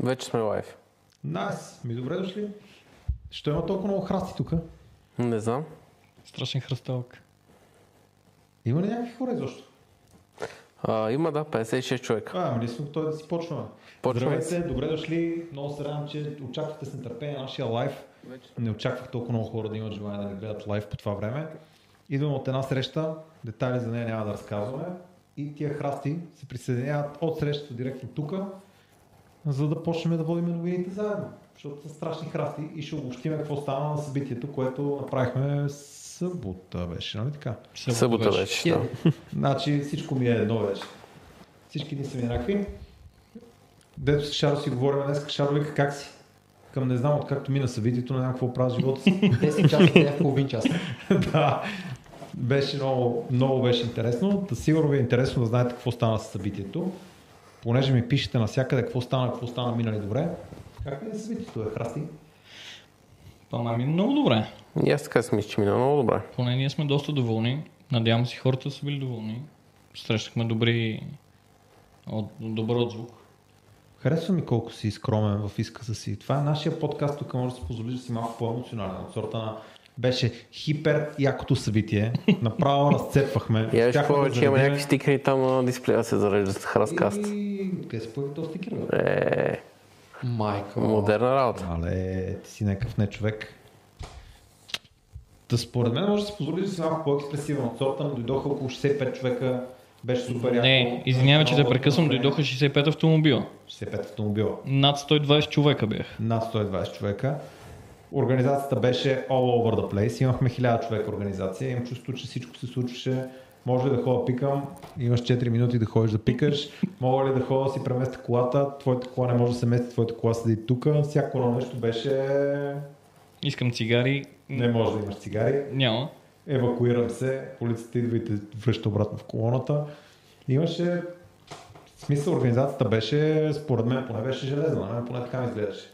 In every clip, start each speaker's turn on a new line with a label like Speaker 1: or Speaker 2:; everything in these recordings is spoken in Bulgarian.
Speaker 1: Вече сме лайв.
Speaker 2: Найс! Ми добре дошли. Що има толкова много храсти тук?
Speaker 1: Не знам.
Speaker 3: Страшен хръсталък.
Speaker 2: Има ли някакви хора изобщо?
Speaker 1: А, има да, 56 човека.
Speaker 2: А, ама ли сме той да си почваме?
Speaker 1: Почваме.
Speaker 2: Здравейте, добре дошли. Много се радвам, че очаквате с нетърпение нашия лайв. Не очаквах толкова много хора да имат желание да ни гледат лайв по това време. Идвам от една среща, детайли за нея няма да разказваме. И тия храсти се присъединяват от срещата директно тук, за да почнем да водим новините заедно. Защото са страшни храсти и ще обобщим какво стана на събитието, което направихме събота беше, нали така?
Speaker 1: Събота вече. Да.
Speaker 2: Значи всичко ми е едно вече. Всички ни са ми еднакви. Дето с Шаро си говорим днес, Шаро вика как си? Към не знам, откакто мина събитието, не знам какво правя с живота си.
Speaker 4: 10 часа, не е половин час.
Speaker 2: да, беше много, много беше интересно. Да, сигурно ви е интересно да знаете какво стана с събитието. Понеже ми пишете навсякъде какво стана, какво стана, минали добре. Как ми е събитието, е храсти?
Speaker 3: Това ми много добре.
Speaker 1: И аз така си мисля, че мина много добре.
Speaker 3: Поне ние сме доста доволни. Надявам се хората са били доволни. Срещахме добри... От, добър отзвук.
Speaker 2: Харесва ми колко си скромен в изказа си. Това е нашия подкаст, тук може да си позволиш да си малко по-емоционален. От сорта на беше хипер якото събитие. Направо разцепвахме.
Speaker 1: И аз ще
Speaker 2: Щяхме да
Speaker 1: помня, че има
Speaker 2: заредиме.
Speaker 1: някакви стикери там на дисплея се зареждат с храскаст.
Speaker 2: И... Къде се появи този стикер? бе?
Speaker 1: Е,
Speaker 4: Майка. му.
Speaker 1: модерна работа.
Speaker 2: Але, ти си някакъв не човек. Та според мен може да си позволиш да си малко по-експресивен от сорта, но дойдоха около 65 човека. Беше супер яко.
Speaker 3: Не, извинявай, че те
Speaker 2: Много
Speaker 3: прекъсвам.
Speaker 2: добре.
Speaker 3: Дойдоха 65 автомобила.
Speaker 2: 65 автомобила.
Speaker 3: Над 120 човека бях.
Speaker 2: над 120 човека. Организацията беше all over the place. Имахме 1000 човека организация. Имам чувство, че всичко се случваше. Може ли да ходя пикам? Имаш 4 минути да ходиш да пикаш. Мога ли да ходя да си преместя колата? Твоята кола не може да се мести, твоята кола седи тук. Всяко едно нещо беше...
Speaker 3: Искам цигари.
Speaker 2: Не може да имаш цигари.
Speaker 3: Няма.
Speaker 2: Евакуирам се. Полицията идва и те връща обратно в колоната. Имаше... В смисъл организацията беше, според мен, поне беше железна. На мен поне така ми изглеждаше.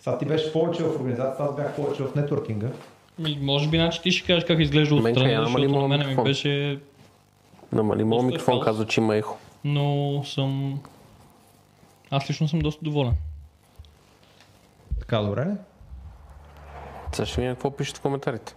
Speaker 2: Сега ти беше повече в организацията, аз бях повече в нетворкинга.
Speaker 3: Ми, може би, значи ти ще кажеш как изглежда
Speaker 1: Менка,
Speaker 3: отстрани,
Speaker 1: няма ли
Speaker 3: защото
Speaker 1: моят
Speaker 3: на мене ми
Speaker 1: микрофон?
Speaker 3: беше...
Speaker 1: Намали моят
Speaker 3: Доста е
Speaker 1: микрофон,
Speaker 3: хаос.
Speaker 1: казва, че има ехо.
Speaker 3: Но съм... Аз лично съм доста доволен.
Speaker 2: Така, добре.
Speaker 1: Сега ще видим какво пишете в коментарите.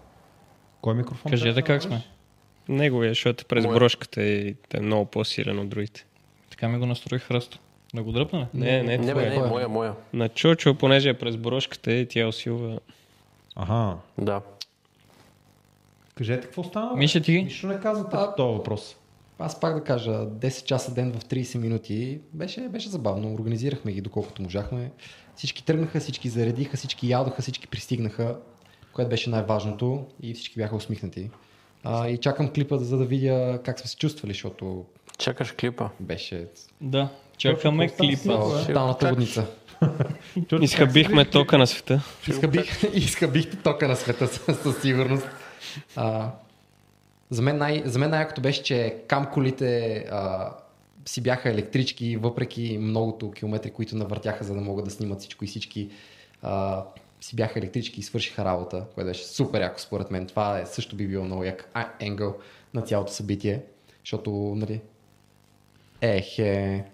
Speaker 2: Кой микрофон?
Speaker 3: Кажете
Speaker 2: трябва да
Speaker 3: как
Speaker 2: сложиш?
Speaker 3: сме.
Speaker 5: Неговия, защото е през
Speaker 1: Моя.
Speaker 5: брошката и е много по-силен от другите.
Speaker 3: Така ми го настроих хръста. Да го дръпна ли?
Speaker 5: Не,
Speaker 2: Е,
Speaker 5: не,
Speaker 1: Не,
Speaker 5: не,
Speaker 1: бе,
Speaker 5: не.
Speaker 1: не, моя, моя.
Speaker 5: На Чочо, понеже е през брошката и тя усилва.
Speaker 2: Аха.
Speaker 1: Да.
Speaker 2: Кажете какво стана?
Speaker 3: Миша, ти?
Speaker 2: Нищо не казвате
Speaker 4: А-
Speaker 2: по този въпрос.
Speaker 4: Аз пак да кажа, 10 часа ден в 30 минути. Беше, беше забавно. Организирахме ги доколкото можахме. Всички тръгнаха, всички заредиха, всички ядоха, всички пристигнаха, което беше най-важното и всички бяха усмихнати. А, и чакам клипа, за да видя как сме се чувствали, защото
Speaker 1: Чакаш клипа.
Speaker 4: беше
Speaker 3: Да. Чакаме
Speaker 2: какво става с
Speaker 3: клипа.
Speaker 2: него, е?
Speaker 4: тоталната лудница.
Speaker 5: Изхабихме тока на света.
Speaker 4: Изхабих, изхабихте тока на света със със сигурност. А, за мен, най, за мен най-якото беше, че камколите а, си бяха електрички, въпреки многото километри, които навъртяха, за да могат да снимат всичко и всички а, си бяха електрички и свършиха работа, което беше супер яко според мен. Това е, също би било много як а- ангъл на цялото събитие, защото, нали, ех е...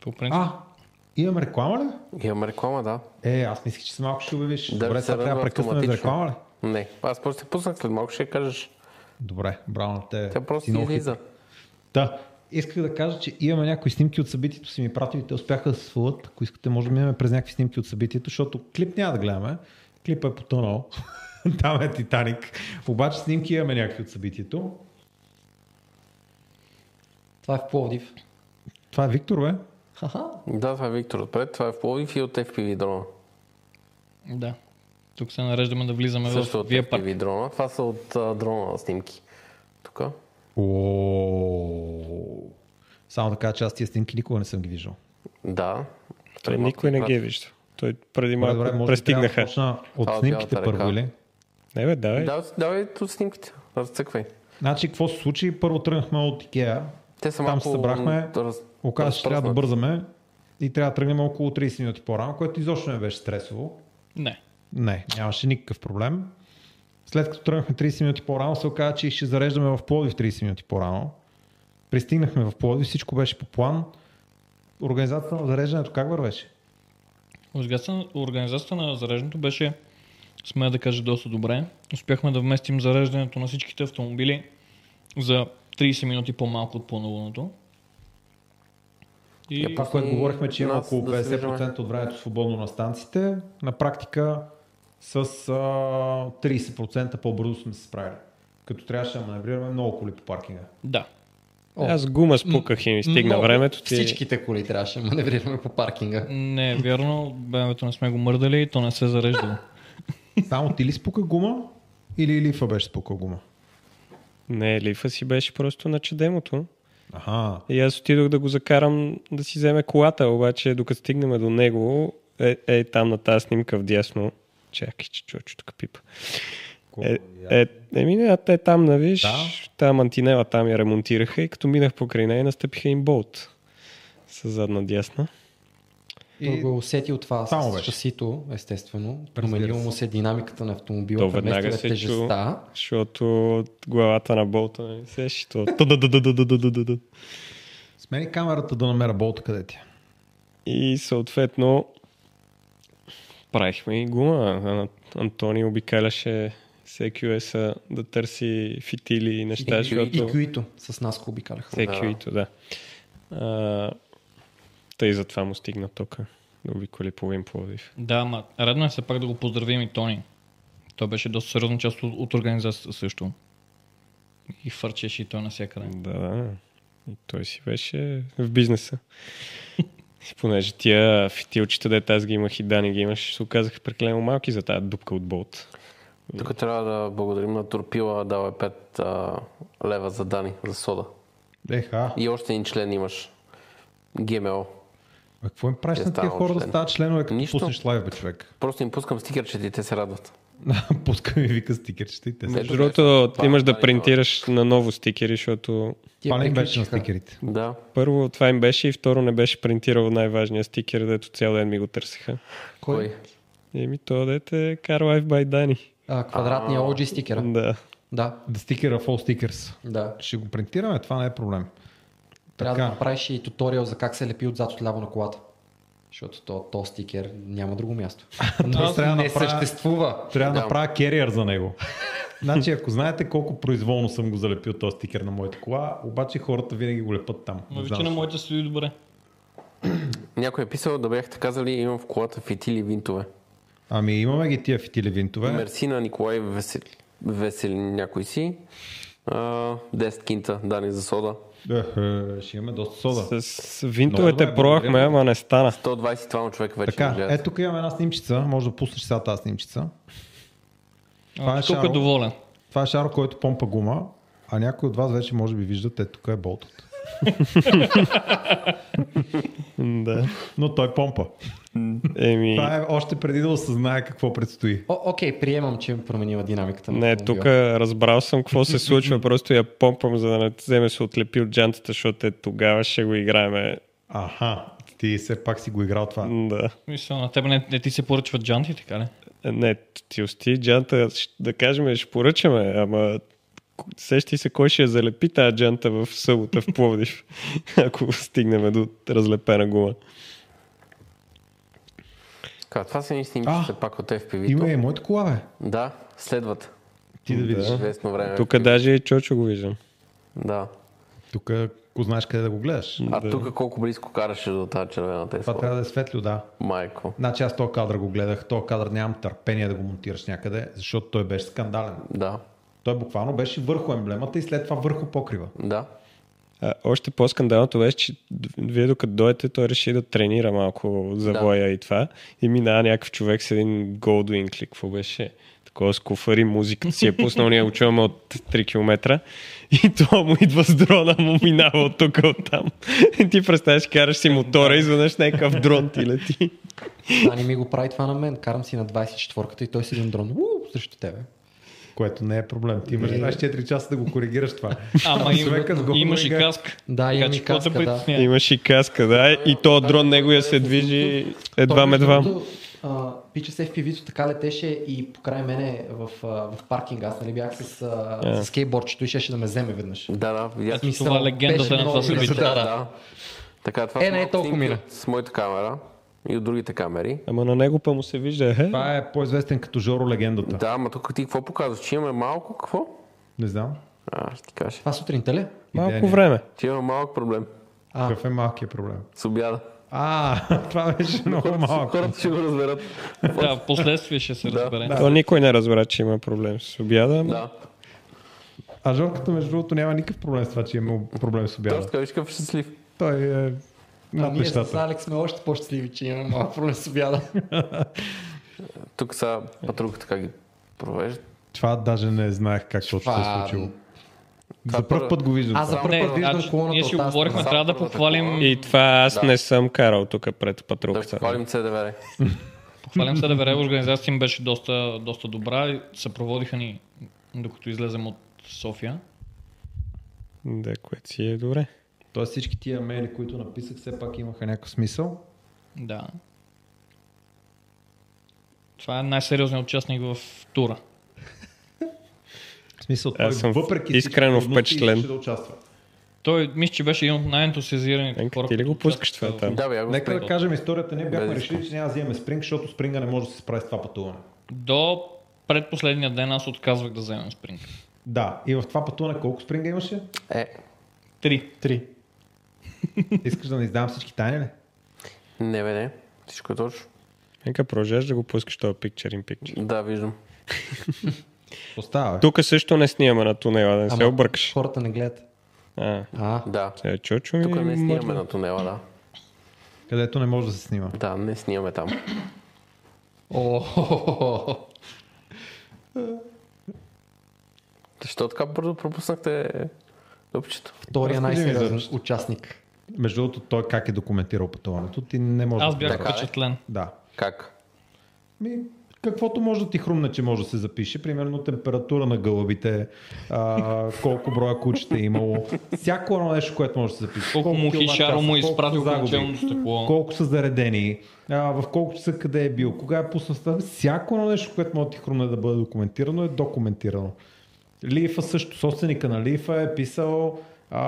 Speaker 3: По принцип.
Speaker 2: А, имам реклама ли?
Speaker 1: Имам реклама, да.
Speaker 2: Е, аз мислих, че си малко ще обявиш.
Speaker 1: Да,
Speaker 2: Добре,
Speaker 1: се
Speaker 2: сега трябва да
Speaker 1: радва
Speaker 2: прекъснем за
Speaker 1: автоматично.
Speaker 2: реклама ли?
Speaker 1: Не, аз просто те пуснах, след малко ще я кажеш.
Speaker 2: Добре, браво на те.
Speaker 1: Тя просто
Speaker 2: Си много
Speaker 1: си излиза.
Speaker 2: Да. Исках да кажа, че имаме някои снимки от събитието, си ми пратили, те успяха да се свалят. Ако искате, може да минем през някакви снимки от събитието, защото клип няма да гледаме. Клипа е потънал. Там е Титаник. Обаче снимки имаме някакви от събитието.
Speaker 4: Това е в Пловдив.
Speaker 2: Това е Виктор, бе.
Speaker 4: Ха-ха.
Speaker 1: Да, това е Виктор отпред, това е в Пловдив и от FPV дрона.
Speaker 3: Да. Тук се нареждаме да влизаме
Speaker 1: Също
Speaker 3: в
Speaker 1: от
Speaker 3: вия парк.
Speaker 1: FPV дрона. Това са от а, дрона снимки. Тук.
Speaker 2: О, Само да кажа, че аз тия снимки никога не съм ги виждал.
Speaker 1: Да.
Speaker 5: Той никой не ги е виждал. Той преди
Speaker 2: Добре, добре,
Speaker 5: малко
Speaker 2: може би трябва да
Speaker 5: престигнаха.
Speaker 2: почна от
Speaker 1: Това е
Speaker 2: снимките
Speaker 1: бялата
Speaker 2: първо,
Speaker 1: ръка.
Speaker 2: или?
Speaker 5: Не бе, давай.
Speaker 1: Давай, давай тук снимките. Разцъквай.
Speaker 2: Значи, какво се случи? Първо тръгнахме от Икеа.
Speaker 1: Те са
Speaker 2: Там
Speaker 1: малко...
Speaker 2: се събрахме.
Speaker 1: раз-
Speaker 2: Оказа, че трябва да
Speaker 1: разпръснати.
Speaker 2: бързаме и трябва да тръгнем около 30 минути по-рано, което изобщо не беше стресово.
Speaker 3: Не.
Speaker 2: Не, нямаше никакъв проблем. След като тръгнахме 30 минути по-рано, се оказа, че ще зареждаме в Пловдив 30 минути по-рано. Пристигнахме в Пловдив, всичко беше по план. Организацията на зареждането как вървеше?
Speaker 3: Организацията- Организацията на зареждането беше, смея да кажа, доста добре. Успяхме да вместим зареждането на всичките автомобили за 30 минути по-малко от плануваното. И
Speaker 1: Е,
Speaker 2: Това, което
Speaker 1: И
Speaker 2: говорихме, че има
Speaker 1: нас
Speaker 2: около
Speaker 1: да свижаме.
Speaker 2: 50% от времето свободно на станциите, на практика с а, 30% по-бързо сме се справили. Като трябваше да маневрираме много коли по паркинга.
Speaker 3: да,
Speaker 4: О.
Speaker 5: Аз гума спуках и ми стигна
Speaker 4: Много.
Speaker 5: времето. Ти...
Speaker 4: Всичките коли трябваше да маневрираме по паркинга.
Speaker 3: не е вярно, БМВ-то не сме го мърдали и то не се е зареждало.
Speaker 2: Само ти ли спука гума или Лифа беше спука гума?
Speaker 5: Не, лифа си беше просто на чадемото.
Speaker 2: Аха.
Speaker 5: И аз отидох да го закарам да си вземе колата, обаче докато стигнем до него, е, е там на тази снимка вдясно. Чакай, че чучо тук пипа. Е, е, еми не, а те там, навиш,
Speaker 2: Да.
Speaker 5: да. та мантинела там я ремонтираха и като минах покрай нея, настъпиха им болт с задна дясна.
Speaker 4: И... го е усетил това
Speaker 2: Само
Speaker 4: с
Speaker 2: беше.
Speaker 4: шасито, естествено.
Speaker 2: Разбира
Speaker 4: Променило
Speaker 2: се.
Speaker 4: му се динамиката на автомобила,
Speaker 5: То
Speaker 4: вместо
Speaker 5: веднага
Speaker 4: да е
Speaker 5: се
Speaker 4: тежестта.
Speaker 5: Защото от главата на болта нали, не се щито. Та-да-да-да-да-да-да-да.
Speaker 2: Смени камерата да намеря болта къде ти. е.
Speaker 5: И съответно правихме и гума. А- Антони обикаляше CQS-а да търси фитили и неща,
Speaker 4: и, и, и
Speaker 5: защото...
Speaker 4: които с нас го обикаляха.
Speaker 5: CQ-то, да. А, Тъй затова му стигна тока да обиколи половин Пловдив.
Speaker 3: да, ма, редно е все пак да го поздравим и Тони. Той беше доста сериозна част от, от организацията също. И фърчеше и той навсякъде.
Speaker 5: Да, да. И той си беше в бизнеса. И Понеже тия фитилчета, дете аз ги имах и Дани ги имаш, се оказаха прекалено малки за тази дупка от болт.
Speaker 1: Тук трябва да благодарим на Турпила, дал е 5 а, лева за Дани, за сода.
Speaker 2: Еха.
Speaker 1: И още един член имаш. ГМО.
Speaker 2: А какво им правиш
Speaker 1: Е,
Speaker 2: на тия
Speaker 1: станал
Speaker 2: хора да
Speaker 1: член.
Speaker 2: стават членове, като
Speaker 1: Нищо.
Speaker 2: пуснеш лайв, бе, човек?
Speaker 1: Просто им пускам стикерчета и те се радват.
Speaker 2: Пускам и вика стикерчета и те са.
Speaker 1: Ето,
Speaker 5: Между другото,
Speaker 1: това,
Speaker 5: имаш
Speaker 1: това
Speaker 5: да
Speaker 1: ни
Speaker 5: принтираш на ново стикери, защото
Speaker 4: Тия
Speaker 2: Това не им беше на
Speaker 4: приключиха.
Speaker 2: стикерите.
Speaker 1: Да.
Speaker 5: първо това им беше и второ не беше принтирал най-важния стикер, дето цял ден ми го търсеха.
Speaker 1: Кой?
Speaker 5: Еми, то дете е Car Life by Dani.
Speaker 4: А, квадратния OG стикера.
Speaker 5: Да.
Speaker 4: Да,
Speaker 2: Да стикера Fall Stickers.
Speaker 4: да.
Speaker 2: Ще го принтираме, това не е проблем.
Speaker 4: Трябва да
Speaker 2: Така,
Speaker 4: направиш и туториал за как се лепи отзад от ляво на колата. Защото то, то стикер няма друго място.
Speaker 2: Аз трябва да
Speaker 4: не
Speaker 2: направя-
Speaker 4: съществува.
Speaker 2: трябва да
Speaker 1: Да.
Speaker 2: направя кериер за него. Значи, ако знаете колко произволно съм го залепил този стикер на моята кола, обаче хората винаги го лепат там. Не
Speaker 3: Но
Speaker 2: знам
Speaker 3: вече на
Speaker 2: защо.
Speaker 3: моите стои добре.
Speaker 1: Някой е писал да бяхте казали, имам в колата фитили винтове.
Speaker 2: Ами имаме ги тия фитили винтове.
Speaker 1: Мерси на Николай Весел, Весели някой си. А, 10 кинта, Дани за сода.
Speaker 2: Ех, е, ще имаме доста сода.
Speaker 5: С винтовете
Speaker 2: Много добре,
Speaker 5: пробвахме,
Speaker 2: благодаря.
Speaker 5: ама не стана.
Speaker 1: 122 човека вече
Speaker 2: Така,
Speaker 1: ни гледат.
Speaker 2: е тук имаме една снимчица, може да пуснеш сега тази снимчица. Това е
Speaker 3: Тук е
Speaker 2: Шаро.
Speaker 3: доволен.
Speaker 2: Това е шар, който помпа гума, а някой от вас вече може би виждат, ето тук е болтът.
Speaker 5: Да.
Speaker 2: Но той помпа.
Speaker 5: Еми,
Speaker 2: Това е още преди да осъзнае какво предстои.
Speaker 4: О, окей, приемам, че им променила динамиката. на
Speaker 5: не,
Speaker 4: автомобила.
Speaker 5: тук разбрал съм какво се случва, просто я помпам, за да не вземе се отлепи от джантата, защото е тогава ще го играеме.
Speaker 2: Аха, ти все пак си го играл това.
Speaker 5: Да.
Speaker 3: Мисля, на теб не, не ти се поръчват джанти, така ли?
Speaker 5: Не, ти ости джанта, щ- да кажем, ще поръчаме, ама к- сещи се кой ще я залепи тази джанта в събота в Пловдив, ако стигнем до разлепена гума.
Speaker 1: Така, това са ни снимките пак от FPV.
Speaker 2: Има и моята кола, бе.
Speaker 1: Да, следват.
Speaker 2: Ти да видиш.
Speaker 1: Известно време.
Speaker 5: Тук
Speaker 4: е
Speaker 5: даже и Чочо го виждам.
Speaker 1: Да.
Speaker 2: Тук, ако знаеш къде да го гледаш.
Speaker 1: А тук колко близко караше до тази червена
Speaker 2: Това
Speaker 1: Тесла?
Speaker 2: трябва да е светло, да.
Speaker 1: Майко.
Speaker 2: Значи аз този кадър го гледах, този кадър нямам търпение да го монтираш някъде, защото той беше скандален.
Speaker 1: Да,
Speaker 2: Той буквално беше върху емблемата и след това върху покрива.
Speaker 1: да.
Speaker 5: А, още по-скандалното беше, че д- вие докато дойдете, той реши да тренира малко завоя да. и това. И мина някакъв човек с един Goldwing ли, какво беше? Такова с куфари, музиката си е пуснал, ние учуваме от 3 км. И то му идва с дрона, му минава от тук, от там. И ти представяш, караш си мотора, изведнъж някакъв дрон ти лети.
Speaker 4: Дани ми го прави това на мен. Карам си на 24-ката и той с един дрон. Уу, срещу тебе.
Speaker 2: Което не е проблем. Ти имаш 24 часа да го коригираш това.
Speaker 3: Ама има,
Speaker 2: човекът с го
Speaker 3: имаш и
Speaker 2: мига.
Speaker 3: каск.
Speaker 4: Да, имам
Speaker 3: Така че
Speaker 4: и
Speaker 3: какво
Speaker 4: каска,
Speaker 3: те
Speaker 4: да.
Speaker 3: притеснява?
Speaker 5: Имаш и каска, да. И то дрон неговия се движи едва
Speaker 4: Той, между
Speaker 5: медва.
Speaker 4: другото, а, Пича се FPV-то така летеше и покрай мене в, а, в паркинга. Аз нали бях с, а, с скейтбордчето и щеше да ме вземе веднъж.
Speaker 1: Да, да, видях.
Speaker 4: Мисъл,
Speaker 3: Това е легендата
Speaker 4: беше
Speaker 3: на това
Speaker 4: много
Speaker 3: събитие.
Speaker 4: Да, да.
Speaker 1: Така, това
Speaker 4: Е,
Speaker 1: са
Speaker 4: не е
Speaker 1: малко
Speaker 4: толкова
Speaker 1: снимки
Speaker 4: мина.
Speaker 1: от- С моята камера. и от другите камери.
Speaker 5: Ама на него па му се вижда, е,
Speaker 2: Това е по-известен като Жоро легендата.
Speaker 1: Да, ама тук ти какво показваш? Че имаме малко какво?
Speaker 2: Не знам.
Speaker 1: А, ще ти кажа.
Speaker 4: Това сутринта ли?
Speaker 5: малко
Speaker 2: идея.
Speaker 5: време.
Speaker 1: Че имаме малък проблем
Speaker 4: А.
Speaker 2: Какъв е малкият проблем?
Speaker 1: с обяда.
Speaker 2: А, това беше много малко.
Speaker 1: Хората ще го разберат.
Speaker 3: Да, в последствие ще се разбере.
Speaker 5: То никой не разбра, че има проблем с обяда. ама-
Speaker 1: Да.
Speaker 2: А Жорката, между другото, няма никакъв проблем с това, че има проблем с
Speaker 1: Точно
Speaker 2: обяда.
Speaker 1: така, виж какъв щастлив.
Speaker 2: Той е
Speaker 4: А
Speaker 2: над
Speaker 4: Ами, ние с
Speaker 2: нещата.
Speaker 4: Алекс сме още по-щастливи, че имаме малко проблем с обяда.
Speaker 1: Тук сега патрулката как ги провеждат.
Speaker 2: Това даже не знаех как точно се е
Speaker 4: Това-
Speaker 2: случило.
Speaker 1: Това
Speaker 2: За първ път го виждам.
Speaker 4: Аз за
Speaker 2: това.
Speaker 4: първ
Speaker 3: Не,
Speaker 4: път виждам
Speaker 3: значи,
Speaker 4: колоната
Speaker 3: ние си
Speaker 4: от
Speaker 3: го
Speaker 4: тази
Speaker 3: говорихме,
Speaker 4: страна. Е,
Speaker 1: страна.
Speaker 3: трябва да
Speaker 1: Първата
Speaker 3: похвалим,
Speaker 1: колона.
Speaker 5: И това аз
Speaker 1: Да.
Speaker 5: не съм карал тук пред
Speaker 1: Да
Speaker 5: патрулката.
Speaker 1: ще хвалим ЦДВР.
Speaker 4: е.
Speaker 3: похвалим се да вере, организацията им беше доста, доста добра. и Съпроводиха ни, докато излезем от София.
Speaker 5: Да, което си е добре.
Speaker 2: Тоест всички тия мейли, които написах, все пак имаха някакъв смисъл.
Speaker 3: Да. Това е най-сериозният участник в тура.
Speaker 2: В смисъл,
Speaker 5: Аз
Speaker 2: той
Speaker 5: съм
Speaker 2: въпреки
Speaker 5: искрено
Speaker 2: всички трудности
Speaker 5: впечатлен.
Speaker 2: искаше да участва.
Speaker 3: Той мисля, че беше един от най-ентусиазираните
Speaker 5: Енка,
Speaker 3: хора.
Speaker 5: ти ли
Speaker 3: които
Speaker 5: го пускаш
Speaker 3: участваха
Speaker 5: това
Speaker 3: в-
Speaker 5: там?
Speaker 1: Да, бе, я го
Speaker 2: Нека
Speaker 1: спрем.
Speaker 2: да кажем историята. Ние бяхме
Speaker 1: Без
Speaker 2: решили, че няма да вземем спринг, защото спринга не може да се справи с това пътуване.
Speaker 3: До предпоследния ден аз отказвах да вземам спринг.
Speaker 2: Да, и в това пътуване колко спринга имаше?
Speaker 1: Е,
Speaker 3: Три.
Speaker 4: Три.
Speaker 2: Искаш да не издавам всички тайни ли?
Speaker 1: не бе, не. Всичко е точно.
Speaker 5: Нека продължаш да го пускаш този picture in picture.
Speaker 1: Да, виждам.
Speaker 2: Остава. бе.
Speaker 5: Тук също не снимаме на тунела, да не се
Speaker 4: Ама
Speaker 5: объркаш.
Speaker 4: Хората не гледат.
Speaker 5: А,
Speaker 4: А,
Speaker 1: Да.
Speaker 5: сега е чучо
Speaker 2: Е,
Speaker 5: ми...
Speaker 1: Тук не снимаме
Speaker 5: мърда.
Speaker 1: на тунела, да.
Speaker 2: Където не може да се снима.
Speaker 1: Да, не снимаме там.
Speaker 4: о,
Speaker 1: Защо така бързо пропуснахте тупчето?
Speaker 4: втория
Speaker 2: Разкажи ми
Speaker 4: най-сериозен
Speaker 2: за-
Speaker 4: участник.
Speaker 2: Между другото, той как е документирал пътуването, ти не може
Speaker 3: Аз бях
Speaker 1: Така е.
Speaker 3: впечатлен.
Speaker 2: Да.
Speaker 1: Как?
Speaker 2: Ми, каквото може да ти хрумне, че може да се запише. Примерно температура на гълъбите, а, колко броя кучета е имало. Всяко едно нещо, което може да се запише.
Speaker 3: Колко му
Speaker 2: киловатчаса,
Speaker 3: хишаро му е
Speaker 2: колко
Speaker 3: изпратил
Speaker 2: загуби,
Speaker 3: началното стъкло.
Speaker 2: Колко са заредени, а, в колко часа къде е бил, кога е пуснал стъл. Всяко едно нещо, което може да ти хрумне да бъде документирано, е документирано. Лифа също, собственика на Лифа е писал а,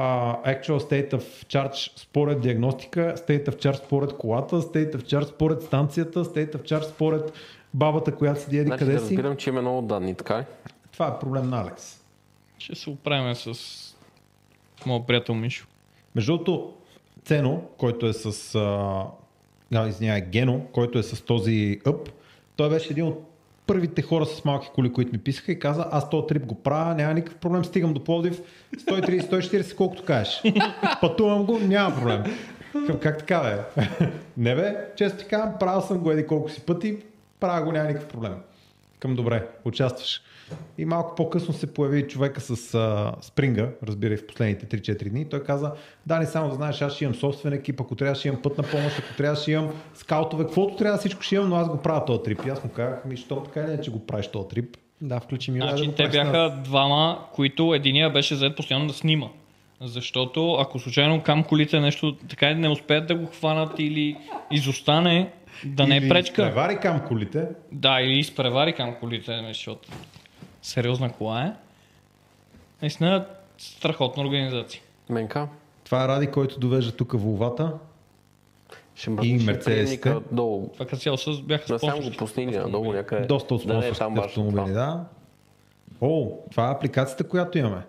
Speaker 2: actual state of charge според диагностика, state of charge според колата, state of charge според станцията, state of charge според бабата, която седи еди
Speaker 1: Значи
Speaker 2: къде
Speaker 1: да
Speaker 2: си.
Speaker 1: разбирам, че има много данни, така ли?
Speaker 2: Това е проблем на Алекс.
Speaker 3: Ще се оправим с моят приятел Мишо.
Speaker 2: Между другото, Цено, който е с... А, а, извинявай, Гено, който е с този ъп, той беше един от първите хора с малки коли, които ми писаха и каза, аз този трип го правя, няма никакъв проблем, стигам до Пловдив, 130-140, колкото кажеш. Пътувам го, няма проблем. Към, как така бе? Не бе, често ти казвам, правил съм го еди колко си пъти, правя го, няма никакъв проблем. Към добре, участваш. И малко по-късно се появи човека с а, спринга, разбирай, в последните 3-4 дни. Той каза, да, не само да знаеш, аз ще имам собствен екип, ако трябва ще имам пътна помощ, ако трябва ще имам скаутове, каквото трябва, всичко ще имам, но аз го правя този трип. И аз му казах, ми, що така не, че го правиш този трип.
Speaker 4: Да, включи ми.
Speaker 3: Значи
Speaker 2: го
Speaker 3: те
Speaker 2: правиш с
Speaker 3: бяха двама, които единия беше заед постоянно да снима. Защото ако случайно кам колите нещо така и не успеят да го хванат или изостане, да не е
Speaker 2: Или
Speaker 3: пречка.
Speaker 2: Превари към колите.
Speaker 3: Да, или изпревари към колите, ами, защото сериозна кола е. Наистина страхотна организация.
Speaker 1: Менка?
Speaker 2: Това е Ради, който довежда тук вълвата.
Speaker 1: Ще мръднеш ли
Speaker 2: Мерцедесите?
Speaker 1: приемника долу.
Speaker 3: Това като цяло с бяха
Speaker 1: Насам го
Speaker 3: спонсорски.
Speaker 1: пусни ни надолу някъде.
Speaker 2: Доста от
Speaker 1: Да не е
Speaker 2: спонсорските
Speaker 1: там баш
Speaker 2: автомобили,
Speaker 1: това.
Speaker 2: да. О, това е апликацията, която имаме.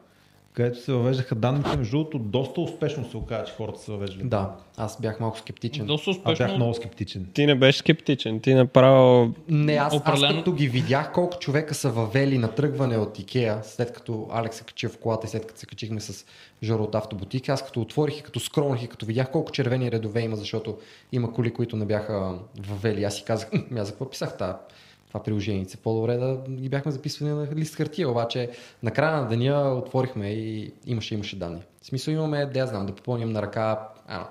Speaker 2: Където се въвеждаха данните, между другото, доста успешно се оказа, че хората са въвеждали.
Speaker 4: Да, аз бях малко скептичен.
Speaker 3: Доста
Speaker 2: Аз бях
Speaker 3: успешно.
Speaker 2: много скептичен.
Speaker 5: Ти не беше скептичен, ти направо...
Speaker 4: Не, аз, аз
Speaker 3: Определено.
Speaker 4: като ги видях колко човека са въвели на тръгване от Икеа, след като Алекс се качи в колата и след като се качихме с Жоро от автобутик, аз като отворих и като скролнах и като видях колко червени редове има, защото има коли, които не бяха въвели. Аз си казах, «М, аз за какво писах тази това приложенице. По-добре да ги бяхме записвали на лист хартия, обаче на края на деня отворихме и имаше, имаше данни. В смисъл имаме, да я знам, да попълним на ръка а,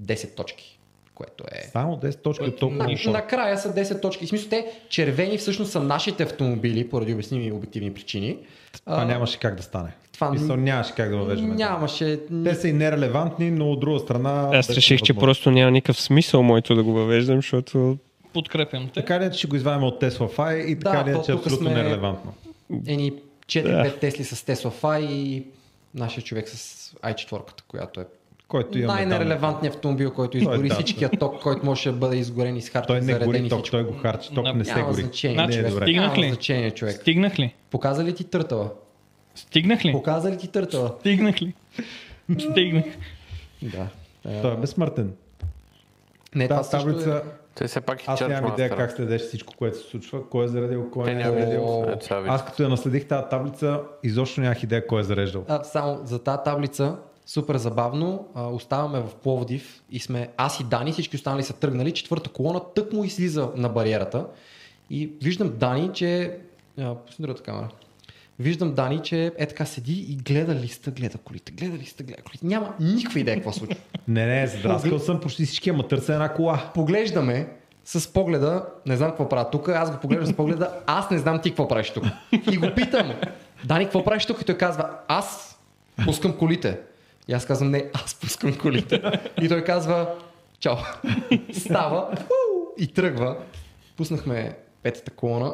Speaker 4: 10 точки, което е...
Speaker 2: Само 10 точки от толкова
Speaker 4: На,
Speaker 2: много хора.
Speaker 4: накрая са 10 точки. В смисъл те червени всъщност са нашите автомобили, поради обясними и обективни причини.
Speaker 2: Това нямаше как да стане.
Speaker 4: това
Speaker 2: Мисъл, нямаше как да въвеждаме.
Speaker 4: нямаше...
Speaker 2: Те са и нерелевантни, но от друга страна...
Speaker 5: Аз
Speaker 2: беше
Speaker 5: реших, че
Speaker 2: невъзможно.
Speaker 5: просто няма никакъв смисъл моето да го въвеждам, защото
Speaker 3: Подкрепям те.
Speaker 2: Така ли, е, че ще го извадим от Tesla Fi и така
Speaker 4: Да,
Speaker 2: ли, е,
Speaker 4: то
Speaker 2: че е
Speaker 4: тук
Speaker 2: абсолютно
Speaker 4: сме-
Speaker 2: нерелевантно.
Speaker 4: Ени 4-5 Тесли с Tesla Fi и нашия човек с i4, която е
Speaker 2: Който има метален.
Speaker 4: най-нерелевантният автомобил, който изгори
Speaker 2: да.
Speaker 4: всичкият ток, който може да бъде изгорен,
Speaker 2: е Той
Speaker 4: изхарчен,
Speaker 2: не гори
Speaker 4: зареден и
Speaker 2: ток,
Speaker 4: всичко.
Speaker 2: той го харчи. Ток
Speaker 3: Няма
Speaker 2: не се
Speaker 4: Няма
Speaker 2: гори.
Speaker 4: значение,
Speaker 2: не
Speaker 3: Значи,
Speaker 2: е
Speaker 4: човек.
Speaker 2: добре.
Speaker 3: стига- Стигнах
Speaker 4: Няма
Speaker 3: ли?
Speaker 4: значение, човек.
Speaker 3: Стигнах ли?
Speaker 4: Показа ли ти търтала?
Speaker 3: Стигнах ли?
Speaker 4: Показа ли ти търтала?
Speaker 3: Стигнах ли? Стигнах.
Speaker 4: Да.
Speaker 2: Той е безсмъртен.
Speaker 4: Не, това
Speaker 2: Та,
Speaker 4: също е...
Speaker 2: таблица,
Speaker 1: Той все пак е
Speaker 2: аз нямам идея
Speaker 1: чарджмастър.
Speaker 2: как следеш всичко, което се случва, кой е заредил, кой
Speaker 1: Те
Speaker 2: не е
Speaker 1: няма
Speaker 2: заредил.
Speaker 4: О,
Speaker 1: идея. Е, това виж.
Speaker 2: Аз като я наследих тази таблица, изобщо нямах идея кой е зареждал.
Speaker 4: А, само за тази таблица, супер забавно, а, оставаме в Пловдив и сме аз и Дани, всички останали са тръгнали, четвърта колона тък му излиза на бариерата и виждам Дани, че... А, пусни другата камера. Виждам Дани, че е така седи и гледа листа, гледа колите, гледа листа, гледа колите. Няма никаква идея какво се случва.
Speaker 2: Не, не, задраскал съм почти всички, ама търся една кола.
Speaker 4: Поглеждаме с погледа, не знам какво правя тук, аз го поглеждам с погледа, аз не знам ти какво правиш тук. И го питам, Дани, какво правиш тук? И той казва, аз пускам колите. И аз казвам, не, аз пускам колите. И той казва, чао. Става уу, и тръгва. Пуснахме петата колона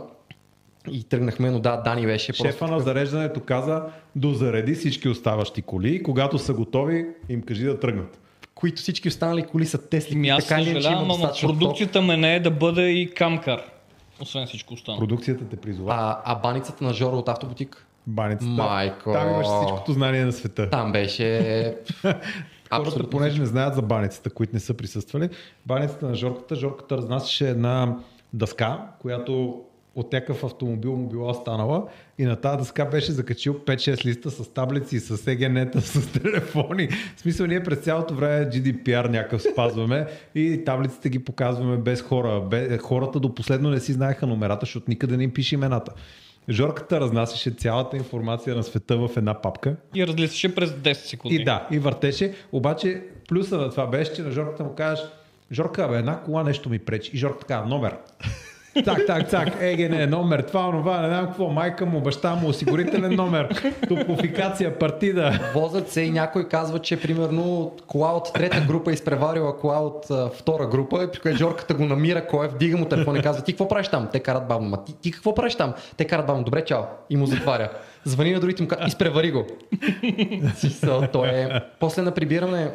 Speaker 4: и тръгнахме, но да, Дани беше
Speaker 2: Шефа на зареждането каза, дозареди всички оставащи коли и когато са готови, им кажи да тръгнат.
Speaker 4: които всички останали коли са Тесли.
Speaker 3: Ми Ами аз
Speaker 4: така или иначе има
Speaker 3: съжалявам, ама
Speaker 4: достатъчно ток.
Speaker 3: продукцията ме не е да бъде и камкар. Освен всичко останало.
Speaker 2: Продукцията те призова.
Speaker 4: А, а баницата на Жоро от автобутик?
Speaker 2: Баницата.
Speaker 4: Майко.
Speaker 2: Там имаш всичкото знание на света.
Speaker 4: Там беше...
Speaker 2: Хората,
Speaker 4: Абсолютно.
Speaker 2: понеже не знаят за баницата, които не са присъствали, баницата на Жорката, Жорката разнасяше една дъска, която от някакъв автомобил му била станала и на тази дъска беше закачил 5-6 листа с таблици, с егенета, с телефони. В смисъл ние през цялото време GDPR някакъв спазваме и таблиците ги показваме без хора. Бе- Хората до последно не си знаеха номерата, защото никъде не им пише имената. Жорката разнасяше цялата информация на света в една папка,
Speaker 3: И разлисаше през 10 секунди.
Speaker 2: и да, и въртеше. Обаче плюса на това беше, че на Жорката му кажеш, Жорка, бе, една кола нещо ми пречи. И Жорка така, номер. Так, так, так, еге, не, номер, това, онова, не знам какво, майка му, баща му, осигурителен номер, топофикация, партида.
Speaker 4: Возят се и някой казва, че примерно кола от трета група е изпреварила кола от а, втора група, и при което Жорката го намира, кой е, вдига му телефон и казва, ти какво правиш там? Те карат бавно, ма ти, ти какво правиш там? Те карат бавно, добре, чао. И му затваря. Звъни на другите му, казва, изпревари го. Смисъл, то е... После на прибиране,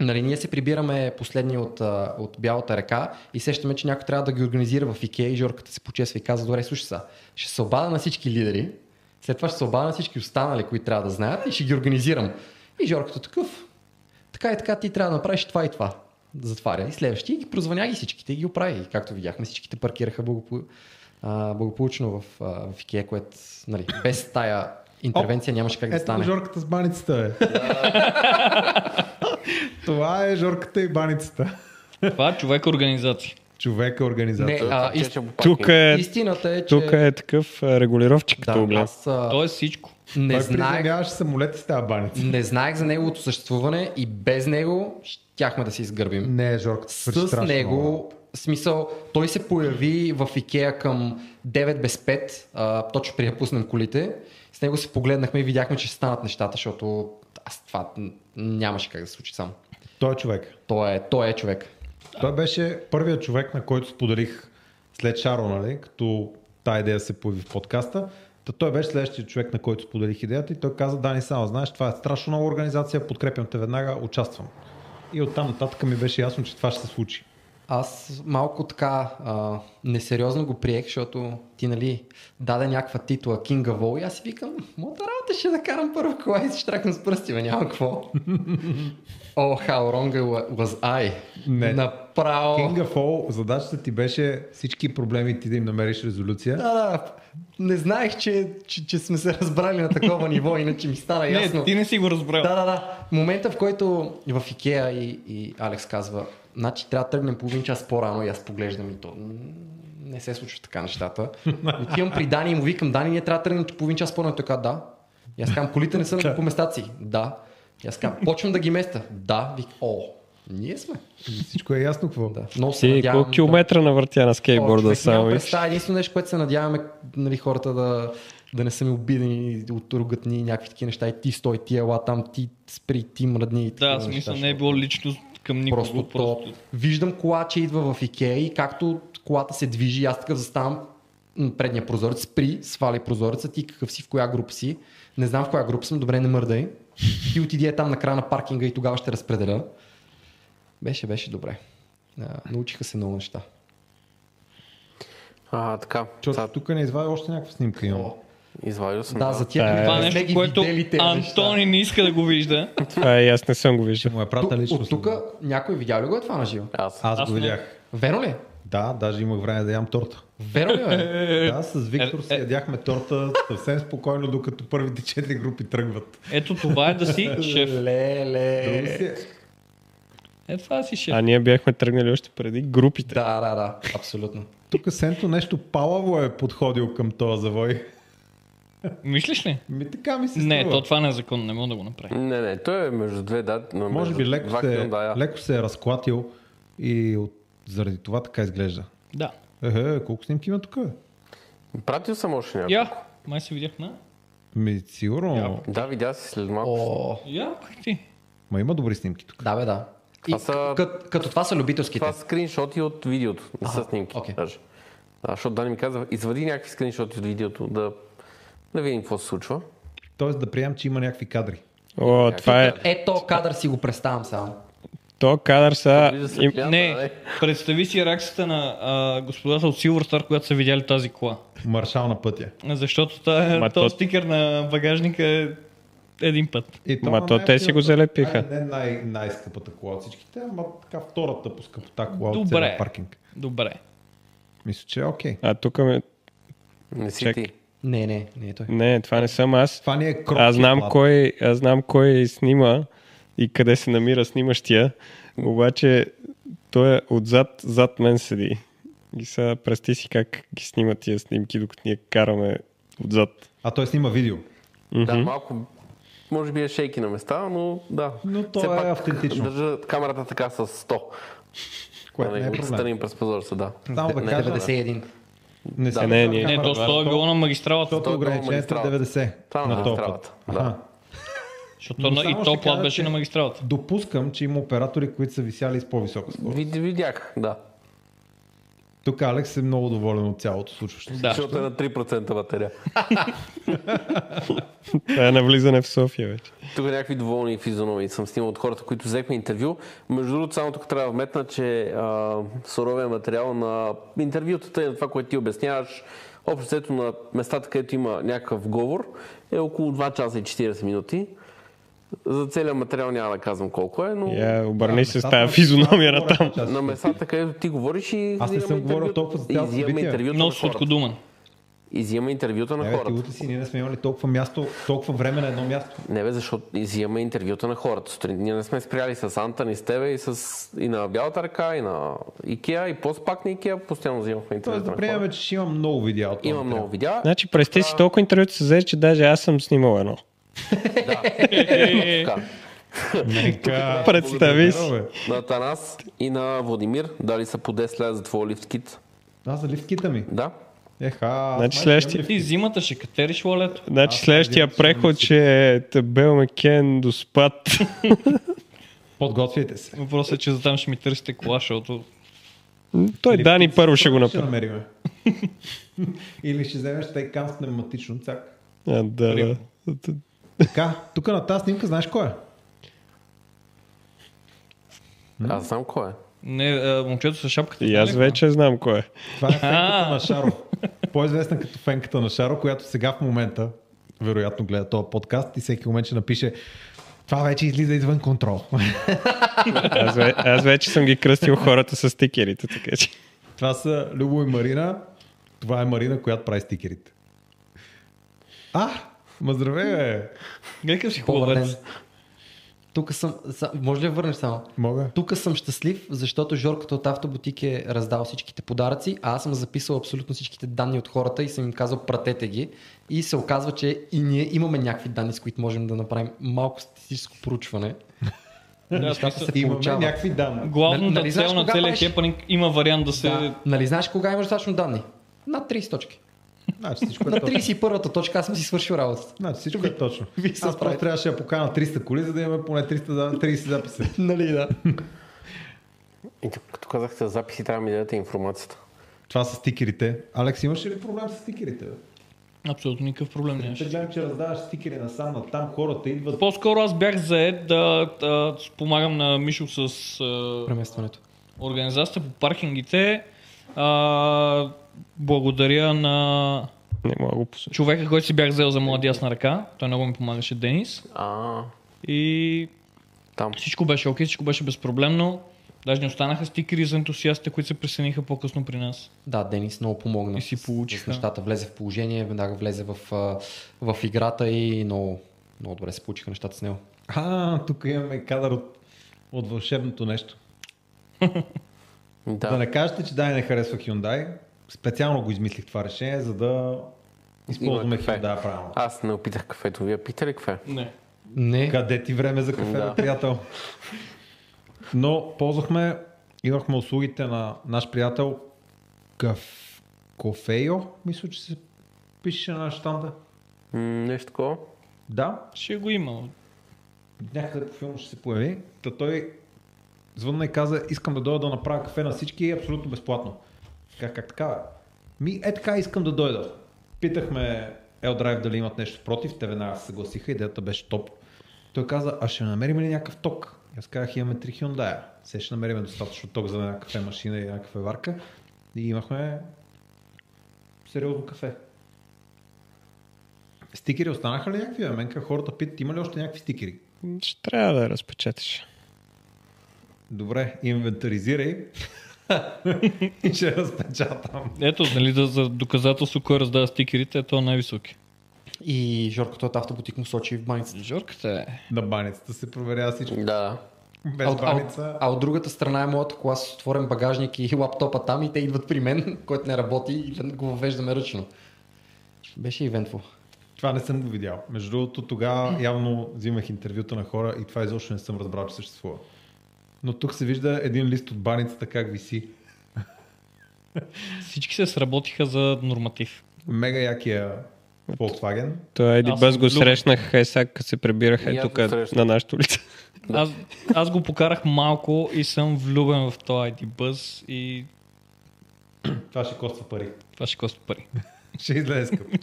Speaker 4: нали, ние се прибираме последни от, а, от Бялата река и сещаме, че някой трябва да ги организира в Икея и Жорката се почесва и казва, добре, слушай са, ще се обада на всички лидери, след това ще се обада на всички останали, които трябва да знаят и ще ги организирам. И Жорката такъв, така и така ти трябва да направиш това и това. Затваря и следващия и ги прозвъня ги всичките и ги оправи. И както видяхме, всичките паркираха благопо... а, благополучно в, а, в Икея, което нали, без тая интервенция нямаше как да
Speaker 2: Ето го
Speaker 4: стане.
Speaker 2: Жорката с баницата, бе. това е Жорката и баницата.
Speaker 3: Това е човек организация.
Speaker 2: Човека организатор.
Speaker 4: Не,
Speaker 2: Не,
Speaker 4: а,
Speaker 1: Той
Speaker 4: ист...
Speaker 1: чеше по пак
Speaker 5: Тук
Speaker 1: и-
Speaker 5: е,
Speaker 4: истината е, че...
Speaker 5: тук е такъв а, регулировчик като
Speaker 4: Да,
Speaker 5: облак.
Speaker 4: аз а,
Speaker 3: То е всичко.
Speaker 4: не,
Speaker 2: Той
Speaker 4: знаех,
Speaker 2: приземяваше самолети с тази баница.
Speaker 4: не знаех за неговото съществуване и без него щяхме да се изгърбим.
Speaker 2: Не, Жорката свърши
Speaker 4: С
Speaker 2: страшно много.
Speaker 4: него, в смисъл, той се появи в Икея към 9 без 5, а, точно при да пуснем колите. С него се погледнахме и видяхме, че ще станат нещата, защото аз това н- нямаше как да се случи сам.
Speaker 2: Той е човек.
Speaker 4: Той е, той е човек.
Speaker 2: Той беше първият човек, на който споделих след Шаро, нали, като тази идея се появи в подкаста. Та той беше следващия човек, на който споделих идеята и той каза, Дани, само знаеш, това е страшно нова организация, подкрепям те веднага, участвам. И оттам нататък ми беше ясно, че това ще се случи.
Speaker 4: Аз малко така а, несериозно го приех, защото ти, нали, даде някаква титла King of All и аз си викам, моята работа ще да карам първа кола и се штракам с пръсти, бе, няма какво. oh, how wrong was I.
Speaker 2: Не.
Speaker 4: Направо.
Speaker 2: King of All, задачата ти беше всички проблеми ти да им намериш резолюция.
Speaker 4: Да, да. Не знаех, че, че, че сме се разбрали на такова ниво, иначе ми
Speaker 1: Е,
Speaker 4: стана ясно.
Speaker 3: Не, ти не си го разбрал.
Speaker 4: Да, да, да. Момента, в който в Икея и, и Алекс казва, значи трябва да тръгнем половин час по-рано и аз поглеждам и то. м, Не се случва така нещата. Отивам при Дани и му викам, Дани, ние трябва да тръгнем половин час по-рано. И Той казва, да. И аз казвам, колите не са на по местата си. Да. И аз казвам, почвам да ги места. Да. Вик, о, ние сме.
Speaker 2: Всичко е ясно какво.
Speaker 4: Да. Много се
Speaker 5: Ти
Speaker 4: надявам
Speaker 5: колко километра навъртя на скейтборда
Speaker 4: човек, няма
Speaker 5: само? виж?
Speaker 4: представа. Единствено нещо, което се надяваме нали, хората да, да не са ми обидени от ругатни и някакви такива неща. И ти стой, ти ела там, ти спри, ти мръдни. И такива
Speaker 3: Да, в смисъл
Speaker 4: неща,
Speaker 3: не е било лично към никого.
Speaker 4: Просто,
Speaker 3: Просто,
Speaker 4: то, виждам кола, че идва в Икея и както колата се движи, аз такъв заставам м, предния прозорец, спри, свали прозореца, ти какъв си, в коя група си. Не знам в коя група съм, добре, не мърдай. Ти отиди е там на края на паркинга и тогава ще разпределя. Беше, беше добре. А, научиха се много неща.
Speaker 1: А, така.
Speaker 2: Чо,
Speaker 1: Та,
Speaker 2: тук не извади още някаква снимка имам.
Speaker 1: извадил съм.
Speaker 4: Да, за тия,
Speaker 5: Та е.
Speaker 4: които
Speaker 3: Това е
Speaker 4: не сме
Speaker 3: нещо,
Speaker 4: ги
Speaker 3: което
Speaker 4: видели тези неща.
Speaker 3: Антони не иска да го вижда.
Speaker 5: Това и аз не съм го виждал.
Speaker 2: Му е
Speaker 4: Тук-
Speaker 2: прата лично.
Speaker 4: От тук някой видял ли го е това на живо?
Speaker 1: Аз.
Speaker 2: Аз,
Speaker 3: Аз
Speaker 2: го
Speaker 3: не.
Speaker 2: видях.
Speaker 4: Верно ли? е?
Speaker 2: Да, даже имах време да ям торта.
Speaker 4: Верно ли е?
Speaker 2: Да, с Виктор си ядяхме торта съвсем спокойно, докато първите четири групи тръгват.
Speaker 3: Ето това е да си шеф.
Speaker 2: Друго
Speaker 4: Леле.
Speaker 2: си е.
Speaker 3: Е, това си шеф.
Speaker 5: А ние бяхме тръгнали още преди групите.
Speaker 4: Да, да, да, абсолютно.
Speaker 2: Тук Сенто нещо палаво е подходил към този завой.
Speaker 3: Мислиш ли?
Speaker 2: Ми така ми се струва.
Speaker 3: Не, то това не е закон, не мога да го направя.
Speaker 1: Не, не, той е между две дати. но
Speaker 2: Може
Speaker 1: между
Speaker 2: би леко
Speaker 1: два
Speaker 2: се,
Speaker 1: календаря.
Speaker 2: леко се е разклатил и от... заради това така изглежда.
Speaker 3: Да.
Speaker 2: Ехе, колко снимки има тук? бе?
Speaker 1: Пратил съм още някой.
Speaker 3: Я, май се видяхме.
Speaker 2: Ми, сигурно.
Speaker 1: Да, видя се след малко.
Speaker 4: О,
Speaker 3: Я, как ти?
Speaker 2: Ма има добри снимки тук.
Speaker 4: да, бе, да. И
Speaker 1: Това са-
Speaker 4: кът, като това са любителските.
Speaker 1: Това са скриншоти от видеото, не са снимки.
Speaker 4: окей.
Speaker 1: Даже. Да, защото Дани ми каза, извади някакви скриншоти от видеото, да, да видим какво се случва.
Speaker 2: Тоест да приемам, че има някакви кадри.
Speaker 5: О, това е...
Speaker 4: Ето кадър си го представям само.
Speaker 5: То кадър са...
Speaker 1: Вижда се
Speaker 5: Им...
Speaker 1: пиана,
Speaker 3: Не,
Speaker 1: нали?
Speaker 3: представи си реакцията на а, господата от Silver Star, която са видяли тази кола.
Speaker 2: Маршал на пътя.
Speaker 3: Защото тая-
Speaker 5: Ма
Speaker 3: този
Speaker 5: то-
Speaker 3: стикер на багажника е един път.
Speaker 2: И
Speaker 5: Ма
Speaker 2: на
Speaker 5: то те си го залепиха.
Speaker 2: Айде, Не най- най-скъпата кола от всичките, ама така втората по скъпота кола от
Speaker 3: Добре.
Speaker 2: целия паркинг.
Speaker 3: Добре.
Speaker 2: Мисля, че е окей.
Speaker 5: А тук ме...
Speaker 1: Не си
Speaker 5: Чакай.
Speaker 1: ти.
Speaker 4: Не, не, не е той.
Speaker 5: Не, това не съм аз.
Speaker 2: Това ни е крок.
Speaker 5: Аз знам, кой, аз знам кой снима и къде се намира снимащия, обаче той е отзад, зад мен седи. И сега прести си как ги снима тия снимки, докато ние караме отзад.
Speaker 2: А той снима видео.
Speaker 1: Да, малко, може би е шейки на места, но да.
Speaker 2: Но то
Speaker 1: Все
Speaker 2: е
Speaker 1: пак
Speaker 2: автентично.
Speaker 1: Държа камерата така с 100.
Speaker 2: Което не е проблем.
Speaker 1: Станим през прозореца, да.
Speaker 2: Само да
Speaker 1: Не,
Speaker 2: кажа,
Speaker 4: 91.
Speaker 2: не се
Speaker 1: Да,
Speaker 2: вижда
Speaker 5: не, не, не,
Speaker 3: Не,
Speaker 2: камерата,
Speaker 3: то сто е
Speaker 2: защото-
Speaker 3: било на магистралата,
Speaker 2: Защото
Speaker 1: е
Speaker 2: ограничението е
Speaker 1: магистралата.
Speaker 2: 90
Speaker 1: Това е
Speaker 2: на този
Speaker 1: магистралата,
Speaker 2: път.
Speaker 1: да.
Speaker 2: Аха.
Speaker 3: защото на,
Speaker 2: само
Speaker 3: и
Speaker 2: ще
Speaker 3: то
Speaker 2: кажа,
Speaker 3: плат беше
Speaker 2: че-
Speaker 3: на магистралата.
Speaker 2: Допускам, че има оператори, които са висяли с по-висока скорост.
Speaker 1: Вид, видях, да.
Speaker 2: Тук Алекс е много доволен от цялото случващо. се.
Speaker 3: Да.
Speaker 1: Защото е на 3% батерия.
Speaker 5: Това е навлизане в София вече.
Speaker 1: Тук някакви доволни физиономии съм снимал от хората, които взехме интервю. Между другото, само тук трябва да вметна, че а, суровия материал на интервютата и на това, което ти обясняваш, общо взето на местата, където има някакъв говор, е около 2 часа и 40 минути. За целият материал няма да казвам колко е, но yeah.
Speaker 5: Я, обърни се с
Speaker 2: Местата,
Speaker 5: тая физиономия на там.
Speaker 2: Аз-
Speaker 1: на местата, където ти говориш и
Speaker 2: Аз не съм
Speaker 1: взимаме
Speaker 2: говорил
Speaker 1: интервю-
Speaker 2: толкова за
Speaker 1: и
Speaker 2: цялото
Speaker 1: взимаме
Speaker 2: събитие.
Speaker 1: интервюта на
Speaker 3: Много
Speaker 1: хората.
Speaker 3: сладкодумен.
Speaker 1: И взимаме интервюта на
Speaker 2: Не, бе, Е, ти
Speaker 1: хората.
Speaker 2: лути си, ние не сме имали толкова място, толкова време на едно място.
Speaker 1: Не бе, защото изимаме интервюта на хората. Сутрин ние не сме спряли с Антън, с тебе и, с, и на Бялата ръка, и на Икеа, и после пак на Икеа. Постоянно взимахме
Speaker 2: Тоест
Speaker 1: интервюта
Speaker 2: да
Speaker 1: на хората.
Speaker 2: приемем, че ще имам много видеа от този
Speaker 1: Има много
Speaker 2: материал.
Speaker 1: видеа.
Speaker 5: Значи прести си толкова интервюта се взе, че даже аз съм снимал едно.
Speaker 1: Така,
Speaker 5: Представи си.
Speaker 2: Здраво, бе.
Speaker 1: на Танас и на Владимир. Дали са по 10 лева за твоя лифткит?
Speaker 2: Да, за лифтките ми.
Speaker 1: Да.
Speaker 2: Еха, аз
Speaker 5: Значи
Speaker 2: май
Speaker 5: следващия-
Speaker 2: имам лифт.
Speaker 3: Ти зимата ще катериш лолето.
Speaker 5: Значи следващия преход ще е Табел Макен до спад.
Speaker 2: Подготвяйте се.
Speaker 3: Въпросът е, че за там ще ми търсите кола, защото
Speaker 5: Той Дани първо ще го
Speaker 2: Ще
Speaker 5: направи.
Speaker 2: намериме. Или ще вземеш тайкан с пневматично цак.
Speaker 5: А, да, да.
Speaker 2: Така, тук на тази снимка знаеш кой е?
Speaker 1: Аз знам кой е.
Speaker 3: не, а, момчето с шапката.
Speaker 5: И аз
Speaker 3: нали?
Speaker 5: вече знам кой е.
Speaker 2: Това е фенката на Шаро. По-известна като фенката на Шаро, която сега в момента вероятно гледа този подкаст и всеки момент ще напише това вече излиза извън контрол.
Speaker 5: Аз, ве, аз вече съм ги кръстил хората с стикерите, така че.
Speaker 2: това са Любо и Марина. Това е Марина, която прави стикерите. А, ма здравей, бе.
Speaker 3: Гледай как си
Speaker 4: Добър
Speaker 3: хубавец.
Speaker 4: ден. Тук съм... са- Може ли да върнеш само?
Speaker 2: Мога?
Speaker 4: Тук съм щастлив, защото Жорката от Автобутик е раздал всичките подаръци, а аз съм записал абсолютно всичките данни от хората и съм им казал пратете ги. И се оказва, че и ние имаме някакви данни, с които можем да направим малко статистическо проучване. Нещата се
Speaker 2: Имаме
Speaker 4: получават.
Speaker 2: някакви данни.
Speaker 3: Главната
Speaker 4: Нали знаеш
Speaker 3: цел на
Speaker 4: кога
Speaker 3: целия
Speaker 4: правиш?
Speaker 3: хепанинг има вариант да се...
Speaker 4: Да. Нали знаеш кога имаш достатъчно данни? Над 30 точки.
Speaker 2: Значи всичко
Speaker 4: На
Speaker 2: е точно.
Speaker 4: 31-та точка аз съм си свършил работата.
Speaker 2: Значи всичко е точно.
Speaker 4: вие
Speaker 2: Аз
Speaker 4: се
Speaker 2: просто
Speaker 4: справите.
Speaker 2: трябваше да покана 300 коли, за да имаме поне 300, за- 30 записи.
Speaker 4: Нали да.
Speaker 1: И тук- като казахте за записи, трябва да ми дадете информацията.
Speaker 2: Това са стикерите. Алекс, имаш ли проблем с стикерите? бе?
Speaker 3: Абсолютно никакъв проблем
Speaker 2: Те
Speaker 3: нямаше.
Speaker 2: гледам, че раздаваш стикери насам, на там хората идват.
Speaker 3: По-скоро аз бях заед да, да помагам на Мишо с а,
Speaker 4: преместването.
Speaker 3: организацията по паркингите. А, благодаря на
Speaker 5: Не мога да го посоча.
Speaker 3: човека, който си бях взел за моя дясна ръка. Той много ми помагаше, Денис.
Speaker 1: А,
Speaker 3: И
Speaker 1: там.
Speaker 3: всичко беше окей, всичко беше безпроблемно. Даже не останаха стикери за ентусиастите, които се присъединиха по-късно при нас.
Speaker 4: Да, Денис много помогна.
Speaker 3: И си
Speaker 4: с-
Speaker 3: получиха.
Speaker 4: с нещата. Влезе в положение, веднага влезе в, а, в играта и много, много добре се получиха нещата с него.
Speaker 2: А, тук имаме кадър от, от вълшебното нещо. Да. да
Speaker 1: Да.
Speaker 2: не кажете, че Дани не харесва Hyundai. Специално го измислих това решение, за да използваме
Speaker 1: Има кафе.
Speaker 2: Hyundai правилно.
Speaker 1: Аз не опитах кафето. Вие питали кафе?
Speaker 3: Не.
Speaker 4: Не,
Speaker 2: Къде ти време за кафе,
Speaker 1: Да.
Speaker 2: да. приятел? Но ползвахме, имахме услугите на наш приятел Каф... Кофейо, мисля, че се пише на щанда.
Speaker 1: М, нещо такова.
Speaker 2: Да,
Speaker 3: Ще го има.
Speaker 2: някъде по филма ще се появи. Та той звънна и каза, искам да дойда да направя кафе на всички е абсолютно безплатно. Как, как така? бе? Ми, е така искам да дойда. Питахме L-Drive дали имат нещо против, те веднага се съгласиха, идеята беше топ. Той каза, а ще намерим ли някакъв ток? И аз казах, имаме 3 Hyundai. Сега ще намерим достатъчно ток за една кафе машина и една кафеварка. И имахме сериозно кафе. Стикери останаха ли някакви? бе? Менка хората питат, има ли още някакви стикери?
Speaker 5: Ще трябва да я разпечаташ.
Speaker 2: Добре, инвентаризирай. и ще разпечатам.
Speaker 3: Ето, нали, да, за доказателство, кой раздава стикерите, то е най-високи.
Speaker 4: и Жоркото от автобутик му сочи в баницата.
Speaker 3: Жорката е.
Speaker 2: На баницата се проверява всичко.
Speaker 1: Да.
Speaker 2: Без
Speaker 4: А от, а, от,
Speaker 2: баница.
Speaker 4: а от другата страна е моята кола с отворен багажник и лаптопа там и те идват при мен, който не работи и го въвеждаме ръчно. Беше ивентфул.
Speaker 2: Това не съм го видял. Между другото, тогава явно взимах интервюта на хора и това изобщо не съм разбрал, че съществува. Но тук се вижда един лист от баницата как виси.
Speaker 3: Всички се сработиха за норматив.
Speaker 2: Мега якия Volkswagen.
Speaker 5: Той Еди
Speaker 3: Аз
Speaker 5: Бъз
Speaker 3: съм
Speaker 5: го
Speaker 3: Люк.
Speaker 5: срещнах, е сега като се прибирах
Speaker 1: И
Speaker 5: е
Speaker 1: Ами аз
Speaker 5: тук
Speaker 1: го срещнах.
Speaker 5: на нашата улица.
Speaker 1: Да.
Speaker 3: Аз, аз го покарах малко и съм влюбен в този ID бъз и
Speaker 2: Това ще коства пари.
Speaker 3: това ще коства пари.
Speaker 2: Ще излезе скъпо.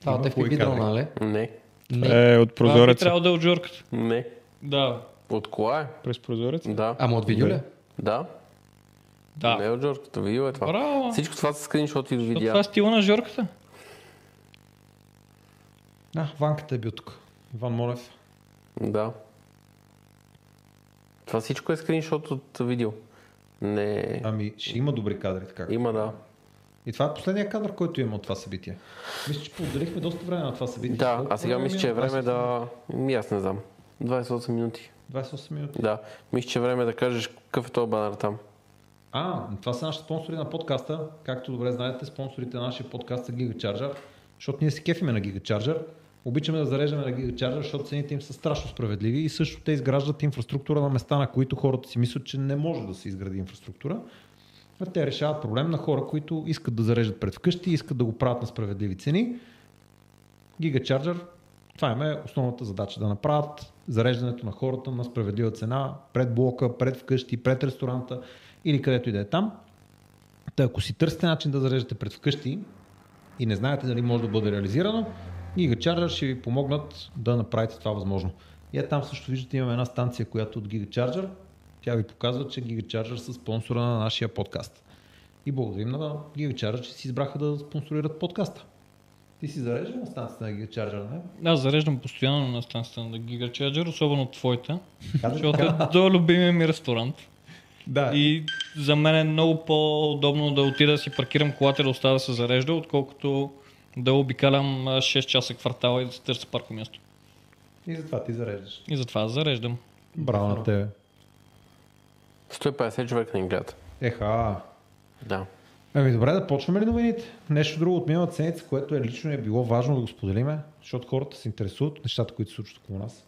Speaker 4: Това
Speaker 2: Има
Speaker 4: от FPV
Speaker 2: хубави кадри.
Speaker 4: дрона, нали?
Speaker 1: Не.
Speaker 4: Не.
Speaker 5: Е, от
Speaker 3: Това би
Speaker 5: прозореца.
Speaker 3: трябва да е от жорката.
Speaker 1: Не.
Speaker 3: Да.
Speaker 1: От кола е?
Speaker 5: През прозореца?
Speaker 1: Да.
Speaker 4: Ама от
Speaker 2: Е.
Speaker 4: видео ли?
Speaker 1: Да. Не е
Speaker 3: Да.
Speaker 1: от Джорката. Видео е това.
Speaker 3: Браво.
Speaker 1: Всичко това са скриншоти от
Speaker 3: То
Speaker 1: видео.
Speaker 3: това е стила на жорката.
Speaker 2: А, ванката е бил тук. Иван Монев.
Speaker 1: Да. Това всичко е скриншот от видео. Не.
Speaker 2: Ами, ще има добри кадри, така.
Speaker 1: Има, да.
Speaker 2: И това е последния кадър, който има от това събитие. Мисля, че поделихме доста време на това събитие.
Speaker 1: Да,
Speaker 2: Колко
Speaker 1: а сега мисля, че е
Speaker 2: мина?
Speaker 1: време да... Ми, Аз не знам. 28 минути.
Speaker 2: 28 минути.
Speaker 1: Да. Мисля, че е време да кажеш какъв е този банер там.
Speaker 2: А, това са нашите спонсори на подкаста. Както добре знаете, спонсорите на нашия подкаст са GigaCharger, защото ние се кефиме на GigaCharger. Обичаме да зареждаме на GigaCharger, защото цените им са страшно справедливи и също те изграждат инфраструктура на места, на които хората си мислят, че не може да се изгради инфраструктура. А те решават проблем на хора, които искат да зареждат пред вкъщи, искат да го правят на справедливи цени. GigaCharger, това им е основната задача да направят зареждането на хората на справедлива цена пред блока, пред вкъщи, пред ресторанта или където и да е там. Та ако си търсите начин да зареждате пред вкъщи и не знаете дали може да бъде реализирано, GigaCharger ще ви помогнат да направите това възможно. И е там също виждате имаме една станция, която от GigaCharger. Тя ви показва, че GigaCharger са спонсора на нашия подкаст. И благодарим на GigaCharger, че си избраха да спонсорират подкаста. Ти си зареждал на станцията на GigaCharger, не?
Speaker 3: Аз зареждам постоянно на станцията на GigaCharger, особено от твоята,
Speaker 2: Казвай
Speaker 3: защото е до любимия ми ресторант.
Speaker 2: Да.
Speaker 3: И за мен е много по-удобно да отида да си паркирам колата и да оставя да се зарежда, отколкото да обикалям а, 6 часа квартала и да се търся парко място.
Speaker 2: И затова ти зареждаш.
Speaker 3: И затова аз зареждам.
Speaker 2: Браво на тебе.
Speaker 1: 150 човека ни гледат.
Speaker 2: Еха.
Speaker 1: Да.
Speaker 2: Ами добре, да почваме ли новините? Нещо друго от миналата седмица, което е лично е било важно да го споделиме, защото хората се интересуват от нещата, които се случват около нас.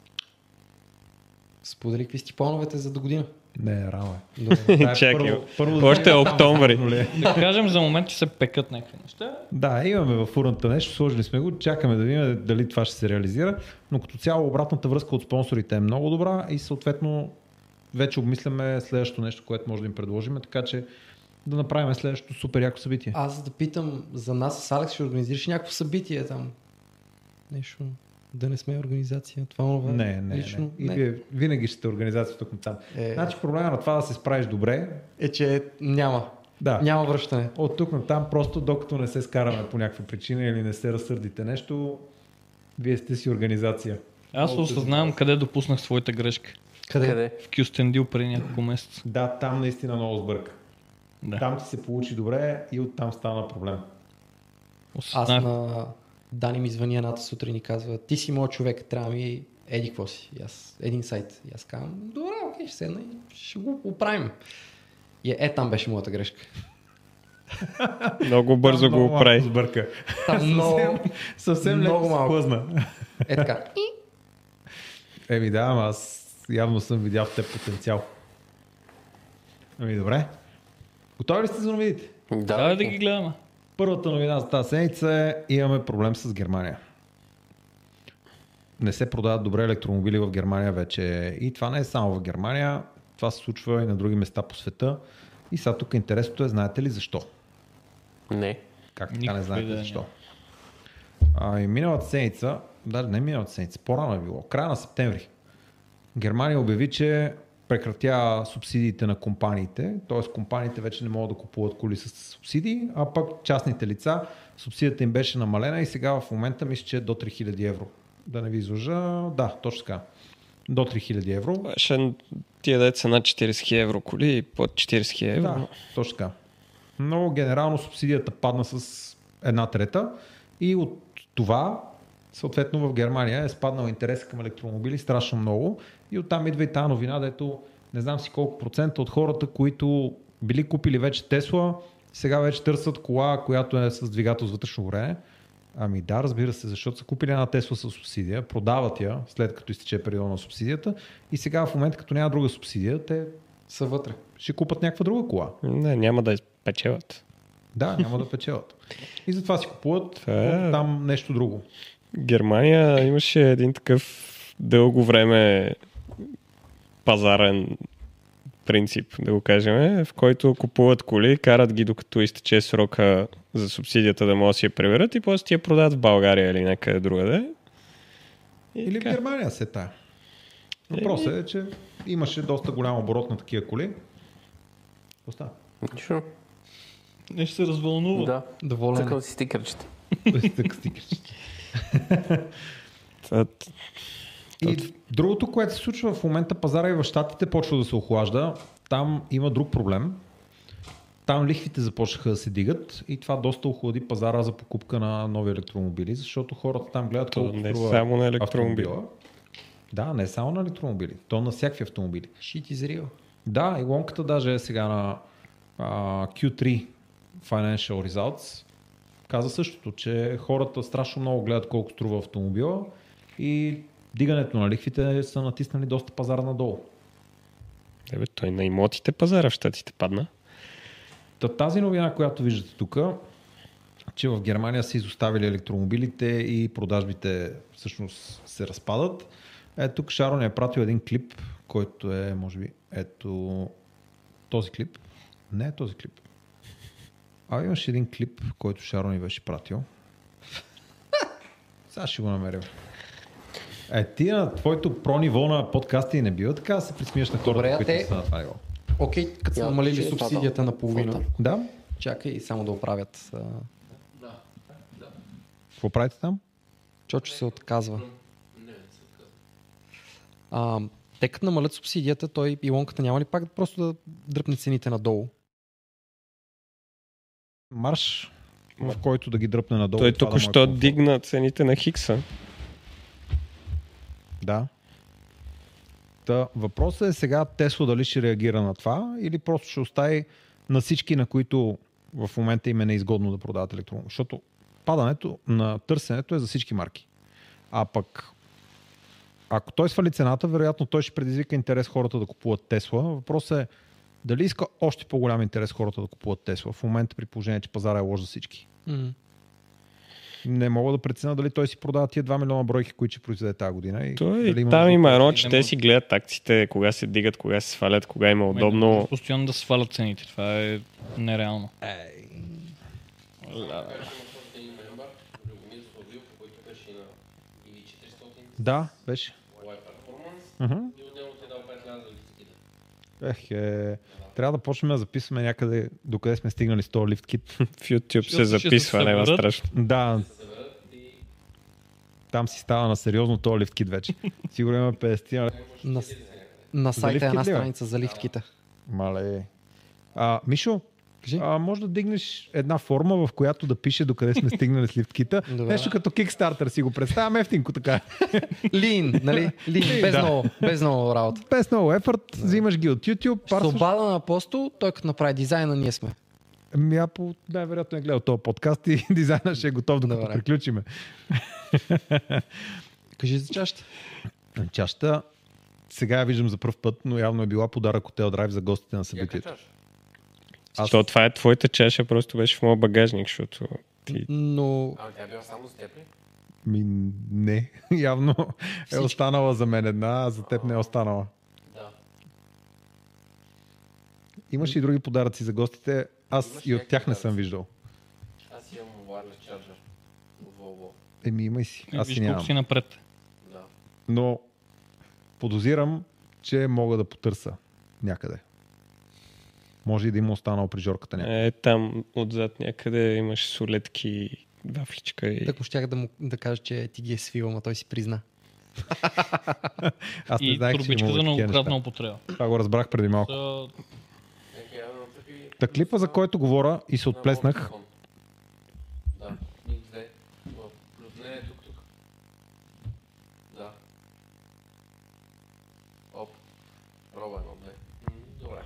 Speaker 4: Сподели какви сте плановете за до година.
Speaker 2: Не, рано е.
Speaker 4: Добре.
Speaker 2: Това е
Speaker 5: Чакай.
Speaker 2: първо- първо-
Speaker 5: Още е октомври.
Speaker 3: Да кажем за момент, че се пекат някакви неща.
Speaker 2: Да, имаме в урната нещо, сложили сме го, чакаме да видим дали това ще се реализира, но като цяло обратната връзка от спонсорите е много добра и съответно вече обмисляме следващото нещо, което може да им предложим, така че да направим следващото супер яко събитие.
Speaker 4: Аз да питам за нас с Алекс, ще организираш ли някакво събитие там? Нещо. Да не сме организация. Това онова.
Speaker 2: не, не,
Speaker 4: лично.
Speaker 2: не. И
Speaker 4: не.
Speaker 2: вие винаги ще сте организация тук там.
Speaker 4: Е,
Speaker 2: Значи проблема на това да се справиш добре,
Speaker 4: е, че няма.
Speaker 2: да.
Speaker 4: Няма връщане.
Speaker 2: От тук на там просто докато не се скараме по някаква причина или не се разсърдите нещо, вие сте си организация.
Speaker 3: Аз
Speaker 2: Много
Speaker 3: осъзнавам къде допуснах своята грешка.
Speaker 4: Къде?
Speaker 1: Къде?
Speaker 3: В Кюстендил преди няколко месеца.
Speaker 2: Да, там наистина много сбърка.
Speaker 3: Да.
Speaker 2: Там ти се получи добре и оттам стана проблем.
Speaker 4: Аз
Speaker 3: Осъзнах.
Speaker 4: на Дани ми звъни едната сутрин и казва, ти си моят човек, трябва ми еди какво си. И аз, един сайт. И аз казвам, добре, окей, ще седна и ще го оправим. И е, е там беше моята грешка.
Speaker 5: Много бързо
Speaker 2: Там
Speaker 5: го
Speaker 2: много малко
Speaker 5: оправи.
Speaker 2: Сбърка.
Speaker 4: Там много,
Speaker 2: Съвсем
Speaker 4: Много
Speaker 2: леко се
Speaker 4: малко.
Speaker 2: плъзна.
Speaker 4: е така.
Speaker 2: Еми да, ама аз явно съм видял в теб потенциал. Ами добре. Готови ли сте за новините?
Speaker 3: Давай да ги гледаме.
Speaker 2: Първата новина за тази седмица е имаме проблем с Германия. Не се продават добре електромобили в Германия вече. И това не е само в Германия. Това се случва и на други места по света. И сега тук интересното е, знаете ли защо?
Speaker 1: Не.
Speaker 2: Как така
Speaker 3: Никаква
Speaker 2: не знаете
Speaker 3: идея
Speaker 2: защо? А, и миналата седмица, даже не миналата седмица, по-рано е било, края на септември, Германия обяви, че прекратява субсидиите на компаниите, т.е. компаниите вече не могат да купуват коли с субсидии, а пък частните лица, субсидията им беше намалена и сега в момента мисля, че е до 3000 евро. Да не ви излъжа, да, точно така. До 3000 евро.
Speaker 5: Ще тия деца над 40 евро коли и под 40 евро.
Speaker 2: Да, Е, точно така. Но генерално субсидията падна с една трета и от това съответно в Германия е спаднал интерес към електромобили страшно много и оттам идва и тази новина, дето не знам си колко процента от хората, които били купили вече Тесла, сега вече търсят кола, която е с двигател с вътрешно горене. Ами да, разбира се, защото са купили една Тесла с субсидия, продават я след като изтече периода на субсидията и сега в момента като няма друга субсидия, те
Speaker 4: Са вътре.
Speaker 2: ще купат някаква друга кола.
Speaker 5: Не, няма да печелят.
Speaker 2: Да, няма да печелят. И затова си купуват
Speaker 5: Това е-
Speaker 2: там нещо друго.
Speaker 5: Германия имаше един такъв дълго време пазарен принцип, да го кажем, в който купуват коли, карат ги докато изтече срока за субсидията да могат да си я приберат и после ти я продават в България или някъде другаде. И
Speaker 2: Или в
Speaker 5: така.
Speaker 2: Германия се е тая. Въпросът е, че имаше доста голям оборот на такива коли. Остава.
Speaker 1: Нищо.
Speaker 3: Не ще се развълнува.
Speaker 1: Да.
Speaker 4: Доволен.
Speaker 1: Цъкам си стикерчета.
Speaker 2: Така стикерче.
Speaker 5: Та-
Speaker 2: И другото, което се случва в момента, пазара и в Штатите почва да се охлажда. Там има друг проблем. Там лихвите започнаха да се дигат и това доста охлади пазара за покупка на нови електромобили, защото хората там гледат
Speaker 5: То
Speaker 2: колко
Speaker 5: не е
Speaker 2: струва
Speaker 5: само на електромобили.
Speaker 2: автомобила. Да, не само на електромобили, то на всякакви автомобили.
Speaker 4: Шит изрил.
Speaker 2: Да, и лонката даже е сега на а, Q3 Financial Results. Каза същото, че хората страшно много гледат колко струва автомобила и дигането на лихвите са натиснали доста пазар надолу.
Speaker 5: Е, бе, той на имотите пазара в щатите падна.
Speaker 2: Та, тази новина, която виждате тук, че в Германия са изоставили електромобилите и продажбите всъщност се разпадат. Е, тук Шарон е пратил един клип, който е, може би, ето този клип. Не е този клип. А имаше един клип, който Шарон ни беше пратил. Сега ще го намерим. Е, ти на твоето прониво на подкасти не бива така да се присмиеш на хората,
Speaker 4: Добре, а
Speaker 2: които
Speaker 4: те-
Speaker 2: не са на това ниво.
Speaker 4: Окей, като са
Speaker 1: Я,
Speaker 4: намалили
Speaker 1: ще е
Speaker 4: субсидията
Speaker 1: това, да.
Speaker 4: на половина.
Speaker 1: Фото.
Speaker 2: Да?
Speaker 4: Чакай само да оправят. а,
Speaker 2: Какво правите там?
Speaker 4: Чочо се отказва. А, те като намалят субсидията, той и лонката няма ли пак просто да дръпне цените надолу?
Speaker 2: марш, в който да ги дръпне надолу.
Speaker 5: той
Speaker 2: Това да му е
Speaker 5: току-що
Speaker 2: комфортно.
Speaker 5: дигна цените на Хикса.
Speaker 2: Да. Та, въпросът е сега Тесла дали ще реагира на това или просто ще остави на всички, на които в момента им е неизгодно да продават електромобили. Защото падането на търсенето е за всички марки. А пък ако той свали цената, вероятно той ще предизвика интерес хората да купуват Тесла. Въпросът е дали иска още по-голям интерес хората да купуват Тесла в момента при положение, че пазара е лош за всички.
Speaker 4: М.
Speaker 2: Не мога да преценя дали той си продава тия 2 милиона бройки, които ще произведе тази година. И
Speaker 5: Той,
Speaker 2: дали
Speaker 5: и там има едно, че
Speaker 3: Не
Speaker 5: те
Speaker 3: може.
Speaker 5: си гледат акциите, кога се дигат, кога се свалят, кога има
Speaker 3: Ме, не може
Speaker 5: удобно.
Speaker 3: Постоянно да свалят цените. Това е Нереално.
Speaker 2: Да, беше. Ех, е, трябва да почнем да записваме някъде докъде сме стигнали с този лифткит.
Speaker 5: В YouTube се
Speaker 3: Ще се
Speaker 5: записва, няма
Speaker 3: съберат.
Speaker 5: страшно.
Speaker 2: да. Там си става на сериозно този лифткит вече. Сигурно има 50
Speaker 4: На, на сайта е една
Speaker 2: лифтките ли, бе?
Speaker 4: страница за лифтките.
Speaker 2: Мале. А, Мишо,
Speaker 4: Кажи.
Speaker 2: а, може да дигнеш една форма, в която да пише докъде сме стигнали с лифткита.
Speaker 4: Добре.
Speaker 2: Нещо като Kickstarter си го представям ефтинко така.
Speaker 4: Лин, нали? Лин, без,
Speaker 2: да.
Speaker 4: много, без много работа.
Speaker 2: Без много ефорт, взимаш ги от YouTube,
Speaker 4: С
Speaker 2: парсваш.
Speaker 4: обада на Апостол, той като направи дизайна, ние сме.
Speaker 2: Ами, а по най-вероятно е гледал този подкаст и дизайна ще е готов докато
Speaker 4: Добре.
Speaker 2: приключиме.
Speaker 4: Кажи за чашата.
Speaker 2: Ами Чашата сега я виждам за първ път, но явно е била подарък от Телдрайв за гостите на събитието.
Speaker 5: Аз... То, това е твоята чаша, просто беше в моя багажник, защото ти...
Speaker 4: Но
Speaker 1: А, Ами, тя била само с теб ли?
Speaker 2: Ми, не, явно е останала за мен една, а за теб не е останала.
Speaker 1: Да.
Speaker 2: Имаш и други подаръци за гостите, аз
Speaker 1: Имаш
Speaker 2: и от
Speaker 1: някакви
Speaker 2: тях не
Speaker 1: подаръци?
Speaker 2: съм виждал.
Speaker 1: Аз имам wireless charger от Volvo.
Speaker 2: Еми, имай си,
Speaker 3: И
Speaker 2: аз
Speaker 3: виж
Speaker 2: си
Speaker 3: колко
Speaker 2: нямам.
Speaker 3: си напред.
Speaker 1: Да.
Speaker 2: Но подозирам, че мога да потърся някъде. Може и да има останал при жорката някъде.
Speaker 5: Е, там отзад някъде имаш солетки, вафличка и...
Speaker 4: ако щях да му да кажа, че ти ги е свил, ама той си призна.
Speaker 2: Аз не
Speaker 3: И
Speaker 2: знаех, че
Speaker 3: турбичка
Speaker 2: има
Speaker 3: за
Speaker 2: такива неща.
Speaker 3: многократна употреба.
Speaker 2: Това го разбрах преди малко.
Speaker 3: Та,
Speaker 1: Нека я натъпи
Speaker 2: Та клипа, за който говоря и се
Speaker 1: на
Speaker 2: отплеснах,
Speaker 1: Vodafone. Да, миг две. В- плюс- Не, не, тук, тук. Да. Оп. Проба едно, две. М, Добре.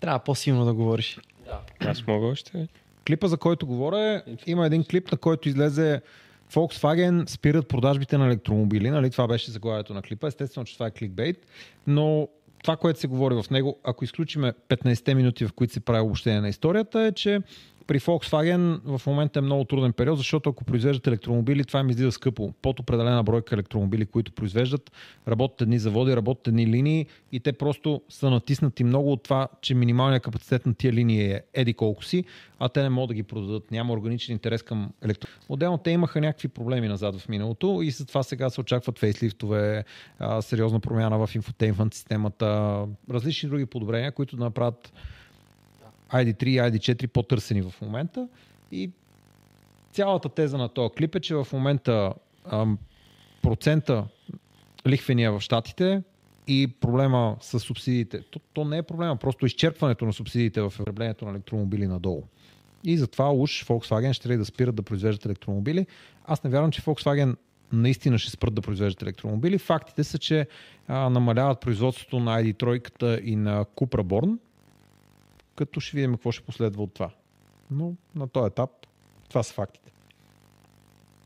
Speaker 4: Трябва по-силно да говориш.
Speaker 1: Да.
Speaker 5: Аз мога още. бе.
Speaker 2: клипа, за който говоря, е, има един клип, на който излезе Volkswagen спират продажбите на електромобили. Нали? Това беше заглавието на клипа. Естествено, че това е кликбейт, но това, което се говори в него, ако изключиме 15-те минути, в които се прави обобщение на историята, е, че при Volkswagen в момента е много труден период, защото ако произвеждат електромобили, това им излиза скъпо. Под определена бройка електромобили, които произвеждат, работят едни заводи, работят едни линии и те просто са натиснати много от това, че минималният капацитет на тия линии е еди колко си, а те не могат да ги продадат. Няма органичен интерес към електро. Отделно те имаха някакви проблеми назад в миналото и затова сега се очакват фейслифтове, а, сериозна промяна в инфотейнмент системата, различни други подобрения, които да направят ID3 и ID4 по-търсени в момента. И цялата теза на този клип е, че в момента ам, процента лихвения в щатите и проблема с субсидиите, то, то не е проблема, просто изчерпването на субсидиите в потреблението на електромобили надолу. И затова уж Volkswagen ще трябва да спират да произвеждат електромобили. Аз не вярвам, че Volkswagen наистина ще спрат да произвеждат електромобили. Фактите са, че а, намаляват производството на ID3 и на Cupra Born, като ще видим какво ще последва от това. Но на този етап това са фактите.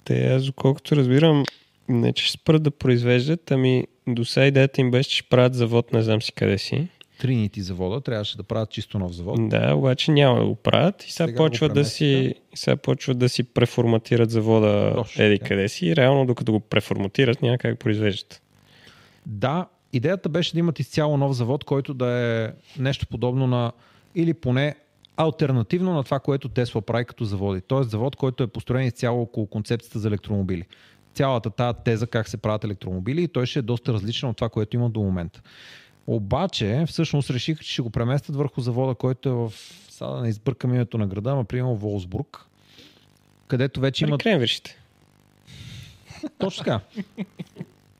Speaker 5: Те, аз доколкото разбирам, не че ще спрат да произвеждат, ами до сега идеята им беше, че ще правят завод, не знам си къде си.
Speaker 2: Тринити завода трябваше да правят чисто нов завод.
Speaker 5: Да, обаче няма да го правят и сега,
Speaker 2: Сега го
Speaker 5: почват да си, сега почват да си преформатират завода
Speaker 2: Точно
Speaker 5: еди
Speaker 2: така.
Speaker 5: къде си и реално докато го преформатират няма как да произвеждат.
Speaker 2: Да, идеята беше да имат изцяло нов завод, който да е нещо подобно на или поне альтернативно на това, което Тесла прави като заводи. Тоест завод, който е построен изцяло около концепцията за електромобили. Цялата тази теза как се правят електромобили и той ще е доста различен от това, което има до момента. Обаче, всъщност решиха, че ще го преместят върху завода, който е в... Сега да не избъркам името на града, ама примерно Волсбург, където вече
Speaker 5: При
Speaker 2: имат
Speaker 5: Кремвиршите.
Speaker 2: точно така.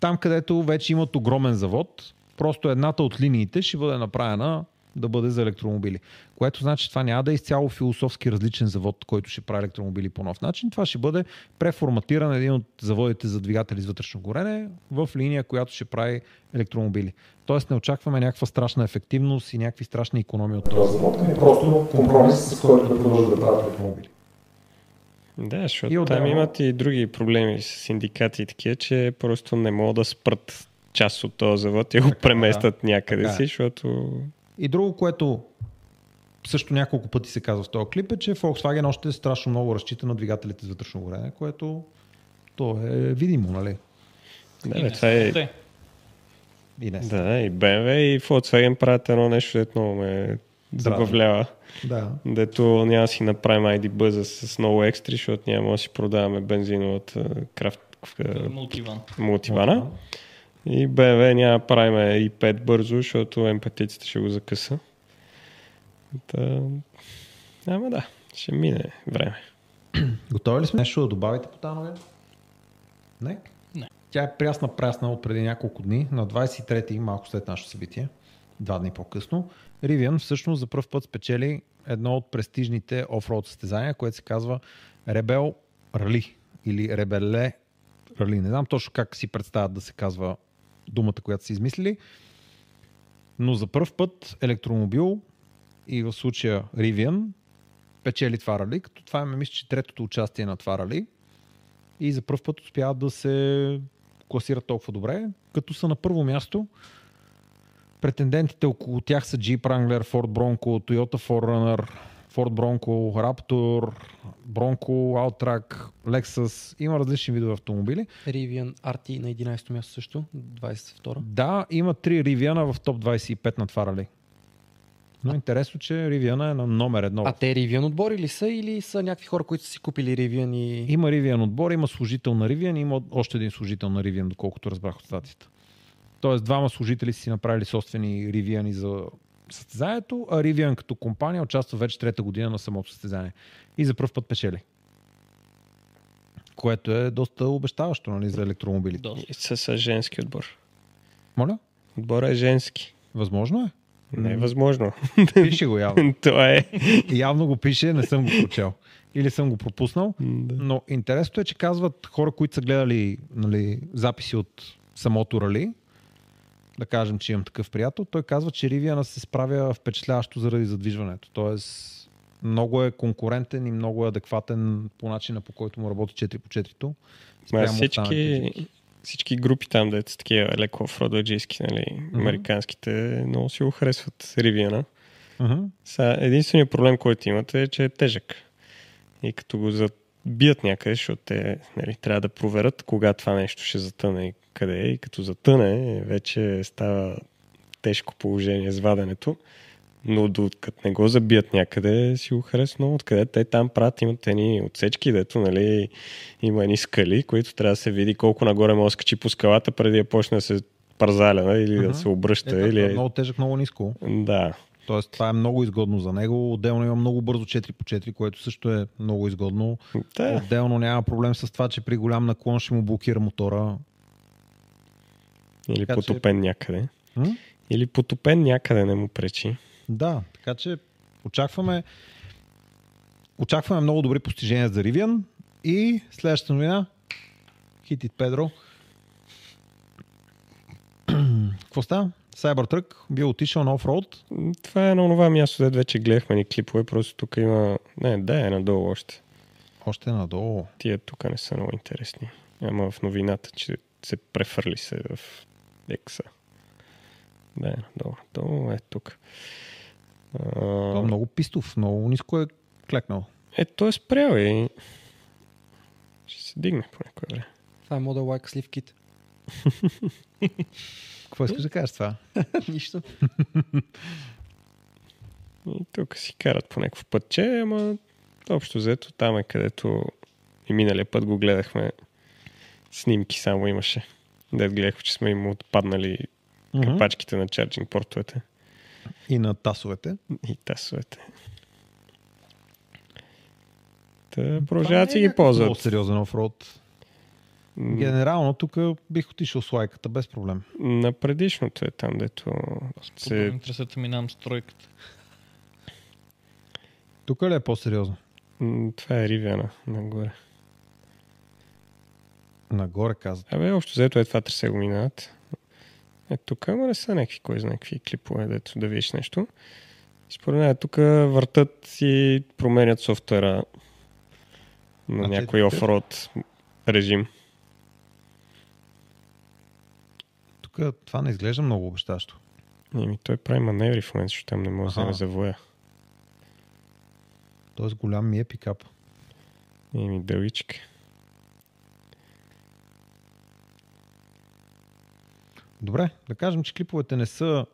Speaker 2: Там, където вече имат огромен завод, просто едната от линиите ще бъде направена да бъде за електромобили. Което значи, че това няма да е изцяло философски различен завод, който ще прави електромобили по нов начин. Това ще бъде преформатиран един от заводите за двигатели с вътрешно горене в линия, която ще прави електромобили. Тоест не очакваме някаква страшна ефективност и някакви страшни економии от този завод. Ами Просто компромис, с който да продължат да правят електромобили.
Speaker 5: Да,
Speaker 2: И
Speaker 5: защото там
Speaker 2: отделно-
Speaker 5: имат и други проблеми с синдикати и такива, че просто не могат да спрат част от този завод и го преместят някъде
Speaker 2: Така е.
Speaker 5: си, защото
Speaker 2: И друго, което също няколко пъти се казва в този клип е, че Volkswagen още е страшно много разчита на двигателите с вътрешно горене, което то е видимо, нали?
Speaker 5: да,
Speaker 3: и
Speaker 5: бе,
Speaker 3: не
Speaker 5: това
Speaker 3: само
Speaker 5: е...
Speaker 3: те.
Speaker 2: И не.
Speaker 5: Да, и BMW и Volkswagen правят едно нещо, дето много ме забавлява.
Speaker 2: Да.
Speaker 5: Дето няма да си направим IDB за с много екстри, защото няма да си продаваме бензиновата крафт
Speaker 3: Е, Мултиван.
Speaker 5: мултивана. И BMW няма да правим i5 бързо, защото MP5-ците ще го закъса. Та... Ама да, ще мине време.
Speaker 2: Готови ли сме нещо да добавите по танове? Не?
Speaker 3: Не.
Speaker 2: Тя е прясна прясна от преди няколко дни, на 23-ти, малко след нашето събитие, два дни по-късно. Rivian всъщност за първ път спечели едно от престижните офроуд състезания, което се казва Rebel Rally или Ребеле Рали. Не знам точно как си представят да се казва думата, която са измислили, но за първ път електромобил и в случая Rivian печели това рали, като това е, мисля, че третото участие на това рали. И за първ път успяват да се класират толкова добре, като са на първо място. Претендентите около тях са Jeep Wrangler, Ford Bronco, Toyota 4Runner, Ford Bronco, Raptor, Bronco, Outtrack, Lexus. Има различни видове автомобили.
Speaker 4: Rivian RT на 11-то място също, 22-ра.
Speaker 2: Да, има три Ривиана в топ 25 на това рали. Но интересно, че Ривиана е на номер едно.
Speaker 4: А те Rivian отбори ли са или са някакви хора, които са си купили Rivian и...
Speaker 2: Има Rivian отбор, има служител на Rivian и има още един служител на Rivian, доколкото разбрах от статията. Тоест, двама служители са си направили собствени Rivian за състезанието, а Rivian като компания участва вече трета година на самото състезание. И за първ път печели. Което е доста обещаващо нали, за електромобилите.
Speaker 3: Доста.
Speaker 5: И С, с женски отбор.
Speaker 2: Моля?
Speaker 5: Отбора е женски.
Speaker 2: Възможно е.
Speaker 5: Не е възможно.
Speaker 2: Пише го явно.
Speaker 5: Това е.
Speaker 2: Явно го пише, не съм го прочел. Или съм го пропуснал.
Speaker 5: Да.
Speaker 2: Но интересното е, че казват хора, които са гледали нали, записи от самото рали, да кажем, че имам такъв приятел, той казва, че Ривиана се справя впечатляващо заради задвижването. Тоест, много е конкурентен и много е адекватен по начина, по който му работи 4 по 4-то.
Speaker 5: Ма
Speaker 2: спрямо останалите
Speaker 5: всички,
Speaker 2: екипи.
Speaker 5: всички групи там, дето са такива леко фрододжийски, нали, американските, много си го харесват Ривиана.
Speaker 2: Мгм.
Speaker 5: Сега, единственият проблем, който имате е, че е тежък. И като го забият някъде, защото те нали, трябва да проверят кога това нещо ще затъне и къде е. И като затъне, вече става тежко положение с ваденето. Но докато не го забият някъде, си го харесва много откъде. Те там правят, имат едни отсечки, дето нали, има едни скали, които трябва да се види колко нагоре може да скачи по скалата, преди да почне да се парзаля нали, или
Speaker 2: Мгм.
Speaker 5: да се обръща.
Speaker 2: Е, да,
Speaker 5: или...
Speaker 2: да, много тежък, много ниско.
Speaker 5: Да,
Speaker 2: Тоест, това е много изгодно за него. Отделно има много бързо 4 по 4, което също е много изгодно.
Speaker 5: да.
Speaker 2: Отделно няма проблем с това, че при голям наклон ще му блокира мотора.
Speaker 5: Или
Speaker 2: Така че-
Speaker 5: потопен някъде.
Speaker 2: М?
Speaker 5: Или потопен някъде не му пречи.
Speaker 2: Да, така че очакваме очакваме много добри постижения за Ривиан и следващата новина Хитит Педро Какво става? Cybertruck бил отишъл на офроуд.
Speaker 5: М, Това е на това място, дето вече гледахме ни клипове, просто тук има... Не, да, е надолу още.
Speaker 2: Още надолу.
Speaker 5: Тия тук не са много интересни. Ама в новината, че се префърли се в екса. Да, е надолу, надолу е тук.
Speaker 2: Това е
Speaker 5: А,
Speaker 2: много пистов, много ниско е клекнал.
Speaker 5: е, той е спрял и... Ще се дигне по някое време.
Speaker 4: Това е Model Y Sleeve Kit.
Speaker 2: Какво искаш да кажеш с това?
Speaker 4: Нищо.
Speaker 5: И тук си карат по някакво пътче, ама общо взето там е където и миналия път го гледахме. Снимки само имаше. Дед гледах, че сме им отпаднали
Speaker 2: Мгм.
Speaker 5: капачките на чарджинг портовете
Speaker 2: И на тасовете.
Speaker 5: и тасовете. Та продължават
Speaker 2: е
Speaker 5: си ги ползват.
Speaker 2: Много сериозен офроуд.
Speaker 5: М,
Speaker 2: Генерално тук бих отишъл с лайката без проблем.
Speaker 5: На предишното е там, дето се...
Speaker 3: Се... Тресета минавам с тройката.
Speaker 2: Тук ли е по-сериозно?
Speaker 5: М, Това е Ривиана нагоре.
Speaker 2: Нагоре каза.
Speaker 5: Абе, общо взето е това тресе го минават. Е, тук ама не са някакви, кой знае какви клипове, дето да видиш нещо. И Според мен е, тук въртат и променят софтуера на
Speaker 2: А те
Speaker 5: някой
Speaker 2: тук е?
Speaker 5: офроуд режим.
Speaker 2: Тук това не изглежда много обещащо.
Speaker 5: Еми, той прави маневри в момента, защото там не може да
Speaker 2: Аха.
Speaker 5: вземе завоя.
Speaker 2: Тоест голям ми е пикап.
Speaker 5: Еми, дългичка.
Speaker 2: Добре, да кажем, че клиповете не са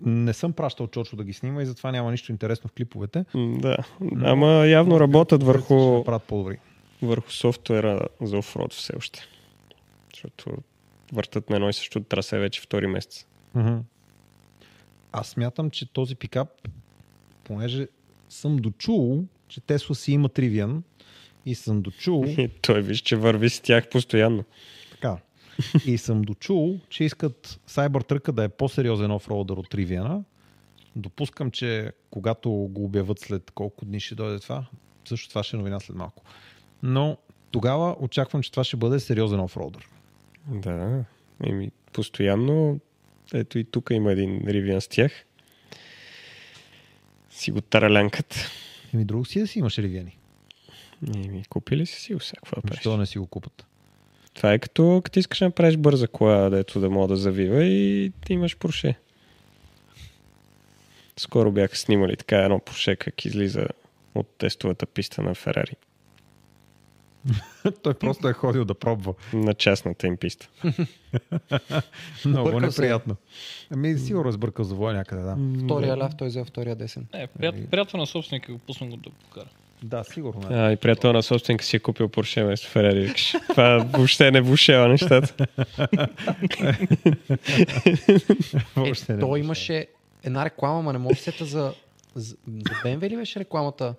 Speaker 2: не съм пращал Чочо да ги снима и затова няма нищо интересно в клиповете.
Speaker 5: М, Да. Ама явно работят
Speaker 2: Ще
Speaker 5: върху,
Speaker 2: направят по-добри.
Speaker 5: върху софтуера за офрод все още. Защото въртат на едно и също трасе вече втори месец.
Speaker 2: Мгм. Аз смятам, че този пикап, понеже съм дочул, че Тесла си има Тривиан и съм дочул,
Speaker 5: И той виж, че върви с тях постоянно.
Speaker 2: така, и съм дочул, че искат Cybertruck да е по-сериозен офроудър от Тривиана. Допускам, че когато го обявят след колко дни ще дойде това, също това ще е новина след малко. Но тогава очаквам, че това ще бъде сериозен офроудър.
Speaker 5: Да. Еми, постоянно. Ето и тук има един ривиан с тях. Си го таралянкат.
Speaker 2: Еми друго си е да си имаш Ривиани.
Speaker 5: Еми, купили си си го сега, какво да правиш?
Speaker 2: Защо не си го купат?
Speaker 5: Това е като като искаш да направиш бърза кола, дето да мога да завива и ти имаш Порше. Скоро бяха снимали така едно Порше, как излиза от тестовата писта на Ферари.
Speaker 2: Той просто е ходил да пробва.
Speaker 5: На частната им писта.
Speaker 2: Много
Speaker 4: Объркал се.
Speaker 2: неприятно. Ами сигурно разбъркал завоя някъде, да.
Speaker 4: Втория ляв, той взе втория десен.
Speaker 3: Не, Е, прият, приятел на собственика го пусна го да покара.
Speaker 2: Да, сигурно е.
Speaker 5: А, и приятел на собственика си е купил Порше вместо Ферари. Викаш, Това въобще не влушава нещата.
Speaker 2: Въобще
Speaker 4: е,
Speaker 2: не
Speaker 4: той
Speaker 2: беше.
Speaker 4: имаше една реклама, ма не мога да се сета за... за за BMW ли беше рекламата,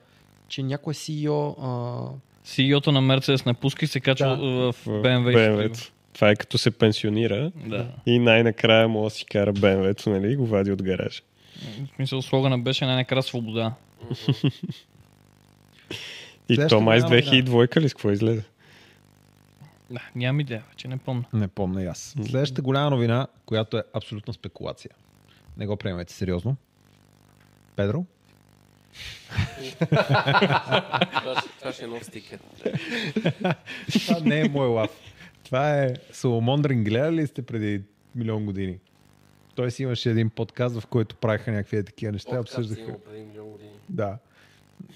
Speaker 4: че някой CEO... А,
Speaker 3: CEO-та на Мерцедес не пуска и се качва
Speaker 4: Да.
Speaker 3: в
Speaker 5: В
Speaker 3: BMW.
Speaker 5: BMW-то. Това е като се пенсионира
Speaker 3: Да.
Speaker 5: и най-накрая му си кара БМВ-то, нали, и го вади от гаража.
Speaker 3: В смисъл слогана беше най-накрая свобода.
Speaker 5: И
Speaker 2: Следващата
Speaker 5: то май с
Speaker 2: голяма новина.
Speaker 5: 2002 ли с какво излезе?
Speaker 3: Да, нямам идея, вече не помня.
Speaker 2: Не помня и аз. Следващата голяма новина, която е абсолютна спекулация. Не го приемайте сериозно. Педро?
Speaker 1: Това ще е нов стикер.
Speaker 2: Това не е мой лав. Това е Соломон Дрин. Гледали ли сте преди милион години? Той си имаше един подкаст, в който правиха някакви такива неща, обсъждаха. Да.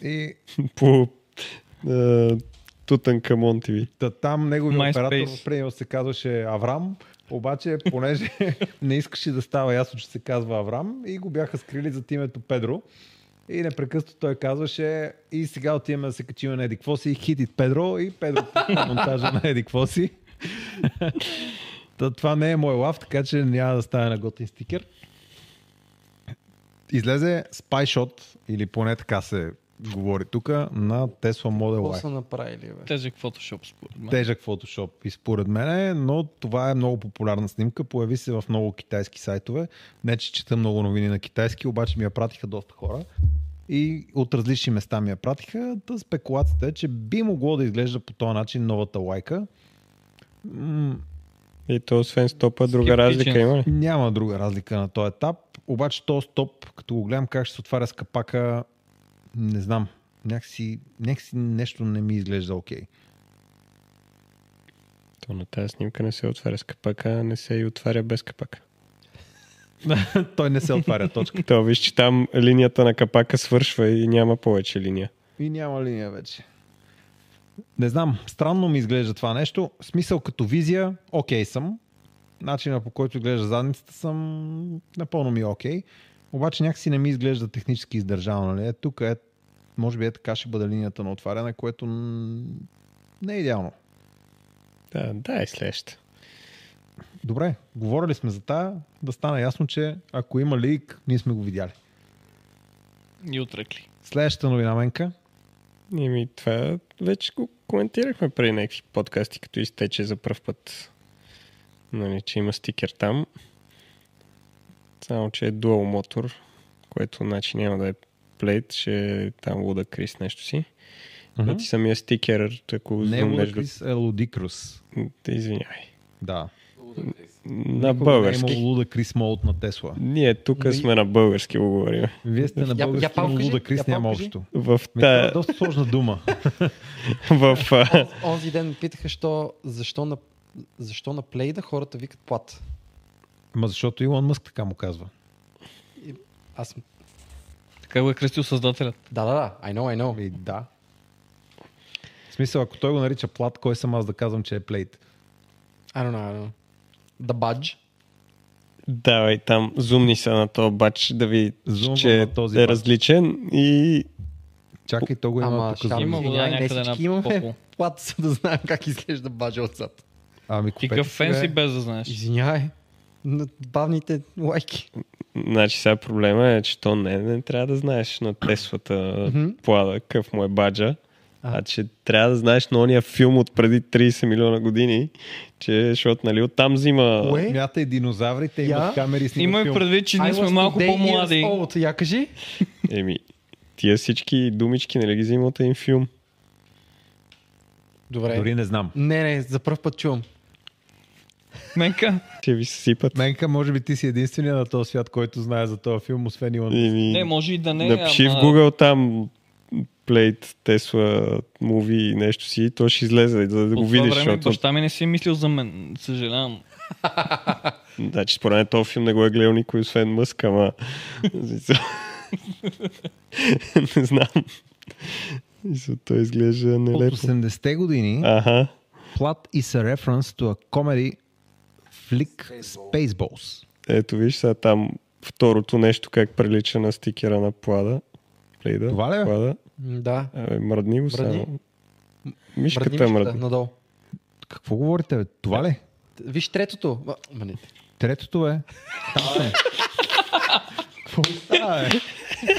Speaker 2: И
Speaker 5: по е, Тутанкамон TV.
Speaker 2: Та там неговият
Speaker 3: MySpace.
Speaker 2: оператор в приемил се казваше Аврам, обаче понеже не искаше да става ясно, че се казва Аврам и го бяха скрили зад името Педро. И непрекъснато той казваше и сега отиваме да се качим на Еди какво си, хит it, Педро и Педро пусна монтажа на Еди какво си. Та, това не е мой лав, така че няма да стане на готин стикер. Излезе SpyShot, или поне така се говори тук, на Tesla Model
Speaker 4: какво
Speaker 2: Y
Speaker 4: са направили, бе?
Speaker 3: Тези Photoshop според мен.
Speaker 2: тежък фотошоп и според мен, но това е много популярна снимка. Появи се в много китайски сайтове. Не, че чета много новини на китайски, обаче ми я пратиха доста хора. И от различни места ми я пратиха. Та спекулацията е, че би могло да изглежда по този начин новата лайка. М,
Speaker 5: И то освен стопа, друга
Speaker 3: Skip
Speaker 5: разлика
Speaker 3: Kitchen.
Speaker 5: има ли?
Speaker 2: няма друга разлика на този етап. Обаче този стоп, като го гледам как ще се отваря с капака, не знам. Някакси, някакси нещо не ми изглежда окей.
Speaker 5: То на тази снимка не се отваря с капака, а не се и отваря без капака.
Speaker 2: Той не се отваря, точка.
Speaker 5: То виж, че там линията на капака свършва и няма повече линия.
Speaker 2: И няма линия вече. Не знам, странно ми изглежда това нещо. В смисъл като визия, окей съм. Начина по който изглежда задницата съм напълно ми е окей. Обаче някакси не ми изглежда технически издържано. Нали? Е, Тук е, може би е така ще бъде линията на отваряне, което м, не е идеално.
Speaker 5: Да, да, е следваща.
Speaker 2: Добре, говорили сме за тая, да стане ясно, че ако има лик, ние сме го видяли.
Speaker 3: И отрекли.
Speaker 2: Следващата новина, Менка.
Speaker 5: Еми, това вече го коментирахме преди някакви подкасти, като изтече за пръв път. Нали, че има стикер там. Само, че е дуал мотор, което значи няма да е плейт, ще е там луда крис нещо си. А ти самия стикер, ако
Speaker 2: Не е
Speaker 5: между...
Speaker 2: Лудакрис, е Лудикрус.
Speaker 5: Извинявай.
Speaker 2: Да.
Speaker 5: На
Speaker 2: Не е
Speaker 5: български.
Speaker 2: имало Лудакрис Молт на Тесла.
Speaker 5: Ние тук
Speaker 4: Но и-
Speaker 5: сме на български го говорим.
Speaker 2: Вие сте на
Speaker 4: Е, Я-
Speaker 2: български,
Speaker 4: я пак
Speaker 2: но
Speaker 4: кажи,
Speaker 2: луда крис
Speaker 4: я пак
Speaker 2: няма
Speaker 4: кажи.
Speaker 2: общо.
Speaker 5: В,
Speaker 2: Ми, това е
Speaker 5: та,
Speaker 2: доста сложна дума.
Speaker 5: в, а,
Speaker 4: Онзи ден ме питаха, що, защо, на, защо на плейда хората викат плат.
Speaker 2: Ма защото Илон Мъск така му казва.
Speaker 4: Аз,
Speaker 3: Така го е кръстил създателят.
Speaker 4: да, да, Ами, да, I know, I know.
Speaker 2: И да. В смисъл, ако той го нарича плат, кой съм аз да казвам, че е плейт?
Speaker 4: I don't know, I don't know. The badge.
Speaker 5: Давай там, зумни се на този бач, да ви
Speaker 2: Зумвам
Speaker 5: че
Speaker 2: на този
Speaker 5: е
Speaker 2: бач.
Speaker 5: различен и
Speaker 2: Чакай, то го има
Speaker 4: Ама,
Speaker 2: тук.
Speaker 4: шам,
Speaker 3: Има вода
Speaker 4: извинявай, не
Speaker 3: някъде на
Speaker 4: всички имаме
Speaker 3: попо.
Speaker 4: плата, за да знаем как изглежда баджа отзад.
Speaker 2: Ами,
Speaker 3: Ти
Speaker 2: купете
Speaker 3: какъв
Speaker 2: сега.
Speaker 3: фен си без да знаеш.
Speaker 4: Извинявай, на бавните лайки.
Speaker 5: Значи сега проблема е, че то не, не трябва да знаеш на Теслата плада, какъв му е баджа, а че трябва да знаеш на ония филм от преди 30 милиона години, че, защото нали, оттам взима...
Speaker 4: Кое?
Speaker 2: Мята и динозаврите,
Speaker 4: Я?
Speaker 2: имат камери и снимат
Speaker 3: Имай
Speaker 2: филм.
Speaker 3: предвид, че ние
Speaker 4: I
Speaker 3: сме
Speaker 4: was
Speaker 3: малко
Speaker 4: today
Speaker 3: по-млади.
Speaker 4: years Old. Я кажи.
Speaker 5: Еми, тия всички думички, нали ги взима от един филм?
Speaker 4: Добре.
Speaker 2: Дори не знам.
Speaker 4: Не, не, за първ път чувам.
Speaker 3: Менка,
Speaker 5: Те ви сипат.
Speaker 2: Менка, може би ти си единствения на този свят, който знае за този филм, освен Илон.
Speaker 5: Еми,
Speaker 3: не, може и да не.
Speaker 5: напиши в
Speaker 3: ама-
Speaker 5: Google там Plate, Tesla, Movie, нещо си, и то ще излезе, за да
Speaker 3: По
Speaker 5: го
Speaker 3: това
Speaker 5: видиш,
Speaker 3: време
Speaker 5: защото
Speaker 3: баща ми не си е мислил за мен. Съжалявам.
Speaker 5: Значи, според мен този филм не го е гледал никой, освен Мъск, ама... не знам. Мисля, Той изглежда
Speaker 2: От
Speaker 5: нелепо.
Speaker 2: 80-те години
Speaker 5: Ага.
Speaker 2: Plot is a reference to a comedy flick Spaceballs.
Speaker 5: Ето виж сега там второто нещо как прилича на стикера на плада. Плейда.
Speaker 2: Това ли е?
Speaker 5: Плада.
Speaker 4: М, Да.
Speaker 5: Абе, мръдни го
Speaker 4: Мръдни.
Speaker 5: само.
Speaker 4: Мръдни
Speaker 5: Мишката е
Speaker 4: мишката,
Speaker 5: мръдна.
Speaker 4: Надолу.
Speaker 2: Какво говорите, бе? Това ли?
Speaker 4: Виж третото. Ма, ма не.
Speaker 2: Третото е. Там съм. Какво става, бе?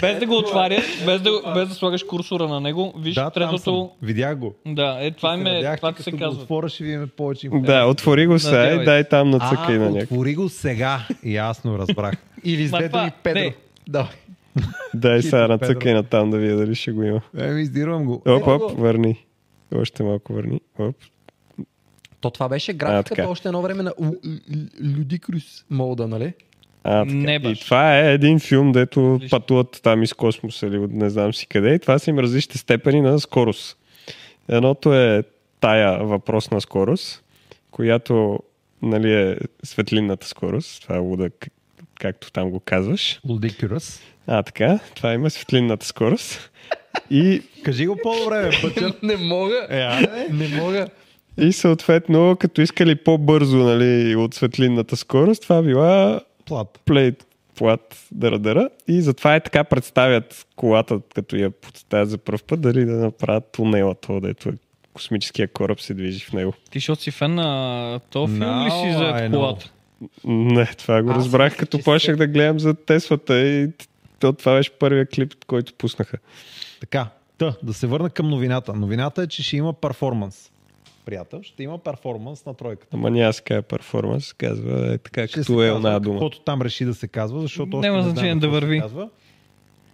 Speaker 3: Без да го отваряш, без да, без да слагаш курсора на него, виж
Speaker 2: Да, там съм.
Speaker 3: третото...
Speaker 2: Видях го.
Speaker 3: Да, е, това, им е,
Speaker 2: Надях,
Speaker 3: това
Speaker 2: че
Speaker 3: ти се
Speaker 2: като го
Speaker 3: казва.
Speaker 2: Отворя, ще видим повече информация.
Speaker 5: Да, отвори го сега и
Speaker 3: Надявай
Speaker 5: дай там
Speaker 2: Е, А,
Speaker 5: нацъкай на някакъв.
Speaker 2: отвори го сега. Ясно, разбрах.
Speaker 4: Или с
Speaker 3: Ма
Speaker 4: две
Speaker 3: това-
Speaker 4: думи Педро.
Speaker 3: не.
Speaker 4: Давай.
Speaker 5: Дай сега
Speaker 2: Хитър,
Speaker 5: нацъкай на там да видя дали ще го има.
Speaker 2: Еми, Е, издирвам го.
Speaker 5: Оп, оп, върни. Още малко върни. Оп.
Speaker 4: То това беше графиката
Speaker 5: така.
Speaker 4: още едно време на Лу- Лу- Ludicrous мода, нали?
Speaker 5: А, така.
Speaker 3: Не,
Speaker 5: и
Speaker 3: баш.
Speaker 5: това е един филм, дето
Speaker 3: Отлично.
Speaker 5: пътуват там из космоса или от не знам си къде. И това са им различни степени на скорост. Едното е тая въпрос на скорост, която нали, е светлинната скорост. Това е луда, к- както там го казваш.
Speaker 2: Ludicrous.
Speaker 5: А, така. Това има светлинната скорост. И,
Speaker 2: Кажи го по-добре, бе, пътя.
Speaker 4: Не мога.
Speaker 2: Е, айде.
Speaker 4: Не мога.
Speaker 5: и съответно, като искали по-бързо нали, от светлинната скорост, това била
Speaker 2: Плат.
Speaker 5: плейт плат дъра-дъра и затова е така представят колата, като я подставят за първ път, дали да направят тунела, то дето е космическия кораб се движи в него.
Speaker 3: Ти защото си фен на този филм ли
Speaker 2: Now
Speaker 3: си
Speaker 2: I
Speaker 3: за
Speaker 2: know.
Speaker 3: колата?
Speaker 5: Не, това го
Speaker 4: Аз
Speaker 5: разбрах,
Speaker 4: мисля,
Speaker 5: като
Speaker 4: че
Speaker 5: почнах да гледам за Теслата и то, това беше първия клип, който пуснаха.
Speaker 2: Така, та, да се върна към новината. Новината е, че ще има перформанс. Приятел, ще има перформанс на тройката.
Speaker 5: Ама няма се казва перформанс, се казва е така,
Speaker 2: Ще
Speaker 5: като
Speaker 2: се
Speaker 5: е
Speaker 2: казва
Speaker 5: една дума.
Speaker 2: Каквото там реши да се казва, защото още
Speaker 3: Няма
Speaker 2: не знаем
Speaker 3: значение да
Speaker 2: какво се
Speaker 3: върви.
Speaker 2: Казва.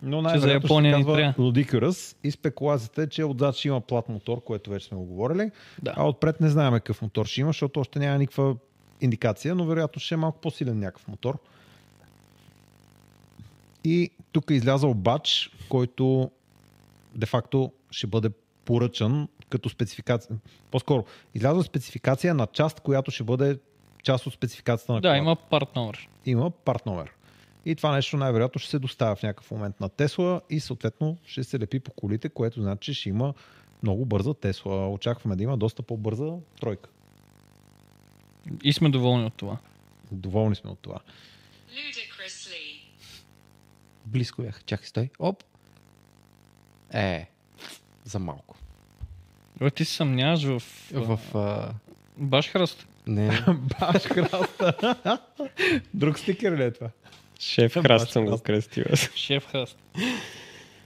Speaker 2: Но най-вероятно ще
Speaker 3: Япония
Speaker 2: се
Speaker 3: ни
Speaker 2: казва
Speaker 3: трябва.
Speaker 2: Ludicrous и спекулацията е, че отзад ще има плат мотор, което вече сме го говорили,
Speaker 3: Да.
Speaker 2: а отпред не знаем какъв мотор ще има, защото още няма никаква индикация, но вероятно ще е малко по-силен някакъв мотор. И тук е излязъл бач, който де-факто ще бъде поръчан като спецификация. По-скоро, излязла спецификация на част, която ще бъде част от спецификацията на
Speaker 3: Да,
Speaker 2: колата.
Speaker 3: има партньор.
Speaker 2: има партньор. И това нещо най-вероятно ще се доставя в някакъв момент на Тесла и съответно ще се лепи по колите, което значи, че ще има много бърза Тесла. Очакваме да има доста по-бърза тройка.
Speaker 3: И сме доволни от това.
Speaker 2: Доволни сме от това.
Speaker 6: Ludicrously.
Speaker 4: Близко бях. Чакай, стой. Оп. Е, за малко.
Speaker 3: Бе, ти се съмняваш в...
Speaker 4: В... а,
Speaker 3: Баш храст.
Speaker 4: Не, не.
Speaker 2: Баш храста. Друг стикер ли е това?
Speaker 5: Шеф Храст съм го кръстил. аз.
Speaker 3: Шеф храст.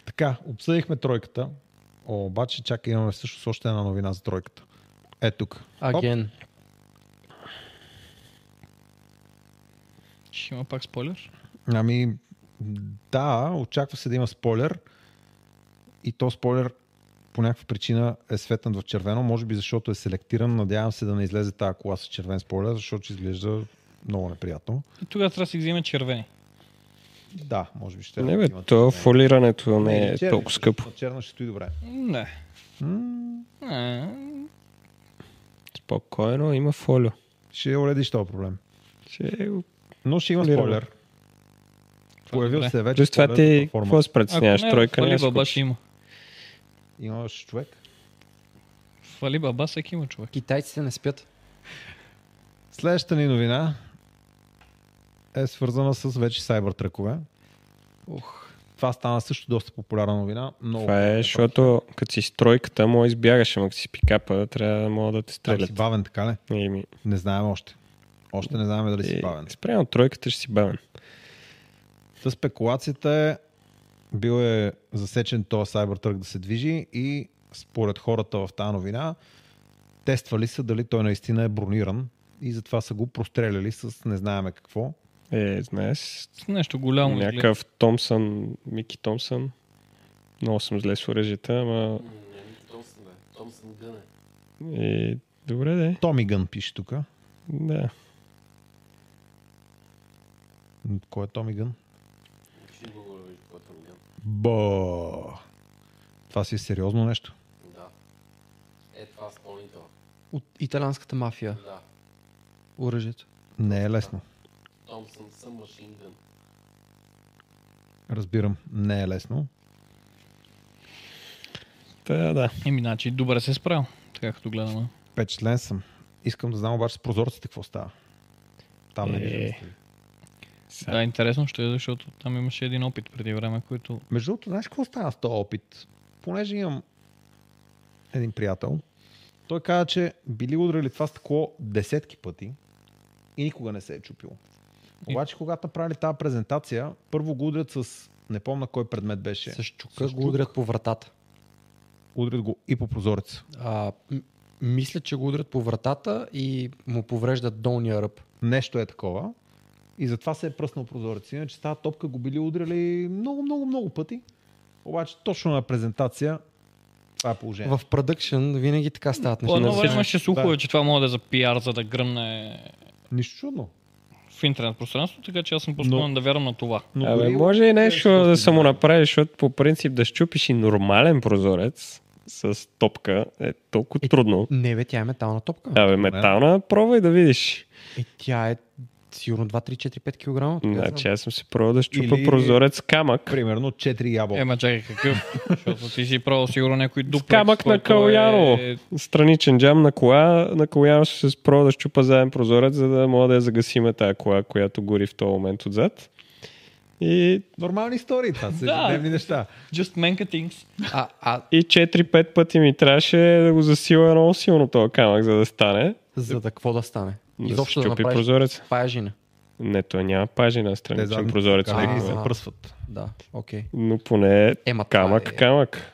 Speaker 2: Така, обсъдихме тройката. Обаче, чакай, имаме всъщност още една новина за тройката. Е тук. Оп,
Speaker 4: Аген.
Speaker 3: Ще има пак спойлер.
Speaker 2: Ами, да, очаква се да има спойлер. И то спойлер по някаква причина е светнат в червено, може би защото е селектиран. Надявам се да не излезе тази кола с червен спойлер, защото ще изглежда много неприятно.
Speaker 3: И Тогава трябва да си вземе червени.
Speaker 2: Да, може би ще.
Speaker 5: Не
Speaker 2: да
Speaker 5: бе,
Speaker 2: има
Speaker 5: то
Speaker 2: червен.
Speaker 5: фолирането не
Speaker 2: или
Speaker 5: е
Speaker 2: червен,
Speaker 5: толкова скъпо.
Speaker 2: на Черна ще стои добре.
Speaker 3: Не. Не.
Speaker 5: Спокойно, има фолио.
Speaker 2: Ще уредиш този проблем.
Speaker 5: Ще го
Speaker 2: Но ще има
Speaker 5: Разбирам.
Speaker 2: спойлер. Появил
Speaker 3: добре.
Speaker 2: се вече.
Speaker 5: Плюс е това
Speaker 2: спойлер
Speaker 5: ти, е
Speaker 2: на платформата.
Speaker 5: какво се преценяваш?
Speaker 3: Ако не,
Speaker 5: Тройка не
Speaker 3: фали
Speaker 5: е
Speaker 3: баба
Speaker 5: скучна.
Speaker 3: ще има.
Speaker 2: Имаш човек.
Speaker 3: Фали баба всеки има човек.
Speaker 4: Китайците не спят.
Speaker 2: Следващата ни новина е свързана с вече сайбъртръкове.
Speaker 4: Ух.
Speaker 2: Това стана също доста популярна новина. Много
Speaker 5: Това е, защото като си стройката, му избягаш, ама като си пикапа, трябва да мога да те
Speaker 2: Там
Speaker 5: стрелят.
Speaker 2: си бавен, така ли?
Speaker 5: Еми,
Speaker 2: Не знаем още. Още не знаем дали си
Speaker 5: е,
Speaker 2: бавен.
Speaker 5: спрямо тройката ще си бавен.
Speaker 2: Та спекулацията е, бил е засечен този Cybertruck да се движи и според хората в тази новина, тествали са дали той наистина е брониран и затова са го простреляли с не знаеме какво.
Speaker 5: Е, знаеш,
Speaker 3: С нещо голямо. изглежда.
Speaker 5: някакъв Томсън, Мики Томсън. Много съм зле с оръжията, ама
Speaker 1: Томсън, бе. Томсън гъне.
Speaker 5: е, добре да е.
Speaker 2: Томиган пише тук.
Speaker 5: Да.
Speaker 2: Кой е Томиган? Бо. Това си е сериозно нещо.
Speaker 1: Да. Е, това спълнител.
Speaker 4: От италианската мафия.
Speaker 1: Да.
Speaker 4: Оръжието.
Speaker 2: Не е лесно.
Speaker 1: Томсън съм машин гън.
Speaker 2: Разбирам, не е лесно.
Speaker 5: Та, да.
Speaker 3: Еми, значи, добре се е справил, така като гледаме.
Speaker 2: Впечатлен съм. Искам да знам обаче с прозорците какво става. Там не
Speaker 5: Е.
Speaker 2: виждам.
Speaker 5: Сега.
Speaker 3: Да, интересно ще е, защото там имаше един опит преди време, който
Speaker 2: Между другото, знаеш какво стана с този опит? Понеже имам един приятел, той каза, че били удрали това стъкло десетки пъти и никога не се е чупил. Обаче, когато правили тази презентация, първо го удрят с, не помна кой предмет беше,
Speaker 4: С чука
Speaker 2: С
Speaker 4: го удрят по вратата.
Speaker 2: удрят го и по прозореца.
Speaker 4: А, м- мисля, че го удрят по вратата и му повреждат долния ръб.
Speaker 2: Нещо е такова. И затова се е пръснал прозорец. Иначе тази топка го били удряли много, много, много пъти. Обаче точно на презентация това е положение.
Speaker 4: В продъкшн винаги така стават
Speaker 3: По
Speaker 4: нещата.
Speaker 3: едно
Speaker 5: се
Speaker 3: време
Speaker 5: знае.
Speaker 3: ще слухове, че това може да е за пиар, за да гръмне
Speaker 2: Нищо чудно.
Speaker 3: в интернет пространството, така че аз съм по-склонен да вярвам на това.
Speaker 2: Но
Speaker 5: Абе,
Speaker 2: дори-
Speaker 5: може и нещо
Speaker 2: Е,
Speaker 5: да се му направиш, защото по принцип да щупиш и нормален прозорец с топка е толкова
Speaker 4: Е,
Speaker 5: трудно.
Speaker 4: Не бе, тя е метална топка.
Speaker 5: Абе, метална, пробвай да видиш.
Speaker 4: Е, тя е сигурно 2, 3, 4, 5 кг.
Speaker 5: Значи аз съм се пробвал да щупа
Speaker 2: Или-
Speaker 5: прозорец с камък.
Speaker 2: Примерно 4 ябълка.
Speaker 3: Ема чакай какъв, защото ти си правил сигурно някой
Speaker 5: С
Speaker 3: дуплекс.
Speaker 5: камък на
Speaker 3: който
Speaker 5: Калуяро.
Speaker 3: Е...
Speaker 5: Страничен джам на кола. На Калуяро ще се спробва да щупа заеден прозорец, за да мога да я загасиме тази кола, която гори в този момент отзад. И,
Speaker 2: Нормални истории, това са
Speaker 3: Да.
Speaker 2: ежедневни неща.
Speaker 3: Just Menka Things.
Speaker 4: А, а,
Speaker 5: и 4-5 пъти ми трябваше да го засила много силно този камък, за да стане.
Speaker 4: за да какво да стане?
Speaker 5: Да се
Speaker 4: Изобщо да
Speaker 5: щупи
Speaker 4: направиш
Speaker 5: прозорец.
Speaker 4: паяжина.
Speaker 5: Не, той няма пажина, страничен
Speaker 2: задните
Speaker 5: прозорец.
Speaker 2: калени
Speaker 5: не
Speaker 4: А.
Speaker 5: го
Speaker 2: се
Speaker 5: е.
Speaker 2: пръсват.
Speaker 4: Да, окей.
Speaker 5: Но поне
Speaker 4: Ема това
Speaker 5: камък,
Speaker 4: е-
Speaker 5: камък.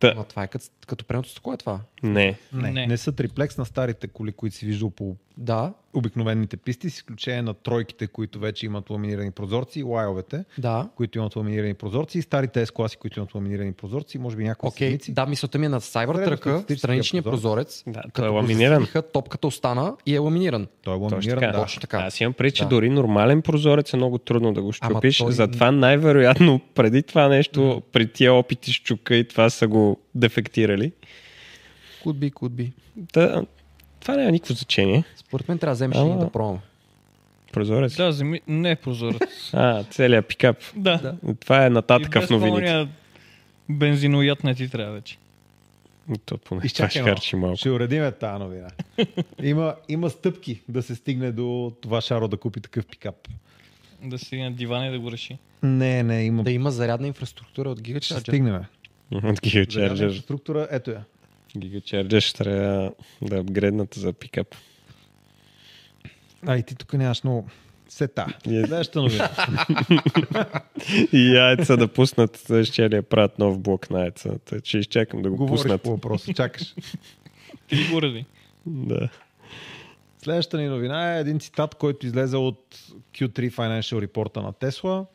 Speaker 5: Та,
Speaker 4: Но това е като, като преното стъкло е това.
Speaker 5: не.
Speaker 2: Не,
Speaker 3: Не.
Speaker 2: не. са триплекс на старите коли, които си виждал по
Speaker 4: Да,
Speaker 2: обикновените писти, с изключение на тройките, които вече имат ламинирани прозорци, и лайовете,
Speaker 4: да.
Speaker 2: които имат ламинирани прозорци, и старите S-класи, които имат ламинирани прозорци, и може би някои
Speaker 4: Окей,
Speaker 2: седмици.
Speaker 4: да, мисълта ми е на Cybertruck,
Speaker 2: Средностатистическия
Speaker 4: страничния прозорец,
Speaker 5: Да,
Speaker 4: като
Speaker 5: той е
Speaker 4: го
Speaker 5: ламиниран.
Speaker 4: засиха, топката остана и е ламиниран.
Speaker 2: Той е
Speaker 5: Точно
Speaker 2: ламиниран,
Speaker 5: така.
Speaker 2: да.
Speaker 4: Точно така.
Speaker 5: Аз имам преди, че
Speaker 4: Да.
Speaker 5: дори нормален прозорец е много трудно да го
Speaker 4: Ама
Speaker 5: щупиш.
Speaker 4: той-
Speaker 5: Затова най-вероятно преди това нещо, при тия опити с чука и това са го дефектирали.
Speaker 4: Could be, could be.
Speaker 5: Та, това няма никакво значение.
Speaker 4: Според мен трябва да вземеш
Speaker 5: Ама-
Speaker 4: и да пробваме.
Speaker 5: Прозорец.
Speaker 3: Да, земи... Не е прозорец.
Speaker 5: А, целият пикап.
Speaker 3: да. да.
Speaker 5: Това е нататък в новините.
Speaker 3: бензиноят не ти трябва вече.
Speaker 5: То поне това ще
Speaker 2: Изчакай
Speaker 5: харчи малко.
Speaker 2: Ще уредиме тази новина. Има, има стъпки да се стигне до това Шаро да купи такъв пикап.
Speaker 3: Да си на дивана и да го реши.
Speaker 2: Не, не, има.
Speaker 4: Да има зарядна инфраструктура от
Speaker 2: Ще
Speaker 4: Gigacharger.
Speaker 2: стигнем.
Speaker 5: От
Speaker 2: Зарядна
Speaker 5: Гигачарджер.
Speaker 2: инфраструктура, ето я.
Speaker 5: Гигачарджер ще трябва да апгрейднат за пикап.
Speaker 2: А и ти тук нямаш много сета.
Speaker 5: Е.
Speaker 2: Следващата новина.
Speaker 5: И яйца да пуснат, ще ли я правят нов блок на яйца. Тъй, че изчакам да го
Speaker 2: Говориш
Speaker 5: пуснат.
Speaker 2: по въпроса, чакаш.
Speaker 3: Ти ли го ради.
Speaker 5: Да.
Speaker 2: Следващата ни новина е един цитат, който излезе от Q3 Financial Report на Тесла.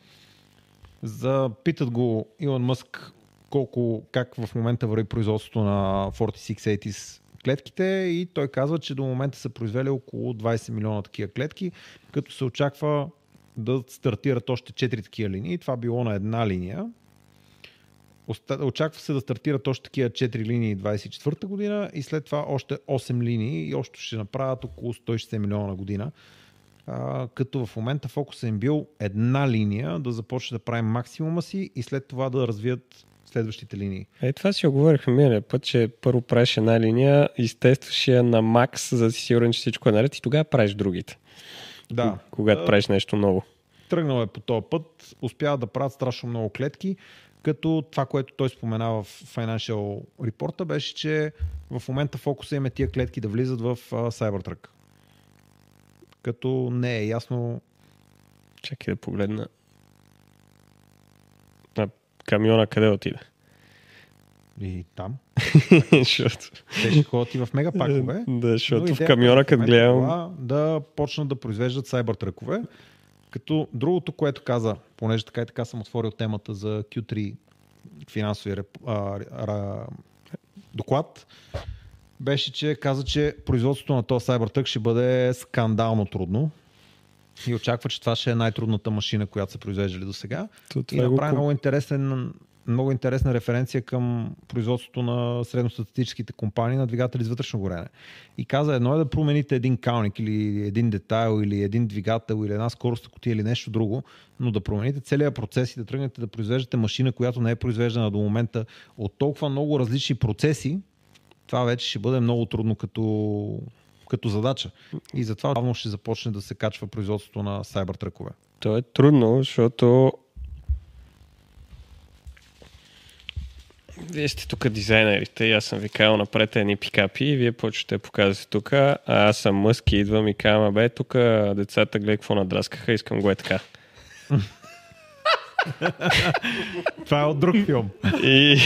Speaker 2: За, питат го Илон Мъск колко, как в момента върви производството на 4680 клетките и той казва, че до момента са произвели около 20 милиона такива клетки, като се очаква да стартират още 4 такива линии. Това било на една линия. Оста- Очаква се да стартират още такива 4 линии 24-та година и след това още 8 линии и още ще направят около 160 милиона на година. А, като в момента фокусът им бил една линия да започне да прави максимума си и след това да развият следващите линии.
Speaker 5: Е, това си оговорихме миналия път, че първо правиш една линия, изтестваш я на макс, за да си сигурен, че всичко е наред и тогава правиш другите.
Speaker 2: Да.
Speaker 5: когато
Speaker 2: А,
Speaker 5: правиш нещо ново.
Speaker 2: тръгнал е по този път, успяват да правят страшно много клетки, като това, което той спомена в Financial Report, беше, че в момента фокуса им е тия клетки да влизат в а, Cybertruck. Като не е ясно
Speaker 5: Чакай да погледна. А камиона къде отиде?
Speaker 2: и там.
Speaker 5: Защото...
Speaker 2: Те ще ходят и в мегапакове.
Speaker 5: Да,
Speaker 2: Но
Speaker 5: защото в
Speaker 2: идеята
Speaker 5: камиона,
Speaker 2: е в
Speaker 5: като
Speaker 2: момента
Speaker 5: Е, гледам,
Speaker 2: това Да почнат да произвеждат сайбъртръкове. Като другото, което каза, понеже така и така съм отворил темата за Q3 финансови реп... а, ра... доклад, беше, че каза, че производството на този Cybertruck ще бъде скандално трудно. И очаква, че това ще е най-трудната машина, която са произвеждали до сега.
Speaker 5: то
Speaker 2: И
Speaker 5: това е го...
Speaker 2: направи
Speaker 5: куп-
Speaker 2: много, интересен, много интересна референция към производството на средностатистическите компании на двигатели с вътрешно горене. И каза едно е да промените един калник или един детайл или един двигател или една скоростна котия е или нещо друго, но да промените целият процес и да тръгнете да произвеждате машина, която не е произвеждана до момента от толкова много различни процеси, това вече ще бъде много трудно като, като задача. И затова давно ще започне да се качва производството на сайбъртръкове.
Speaker 5: То е трудно, защото... Вие сте тук дизайнерите и аз съм ви казал, направете едни пикапи и вие почвате да показвате тук, а аз съм мъски, идвам и казвам, "А бе, тук децата гледай какво надраскаха, искам го е така.
Speaker 2: Това е от друг филм.
Speaker 5: И...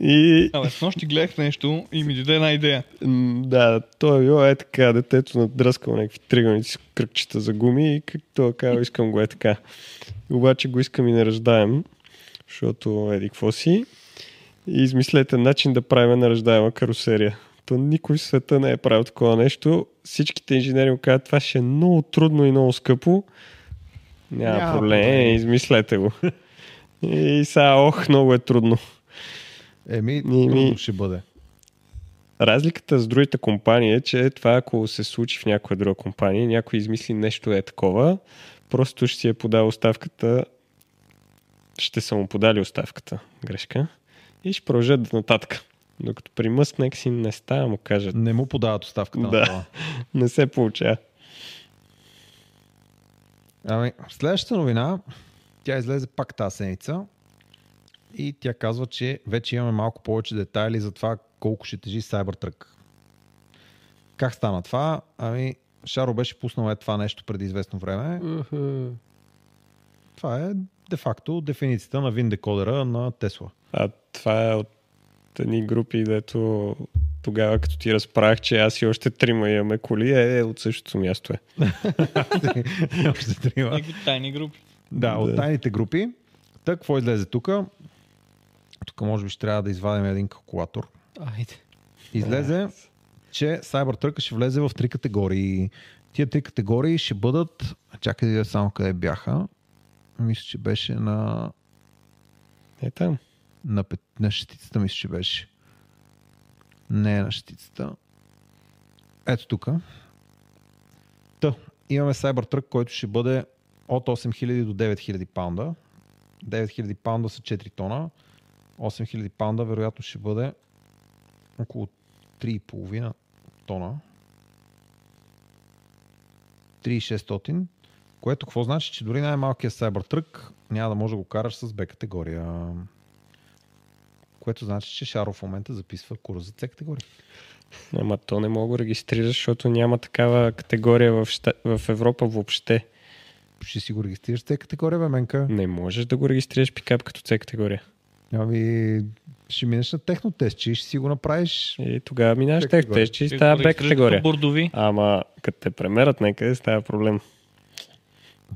Speaker 5: и...
Speaker 3: Абе, с нощи гледах нещо и ми даде една идея.
Speaker 5: м, Да, той е било е така, детето надръскал някакви тригълници с кръгчета за гуми и както е казал, искам го е така. Обаче го искам и не ръждаем, защото еди какво си. И измислете начин да правим наръждаема карусерия. То никой в света не е правил такова нещо. Всичките инженери му казват, това ще е много трудно и много скъпо. Няма,
Speaker 2: Няма
Speaker 5: проблем, Е,
Speaker 2: проблем.
Speaker 5: измислете го. И сега, ох, много е трудно.
Speaker 2: Еми,
Speaker 5: Ми, ми.
Speaker 2: трудно ще бъде.
Speaker 5: Разликата с другите компании е, че това ако се случи в някоя друга компания, някой измисли нещо е такова, просто ще си е подал оставката, ще са му подали оставката, грешка, и ще продължат до нататък. Докато при Мъск си не става, му кажат,
Speaker 2: Не му подават оставката
Speaker 5: Да.
Speaker 2: на това.
Speaker 5: не се получава.
Speaker 2: Ами, следващата новина, тя излезе пак тази седмица и тя казва, че вече имаме малко повече детайли за това колко ще тежи Cybertruck. Как стана това? Ами, Шаро беше пуснал е това нещо преди известно време. Това е де-факто дефиницията на вин декодера на Тесла.
Speaker 5: А това е от едни групи, дето тогава като ти разправях, че аз и още трима имаме коли, е, е от същото място е.
Speaker 2: Още трима.
Speaker 3: Някакви тайни групи.
Speaker 2: Е, Да, от
Speaker 5: Да.
Speaker 2: тайните групи. Та, какво излезе тук? Тук може би ще трябва да извадим един калкулатор.
Speaker 4: Айде.
Speaker 2: Излезе, че Cybertruck ще влезе в три категории. Тия три категории ще бъдат... Чакай да видя само къде бяха. Мисля, че беше на...
Speaker 5: Е там.
Speaker 2: На, пет... на шестицата, мисля, че беше. Не е на шестицата. Ето тук. Та, имаме Cybertruck, който ще бъде от 8000 до 9000 паунда. 9000 паунда са 4 тона. 8000 паунда вероятно ще бъде около 3,5 тона. 3600, което какво значи, че дори най-малкият Cybertruck няма да може да го караш с B категория. Което значи, че Шаров в момента записва курс за C категория.
Speaker 5: Ама то не мога да го регистрираш, защото няма такава категория в, ща... в Европа въобще.
Speaker 2: Ще си го регистрираш C категория, бе, Менка.
Speaker 5: Не можеш да го регистрираш пикап като C категория.
Speaker 2: Ами, ще минеш на технотест, че ще си го направиш.
Speaker 5: И тогава минаваш
Speaker 2: Как
Speaker 5: тех,
Speaker 2: категория?
Speaker 5: тех, че и
Speaker 3: Е,
Speaker 5: става B категория.
Speaker 3: Бордови.
Speaker 5: Ама като те премерат някъде става проблем.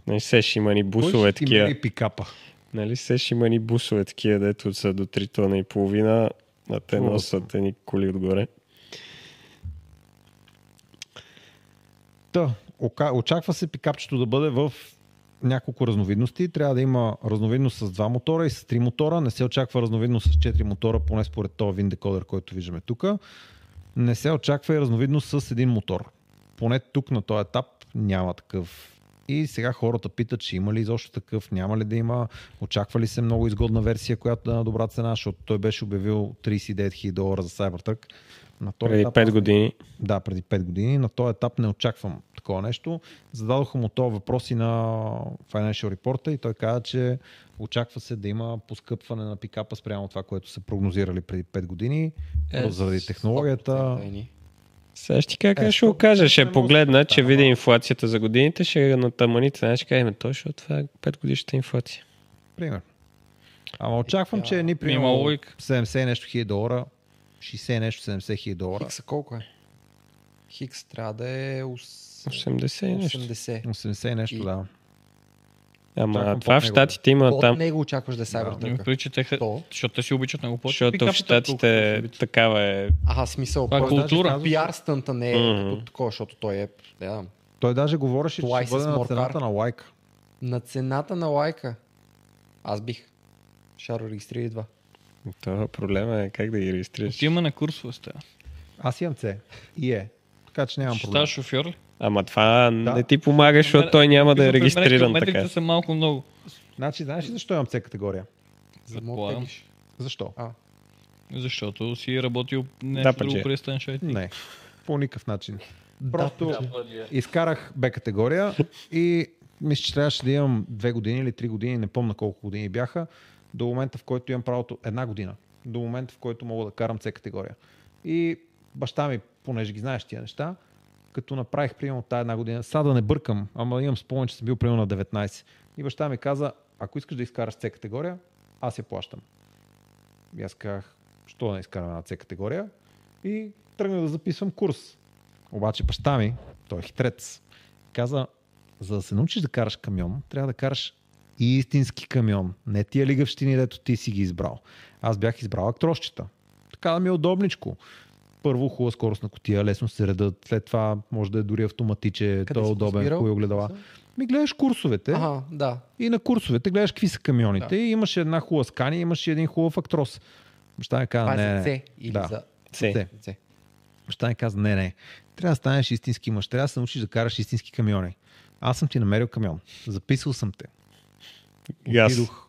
Speaker 5: Нали се ще има ни бусове
Speaker 2: Кой ще ти
Speaker 5: такива.
Speaker 2: мери пикапа.
Speaker 5: Нали се ще има ни бусове такива, дето са до 3 тона и половина, а те
Speaker 2: Хубаво.
Speaker 5: носят едни коли отгоре.
Speaker 2: Та, ока- очаква се пикапчето да бъде в няколко разновидности. Трябва да има разновидност с два мотора и с три мотора. Не се очаква разновидност с четири мотора, поне според този виндекодер, който виждаме тук. Не се очаква и разновидност с един мотор. Поне тук на този етап няма такъв. И сега хората питат, че има ли изобщо такъв, няма ли да има, очаква ли се много изгодна версия, която да е на добра цена, защото той беше обявил 39 000 долара за Cybertruck. На този
Speaker 5: Преди
Speaker 2: етап
Speaker 5: 5
Speaker 2: аз-
Speaker 5: години.
Speaker 2: Да, преди 5 години. На този етап не очаквам такова нещо. Зададоха му този въпрос и на Financial Report и той каза, че очаква се да има поскъпване на пикапа спрямо това, което са прогнозирали преди 5 години. Е, заради технологията.
Speaker 4: 100% едни.
Speaker 5: Сега ще ти кажа,
Speaker 2: Е,
Speaker 5: как ще
Speaker 2: сто
Speaker 5: го кажа. Ще
Speaker 2: процента може
Speaker 5: погледна,
Speaker 2: да
Speaker 5: че
Speaker 2: стане,
Speaker 5: видя
Speaker 2: ама-
Speaker 5: инфлацията за годините, ще я натъманите. Значи, кажем, точно това е 5 годишната инфлация.
Speaker 2: Примерно. Ама очаквам, че ни примерно
Speaker 3: е. Има логика.
Speaker 2: 70 и нещо хиляди долара, 60 и нещо 70 хиляди долара,
Speaker 4: Хикса колко е? Хикс трябва да е ос-
Speaker 5: 80 и нещо.
Speaker 4: 80.
Speaker 2: 80 и нещо, да. Очаквам
Speaker 5: Ама
Speaker 2: под
Speaker 5: това в
Speaker 2: него.
Speaker 5: щатите има
Speaker 4: От
Speaker 5: там,
Speaker 4: него очакваш да е
Speaker 3: Има
Speaker 4: Cybertruck.
Speaker 3: предвид, че те, ха-
Speaker 4: То.
Speaker 3: защото те си обичат много повече.
Speaker 5: защото в
Speaker 3: пикапите,
Speaker 5: щатите
Speaker 3: отколкото автомобилите.
Speaker 5: такава е.
Speaker 4: Аха, смисъл.
Speaker 3: Това е
Speaker 4: просто
Speaker 3: култура.
Speaker 4: PR стънта не е
Speaker 5: Мгм.
Speaker 4: като такова, защото той е да,
Speaker 2: Той даже говореше, че
Speaker 4: Twice
Speaker 2: ще бъде
Speaker 4: as
Speaker 2: на
Speaker 4: more
Speaker 2: цената
Speaker 4: car.
Speaker 2: на лайк.
Speaker 4: на цената на лайка. Аз бих. Шаро регистрира два.
Speaker 5: Това проблема е как да ги регистрираш.
Speaker 3: Отиваме на курсове с тях. Аз
Speaker 2: Имам це. И е. Така че нямам
Speaker 3: Ще
Speaker 2: проблем.
Speaker 3: ставаш шофьор ли?
Speaker 5: Ама това
Speaker 2: Да.
Speaker 5: не ти помага, защото той няма да е
Speaker 3: При мен
Speaker 5: регистриран
Speaker 3: километрите
Speaker 5: така.
Speaker 3: са малко много.
Speaker 2: Значи, знаеш ли защо имам С категория?
Speaker 4: За да
Speaker 3: Предполагам.
Speaker 4: оттеглиш.
Speaker 2: Защо?
Speaker 3: Защото си работил нещо
Speaker 5: пътже.
Speaker 3: друго, престан шайт.
Speaker 2: Не. По никакъв начин. Просто изкарах Б категория и мисля, че трябваше да имам две години или три години, не помня колко години бяха, до момента в който имам правото една година, до момента в който мога да карам С категория. И баща ми, понеже ги знаеш тия неща, като направих примерно тая една година, сега да не бъркам, ама имам спомен, че съм бил примерно на 19. И баща ми каза, ако искаш да изкараш С категория, аз я плащам. И аз казах, що да не изкарам една С категория? И тръгнах да записвам курс. Обаче баща ми, той е хитрец, каза, за да се научиш да караш камион, трябва да караш истински камион. Не тия лигавщини, дето ти си ги избрал. Аз бях избрал актрошчета. Така да ми е удобничко. Първо хубава скорост на котия, лесно се редат, след това може да е дори автоматиче,
Speaker 4: Къде
Speaker 2: той е
Speaker 4: си го
Speaker 2: удобен,
Speaker 4: избирал?
Speaker 2: хубави огледала. Ми гледаш курсовете,
Speaker 4: Аха, да.
Speaker 2: и на курсовете гледаш какви са камионите. Да.
Speaker 4: Да.
Speaker 2: И имаше една хубава скани, имаше един хубав актрос. Баща ми каза,
Speaker 4: Това е
Speaker 2: не,
Speaker 4: за
Speaker 2: не.
Speaker 4: C или
Speaker 2: Да.
Speaker 4: за Е.
Speaker 5: Се.
Speaker 2: Се.
Speaker 4: C.
Speaker 2: Баща ми каза, не, не. Трябва да станеш истински мъж, трябва да се научиш да караш истински камиони. Аз съм ти намерил камион. Записал съм те.
Speaker 5: И аз.
Speaker 2: Отидох.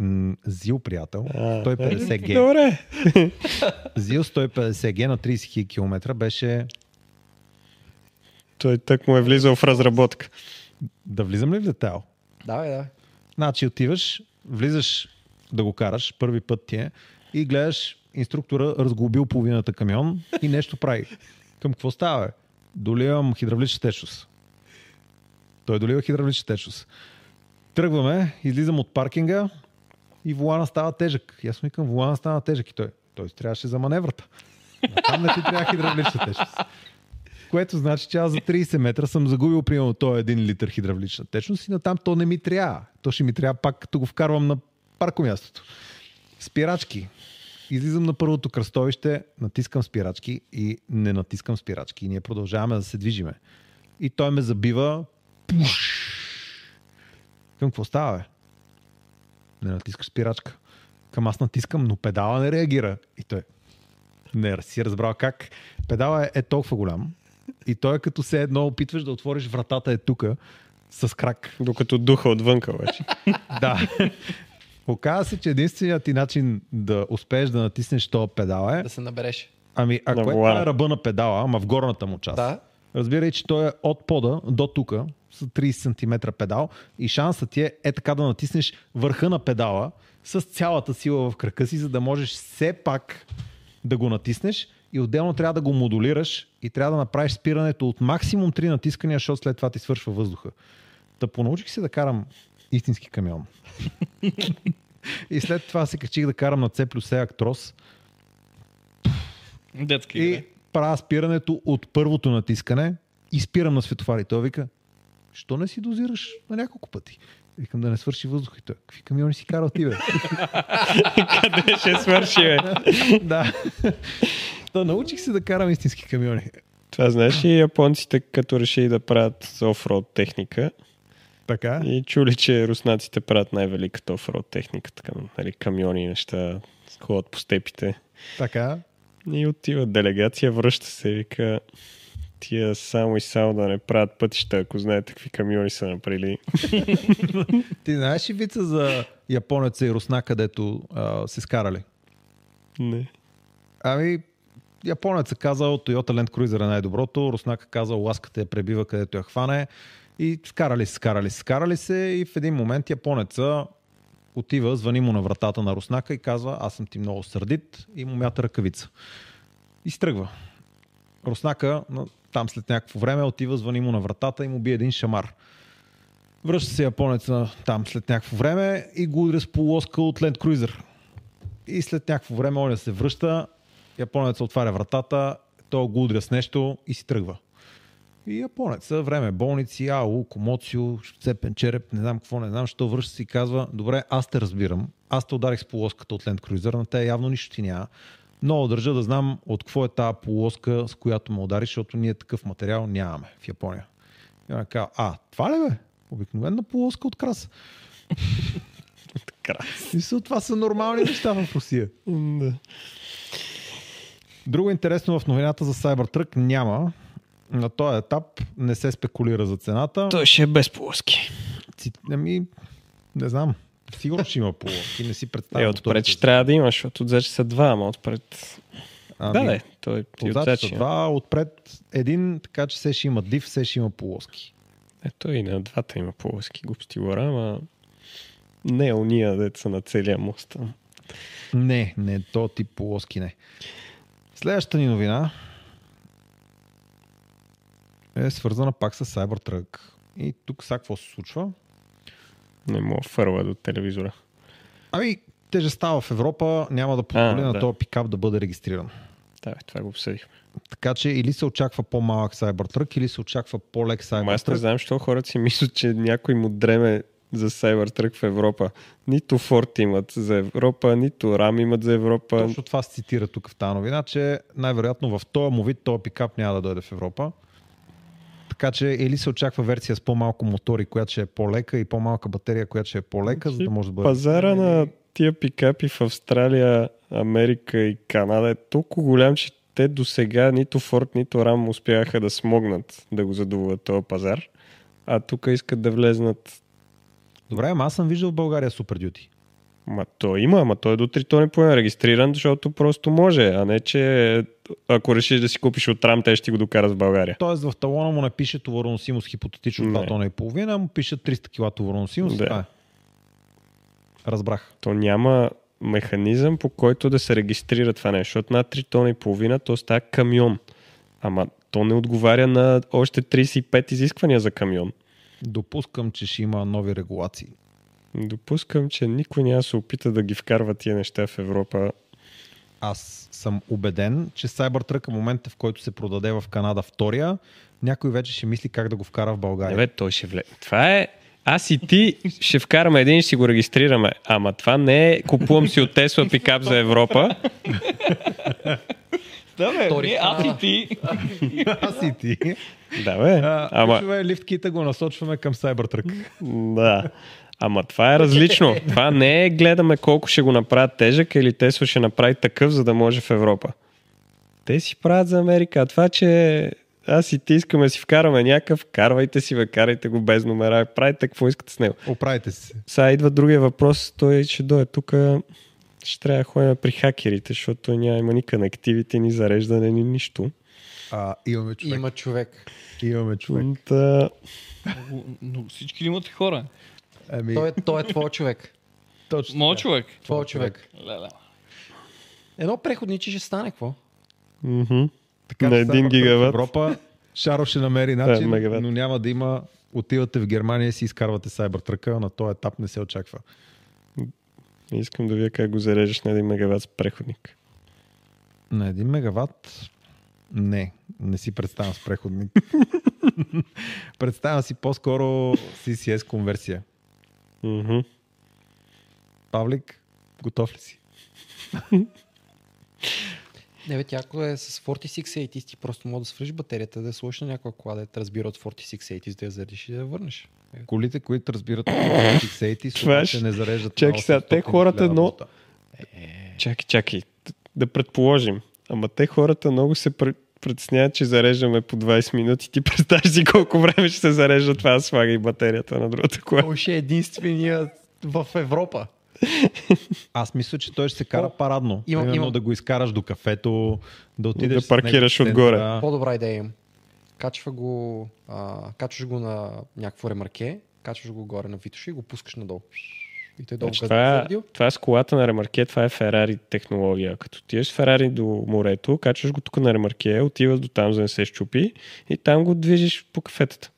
Speaker 2: М, Зил, приятел,
Speaker 5: А,
Speaker 2: 150 г.
Speaker 5: Добре.
Speaker 2: Зил 150 г на 30 000 км беше...
Speaker 5: Той тък му е влизал в разработка.
Speaker 2: Да влизам ли в детайл?
Speaker 4: Давай, давай.
Speaker 2: Значи отиваш, влизаш да го караш, първи път ти е, и гледаш инструктора разглобил половината камион и нещо прави. Към какво става? бе? Доливам хидравлична течност. Той долива хидравлична течност. Тръгваме, излизам от паркинга и волана става тежък. И аз му викам, волана стана тежък и той. Той си трябваше за маневрата. А там не ти трябва хидравлична течност. Което значи, че аз за 30 метра съм загубил примерно този 1 литър хидравлична течност и натам то не ми трябва. То ще ми трябва пак, като го вкарвам на паркомястото. Спирачки. Излизам на първото кръстовище, натискам спирачки и не натискам спирачки. И ние продължаваме да се движиме. И той ме забива. Пуш! Към какво става, бе? Не натискаш спирачка. Към аз натискам, но педала не реагира. И той не си е разбрал как. Педала е, е толкова голям. И той е като се едно опитваш да отвориш вратата е тука с крак.
Speaker 5: Докато духа отвънка вече.
Speaker 2: Да. Оказва се, че единственият ти начин да успееш да натиснеш този педал е,
Speaker 4: Да се набереш.
Speaker 2: ами ако
Speaker 5: На
Speaker 2: е
Speaker 5: волана.
Speaker 2: това е ръба на педала, ама в горната му част,
Speaker 4: Да.
Speaker 2: разбирай, че той е от пода до тука, с 30 см педал и шансът ти е, е така да натиснеш върха на педала с цялата сила в крака си, за да можеш все пак да го натиснеш и отделно трябва да го модулираш и трябва да направиш спирането от максимум 3 натискания, защото след това ти свършва въздуха. Та понаучих се да карам истински камион. и след това се качих да карам на C плюс E Actros
Speaker 3: Детски
Speaker 2: и
Speaker 3: игри.
Speaker 2: правя спирането от първото натискане и спирам на светофари. Той вика, що не си дозираш на няколко пъти? Викам да не свърши въздух и той. Какви камиони си карал ти, бе?
Speaker 5: Къде ще свърши, бе?
Speaker 2: да. Та научих се да карам истински камиони.
Speaker 5: Това знаеш ли японците, като решили да правят офроуд техника
Speaker 2: Така.
Speaker 5: и чули, че руснаците правят най-великата офроуд техника, така, нали, камиони и неща, ходят по степите.
Speaker 2: Така.
Speaker 5: И отива делегация, връща се и вика тия само и само да не правят пътища, ако знаете какви камиони са направили.
Speaker 2: Ти знаеш ли вица за японеца и русна, където а, се скарали?
Speaker 5: Не.
Speaker 2: Ами, Японец е казал Toyota Land Cruiser е най-доброто, Руснака казал ласката я пребива където я хване и скарали се, скарали се, скарали се и в един момент японеца отива, звъни му на вратата на Руснака и казва аз съм ти много сърдит и му мята ръкавица. И стръгва. Руснака на- там след някакво време отива, звъни му на вратата и му бие един шамар. Връща се японеца там след някакво време и го удря с полоска от Land Cruiser. И след някакво време он се връща, японецът отваря вратата, той го удря с нещо и си тръгва. И японеца, време, болници, ау, комоцио, цепен череп, не знам какво, не знам, що връща си и казва, добре, аз те разбирам, аз те ударих с полоската от Land Cruiser, на те явно нищо ти няма. Много държа да знам от какво е тази полоска, с която ме удариш, защото ние такъв материал нямаме в Япония. И он казва, а, това ли бе? Обикновена полоска от краса. Мисля, това са нормални неща в Русия.
Speaker 5: Да.
Speaker 2: Друго интересно в новината за Cybertruck няма. На този етап не се спекулира за цената.
Speaker 5: Той ще е без полоски.
Speaker 2: Ци- Ами, не знам. Сигурно ще има полоски, не си представям.
Speaker 5: Е, отпред ще трябва да имаш, защото отзад ще са два, ама отпред...
Speaker 2: Ами,
Speaker 5: Да, да, той ти
Speaker 2: Отзад
Speaker 5: отзад
Speaker 2: са
Speaker 5: ще е. има.
Speaker 2: два, отпред един, така че се ще има див, се ще има полоски.
Speaker 5: Е, той и на двата има полоски глупости гора, ама... Не, е уния деца на целия мост. там.
Speaker 2: Не, не, то тип полоски не. Следващата ни новина е свързана пак с Cybertruck. И тук сега какво се случва?
Speaker 5: Не мога фърла до телевизора.
Speaker 2: Ами, тежестта в Европа няма да позволи
Speaker 5: А,
Speaker 2: на
Speaker 5: да.
Speaker 2: този пикап да бъде регистриран.
Speaker 5: Да, бе, това го обсъдихме.
Speaker 2: Така че или се очаква по-малък Cybertruck, или се очаква по-лек
Speaker 5: Ама аз не
Speaker 2: Cybertruck.
Speaker 5: знам, защо хората си мислят, че някой му дреме за Cybertruck в Европа. Нито Ford имат за Европа, нито RAM имат за Европа.
Speaker 2: Точно това се цитира тук в тази новина, че най-вероятно в този му вид този пикап няма да дойде в Европа. Така че или се очаква версия с по-малко мотори, която ще е по-лека и по-малка батерия, която ще е по-лека, за да може да бъде.
Speaker 5: Пазара на тия пикапи в Австралия, Америка и Канада е толкова голям, че те до сега нито Ford, нито RAM успяха да смогнат да го задоволят този пазар. А тук искат да влезнат.
Speaker 2: Добре, ама аз съм виждал в България Super Duty.
Speaker 5: Ма той има, ама той до 3 тони по е регистриран, защото просто може, а не че ако решиш да си купиш от RAM, те ще ти го докарат в България.
Speaker 2: Тоест в талона му не пише товароносимост хипотетично
Speaker 5: Не.
Speaker 2: 2 тона и половина, му пише 300 кг товароносимост.
Speaker 5: Да.
Speaker 2: Да. Разбрах.
Speaker 5: То няма механизъм, по който да се регистрира това нещо. Защото над 3 тона и половина то става камион. Ама то не отговаря на още 35 изисквания за камион.
Speaker 2: Допускам, че ще има нови регулации.
Speaker 5: Допускам, че никой няма да се опита да ги вкарва тия неща в Европа.
Speaker 2: Аз съм убеден, че Cybertruck в момента, в който се продаде в Канада втория, някой вече ще мисли как да го вкара в
Speaker 5: Не
Speaker 2: България.
Speaker 5: Е, бе, той ще влезе. Това е... Аз и ти ще вкараме един, ще си го регистрираме. Ама това не е купувам си от Тесла пикап за Европа.
Speaker 3: Да, бе,
Speaker 4: Втори
Speaker 3: ние, аз и ти.
Speaker 2: Аз и ти.
Speaker 5: Да, бе. Ама...
Speaker 2: Ама... лифтките го насочваме към Cybertruck.
Speaker 5: Да. Ама това е различно. Това не е гледаме колко ще го направят тежък или Тесла ще направи такъв, за да може в Европа. Те си правят за Америка. А това, че аз и ти искаме да си вкараме някакъв, карвайте си, бе, карайте го без номера, правите какво искате с него.
Speaker 2: Оправите се.
Speaker 5: Сега идва другия въпрос, той ще дойде тук, ще трябва да ходим при хакерите, защото той няма има ни connectivity, ни зареждане, ни нищо.
Speaker 2: А, имаме човек. Има...
Speaker 4: Има човек.
Speaker 2: Имаме човек.
Speaker 5: Та,
Speaker 3: О, Но всички ли имат хора.
Speaker 2: Ами,
Speaker 4: Той е, той е твой човек.
Speaker 2: точно.
Speaker 3: Моят човек.
Speaker 4: Твой човек.
Speaker 3: Леле.
Speaker 4: Едно преходниче ще стане, какво?
Speaker 5: мгм.
Speaker 2: Така,
Speaker 5: на
Speaker 2: че
Speaker 5: един
Speaker 2: Cybertruck в
Speaker 5: гигават. Е,
Speaker 2: Европа, Шаров ще намери начин,
Speaker 5: мегават.
Speaker 2: но няма да има отивате в Германия и си изкарвате Cybertruck, на този етап не се очаква.
Speaker 5: Искам да видя как го зареждаш на 1 мегават с преходник.
Speaker 2: На един мегаватт? Не, не си представям с преходник. представям си по-скоро CCS конверсия.
Speaker 5: Мгм.
Speaker 2: Павлик, готов ли си?
Speaker 4: Не, бе, тя ако е с 4680, ти просто мога да свалиш батерията, да я сложиш на някоя кола, да я разбира от 4680, да я заредиш и да я върнеш.
Speaker 2: Колите, които разбират от 680,
Speaker 5: Това
Speaker 2: ще
Speaker 5: ще-
Speaker 2: не зареждат.
Speaker 5: Чакай
Speaker 2: на
Speaker 5: сега, те
Speaker 2: 800
Speaker 5: хората,
Speaker 2: хиляда
Speaker 5: но-
Speaker 2: вота. Е.
Speaker 5: Чакай, чакай. Т- Да предположим. Ама те хората много се пр- притесняват, че зареждаме по 20 минути. Ти представяш си колко време ще се зарежда това, слагай батерията на другата кола.
Speaker 4: Той ще е единствения в Европа.
Speaker 2: Аз мисля, че той ще се кара парадно.
Speaker 4: имам-
Speaker 2: Примерно
Speaker 4: имам-
Speaker 2: да го изкараш до кафето, да отидеш...
Speaker 5: Да
Speaker 2: с него
Speaker 5: паркираш
Speaker 2: в центъра.
Speaker 5: отгоре.
Speaker 4: По-добра идея им. Качва го, а, качваш го на някакво ремарке, качваш го горе на Витоша и го пускаш надолу. И той долу
Speaker 5: Значи,
Speaker 4: къде
Speaker 5: това,
Speaker 4: е
Speaker 5: е, това е с колата на ремарке, това е Ферари технология. Като отидеш с Ферари до морето, качваш го тук на ремарке, отиваш до там, за да не се щупи и там го движиш по кафетата.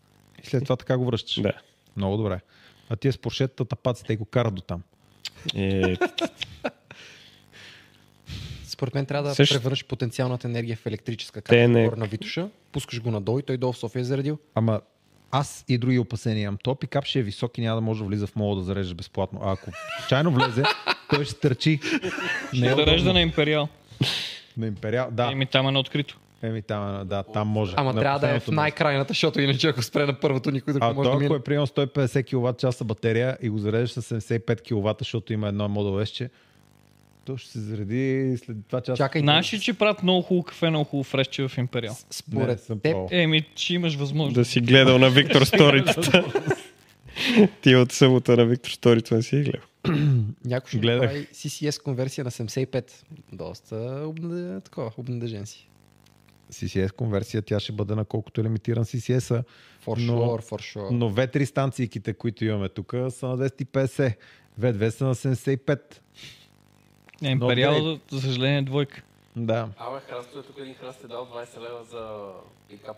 Speaker 2: И след това така го връщаш.
Speaker 5: Да.
Speaker 2: Много добре. А тия с поршетата тапаците го карат до там.
Speaker 5: Е,
Speaker 4: Според мен трябва да
Speaker 5: Също-
Speaker 4: превърнеш потенциалната енергия в електрическа
Speaker 5: Те
Speaker 4: карта
Speaker 5: не-
Speaker 4: горе на Витоша, пускаш го надолу и той долу в София е заредил.
Speaker 2: Ама аз и други опасения имам. То пикап ще е висок и няма да може да влиза в мола да зарежда безплатно. А ако чайно влезе, той ще търчи. Не е
Speaker 3: Зарежда
Speaker 2: удобно.
Speaker 3: на Империал.
Speaker 2: на империал. Да,
Speaker 3: Еми там е на открито.
Speaker 2: еми там, е, да, там може.
Speaker 4: Ама
Speaker 2: На
Speaker 4: трябва да е в
Speaker 2: последното място.
Speaker 4: най-крайната, защото иначе ако спре на първото, никой друг не
Speaker 2: А
Speaker 4: може да
Speaker 2: той,
Speaker 4: мине.
Speaker 2: ако е примерно 150 кВт часа батерия и го зареждаш с 75 кВт, защото има едно Model S, че то ще се зареди след 2 часа.
Speaker 4: Чакай,
Speaker 3: Наши, че правят много хубаво кафе, много хубаво фрещче в Империал.
Speaker 2: Не,
Speaker 4: според
Speaker 2: съм
Speaker 4: теб,
Speaker 2: пробвал.
Speaker 3: Еми, че имаш възможност.
Speaker 5: да си гледал на Виктор Сторицата. Ти от събота на Виктор Сторицата не си ги гледал.
Speaker 4: някой ще
Speaker 2: Гледах.
Speaker 4: направи CCS конверсия на 75. Доста обнадежен, такова, обнадежен си.
Speaker 2: CCS конверсия, тя ще бъде на колкото е лимитиран CCS-а.
Speaker 4: For
Speaker 2: Но-
Speaker 4: sure, for sure.
Speaker 2: Но V3 станцииките, които имаме тук, са на 250. V2 са на 75.
Speaker 3: Е, Империал, за съжаление, е двойка.
Speaker 2: Да.
Speaker 1: Абе, храстове, тук един храст е дал 20 лева за пикап.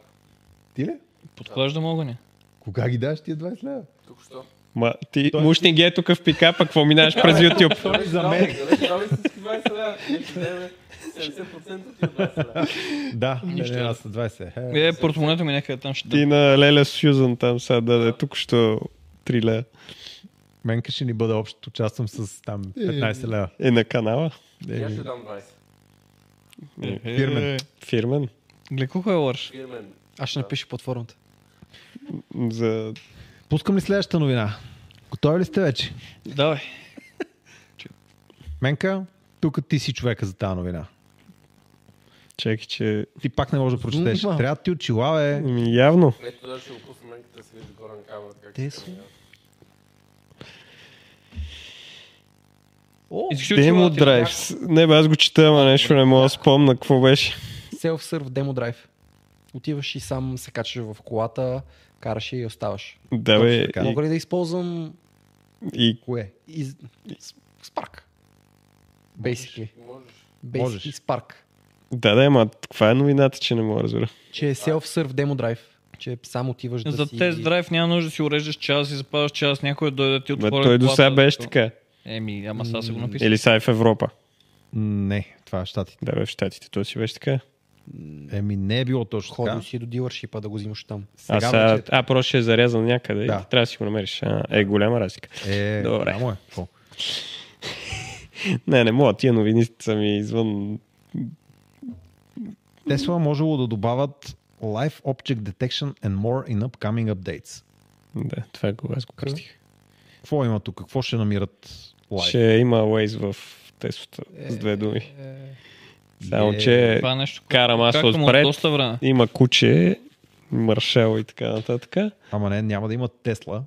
Speaker 2: Ти ли?
Speaker 3: Подклаждам огъня.
Speaker 2: Кога ги даш тия 20 лева?
Speaker 1: Тук що?
Speaker 5: Ма, ти мушни ги е тук в пикапа, какво минаваш през YouTube?
Speaker 2: Той за мен.
Speaker 1: Дал всички 20 лева. 70% от 20 лева.
Speaker 2: Да,
Speaker 5: Ами,
Speaker 2: не, не, аз са 20. Е,
Speaker 3: Е, портмонето ми някъде там ще
Speaker 5: Ти
Speaker 3: дам.
Speaker 5: на Леля Сюзан там сега даде тук, що три лея
Speaker 2: Менка ще ни бъде общо, участвам с там 15 лева.
Speaker 5: е на канала. Е,
Speaker 1: Я ще дам 20.
Speaker 2: Фирмен.
Speaker 5: Фирмен.
Speaker 3: Глекухо е лош.
Speaker 1: Фирмен.
Speaker 4: Аз ще напиша платформата.
Speaker 5: За...
Speaker 2: Пускам ли следващата новина? Готови ли сте вече?
Speaker 3: Давай.
Speaker 2: Менка, тук ти си човека за тази новина.
Speaker 5: Чакай, че...
Speaker 2: Ти пак не можеш да прочетеш.
Speaker 4: М, да.
Speaker 2: Трябва ти очила, е.
Speaker 5: Ами, Явно.
Speaker 1: Ето да ще го пусна менката да се вижда горе на камерата. как
Speaker 4: Те
Speaker 1: се
Speaker 4: са-
Speaker 1: проявява.
Speaker 3: Искаш ли
Speaker 5: Demo
Speaker 3: очилата?
Speaker 5: Drives. Не, бе, аз го чета, ама нещо не мога да спомна какво беше.
Speaker 4: Self-serve demo drive. Отиваш и сам се качаш в колата, караш я и оставаш.
Speaker 5: Да, бе.
Speaker 2: Точно така.
Speaker 5: и-
Speaker 4: Мога ли да използвам
Speaker 5: И
Speaker 2: Кое?
Speaker 4: из... с- Spark? Basically.
Speaker 1: Можеш.
Speaker 2: Можеш.
Speaker 4: Basically Spark.
Speaker 5: Да, да, ма, каква е новината, че не мога да разбера.
Speaker 4: Че е self-serve demo drive. Че сам отиваш да
Speaker 3: За
Speaker 4: си...
Speaker 3: тест драйв няма нужда да си уреждаш час и запазваш час, някой да дойде да ти
Speaker 5: Бе,
Speaker 3: отвори.
Speaker 5: той до сега
Speaker 3: колата,
Speaker 5: беше
Speaker 3: защо?
Speaker 5: така.
Speaker 3: Еми, ама сега се го написа.
Speaker 5: Или сега е в Европа.
Speaker 2: Не, това е щатите.
Speaker 5: Да, бе, в Штатите. Той си беше така.
Speaker 2: Еми, не е било точно така.
Speaker 4: Ходил си до дилършипа да го взимаш там.
Speaker 5: А,
Speaker 2: Сега
Speaker 5: сега,
Speaker 2: вече-
Speaker 5: а, просто ще е зарязан някъде.
Speaker 2: Да.
Speaker 5: Да. Трябва да си го намериш. А, е, голяма разлика.
Speaker 2: Е,
Speaker 5: Добре.
Speaker 2: голямо е. Какво?
Speaker 5: Не, не мога. Тия новини са ми извън...
Speaker 2: Тесла можело да добавят Live Object Detection and more in upcoming updates.
Speaker 5: Да, това го аз го кръстих.
Speaker 2: Какво има тук? Какво ще намират Live?
Speaker 5: Ще има Waze в Теслата. С две думи. Само,
Speaker 2: Е,
Speaker 5: че
Speaker 3: Това е нещо,
Speaker 5: карам аз
Speaker 3: Както му е
Speaker 5: отпред.
Speaker 3: доста време.
Speaker 5: Има куче, маршал и така нататък.
Speaker 2: Ама не, няма да има Тесла.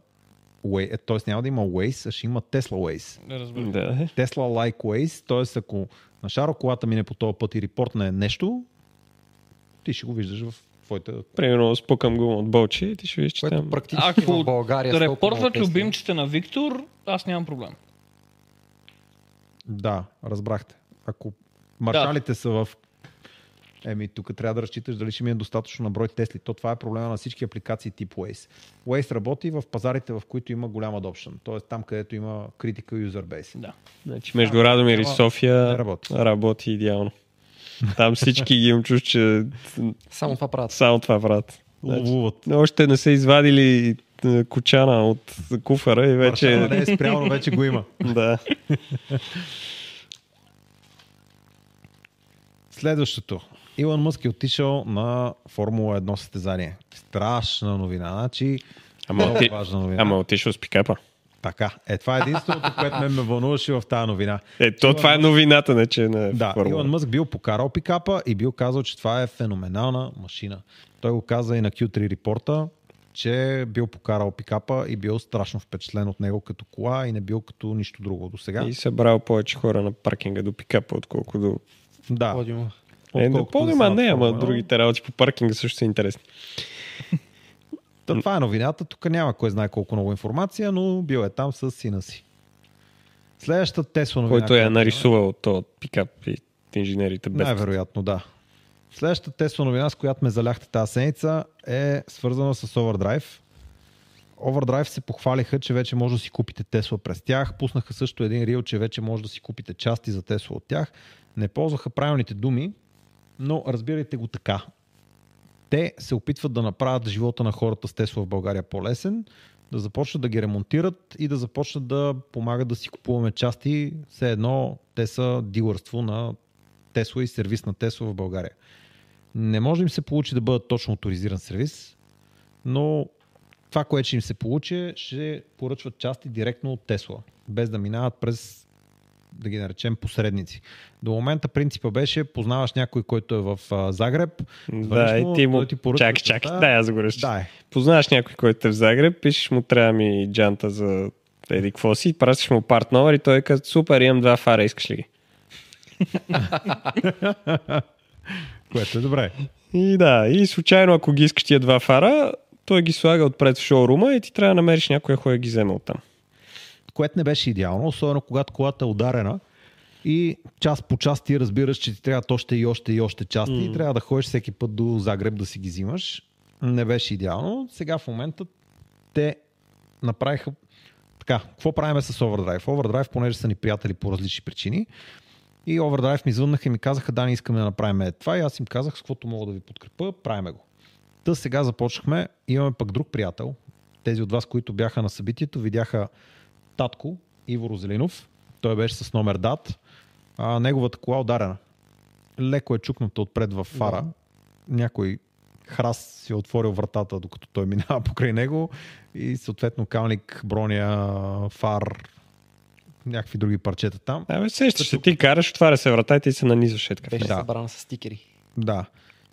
Speaker 2: Way, е, т.е. няма да има Waze, а ще има Tesla Waze.
Speaker 3: Не разбирам.
Speaker 5: Да.
Speaker 2: Tesla Like Waze, т.е. ако на шаро колата мине по този път и репортне нещо, ти ще го виждаш в твоята...
Speaker 5: Примерно спукам го от болче и ти ще видиш, че
Speaker 4: Което
Speaker 5: там...
Speaker 4: практически
Speaker 3: Ако
Speaker 4: в България...
Speaker 3: Да
Speaker 4: с толкова много е.
Speaker 3: репортват
Speaker 4: Tesla-
Speaker 3: любимците на Виктор, аз нямам проблем.
Speaker 2: Да, разбрахте. Ако маршалите са в... Еми, тук трябва да разчиташ дали ще ми е достатъчно на брой Тесли. То това е проблема на всички апликации тип Waze. Waze работи в пазарите, в които има голям adoption. Тоест там, където има critical user base.
Speaker 3: Да.
Speaker 5: Значи между Радомир и
Speaker 2: не
Speaker 5: София
Speaker 2: работи.
Speaker 5: работи идеално. Там всички ги им чуш, че
Speaker 4: Само това правят.
Speaker 5: само това правят.
Speaker 2: Ловуват.
Speaker 5: Още не са извадили е, кучана от куфара и
Speaker 2: Маршала
Speaker 5: вече...
Speaker 2: не е спрял, но вече го има.
Speaker 5: Да.
Speaker 2: Следващото. Илон Мъск е отишъл на Формула 1 състезание. Страшна новина. Значи,
Speaker 5: Ама
Speaker 2: много
Speaker 5: оти-
Speaker 2: важна новина.
Speaker 5: Ама отишъл с пикапа.
Speaker 2: Така. Е, това е единственото, което ме, ме вълнуваше в тази новина.
Speaker 5: Е, то това е новината, не че не е
Speaker 2: Да,
Speaker 5: Формула.
Speaker 2: Илон Мъск бил покарал пикапа и бил казал, че това е феноменална машина. Той го каза и на Q3 репорта. че бил покарал пикапа и бил страшно впечатлен от него като кола и не бил като нищо друго до сега.
Speaker 5: И събрал повече хора на паркинга до пикапа, отколкото до...
Speaker 2: Да,
Speaker 4: Подиума.
Speaker 5: Е, да
Speaker 2: Отколкото до
Speaker 5: подиума
Speaker 2: самото
Speaker 5: не, ама
Speaker 2: първо, но-
Speaker 5: другите работи по паркинга също са интересни.
Speaker 2: Та, това е новината. Тук няма кой знае колко много информация, но бил е там с сина си. Следващата Тесла новина.
Speaker 5: Който е я
Speaker 2: която-
Speaker 5: нарисувал то от пикап и инженерите без.
Speaker 2: Най-вероятно, да. Следващата Тесла новина, с която ме заляхте тази седмица, е свързана с Overdrive. Overdrive се похвалиха, че вече може да си купите Тесла през тях. Пуснаха също един рил, че вече може да си купите части за Тесла от тях. Не ползваха правилните думи, но разбирайте го така. Те се опитват да направят живота на хората с Тесла в България по-лесен, да започнат да ги ремонтират и да започнат да помагат да си купуваме части. Все едно те са дилърство на Тесла и сервис на Тесла в България. Не може да им се получи да бъдат точно авторизиран сервис, но това, което ще им се получи, е, ще поръчват части директно от Тесла, без да минават през, да ги наречем, посредници. До момента принципа беше, познаваш някой, който е в а, Загреб,
Speaker 5: Да,
Speaker 2: звъниш
Speaker 5: и ти му...
Speaker 2: той поръчва
Speaker 5: Чак, чак,
Speaker 2: частта.
Speaker 5: да, аз го разчитам.
Speaker 2: Да, е.
Speaker 5: Познаваш някой, който е в Загреб, пишеш му трябва ми джанта за еди какво си, пращаш му парт номер и той казва супер, имам два фара, искаш ли ги?
Speaker 2: което е добре.
Speaker 5: И да, и случайно ако ги искаш тия два фара, той ги слага отпред в шоурума и ти трябва да намериш някоя хой да ги вземе оттам.
Speaker 2: което не беше идеално, особено когато колата е ударена и час по час ти разбираш, че ти трябва още и още и още части mm. и трябва да ходиш всеки път до Загреб да си ги взимаш. Не беше идеално. Сега в момента те направиха така, какво правиме с Overdrive? Overdrive, понеже са ни приятели по различни причини, и Overdrive ми звъннаха и ми казаха, да, не искаме да направим е това. И аз им казах, с каквото мога да ви подкрепа, правиме го. Та сега започнахме. Имаме пък друг приятел. Тези от вас, които бяха на събитието, видяха татко, Иво Розелинов. Той беше с номер дат. А, неговата кола е ударена. Леко е чукната отпред в фара. Някой храс си е отворил вратата, докато той минава покрай него. И съответно калник, броня, фар, някакви други парчета там.
Speaker 5: Абе, сещаш се, ти караш, отваря се врата и ти се нанизаш е така.
Speaker 4: Беше
Speaker 2: Да.
Speaker 4: да. събран с стикери.
Speaker 2: Да.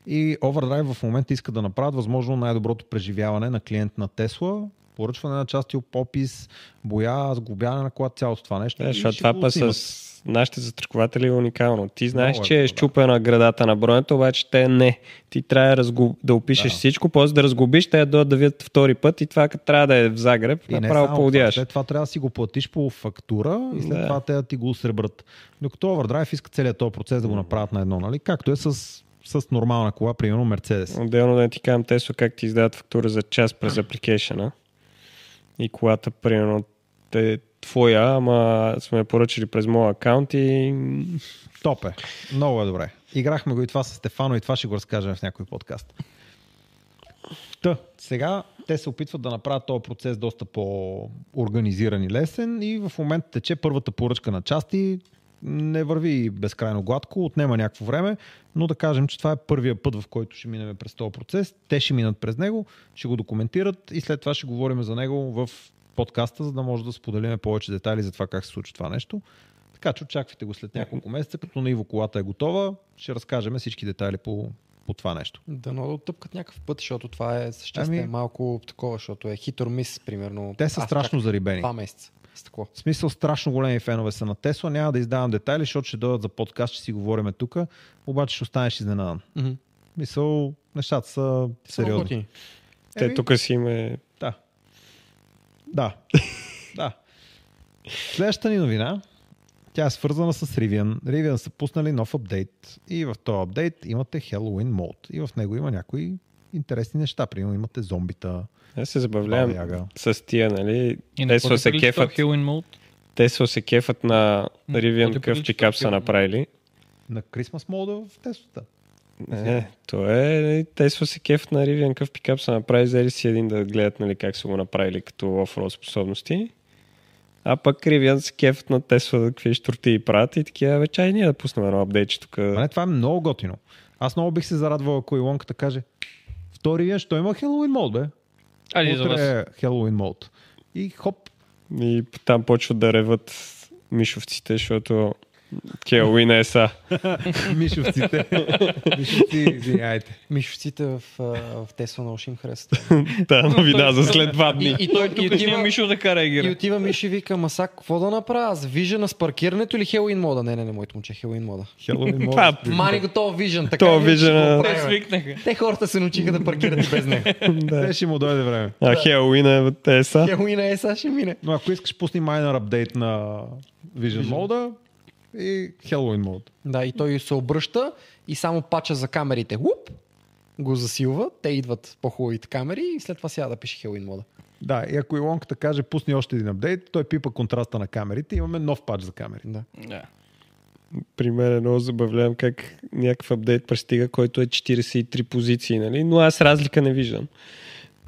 Speaker 2: И Overdrive в момента иска да направят възможно най-доброто преживяване на клиент на Тесла, поръчване на части от попис, боя, сглобяване на кола, цялото това нещо.
Speaker 5: Да,
Speaker 2: И
Speaker 5: Е, защото
Speaker 2: ще
Speaker 5: това
Speaker 2: го
Speaker 5: па
Speaker 2: снимат.
Speaker 5: с нашите застрахователи е уникално. Ти знаеш,
Speaker 2: Много е
Speaker 5: че е
Speaker 2: добра.
Speaker 5: щупена градата на бронето, обаче те не. Ти трябва да, разгу... да опишеш
Speaker 2: Да.
Speaker 5: всичко, после да разгубиш, те да дойдат да видят втори път и това като трябва да е в Загреб,
Speaker 2: И не
Speaker 5: направо
Speaker 2: само
Speaker 5: поудяваш.
Speaker 2: Това, след това трябва да си го платиш по фактура и след
Speaker 5: Да.
Speaker 2: това те да ти го осребрат. Докато Overdrive иска целият този процес да го направят на едно, нали? Както е с, с нормална кола, примерно Мерцедес.
Speaker 5: Отделно да не ти казвам Тесо как ти издават фактура за час през апликейшена. И колата, примерно, е твоя, ама сме я поръчали през моя акаунт и...
Speaker 2: Топ е. Много е добре. Играхме го и това с Стефано и това ще го разкажем в някой подкаст. Та, сега те се опитват да направят този процес доста по-организиран и лесен и в момента тече първата поръчка на части. Не върви безкрайно гладко, отнема някакво време, но да кажем, че това е първия път, в който ще минем през този процес. Те ще минат през него, ще го документират и след това ще говорим за него в подкаста, за да може да споделиме повече детайли за това как се случва това нещо. Така че очаквайте го след няколко месеца, като на Иво колата е готова, ще разкажем всички детайли по, по това нещо.
Speaker 4: Да, но да оттъпкат някакъв път, защото това е съществено
Speaker 2: Ами-
Speaker 4: ами... малко такова, защото е хит or miss, примерно.
Speaker 2: Те са
Speaker 4: Аз
Speaker 2: страшно
Speaker 4: чаках
Speaker 2: зарибени.
Speaker 4: Два месеца. С тако.
Speaker 2: В смисъл, страшно големи фенове са на Тесла. Няма да издавам детайли, защото ще дойдат за подкаст, ще си говориме тук, обаче ще останеш изненадан.
Speaker 4: Мгм.
Speaker 2: В Мисъл, нещата са сериозни.
Speaker 4: Готини.
Speaker 5: Те
Speaker 2: Еми,
Speaker 5: тук си има...
Speaker 2: Да. Да. да. Следващата ни новина, тя е свързана с Rivian. Rivian са пуснали нов апдейт и в този апдейт имате Halloween мод и в него има някои интересни неща. Примерно имате зомбита.
Speaker 5: Аз се
Speaker 2: Баба
Speaker 5: забавлявам
Speaker 2: Яга.
Speaker 5: с тия, нали?
Speaker 3: И на
Speaker 5: Тесла се кефат,
Speaker 3: Хилин Мод.
Speaker 5: Тесла се кефат на
Speaker 3: М,
Speaker 5: Rivian
Speaker 3: поди
Speaker 5: какъв
Speaker 3: преди
Speaker 5: пикап са
Speaker 3: четвъртия.
Speaker 5: направили.
Speaker 2: На Christmas мода в Теслата.
Speaker 5: Не, то е... Тесла се кефат на Rivian какъв пикап са направили. Взели си един да гледат, нали, как са го направили като офроуд способности. А пък Rivian се кефат на Тесла какви щурти и правят и такива. Вече и ние да пуснем едно апдейтче тук.
Speaker 2: Ма не, това е много готино. Аз много бих се зарадвал, ако Илонката каже втори ден, що има Хелоуин мод, бе?
Speaker 3: Айде за вас.
Speaker 2: Утре е Хелоуин мод. И хоп,
Speaker 5: И там почват да реват мишовците, защото Келуина е са.
Speaker 2: Мишовците. Мишовци, извиняйте.
Speaker 4: Мишовците в, а, в Тесла много ще им харесат.
Speaker 5: Та новина за след два дни.
Speaker 4: И, и той и
Speaker 3: Тук няма
Speaker 4: отива,
Speaker 3: Мишо така реагира.
Speaker 4: и отива Миши и вика, ма сега какво да направя? Аз вижена с паркирането или Хелоин мода? Не, не, не, моето момче, Хелоин мода.
Speaker 2: Хелоуин мога.
Speaker 5: Това
Speaker 4: Мани го то вижен, така
Speaker 5: То
Speaker 4: или иначе
Speaker 5: Vision,
Speaker 4: го
Speaker 5: а.
Speaker 3: Те
Speaker 4: правим.
Speaker 3: свикнаха.
Speaker 4: Те хората се научиха да паркират и без него.
Speaker 2: Те ще му дойде време.
Speaker 5: А Хелуина е са.
Speaker 4: Хелоина е, сега ще мине.
Speaker 2: Но ако искаш, пусни майнер апдейт на Vision Mode и Halloween Mode.
Speaker 4: Да, и той се обръща и само пача за камерите. Уп! Го засилва, те идват по-хубавите камери и след това сяда да пише Хелоин мода.
Speaker 2: Да, и ако Илонката каже, пусни още един апдейт, той пипа контраста на камерите и имаме нов пач за камери.
Speaker 4: Да.
Speaker 3: Да.
Speaker 5: При мен е много забавлявам как някакъв апдейт престига, който е 43 позиции, нали? но аз разлика не виждам.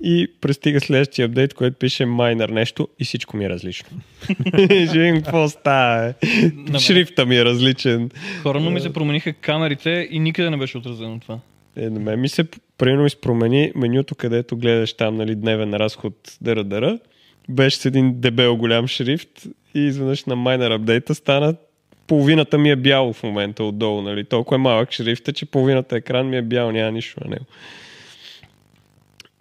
Speaker 5: И престига следващия апдейт, който пише майнер нещо и всичко ми е различно. И Ще видим какво става. бе.
Speaker 3: мен.
Speaker 5: Шрифта ми е различен.
Speaker 3: Коренно ми се промениха камерите и никъде не беше отразено това.
Speaker 5: Е, на мен ми се, примерно, ми се промени менюто, където гледаш там, нали, дневен разход, дъра, дъра. Беше с един дебел голям шрифт и изведнъж на майнер апдейта стана половината ми е бяло в момента отдолу, нали? Толкова е малък шрифта, че половината екран ми е бял, няма нищо на него.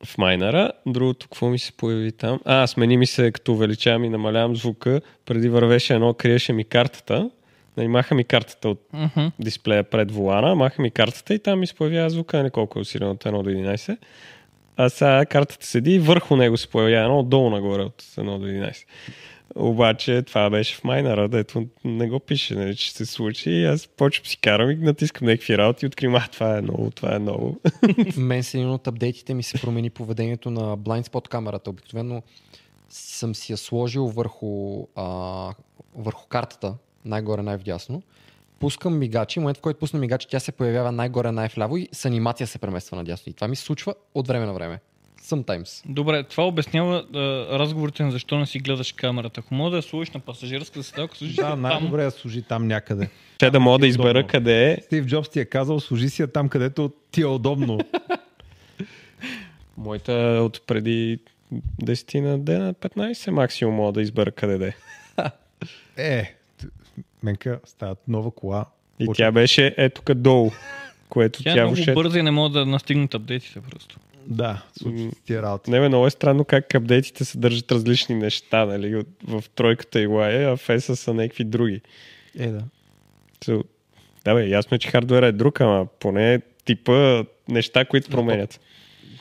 Speaker 5: В майнера. Другото, какво ми се появи там? А, смени ми се, като увеличавам и намалявам звука. Преди вървеше едно, криеше ми картата. Нали, маха ми картата от
Speaker 3: Мгм.
Speaker 5: дисплея пред вулана, маха ми картата и там ми се появява звука, нали колко е усилен от 1 до 11. А сега картата седи и върху него се появява едно отдолу нагоре от 1 до 11. Обаче това беше в майнера, дето не го пише, нали, че се случи. И аз почвам си карам и натискам някакви работи и откривам, а това е ново, това е ново.
Speaker 4: Мен с един от апдейтите ми се промени поведението на blind spot камерата. Обикновено съм си я сложил върху, а, върху картата, най-горе, най-вдясно. Пускам мигачи, в момент в който пусна мигачи, тя се появява най-горе, най-вляво и с анимация се премества надясно. И това ми се случва от време на време. Sometimes.
Speaker 3: Добре, това обяснява а, разговорите на защо не си гледаш камерата. Ако мога да я сложиш на пасажирската седалка, ако служиш
Speaker 2: Да,
Speaker 3: да, там,
Speaker 2: най-добре я служи там някъде.
Speaker 5: Те да мога да избера
Speaker 2: удобно.
Speaker 5: къде е.
Speaker 2: Стив Джобс ти е казал, служи си я там, където ти е удобно.
Speaker 5: Моята е от преди 10 на дена, 15 максимум мога да избера къде да е.
Speaker 2: Е, т- Менка, стават нова кола.
Speaker 5: И
Speaker 2: Почва-
Speaker 5: тя беше е тук долу,
Speaker 3: тя
Speaker 5: което тя,
Speaker 3: е много
Speaker 5: въобще
Speaker 3: бърза и не могат да настигнат апдейтите просто.
Speaker 4: Е,
Speaker 2: Да, случват се тия работи.
Speaker 5: Не, бе, много е странно как апдейтите съдържат различни неща, нали? от- В тройката и лая, а в еса са някакви други.
Speaker 4: Е, да.
Speaker 5: So, да, бе, ясно е, че хардуера е друг, ама поне типа неща, които променят.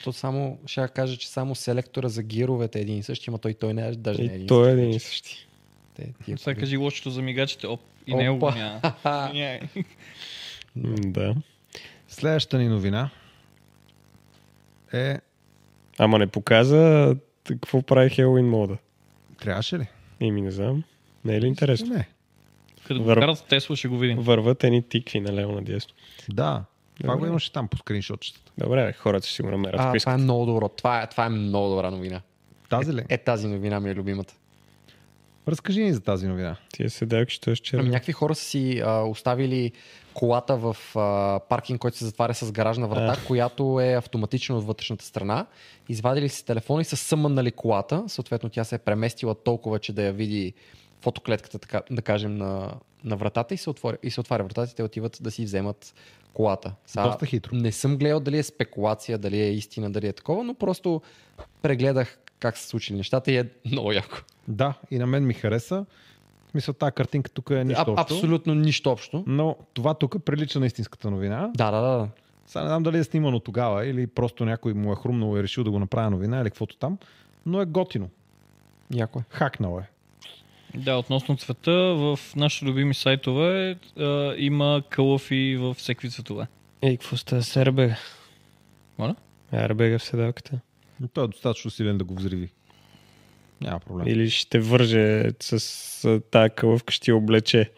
Speaker 4: То само, ще я кажа, че само селектора за гировете е един и същи, има той, той не е, даже не е един
Speaker 5: И той е един и същи.
Speaker 4: Те, тия
Speaker 3: Сега
Speaker 4: коли.
Speaker 3: кажи лошото за мигачите, оп, и не е го
Speaker 4: Опа.
Speaker 3: няма.
Speaker 4: Ха-ха.
Speaker 3: Извиняй.
Speaker 5: М, Да.
Speaker 2: Следващата ни новина е...
Speaker 5: Ама не показа т- какво прави Хелоуин мода.
Speaker 2: Трябваше ли?
Speaker 5: Ими не знам. Не е ли интересно?
Speaker 2: Не.
Speaker 3: Като го
Speaker 5: Вър-
Speaker 3: карат в Тесла ще го видим.
Speaker 5: Върват едни тикви наляво надясно.
Speaker 2: Да. Това го
Speaker 5: Добре.
Speaker 2: имаше там по скриншотчета.
Speaker 5: Добре, бе, хората ще си го намерят.
Speaker 4: А,
Speaker 5: ако
Speaker 4: това
Speaker 5: искат.
Speaker 4: е много добро. Това е, това е много добра новина.
Speaker 2: Тази ли?
Speaker 4: Е, тази новина ми е любимата.
Speaker 2: Разкажи ни за тази новина.
Speaker 5: Тия седелки, ще е с
Speaker 4: Ами,
Speaker 5: черно.
Speaker 4: някакви хора са си а, оставили колата в а, паркинг, който се затваря с гаражна врата, която е автоматично от вътрешната страна. Извадили си телефон и са съмънали колата. Съответно, тя се е преместила толкова, че да я види фотоклетката, така, да кажем, на, на вратата и се, отвори, и се отваря вратата и те отиват да си вземат колата. Сега,
Speaker 2: Доста хитро.
Speaker 4: Не съм гледал дали е спекулация, дали е истина, дали е такова, но просто прегледах как са случили нещата и е много яко.
Speaker 2: Да, и на мен ми хареса. В смисъл, тази картинка тук е нищо
Speaker 4: Аб-
Speaker 2: общо.
Speaker 4: абсолютно нищо общо.
Speaker 2: Но това тук прилича на истинската новина.
Speaker 4: Да, да, да.
Speaker 2: Сега не знам дали е снимано тогава или просто някой му е хрумнал и е решил да го направи новина или каквото там. Но е готино.
Speaker 4: Яко е.
Speaker 2: Хакнал е.
Speaker 3: Да, относно цвета, в нашите любими сайтове а, има кълъфи в всеки цветове.
Speaker 5: Ей, какво става с Ербега?
Speaker 3: Моля?
Speaker 5: Ербега в седелката.
Speaker 2: Но той е достатъчно силен да го взриви. Няма проблем.
Speaker 5: Или ще те върже с, с тази кълъвка, ще ти я облече.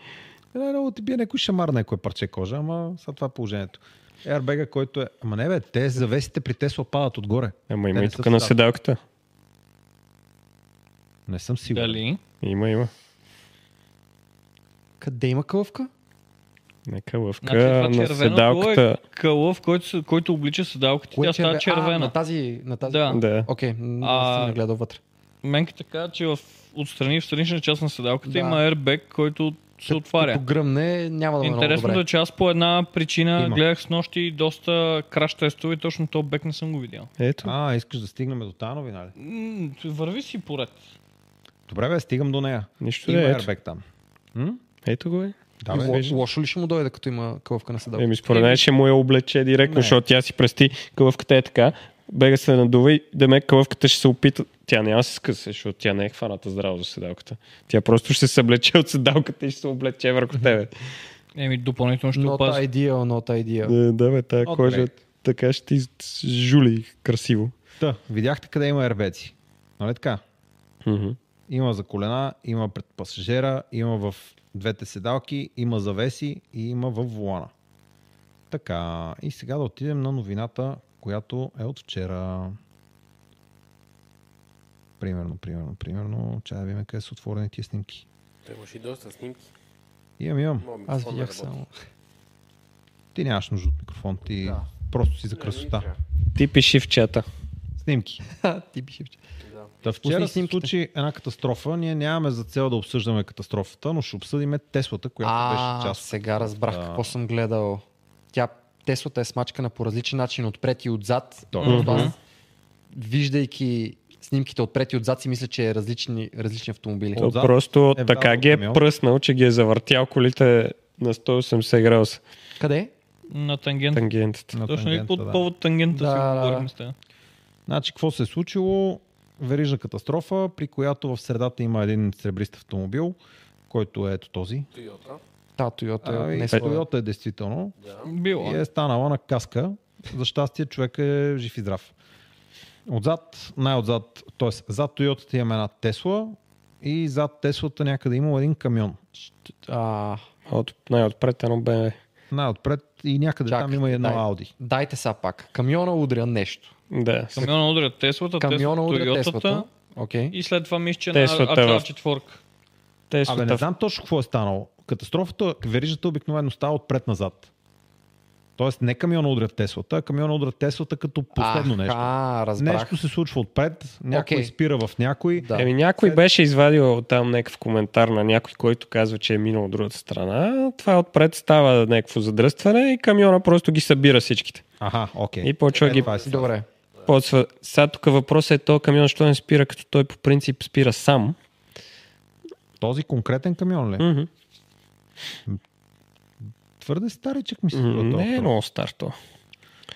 Speaker 2: Е, да, ти бие някой шамар на някое парче кожа, ама сега това е положението. Airbag, който е... Ама не бе, те завесите при Тесла падат отгоре.
Speaker 5: Ама
Speaker 2: Те
Speaker 5: има
Speaker 2: не
Speaker 5: и
Speaker 2: са
Speaker 5: тук на
Speaker 2: в
Speaker 5: седалката.
Speaker 2: Не съм сигурен.
Speaker 3: Дали?
Speaker 5: Има, има.
Speaker 4: Къде има кълъвка?
Speaker 5: Не кълъвка,
Speaker 3: Значи, това червено
Speaker 5: на
Speaker 3: къло
Speaker 5: седалката.
Speaker 3: е кълъв, който, се- който облича седалката. Тя става
Speaker 4: А,
Speaker 3: червена.
Speaker 4: на тази, на тази.
Speaker 3: Да.
Speaker 5: Да.
Speaker 4: Окей, м,
Speaker 3: А-
Speaker 4: аз съм не гледал вътре.
Speaker 3: Менка така, че в, отстрани в странична част на седалката
Speaker 4: Да.
Speaker 3: има airbag, който се отваря.
Speaker 4: Като гръмне, няма да е много
Speaker 3: Интересното е,
Speaker 4: добре.
Speaker 3: че аз по една причина
Speaker 2: Има.
Speaker 3: гледах с нощи доста краш тестове и точно то бек не съм го видял.
Speaker 5: Ето.
Speaker 2: А, искаш да стигнем до тази новина ли?
Speaker 3: М, Върви си поред.
Speaker 2: Добре, бе, стигам до нея.
Speaker 5: Нищо
Speaker 2: Има
Speaker 5: да е. Ето,
Speaker 2: airbag там. М?
Speaker 5: ето го е.
Speaker 2: Да, бе.
Speaker 4: Ло- Лошо ли ще му дойде, като има кълъвка на седалка?
Speaker 5: Еми, според мен ще му я облече директно,
Speaker 2: Не.
Speaker 5: защото тя си пръсти кълъвката е така. Бега се надува и да ме кълъвката ще се опита. Тя няма да се скъса, защото тя не е хваната здраво за седалката. Тя просто ще се облече от седалката и ще се облече върху тебе.
Speaker 3: Еми, допълнително ще
Speaker 4: Not
Speaker 3: опази.
Speaker 4: ideal, not ideal.
Speaker 5: Да, да бе, тая
Speaker 2: От
Speaker 5: кожа
Speaker 2: проект.
Speaker 5: така ще ти жули красиво.
Speaker 2: Та, видяхте къде има ербеци. Нали така?
Speaker 5: Мгм.
Speaker 2: Има за колена, има пред пасажера, има в двете седалки, има завеси и има в волана. Така, и сега да отидем на новината, която е от вчера. Примерно, примерно, примерно. Чай да видим къде са отворени тия снимки.
Speaker 1: Той имаше и доста снимки.
Speaker 2: Имам, имам.
Speaker 1: Моят микрофон
Speaker 4: Аз
Speaker 1: не
Speaker 4: видях
Speaker 1: работи.
Speaker 4: само.
Speaker 2: Ти нямаш нужда от микрофон, ти да. просто си за красота.
Speaker 5: Ти пиши в чата.
Speaker 2: Снимки.
Speaker 4: Ха, Ти бих ще-
Speaker 2: Та
Speaker 4: Пусни
Speaker 2: вчера се
Speaker 4: снимките.
Speaker 2: случи една катастрофа. Ние нямаме за цел да обсъждаме катастрофата, но ще обсъдиме Теслата, която
Speaker 4: А,
Speaker 2: беше част.
Speaker 4: сега разбрах
Speaker 2: Да.
Speaker 4: какво съм гледал. Тя, Теслата е смачкана по различен начин, отпред и отзад.
Speaker 2: Точно.
Speaker 4: Просто аз, Виждайки снимките отпред и отзад си мисля, че е различни, различни автомобили.
Speaker 5: То
Speaker 2: Отзад
Speaker 5: просто
Speaker 2: е
Speaker 5: така
Speaker 2: влязъл
Speaker 5: ги е
Speaker 2: камион.
Speaker 5: пръснал, че ги е завъртял колите на 180 градуса.
Speaker 4: Къде?
Speaker 3: На тангент.
Speaker 5: Тангентата.
Speaker 2: на
Speaker 3: Точно ли
Speaker 2: тангента,
Speaker 3: под
Speaker 2: да.
Speaker 3: повод тангента
Speaker 4: Да,
Speaker 3: си
Speaker 4: да,
Speaker 3: говорим
Speaker 4: да.
Speaker 3: с теб?
Speaker 2: Значи, какво се е случило? Верижна катастрофа, при която в средата има един сребрист автомобил, който е ето този.
Speaker 1: Toyota.
Speaker 4: Та, Тойота е
Speaker 2: А, и
Speaker 4: отнесла.
Speaker 2: Тойота е действително.
Speaker 3: Било.
Speaker 2: И е станала на каска. За щастие, човек е жив и здрав. Отзад, най-отзад, т.е. зад Тойотата имаме една Тесла и зад Теслата някъде има един камион.
Speaker 4: А,
Speaker 5: От, най-отпред едно БМВ.
Speaker 2: Най-отпред и някъде
Speaker 4: Чакай,
Speaker 2: там има едно
Speaker 4: дай.
Speaker 2: Ауди.
Speaker 4: дайте сега пак. Камиона удря нещо.
Speaker 5: Да.
Speaker 3: Камиона удря Теслата, Теслата,
Speaker 4: Камиона удря
Speaker 3: Тойотата
Speaker 4: Теслата. Окей.
Speaker 3: и след това мисля, че на
Speaker 5: Теслата е
Speaker 3: Ача
Speaker 5: в-
Speaker 3: четворка.
Speaker 2: Абе, не
Speaker 5: Теслата.
Speaker 2: знам точно какво е станало. Катастрофата, верижата обикновено става отпред-назад. Тоест не камиона удря Теслата, а камиона удря Теслата като последно нещо.
Speaker 4: А, разбрах.
Speaker 2: Нещо се случва отпред, някой
Speaker 4: Окей.
Speaker 2: okay. спира в някой. Е,
Speaker 4: Да.
Speaker 5: Еми някой беше извадил там някакъв коментар на някой, който казва, че е минал от другата страна. Това е отпред става някакво задръстване и камиона просто ги събира всичките.
Speaker 2: Аха, окей.
Speaker 5: И почва ги
Speaker 2: това е сега.
Speaker 4: Добре.
Speaker 5: подсва. Сега тук въпросът е то камион, що не спира, като той по принцип спира сам.
Speaker 2: Този конкретен камион ли?
Speaker 5: Мгм.
Speaker 2: Твърде старичък ми се струва
Speaker 5: М,
Speaker 2: този
Speaker 5: Не е
Speaker 2: автомобил.
Speaker 5: много стар то.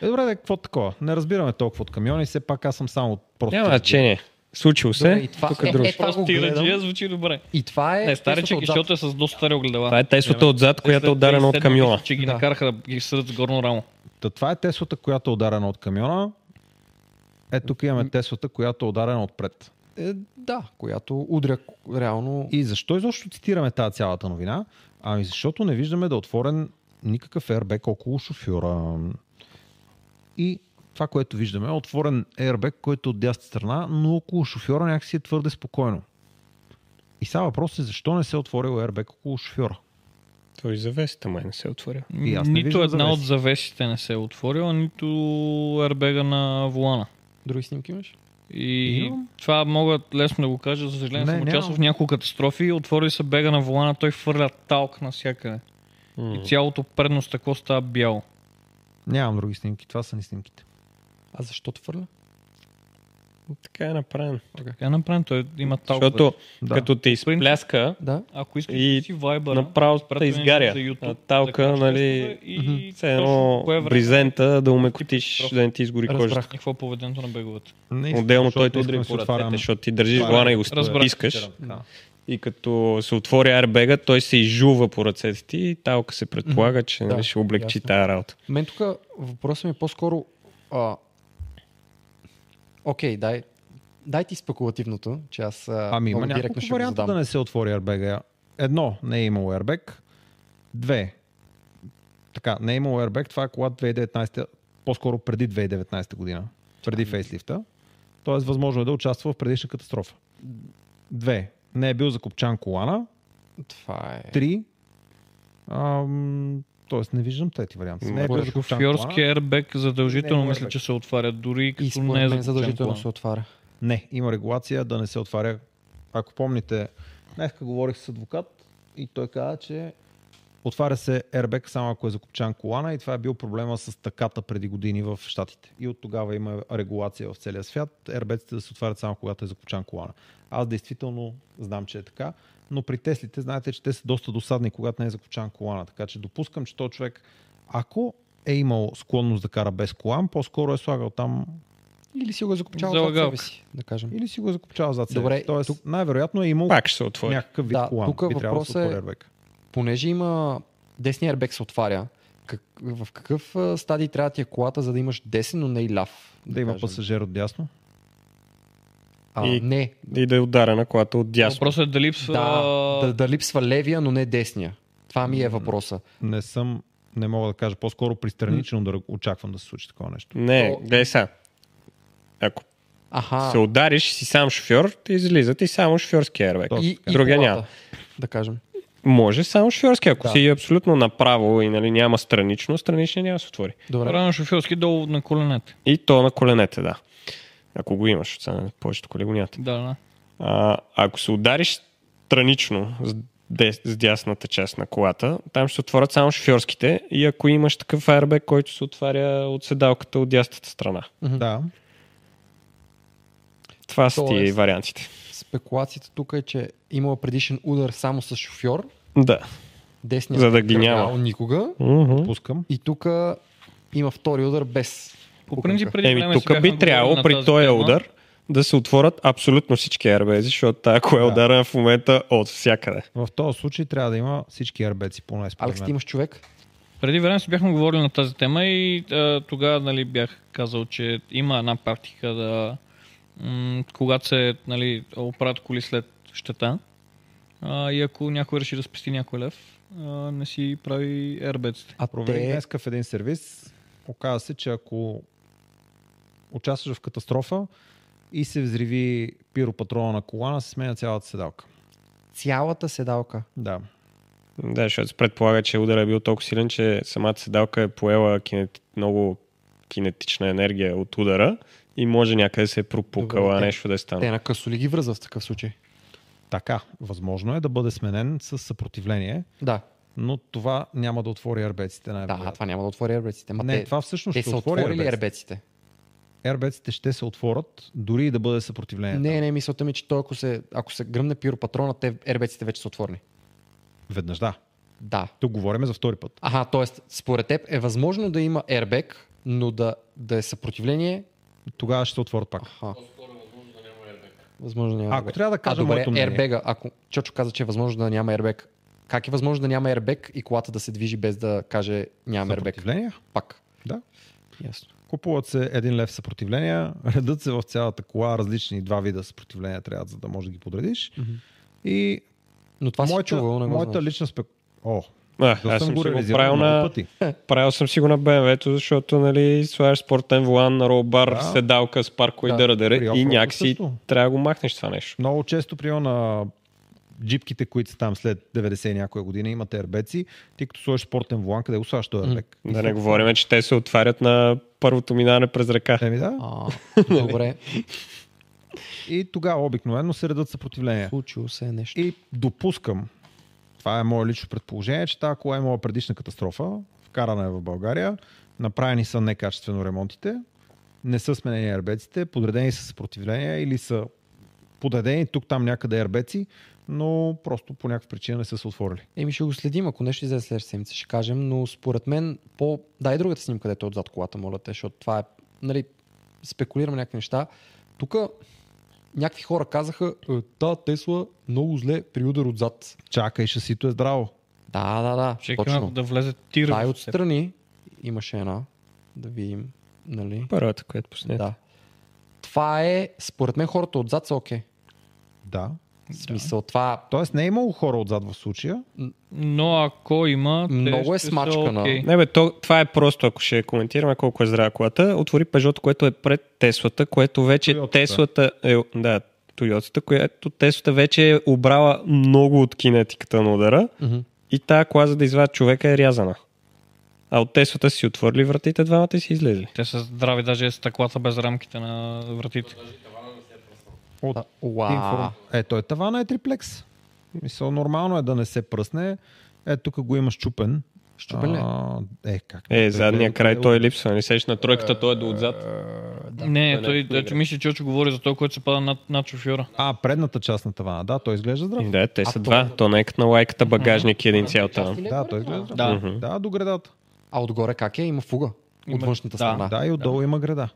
Speaker 2: Е, добре, да, какво такова? Не разбираме толкова от камиони, все пак аз съм само от просто...
Speaker 5: Няма значение. Случило
Speaker 4: Добре,
Speaker 5: се.
Speaker 4: и това,
Speaker 5: Тук
Speaker 4: е,
Speaker 5: е друго.
Speaker 4: е, това го
Speaker 3: Тираджия
Speaker 4: гледам.
Speaker 3: звучи добре.
Speaker 4: И това е...
Speaker 3: Не, старичък,
Speaker 4: Теслата
Speaker 3: и
Speaker 4: отзад.
Speaker 3: защото е с доста стари огледала.
Speaker 5: Това е Теслата отзад, която е ударена от
Speaker 3: 2007
Speaker 5: камиона.
Speaker 3: мисля, Че ги
Speaker 4: Да.
Speaker 3: накараха да ги съдят с горно рамо.
Speaker 2: Та, това е Теслата, която е ударена от камиона. Е, тук имаме Теслата, която е ударена отпред.
Speaker 4: Е, да, която удря к- реално...
Speaker 2: И защо изобщо цитираме тази цялата новина? Ами защото не виждаме да е отворен никакъв ербек около шофьора. И това, което виждаме е отворен ербек, който е от дясната страна, но около шофьора някакси е твърде спокойно. И сега въпрос е защо не се е отворил ербек около шофьора.
Speaker 5: Той завесата май не се е отворил.
Speaker 2: И аз не
Speaker 3: Нито
Speaker 2: виждам
Speaker 3: една
Speaker 2: завеси.
Speaker 3: от завесите не се е отворила, нито ербега на волана.
Speaker 4: Други снимки имаш?
Speaker 3: И това мога лесно да го кажа, за съжаление
Speaker 2: Не,
Speaker 3: съм участвал
Speaker 2: нямам.
Speaker 3: в няколко катастрофи, отвори се бега на волана, той хвърля талк навсякъде. И цялото предно стъкло става бяло.
Speaker 2: Нямам други снимки, това са ни снимките.
Speaker 4: А защо твърля?
Speaker 5: Така е направен.
Speaker 3: Как е направен? Той има талк.
Speaker 5: Защото
Speaker 2: Да.
Speaker 5: като те изпляска,
Speaker 4: Да.
Speaker 3: ако искаш
Speaker 5: И
Speaker 3: да си вайбъра,
Speaker 5: направо
Speaker 3: прати
Speaker 5: те
Speaker 3: ми нещо
Speaker 5: изгаря.
Speaker 3: за YouTube,
Speaker 5: А талка,
Speaker 3: за
Speaker 5: нали,
Speaker 3: и
Speaker 5: все едно
Speaker 3: точно кое време
Speaker 5: бризента да умекотиш, да не ти изгори
Speaker 4: Разбрах.
Speaker 5: кожата.
Speaker 3: и Какво е поведението на беговете?
Speaker 2: Не искам,
Speaker 5: Отделно
Speaker 2: защото
Speaker 5: той те
Speaker 2: искам
Speaker 5: удари
Speaker 2: да си
Speaker 5: по ръцете,
Speaker 2: отварям-
Speaker 5: защото ти държиш
Speaker 2: отварям-
Speaker 5: влана и го
Speaker 3: Разбрах.
Speaker 5: стискаш.
Speaker 2: Да.
Speaker 5: И като се отвори арбега, той се изжува по ръцете ти и талка се предполага, че
Speaker 4: Да,
Speaker 5: нали, ще облегчи
Speaker 4: ясно.
Speaker 5: тая работа.
Speaker 4: Мен тук въпросът ми е по-скоро... А... Окей, дай, дай ти спекулативното, че аз а,
Speaker 2: Ами има
Speaker 4: много
Speaker 2: няколко
Speaker 4: директно ще го
Speaker 2: варианта
Speaker 4: задам.
Speaker 2: да не се отвори ербега. Едно, не е имало ербег. Две, така, не е имало ербег, това е кола 2019, по-скоро преди 2019 година, преди
Speaker 4: Ами.
Speaker 2: фейслифта. Тоест, възможно е да участва в предишна катастрофа. Две, не е бил закопчан колана.
Speaker 4: Това е...
Speaker 2: Три, ам, тоест не виждам трети вариант. Не е бил
Speaker 4: Добре,
Speaker 2: закопчан
Speaker 3: Шофьорски
Speaker 2: колана.
Speaker 3: ербек задължително
Speaker 2: Не, не е
Speaker 3: мисля, че се отваря, дори
Speaker 4: И
Speaker 3: като
Speaker 4: според
Speaker 3: не е
Speaker 4: мен задължително
Speaker 3: задължително.
Speaker 4: се отваря.
Speaker 2: Не, има регулация да не се отваря. Ако помните, днеска говорих с адвокат и той каза, че отваря се airbag само ако е закопчан колана и това е бил проблема с таката преди години в Штатите. И от тогава има регулация в целия свят, airbag да се отварят само когато е закопчан колана. Аз действително знам, че е така, но при Теслите знаете, че те са доста досадни, когато не е закопчан колана. Така че допускам, че този човек, ако е имал склонност да кара без колан, по-скоро е слагал там
Speaker 4: Или си го е закопчал
Speaker 3: За
Speaker 4: зад себе
Speaker 3: лъгалка.
Speaker 4: си, да кажем.
Speaker 2: или си го е закопчал зад себе.
Speaker 4: Добре,
Speaker 2: си. Тоест,
Speaker 4: тук-
Speaker 2: най-вероятно е имал
Speaker 5: Пак ще се отвори.
Speaker 2: някакъв вид
Speaker 4: Да,
Speaker 2: колан.
Speaker 4: тук
Speaker 2: Би трябвало да се
Speaker 4: въпросът е-
Speaker 2: отвори airbag.
Speaker 4: Понеже има десния ербек се отваря, как, в какъв а, стадий трябва ти е колата, за да имаш десен, но не и ляв?
Speaker 2: Да има
Speaker 4: кажем?
Speaker 2: пасажир от дясно.
Speaker 4: А,
Speaker 5: И-
Speaker 4: Не,
Speaker 5: И да е ударена колата от дясно.
Speaker 3: Въпросът е дали липсва...
Speaker 4: да, да, да липсва левия, но не десния. Това ми е въпроса.
Speaker 2: Не съм, не мога да кажа, по-скоро пристранично да очаквам да се случи такова нещо.
Speaker 5: Не,
Speaker 4: То-
Speaker 5: гледай сега. Ако
Speaker 4: Аха,
Speaker 5: се удариш и си сам шофьор, ти излиза ти само шофьорски ербек.
Speaker 2: Точно.
Speaker 4: и, и
Speaker 5: Другия
Speaker 4: колата,
Speaker 5: няма.
Speaker 4: Да кажем.
Speaker 5: Може само шофьорски. Ако
Speaker 4: Да.
Speaker 5: си абсолютно направо и нали, няма странично, страничния няма да се отвори.
Speaker 4: Добре.
Speaker 3: Рано шофьорски долу на коленете.
Speaker 5: И то на коленете, да. Ако го имаш, от сега повечето коли го нямат.
Speaker 3: Да, да.
Speaker 5: А, ако се удариш странично с, дес, с дясната част на колата, там ще се отворят само шофьорските и ако имаш такъв айрбек, който се отваря от седалката от дясната страна.
Speaker 2: Да,
Speaker 5: Това са ти
Speaker 4: Тоест-
Speaker 5: вариантите.
Speaker 4: Спекулацията тук е, че имала предишен удар само с шофьор,
Speaker 5: Да.
Speaker 4: десния
Speaker 5: За да
Speaker 4: не
Speaker 5: ги
Speaker 4: е
Speaker 5: няма.
Speaker 4: тръгнал никога
Speaker 5: Мгм.
Speaker 2: пускам.
Speaker 4: и тук има втори удар без.
Speaker 3: По принцип, преди
Speaker 5: Еми,
Speaker 3: време си
Speaker 5: тук
Speaker 3: бяхме
Speaker 5: би
Speaker 3: говорили на
Speaker 5: трябвало при
Speaker 3: тази
Speaker 5: този
Speaker 3: тема.
Speaker 5: удар да се отворят абсолютно всички ербези, защото тази кола е
Speaker 2: Да.
Speaker 5: ударена в момента от всякъде.
Speaker 2: В този случай трябва да има всички арбеци, поне според
Speaker 4: Алекс, ти
Speaker 2: мен.
Speaker 4: имаш човек?
Speaker 3: Преди време си бяхме говорили на тази тема и а, тогава нали, бях казал, че има една практика да м- когато се нали, оправят коли след щета а, и ако някой реши да спести някой лев, а, не си прави ербеците.
Speaker 4: А
Speaker 2: Проверих
Speaker 4: те...
Speaker 2: днеска в един сервис. Оказа се, че ако участваш в катастрофа и се взриви пиропатрона на колана, се сменя цялата седалка.
Speaker 4: цялата седалка.
Speaker 2: Да.
Speaker 5: Да, защото се предполага, че ударът е бил толкова силен, че самата седалка е поела кинет... много кинетична енергия от удара и може някъде се е пропукала
Speaker 4: Добре, те-
Speaker 5: нещо да е
Speaker 4: Те
Speaker 5: станало.
Speaker 4: на късо ли ги връзват в такъв случай?
Speaker 2: Така, възможно е да бъде сменен с съпротивление,
Speaker 4: Да,
Speaker 2: но това няма да отвори арбеците най
Speaker 4: да, това няма да отвори ербеците. Ма
Speaker 2: Не,
Speaker 4: те,
Speaker 2: това всъщност
Speaker 4: те
Speaker 2: ще
Speaker 4: са
Speaker 2: отвори
Speaker 4: отворили
Speaker 2: ербеците.
Speaker 4: ербеците.
Speaker 2: Ербеците ще се отворят, дори и Е, да бъде съпротивление.
Speaker 4: Не, не, мисълта ми, е, че той, ако се, ако се гръмне пиропатрона, те ербеците вече са отворени.
Speaker 2: Веднъж да.
Speaker 4: Да.
Speaker 2: Тук говорим за втори път.
Speaker 4: Аха, т.е. според теб е възможно да има ербек, но да, да е съпротивление.
Speaker 2: Тогава ще се отворят пак.
Speaker 4: Аха. Възможно да няма
Speaker 2: Ако
Speaker 4: ербек.
Speaker 2: трябва да
Speaker 4: а,
Speaker 2: кажа
Speaker 4: добре,
Speaker 2: моето мнение.
Speaker 4: ербега, ако Чочо каза, че е възможно да няма ербек, как е възможно да няма ербек и колата да се движи без да каже нямам ербек?
Speaker 2: Съпротивление?
Speaker 4: Пак.
Speaker 2: Да.
Speaker 4: Ясно.
Speaker 2: Купуват се един лев съпротивления, редат се в цялата кола, различни два вида съпротивления трябва, за да можеш да ги подредиш. И
Speaker 4: Но това си
Speaker 2: моята,
Speaker 4: чувал, не го
Speaker 2: моята
Speaker 4: знаеш.
Speaker 2: лична спек... О,
Speaker 5: А,
Speaker 2: да
Speaker 5: аз
Speaker 2: съм
Speaker 5: съм
Speaker 2: го
Speaker 5: си го
Speaker 2: реализирал
Speaker 5: правил
Speaker 2: много
Speaker 5: на,
Speaker 2: пъти.
Speaker 5: правил съм си го на BMW-то, защото нали, слагаш спортен волан, на ролбар,
Speaker 2: Да.
Speaker 5: седалка с парко и
Speaker 4: Да,
Speaker 5: дъра дъра
Speaker 2: при
Speaker 5: и
Speaker 2: офроуд
Speaker 5: някакси
Speaker 2: също.
Speaker 5: трябва да го махнеш това нещо.
Speaker 2: Много често, приема на джипките, които са там след 90 и някоя година, имат ербеци, ти като сложиш спортен волан, къде го слагаш този ербек?
Speaker 5: Да не говорим, че те се отварят на първото минаване през ръка.
Speaker 2: Еми ами да.
Speaker 4: А,
Speaker 2: Нали?
Speaker 4: добре,
Speaker 2: И тогава обикновено се редат съпротивления.
Speaker 4: случило се е нещо.
Speaker 2: И допускам, това е мое лично предположение, че тази кола е имала предишна катастрофа, вкарана е в България, направени са некачествено ремонтите, не са сменени ербеците, подредени са съпротивления или са подредени тук-там някъде ербеци, но просто по някаква причина не са се отворили.
Speaker 4: Еми ще го следим, ако нещо излезе следващата седмица, ще кажем, но според мен по... Да, и другата снимка, където е отзад колата, моля те, защото това е, нали, спекулирам някакви неща. Тук някакви хора казаха, «Е, та Тесла много зле при удар отзад.
Speaker 2: Чакай, шасито е здраво.
Speaker 4: Да, да, да,
Speaker 3: Чекам
Speaker 4: точно.
Speaker 3: да влезе тир.
Speaker 4: Дай
Speaker 3: в теб.
Speaker 4: отстрани имаше една, да видим, нали?
Speaker 5: Първата, която пуснете.
Speaker 4: Да. Това е, според мен хората отзад са окей.
Speaker 2: Да.
Speaker 4: В смисъл, това
Speaker 2: Тоест не е имало хора отзад в случая.
Speaker 3: Но ако има... те
Speaker 4: Много е
Speaker 3: ще са
Speaker 4: смачкана.
Speaker 3: окей.
Speaker 5: Не бе, то, това е просто, ако ще коментираме колко е здрава колата. Отвори Peugeot, което е пред Теслата, което вече
Speaker 2: Toyota.
Speaker 5: Теслата е... Да, Toyota, която Теслата вече е обрала много от кинетиката на удара
Speaker 4: Мгм.
Speaker 5: и тая кола, за да извадят човека, е рязана. А от Теслата си отворили вратите двамата и си излезли.
Speaker 3: Те са здрави, даже е стъклата без рамките на вратите.
Speaker 2: От
Speaker 4: Уа.
Speaker 2: информ... Е, той тавана е триплекс. Мисъл, нормално е да не се пръсне. Е, тук го има щупен.
Speaker 4: Щупен ли?
Speaker 2: А, е, как?
Speaker 5: Е, задния край той липсва. Не сеш на тройката, той е до отзад.
Speaker 3: Е, Да, не, той, да, че мисля, че очи говори за той, който се пада над, над шофьора.
Speaker 2: А, предната част на тавана. Да, той изглежда здрав.
Speaker 5: Да, те са два. То не е като на лайката багажник и един цял там.
Speaker 4: Е,
Speaker 2: Да, той изглежда здрав.
Speaker 3: Да.
Speaker 2: Мгм. да, до гредата.
Speaker 4: А отгоре как е? Има фуга. От
Speaker 3: Има-
Speaker 4: външната
Speaker 3: да,
Speaker 4: страна.
Speaker 2: Да, и отдолу има града.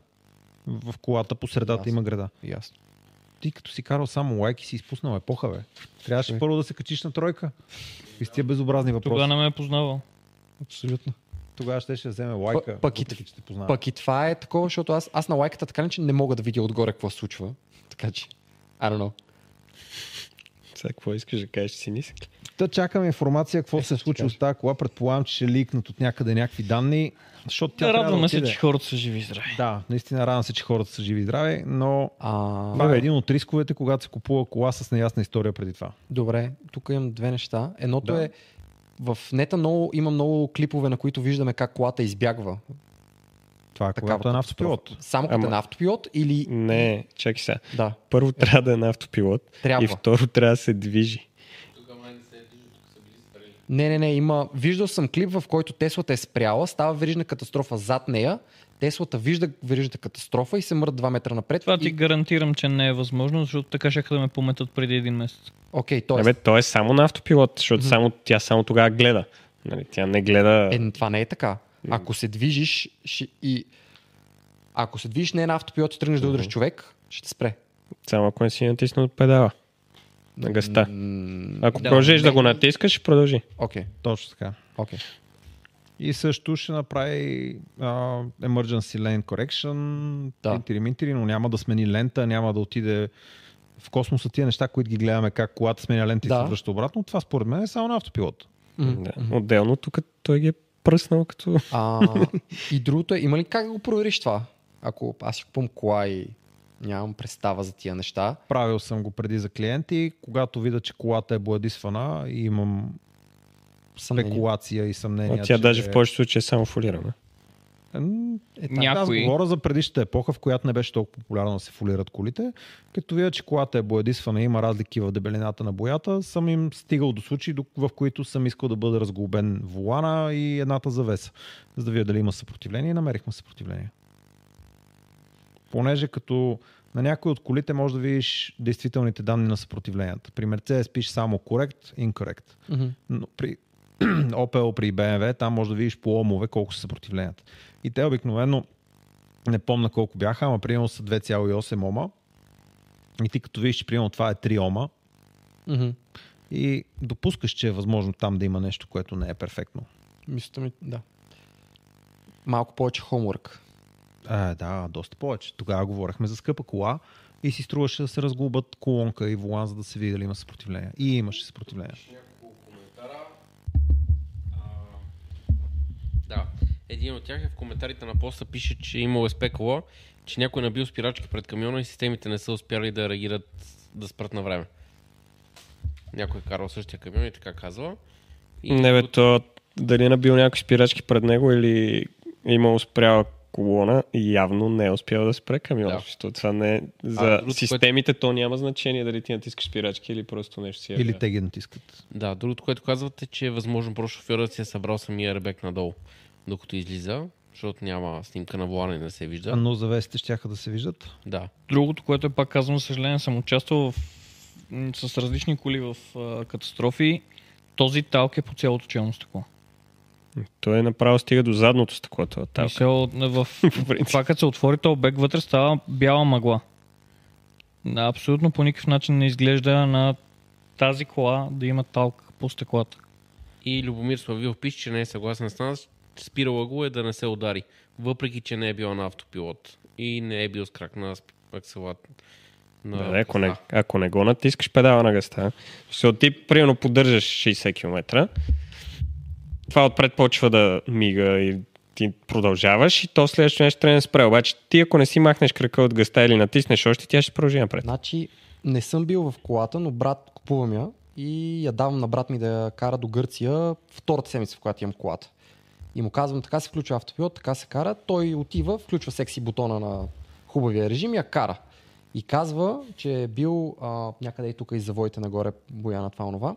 Speaker 2: В колата по средата
Speaker 4: Ясно.
Speaker 2: има града.
Speaker 4: Ясно.
Speaker 2: Ти като си карал само лайк и си изпуснал епоха, бе. Трябваше
Speaker 4: Човек.
Speaker 2: първо да се качиш на тройка. И с тия безобразни въпроси.
Speaker 3: Тогава
Speaker 2: Тогава,
Speaker 3: не ме е познавал.
Speaker 4: Абсолютно.
Speaker 2: Тогава ще ще вземе лайка.
Speaker 4: Пък- пък и-
Speaker 2: въпреки, че те познава.
Speaker 4: Пък и това е такова, защото аз, аз на лайката така ли, че не мога да видя отгоре какво се случва. Така че, I don't know.
Speaker 5: Сега какво искаш да кажеш, си нисък?
Speaker 2: Та чакаме информация какво
Speaker 4: Е,
Speaker 2: се случи
Speaker 4: кажа.
Speaker 2: с тази кола. Предполагам, че ще ликнат от някъде някакви данни. Защото тя
Speaker 3: Да,
Speaker 2: трябва да
Speaker 3: радваме се,
Speaker 2: отиде.
Speaker 3: че хората са живи и здрави.
Speaker 2: Да, наистина радвам се, че хората са живи и здрави, но
Speaker 4: А,
Speaker 2: това е един от рисковете, когато се купува кола с неясна история преди това.
Speaker 4: Добре, тук имам две неща. Едното
Speaker 2: Да.
Speaker 4: да. е, в нета много, има много клипове, на които виждаме как колата избягва.
Speaker 2: Това е
Speaker 4: Такава
Speaker 2: когато е на
Speaker 4: катастрофа.
Speaker 2: автопилот.
Speaker 4: Само като
Speaker 5: Ама-
Speaker 4: е на автопилот или...
Speaker 5: Не, чакай сега.
Speaker 4: Да,
Speaker 5: Първо трябва да е на автопилот.
Speaker 4: Трябва.
Speaker 5: И второ трябва да се движи.
Speaker 4: Не, не, не, има... Виждал съм клип, в който Теслата е спряла, става верижна катастрофа зад нея, Теслата вижда верижната катастрофа и се мърда 2 метра напред.
Speaker 3: Това
Speaker 4: и...
Speaker 3: ти гарантирам, че не е възможно, защото така ще да ме пометат преди един месец.
Speaker 4: Окей,
Speaker 5: Тоест...
Speaker 4: тоест...
Speaker 5: Абе, той е само на автопилот, защото само, тя само тогава гледа. Нали, тя не гледа...
Speaker 4: Е, това не е така. Ако се движиш ще... и... Ако се движиш не е на автопилот и тръгнеш да удреш човек, ще те спре.
Speaker 5: Само ако не си натиснал педала. На гъста.
Speaker 4: М,
Speaker 5: Ако продължиш
Speaker 4: не.
Speaker 5: да го натискаш, ще продължи.
Speaker 4: Окей,
Speaker 2: Точно така.
Speaker 4: окей.
Speaker 2: И също ще направи а, emergency lane correction,
Speaker 4: Да.
Speaker 2: да. интери, но няма да смени лента, няма да отиде в космоса тия неща, които ги гледаме, как колата сменя лента и
Speaker 4: Да.
Speaker 2: се връща обратно. Това според мен е само на автопилот.
Speaker 4: М.
Speaker 5: Да. Отделно тук той ги е пръснал като...
Speaker 4: А, и другото е, има ли как да го провериш това? Ако аз си купувам кола и нямам представа за тия неща.
Speaker 2: Правил съм го преди за клиенти, когато видя, че колата е бладисвана и имам
Speaker 4: съмнение.
Speaker 2: спекулация и съмнение.
Speaker 5: А тя даже в повечето случаи е само фолирана.
Speaker 2: Е,
Speaker 3: така.
Speaker 2: Аз
Speaker 3: Някои.
Speaker 2: говоря за предишната епоха, в която не беше толкова популярно да се фолират колите. Като видя, че колата е боядисвана и има разлики в дебелината на боята, съм им стигал до случаи, до- в които съм искал да бъде разглобен волана и едната завеса, за да видя дали има съпротивление и намерихме съпротивление. Понеже като на някои от колите може да видиш действителните данни на съпротивленията. При Mercedes пише само correct, incorrect.
Speaker 4: Мгм.
Speaker 2: Но при Opel, при BMW, там може да видиш по омове колко са съпротивленията. И те обикновено, не помна колко бяха, ама примерно са 2,8 ома. И ти като видиш, че примерно това е 3 ома,
Speaker 4: Мгм.
Speaker 2: и допускаш, че е възможно там да има нещо, което не е перфектно.
Speaker 4: Мисля ми, да. Малко повече хомворк.
Speaker 2: А, Е, да, доста повече. Тогава говорихме за скъпа кола и си струваше да се разглобат колонка и волан, за да се види дали има съпротивление. И имаше съпротивление.
Speaker 1: Да. Един от тях е в коментарите на поста пише, че имало е спекула, че някой е набил спирачки пред камиона и системите не са успяли да реагират, да спрат на време. Някой е карал същия камион и така казва. И
Speaker 5: Не бе, то дали е набил някакви спирачки пред него или има успряла колона, явно не е успял да спре камиона.
Speaker 1: Да.
Speaker 5: Да. Това не е... За
Speaker 1: другото,
Speaker 5: системите то няма значение дали ти натискаш спирачки или просто нещо си. е
Speaker 2: Или
Speaker 5: вярно.
Speaker 2: те ги натискат.
Speaker 1: Да, другото, което казвате, че е възможно просто шофьорът си е събрал самия ребек надолу, докато излиза, защото няма снимка на волана и не се вижда.
Speaker 2: Но завесите ще да се виждат.
Speaker 1: Да.
Speaker 3: Другото, което е пак казвам, за съжаление, съм участвал в, м, с различни коли в а, катастрофи. Този талк е по цялото челно стъкло.
Speaker 5: Той е направо стига до задното стъкло. Това,
Speaker 3: Талк.
Speaker 5: талк.
Speaker 3: Мисъл, в,
Speaker 5: По принцип.
Speaker 3: това, като се отвори този обект, вътре става бяла мъгла. Абсолютно по никакъв начин не изглежда на тази кола да има талк по стъклата.
Speaker 1: И Любомир Славилов пише, че не е съгласен с нас. Спирала го е да не се удари, въпреки че не е бил на автопилот и не е бил с крак на сп- акселат. На...
Speaker 5: Да, е да, ако, не,
Speaker 1: А,
Speaker 5: ако не го натискаш педала на гъста, защото ти примерно поддържаш 60 км, това отпред почва да мига и ти продължаваш и то следващото нещо трябва да спре. Обаче ти ако не си махнеш крака от гъста или натиснеш още, тя ще продължи напред.
Speaker 4: Значи, не съм бил в колата, но брат купувам я и я давам на брат ми да я кара до Гърция втората седмица, в която имам колата. И му казвам, така се включва автопилот, така се кара. Той отива, включва секси бутона на хубавия режим и я кара. И казва, че е бил а, някъде и тук из завоите нагоре, Бояна това онова.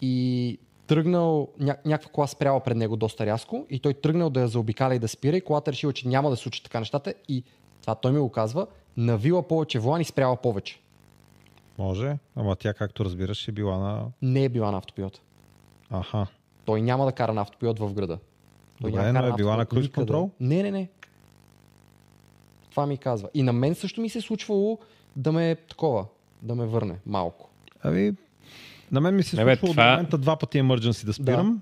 Speaker 4: И тръгнал, ня, някаква кола спряла пред него доста рязко и той тръгнал да я заобикаля и да спира и колата решила, че няма да се случи така нещата и това той ми го казва, навила повече волан и спряла повече.
Speaker 2: Може, ама тя, както разбираш, е била на...
Speaker 4: Не е била на автопилот.
Speaker 2: Аха.
Speaker 4: Той няма да кара на автопилот в града. Той няма
Speaker 2: Добре,
Speaker 4: да
Speaker 2: но
Speaker 4: кара
Speaker 2: е била на
Speaker 4: автопилот
Speaker 2: круиз
Speaker 4: никъде.
Speaker 2: контрол?
Speaker 4: Не, не, не. Това ми казва. И на мен също ми се е случвало да ме такова, да ме върне малко.
Speaker 2: Ами, на мен ми се
Speaker 5: Не, Е, бе,
Speaker 2: случва това... до
Speaker 5: това-
Speaker 2: момента два пъти emergency да спирам.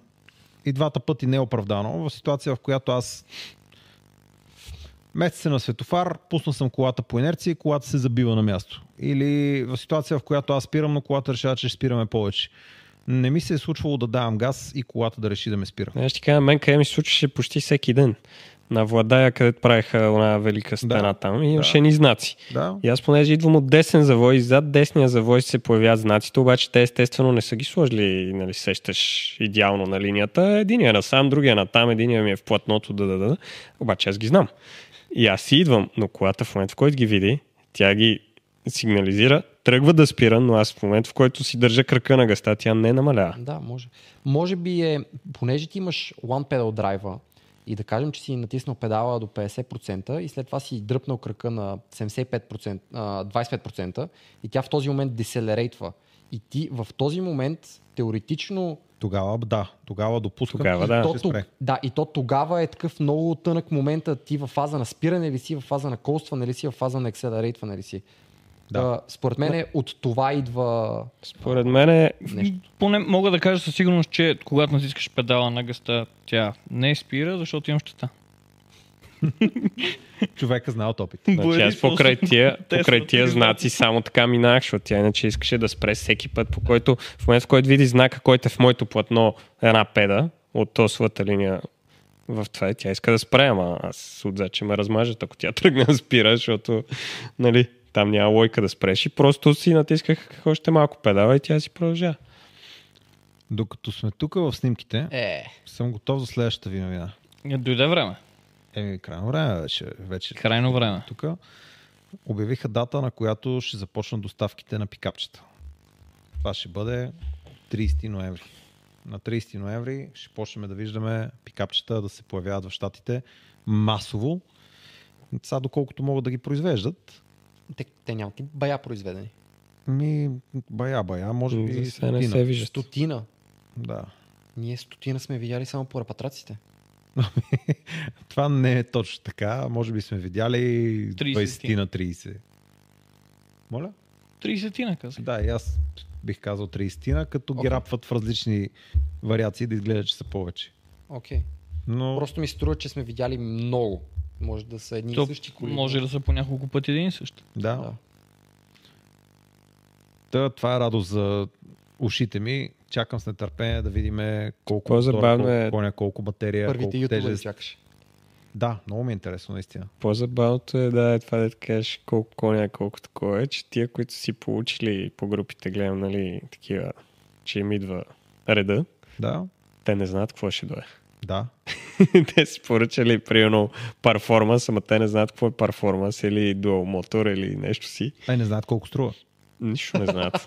Speaker 2: И двата пъти не е оправдано. В ситуация, в която аз месец се на светофар, пуснал съм колата по инерция и колата се забива на място. Или в ситуация, в която аз спирам, но колата решава, че ще спираме повече. Не ми се е случвало да давам газ и колата да реши да ме спира.
Speaker 5: Не, ще ти кажа, мен къде ми се случваше почти всеки ден. На Владая, където правиха една велика стена
Speaker 2: Да.
Speaker 5: там, и имаше ни знаци.
Speaker 2: Да.
Speaker 5: И аз понеже идвам от десен завой, и зад десния завой се появяват знаците, обаче те естествено не са ги сложили, нали, сещаш идеално на линията. Единия е насам, другия е натам, единия ми е в платното, да, да, да. Обаче аз ги знам. И аз си идвам, но колата в момента, в който ги види, тя ги сигнализира, тръгва да спира, но аз в момента, в който си държа крака на гъста, тя не намалява.
Speaker 4: Да, може. Може би е, понеже ти имаш one pedal драйва и да кажем, че си натиснал педала до 50% и след това си дръпнал кръка на 75%, а, 25% и тя в този момент деселерейтва. И ти в този момент теоретично
Speaker 2: Тогава да, тогава допускам.
Speaker 5: Тогава, да.
Speaker 2: да
Speaker 4: то,
Speaker 2: се
Speaker 4: тог-
Speaker 2: спре.
Speaker 4: да, и то тогава е такъв много тънък момента. Ти в фаза на спиране ли си, в фаза на колстване ли си, в фаза на екселерейтване ли си.
Speaker 2: Да.
Speaker 4: А, според мен е, от това идва
Speaker 5: Според мен е
Speaker 3: Поне мога да кажа със сигурност, че когато натискаш педала на гъста, тя не спира, защото имам щета.
Speaker 2: Човека знае от опит.
Speaker 5: Значи аз покрай тия,
Speaker 3: Тесла,
Speaker 5: покрай тия
Speaker 3: три
Speaker 5: знаци само така минах, защото тя иначе искаше да спре всеки път, по който в момента, в който види знака, който е в моето платно една педа от тослата линия в това, и тя иска да спре, ама аз отзад ще ме размажат, ако тя тръгне да спира, защото нали, там няма лойка да спреш и просто си натисках още малко педала и тя си продължа.
Speaker 2: Докато сме тук в снимките,
Speaker 4: е,
Speaker 2: съм готов за следващата ви новина.
Speaker 3: Е, Дойде време.
Speaker 2: Еми, крайно време вече. вече
Speaker 3: Крайно време.
Speaker 2: Тук обявиха дата, на която ще започнат доставките на пикапчета. Това ще бъде 30 ноември. На 30 ноември ще почнем да виждаме пикапчета да се появяват в щатите масово. Сега доколкото могат да ги произвеждат,
Speaker 4: те, те нямат ли бая произведени?
Speaker 2: ми бая-бая, може
Speaker 5: М,
Speaker 2: би
Speaker 5: за сега не
Speaker 2: стотина.
Speaker 5: се виждат.
Speaker 4: Стотина.
Speaker 2: Да.
Speaker 4: Ние стотина сме видяли само по репатраците.
Speaker 2: Това не е точно така. Може би сме видяли
Speaker 3: 30.
Speaker 2: 20 на 30. Моля?
Speaker 3: 30 казах.
Speaker 2: Да, и аз бих казал 30, като ги
Speaker 4: Окей.
Speaker 2: рапват в различни вариации да изглежда, че са повече.
Speaker 4: Окей. Okay.
Speaker 2: Но
Speaker 4: Просто ми струва, че сме видяли много. Може да са едни и
Speaker 3: То
Speaker 4: същи коли.
Speaker 3: може да са по няколко пъти един и същ.
Speaker 2: да,
Speaker 4: Да.
Speaker 2: да. Та, това е радост за ушите ми. Чакам с нетърпение да видим колко
Speaker 5: Толкова
Speaker 2: мотор,
Speaker 5: забавно
Speaker 2: колко
Speaker 5: е.
Speaker 2: коня, колко батерия,
Speaker 4: Първите
Speaker 2: колко
Speaker 4: ютубъри
Speaker 2: тежест.
Speaker 4: чакаш.
Speaker 2: Да, много ми е интересно, наистина.
Speaker 5: По-забавното е да е това да ти кажеш колко коня, колко такова е, че тия, които си получили по групите, гледам, нали, такива, че им идва реда,
Speaker 2: Да,
Speaker 5: те не знаят какво ще дойде.
Speaker 2: да.
Speaker 5: те си поръчали, примерно, перформанс, ама те не знаят какво е перформанс или дуал мотор или нещо си.
Speaker 2: Те не знаят колко струва.
Speaker 5: Нищо не знаят.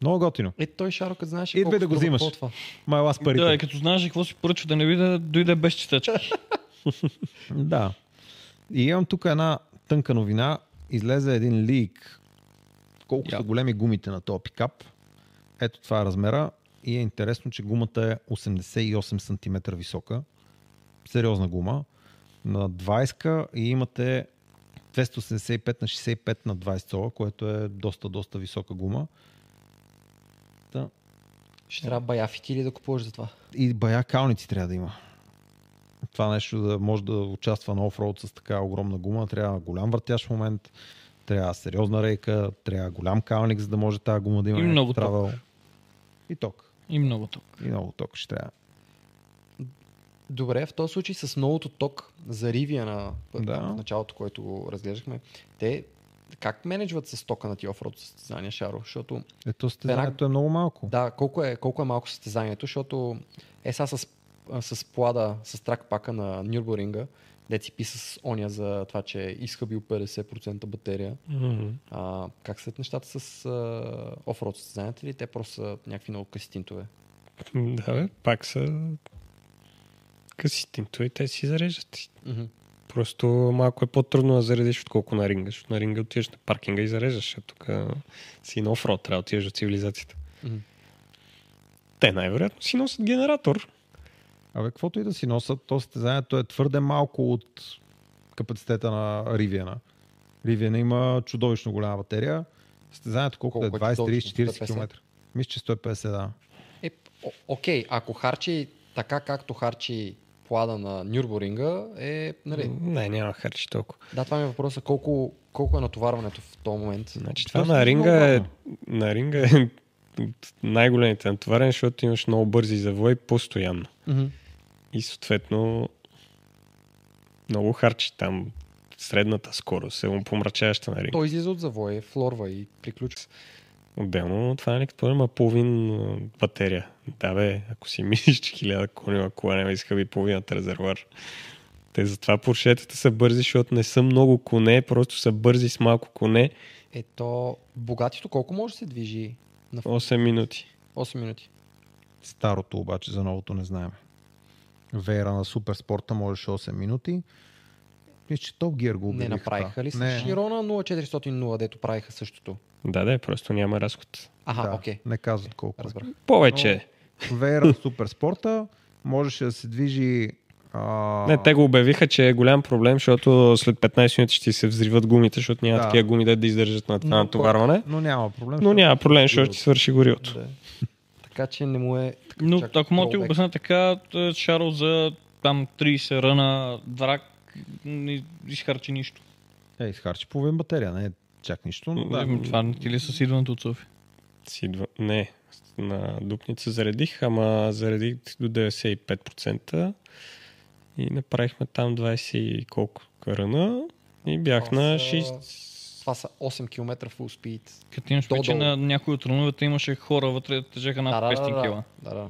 Speaker 2: Много готино.
Speaker 4: Е, той Шарокът знаеше
Speaker 2: Идвай да го
Speaker 4: струва
Speaker 2: взимаш.
Speaker 4: плотва.
Speaker 2: Майла с парите.
Speaker 3: Да, и като знаеш какво си поръчва, да не би да дойде без четачка.
Speaker 2: Да. И имам тук една тънка новина. Излезе един лик. Колко
Speaker 3: Я.
Speaker 2: са големи гумите на този пикап. Ето това е размера. И е интересно, че гумата е 88 см висока. Сериозна гума. На 20 и имате 285 на 65 на 20 цола, което е доста, доста висока гума. Та.
Speaker 4: Ще трябва бая фити ли да купуваш за това?
Speaker 2: И бая калници трябва да има. Това нещо да може да участва на офроуд с така огромна гума, трябва голям въртящ момент, трябва сериозна рейка, трябва голям калник, за да може тази гума да има.
Speaker 3: И
Speaker 2: някакъв
Speaker 3: много ток.
Speaker 2: травел. И ток.
Speaker 3: И много тук.
Speaker 2: И много ток ще трябва.
Speaker 4: Добре, в този случай с новото ток за ривия на
Speaker 2: Да.
Speaker 4: в началото, който го разглеждахме, те как менеджват с тока на ти офроуд състезания, Шаро? Защото
Speaker 2: Ето състезанието е много малко.
Speaker 4: Да, колко е, колко е малко състезанието, защото е сега с а, с плада, с тракпака на Нюрбуринга, дет си писа с оня за това, че е изхъбил 50% батерия.
Speaker 5: Mm-hmm.
Speaker 4: А, как след нещата с а, офроуд състезанията ли? Те просто са някакви много къситинтове.
Speaker 5: Да, бе, пак са къситинто и те си зареждат.
Speaker 4: Mm-hmm.
Speaker 5: Просто малко е по-трудно да зарядиш, отколко на ринга. Защото на ринга отиваш на паркинга и зареждаш. А тук а, си на офрод, трябва да отиваш до цивилизацията.
Speaker 4: Мгм.
Speaker 5: Те най-вероятно си носят генератор.
Speaker 2: Абе, каквото и да си носят, то състезанието е твърде малко от капацитета на Ривиена. Ривиена има чудовищно голяма батерия. Състезанието колко,
Speaker 4: Колко
Speaker 2: колко
Speaker 4: е
Speaker 2: е? 20, 30,
Speaker 4: точно?
Speaker 2: 40
Speaker 4: 150?
Speaker 2: км. Мисля, че 150, да.
Speaker 4: Е, о- окей, ако харчи така както харчи плада на Нюрбуринга, е, нали,
Speaker 5: Не, няма харчи толкова.
Speaker 4: да, това ми е въпроса, колко, колко е натоварването в този момент?
Speaker 5: Значи това
Speaker 2: Доста
Speaker 5: на ринга, е,
Speaker 2: много
Speaker 5: на ринга е от най-големите натоварен, защото имаш много бързи завои постоянно.
Speaker 4: Mm-hmm.
Speaker 5: И съответно много харчи там. Средната скорост е помрачаваща на ринга.
Speaker 4: Той излиза от завоя, е флорва и приключва.
Speaker 5: Отделно това е някакъв проблем, а половин а, батерия. Да бе, ако си мислиш, че хиляда кони, кола не ме изхъби половината резервуар. Те затова поршетата са бързи, защото не са много коне, просто са бързи с малко коне.
Speaker 4: Ето, Е, богатито колко може да се движи на
Speaker 5: 8 минути.
Speaker 4: 8 минути?
Speaker 2: Старото обаче за новото не знаем. Вера на суперспорта можеше 8 минути. Мисля, че Топ Гир го
Speaker 4: Не
Speaker 2: обявиха
Speaker 4: направиха
Speaker 2: това.
Speaker 4: ли с
Speaker 2: Не,
Speaker 4: Широна 0400, дето правиха същото?
Speaker 5: Да, да, просто няма разход.
Speaker 4: Аха,
Speaker 2: да,
Speaker 4: окей,
Speaker 2: не казват колко. е.
Speaker 4: разбрах.
Speaker 5: Повече. е.
Speaker 2: Вера на суперспорта можеше да се движи а...
Speaker 5: Не, те го обявиха, че е голям проблем, защото след 15 минути ще се взриват гумите, защото няма
Speaker 2: Да.
Speaker 5: такива гуми да, да издържат на това
Speaker 4: Но
Speaker 5: натоварване.
Speaker 2: Но няма проблем.
Speaker 5: Но
Speaker 2: защото-
Speaker 5: няма проблем, защото ще свърши горивото.
Speaker 4: Да. Така че не му е... така,
Speaker 3: Но
Speaker 4: чак
Speaker 3: ако мога да ти
Speaker 4: дrawback.
Speaker 3: го обясна така, т- Шаро за там 30 ръна драк не изхарчи нищо.
Speaker 2: Е, изхарчи половин батерия, не е чак нищо. Но, да.
Speaker 3: Да. Това не ти ли с идването от София?
Speaker 5: Си идва... Не, на дупница заредих, ама заредих до 95% и направихме там 20 и колко карана и бях
Speaker 4: Това
Speaker 5: на
Speaker 4: са-
Speaker 5: 6...
Speaker 4: Това са 8 км full speed.
Speaker 3: Като имаш
Speaker 4: Долу-долу.
Speaker 3: вече на някои от рановете имаше хора вътре, да тежаха над 500 кила.
Speaker 4: да, да.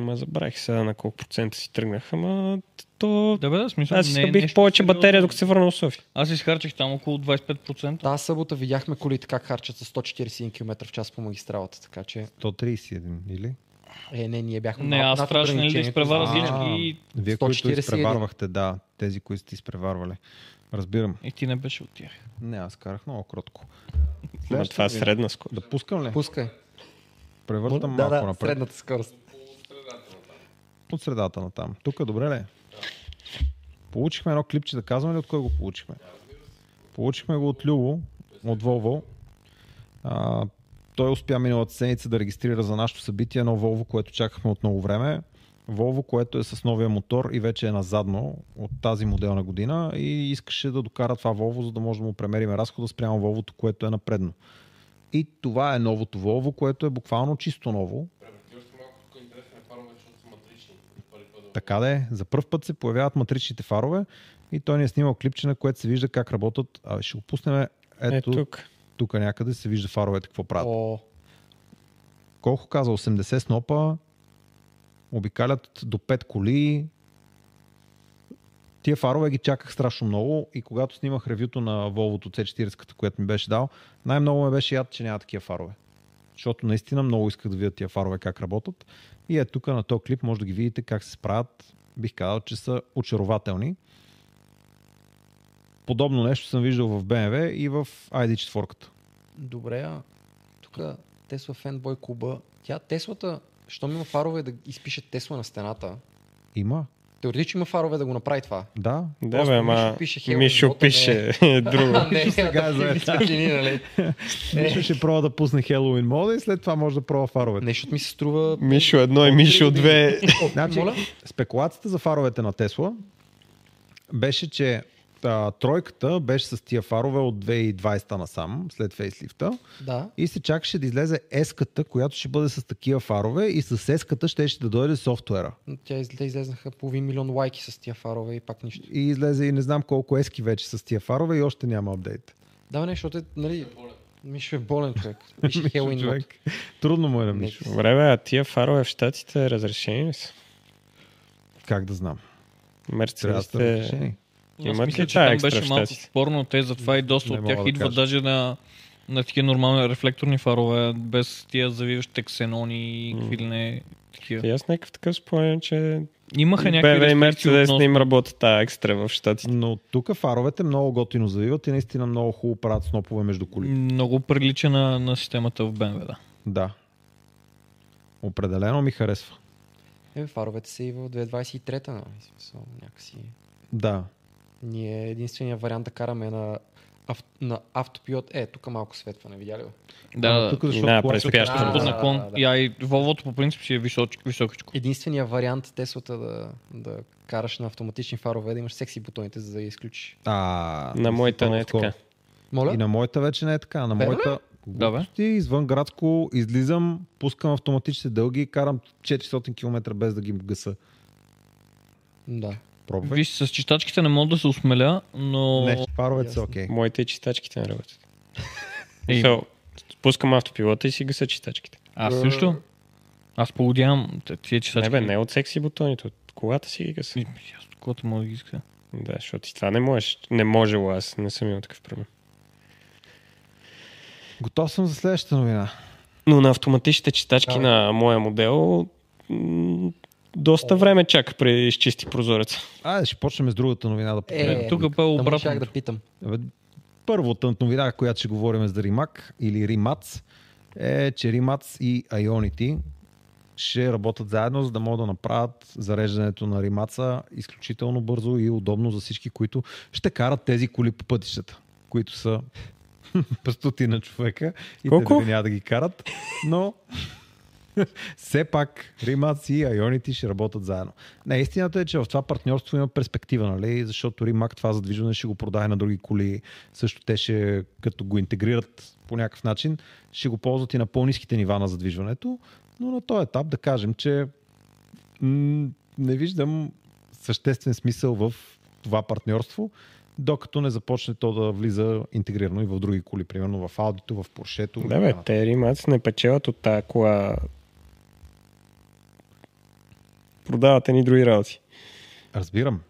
Speaker 5: Ма забравих сега на колко процента си тръгнах, ама то...
Speaker 3: Да бе, да, в смисъл.
Speaker 5: Аз
Speaker 3: не е
Speaker 5: си бих
Speaker 3: нещо
Speaker 5: повече
Speaker 3: сериозно.
Speaker 5: батерия, докато се върна в София.
Speaker 3: Аз изхарчих там около 25%.
Speaker 4: Та събота видяхме колите как харчат с 141 км в час по магистралата, така че...
Speaker 2: 131 или?
Speaker 4: Е, не, ние бяхме
Speaker 3: Не,
Speaker 4: малко
Speaker 3: аз
Speaker 4: над
Speaker 3: трябваше нали да
Speaker 4: ограничението.
Speaker 3: изпреваря
Speaker 4: А,
Speaker 3: всички и,
Speaker 2: Вие, които
Speaker 4: 141.
Speaker 2: изпреварвахте, да, тези, които сте изпреварвали. Разбирам.
Speaker 3: и ти не беше от тях.
Speaker 2: Не, аз карах много кротко.
Speaker 5: Ама това е средна скорост.
Speaker 2: Да пускам ли?
Speaker 4: Пускай.
Speaker 2: Превъртам
Speaker 4: Да,
Speaker 2: малко
Speaker 4: да,
Speaker 2: напред.
Speaker 4: средната скорост.
Speaker 2: От средата на там. Тук, е, добре ли? Получихме едно клипче, да казваме ли от кой го получихме? Получихме го от Любо, от Volvo. А, той успя миналата седмица да регистрира за нашето събитие едно Volvo, което чакахме от много време. Volvo, което е с новия мотор и вече е назадно от тази моделна година и искаше да докара това Volvo, за да може да му премерим разхода спрямо Volvo, което е напредно. И това е новото Volvo, което е буквално чисто ново. Така да е. За първ път се появяват матричните фарове и той ни е снимал клипче, на което се вижда как работят. А, ще го пуснем ето,
Speaker 5: Е,
Speaker 2: тук.
Speaker 5: тук.
Speaker 2: тук някъде се вижда фаровете какво правят.
Speaker 4: О,
Speaker 2: Колко каза? 80 снопа, обикалят до 5 коли. Тия фарове ги чаках страшно много и когато снимах ревюто на Volvo C40, което ми беше дал, най-много ме беше яд, че няма такива фарове. Защото наистина много исках да видя тия фарове как работят. И е тук на този клип може да ги видите как се справят. Бих казал, че са очарователни. Подобно нещо съм виждал в BMW и в ID4.
Speaker 4: добре, а тук Тесла фенбой клуба. Тя Теслата, щом има фарове да изпише Тесла на стената,
Speaker 2: Има?
Speaker 4: теоретично има фарове да го направи това.
Speaker 2: Да,
Speaker 5: Да,
Speaker 4: Просто
Speaker 5: бе,
Speaker 4: Мишо
Speaker 5: ама
Speaker 4: пише Хелга
Speaker 5: Мишо
Speaker 4: Ботев,
Speaker 5: пише е друго.
Speaker 4: А, не, сега
Speaker 2: е заед.
Speaker 4: светлини, нали?
Speaker 2: Мишо ще пробва да пусне Хелоуин мода и след това може да пробва фаровете.
Speaker 4: Нещо ми се струва...
Speaker 5: Мишо едно и Мишо две.
Speaker 2: Значи,
Speaker 4: Моля?
Speaker 2: спекулацията за фаровете на Тесла беше, че а, тройката беше с тия фарове от 2020 насам, след фейслифта.
Speaker 4: Да.
Speaker 2: И се чакаше да излезе S-ката, която ще бъде с такива фарове и с S-ката ще, ще да дойде софтуера.
Speaker 4: Но Тя из- те излезнаха половин милион лайки с тия фарове и пак нищо.
Speaker 2: И излезе и не знам колко S-ки вече с тия фарове и още няма апдейт.
Speaker 4: Да, бе, не, защото е, нали... Мишо е болен човек. Мишо е Хелуин мод.
Speaker 2: Човек, трудно му е на Мишо.
Speaker 5: Време, а тия фарове в щатите разрешени ли са?
Speaker 2: Как да знам? Трябва да сте
Speaker 5: Мерцедесите
Speaker 2: разрешени.
Speaker 3: Аз
Speaker 5: Имат
Speaker 3: мисля,
Speaker 5: ли
Speaker 3: че
Speaker 5: тая
Speaker 3: там
Speaker 5: екстра
Speaker 3: беше малко
Speaker 5: щати?
Speaker 3: спорно, те затова и доста
Speaker 2: Не
Speaker 3: от
Speaker 2: мога
Speaker 3: тях
Speaker 2: да
Speaker 3: идват
Speaker 2: кажа.
Speaker 3: даже на, на такива нормални рефлекторни фарове, без тия завиващите ксенони и какви ли не такива.
Speaker 5: И аз някакъв такъв спомням, че
Speaker 3: Е, Имаха някакви
Speaker 5: БМВ и
Speaker 3: рестрикции
Speaker 5: Мерцедес
Speaker 3: относно...
Speaker 5: не им работи тази екстра в щатите.
Speaker 2: Но тук фаровете много готино завиват и наистина много хубаво правят снопове между колите.
Speaker 3: Много прилича на, на системата в BMW, да.
Speaker 2: Да. Определено ми харесва.
Speaker 4: Е, фаровете са и в 2023-та, нали? В Смисъл, някакси.
Speaker 2: Да.
Speaker 4: Ние единствения вариант да караме на, ав... на автопилот. Е, тук малко светва, не видя ли го?
Speaker 3: Да, да.
Speaker 2: Тук,
Speaker 5: Да,
Speaker 2: защото
Speaker 5: през
Speaker 2: да,
Speaker 5: пящото.
Speaker 4: А,
Speaker 3: Под
Speaker 4: да,
Speaker 3: е наклон.
Speaker 4: да, да.
Speaker 3: И, а и Volvo по принцип си е височ, високичко.
Speaker 4: Единствения вариант Теслата да, да караш на автоматични фарове, е да имаш секси бутоните, за да я изключиш.
Speaker 2: а,
Speaker 5: На моята не е
Speaker 2: по-скоро.
Speaker 5: така.
Speaker 4: Моля?
Speaker 2: И на моята вече не е така. На моята
Speaker 3: Да, бе.
Speaker 2: глупости, извън градско, излизам, пускам автоматичните дълги и карам 400 км без да ги гъса.
Speaker 4: Да.
Speaker 2: Пробвай.
Speaker 3: Виж, с читачките не мога да се осмеля, но...
Speaker 2: Не, фаровете са
Speaker 4: Ясно.
Speaker 2: окей.
Speaker 5: Моите и читачките не работят.
Speaker 3: Ей,
Speaker 5: So, пускам автопилота и си гаса читачките.
Speaker 3: аз също. Аз полудявам т- тия читачки.
Speaker 5: Не бе, не от секси бутоните, от колата си ги гаса.
Speaker 3: И, аз от колата мога да ги иска.
Speaker 5: Да, защото и това не можеш. Не можело аз, не съм имал такъв проблем.
Speaker 2: Готов съм за следващата новина.
Speaker 5: Но на автоматичните читачки
Speaker 4: Да, бе.
Speaker 5: на моя модел м, доста време чака преди да изчисти прозореца.
Speaker 2: Айде, ще почнем с другата новина да
Speaker 4: Е,
Speaker 2: погледнем.
Speaker 3: Тук е
Speaker 4: Ама
Speaker 3: по-обратно.
Speaker 4: щях да питам.
Speaker 2: Абе, Първата новина, която ще говорим за Rimac или Rimac, е, че Rimac и Ionity ще работят заедно, за да могат да направят зареждането на Rimac изключително бързо и удобно за всички, които ще карат тези коли по пътищата, които са по стотина човека и те
Speaker 5: Колко?
Speaker 2: дали няма да ги карат, но все пак Rimac и Ionity ще работят заедно. Не, истината е, че в това партньорство има перспектива, нали? Защото Rimac това задвижване ще го продаде на други коли. Също те ще, като го интегрират по някакъв начин, ще го ползват и на по-низките нива на задвижването. Но на този етап да кажем, че м- не виждам съществен смисъл в това партньорство, докато не започне то да влиза интегрирано и в други коли, примерно в Audi, в Porsche. и
Speaker 5: Да бе,
Speaker 2: така
Speaker 5: те римаци не печелят от тази кола. Продават едни други работи.
Speaker 2: Разбирам.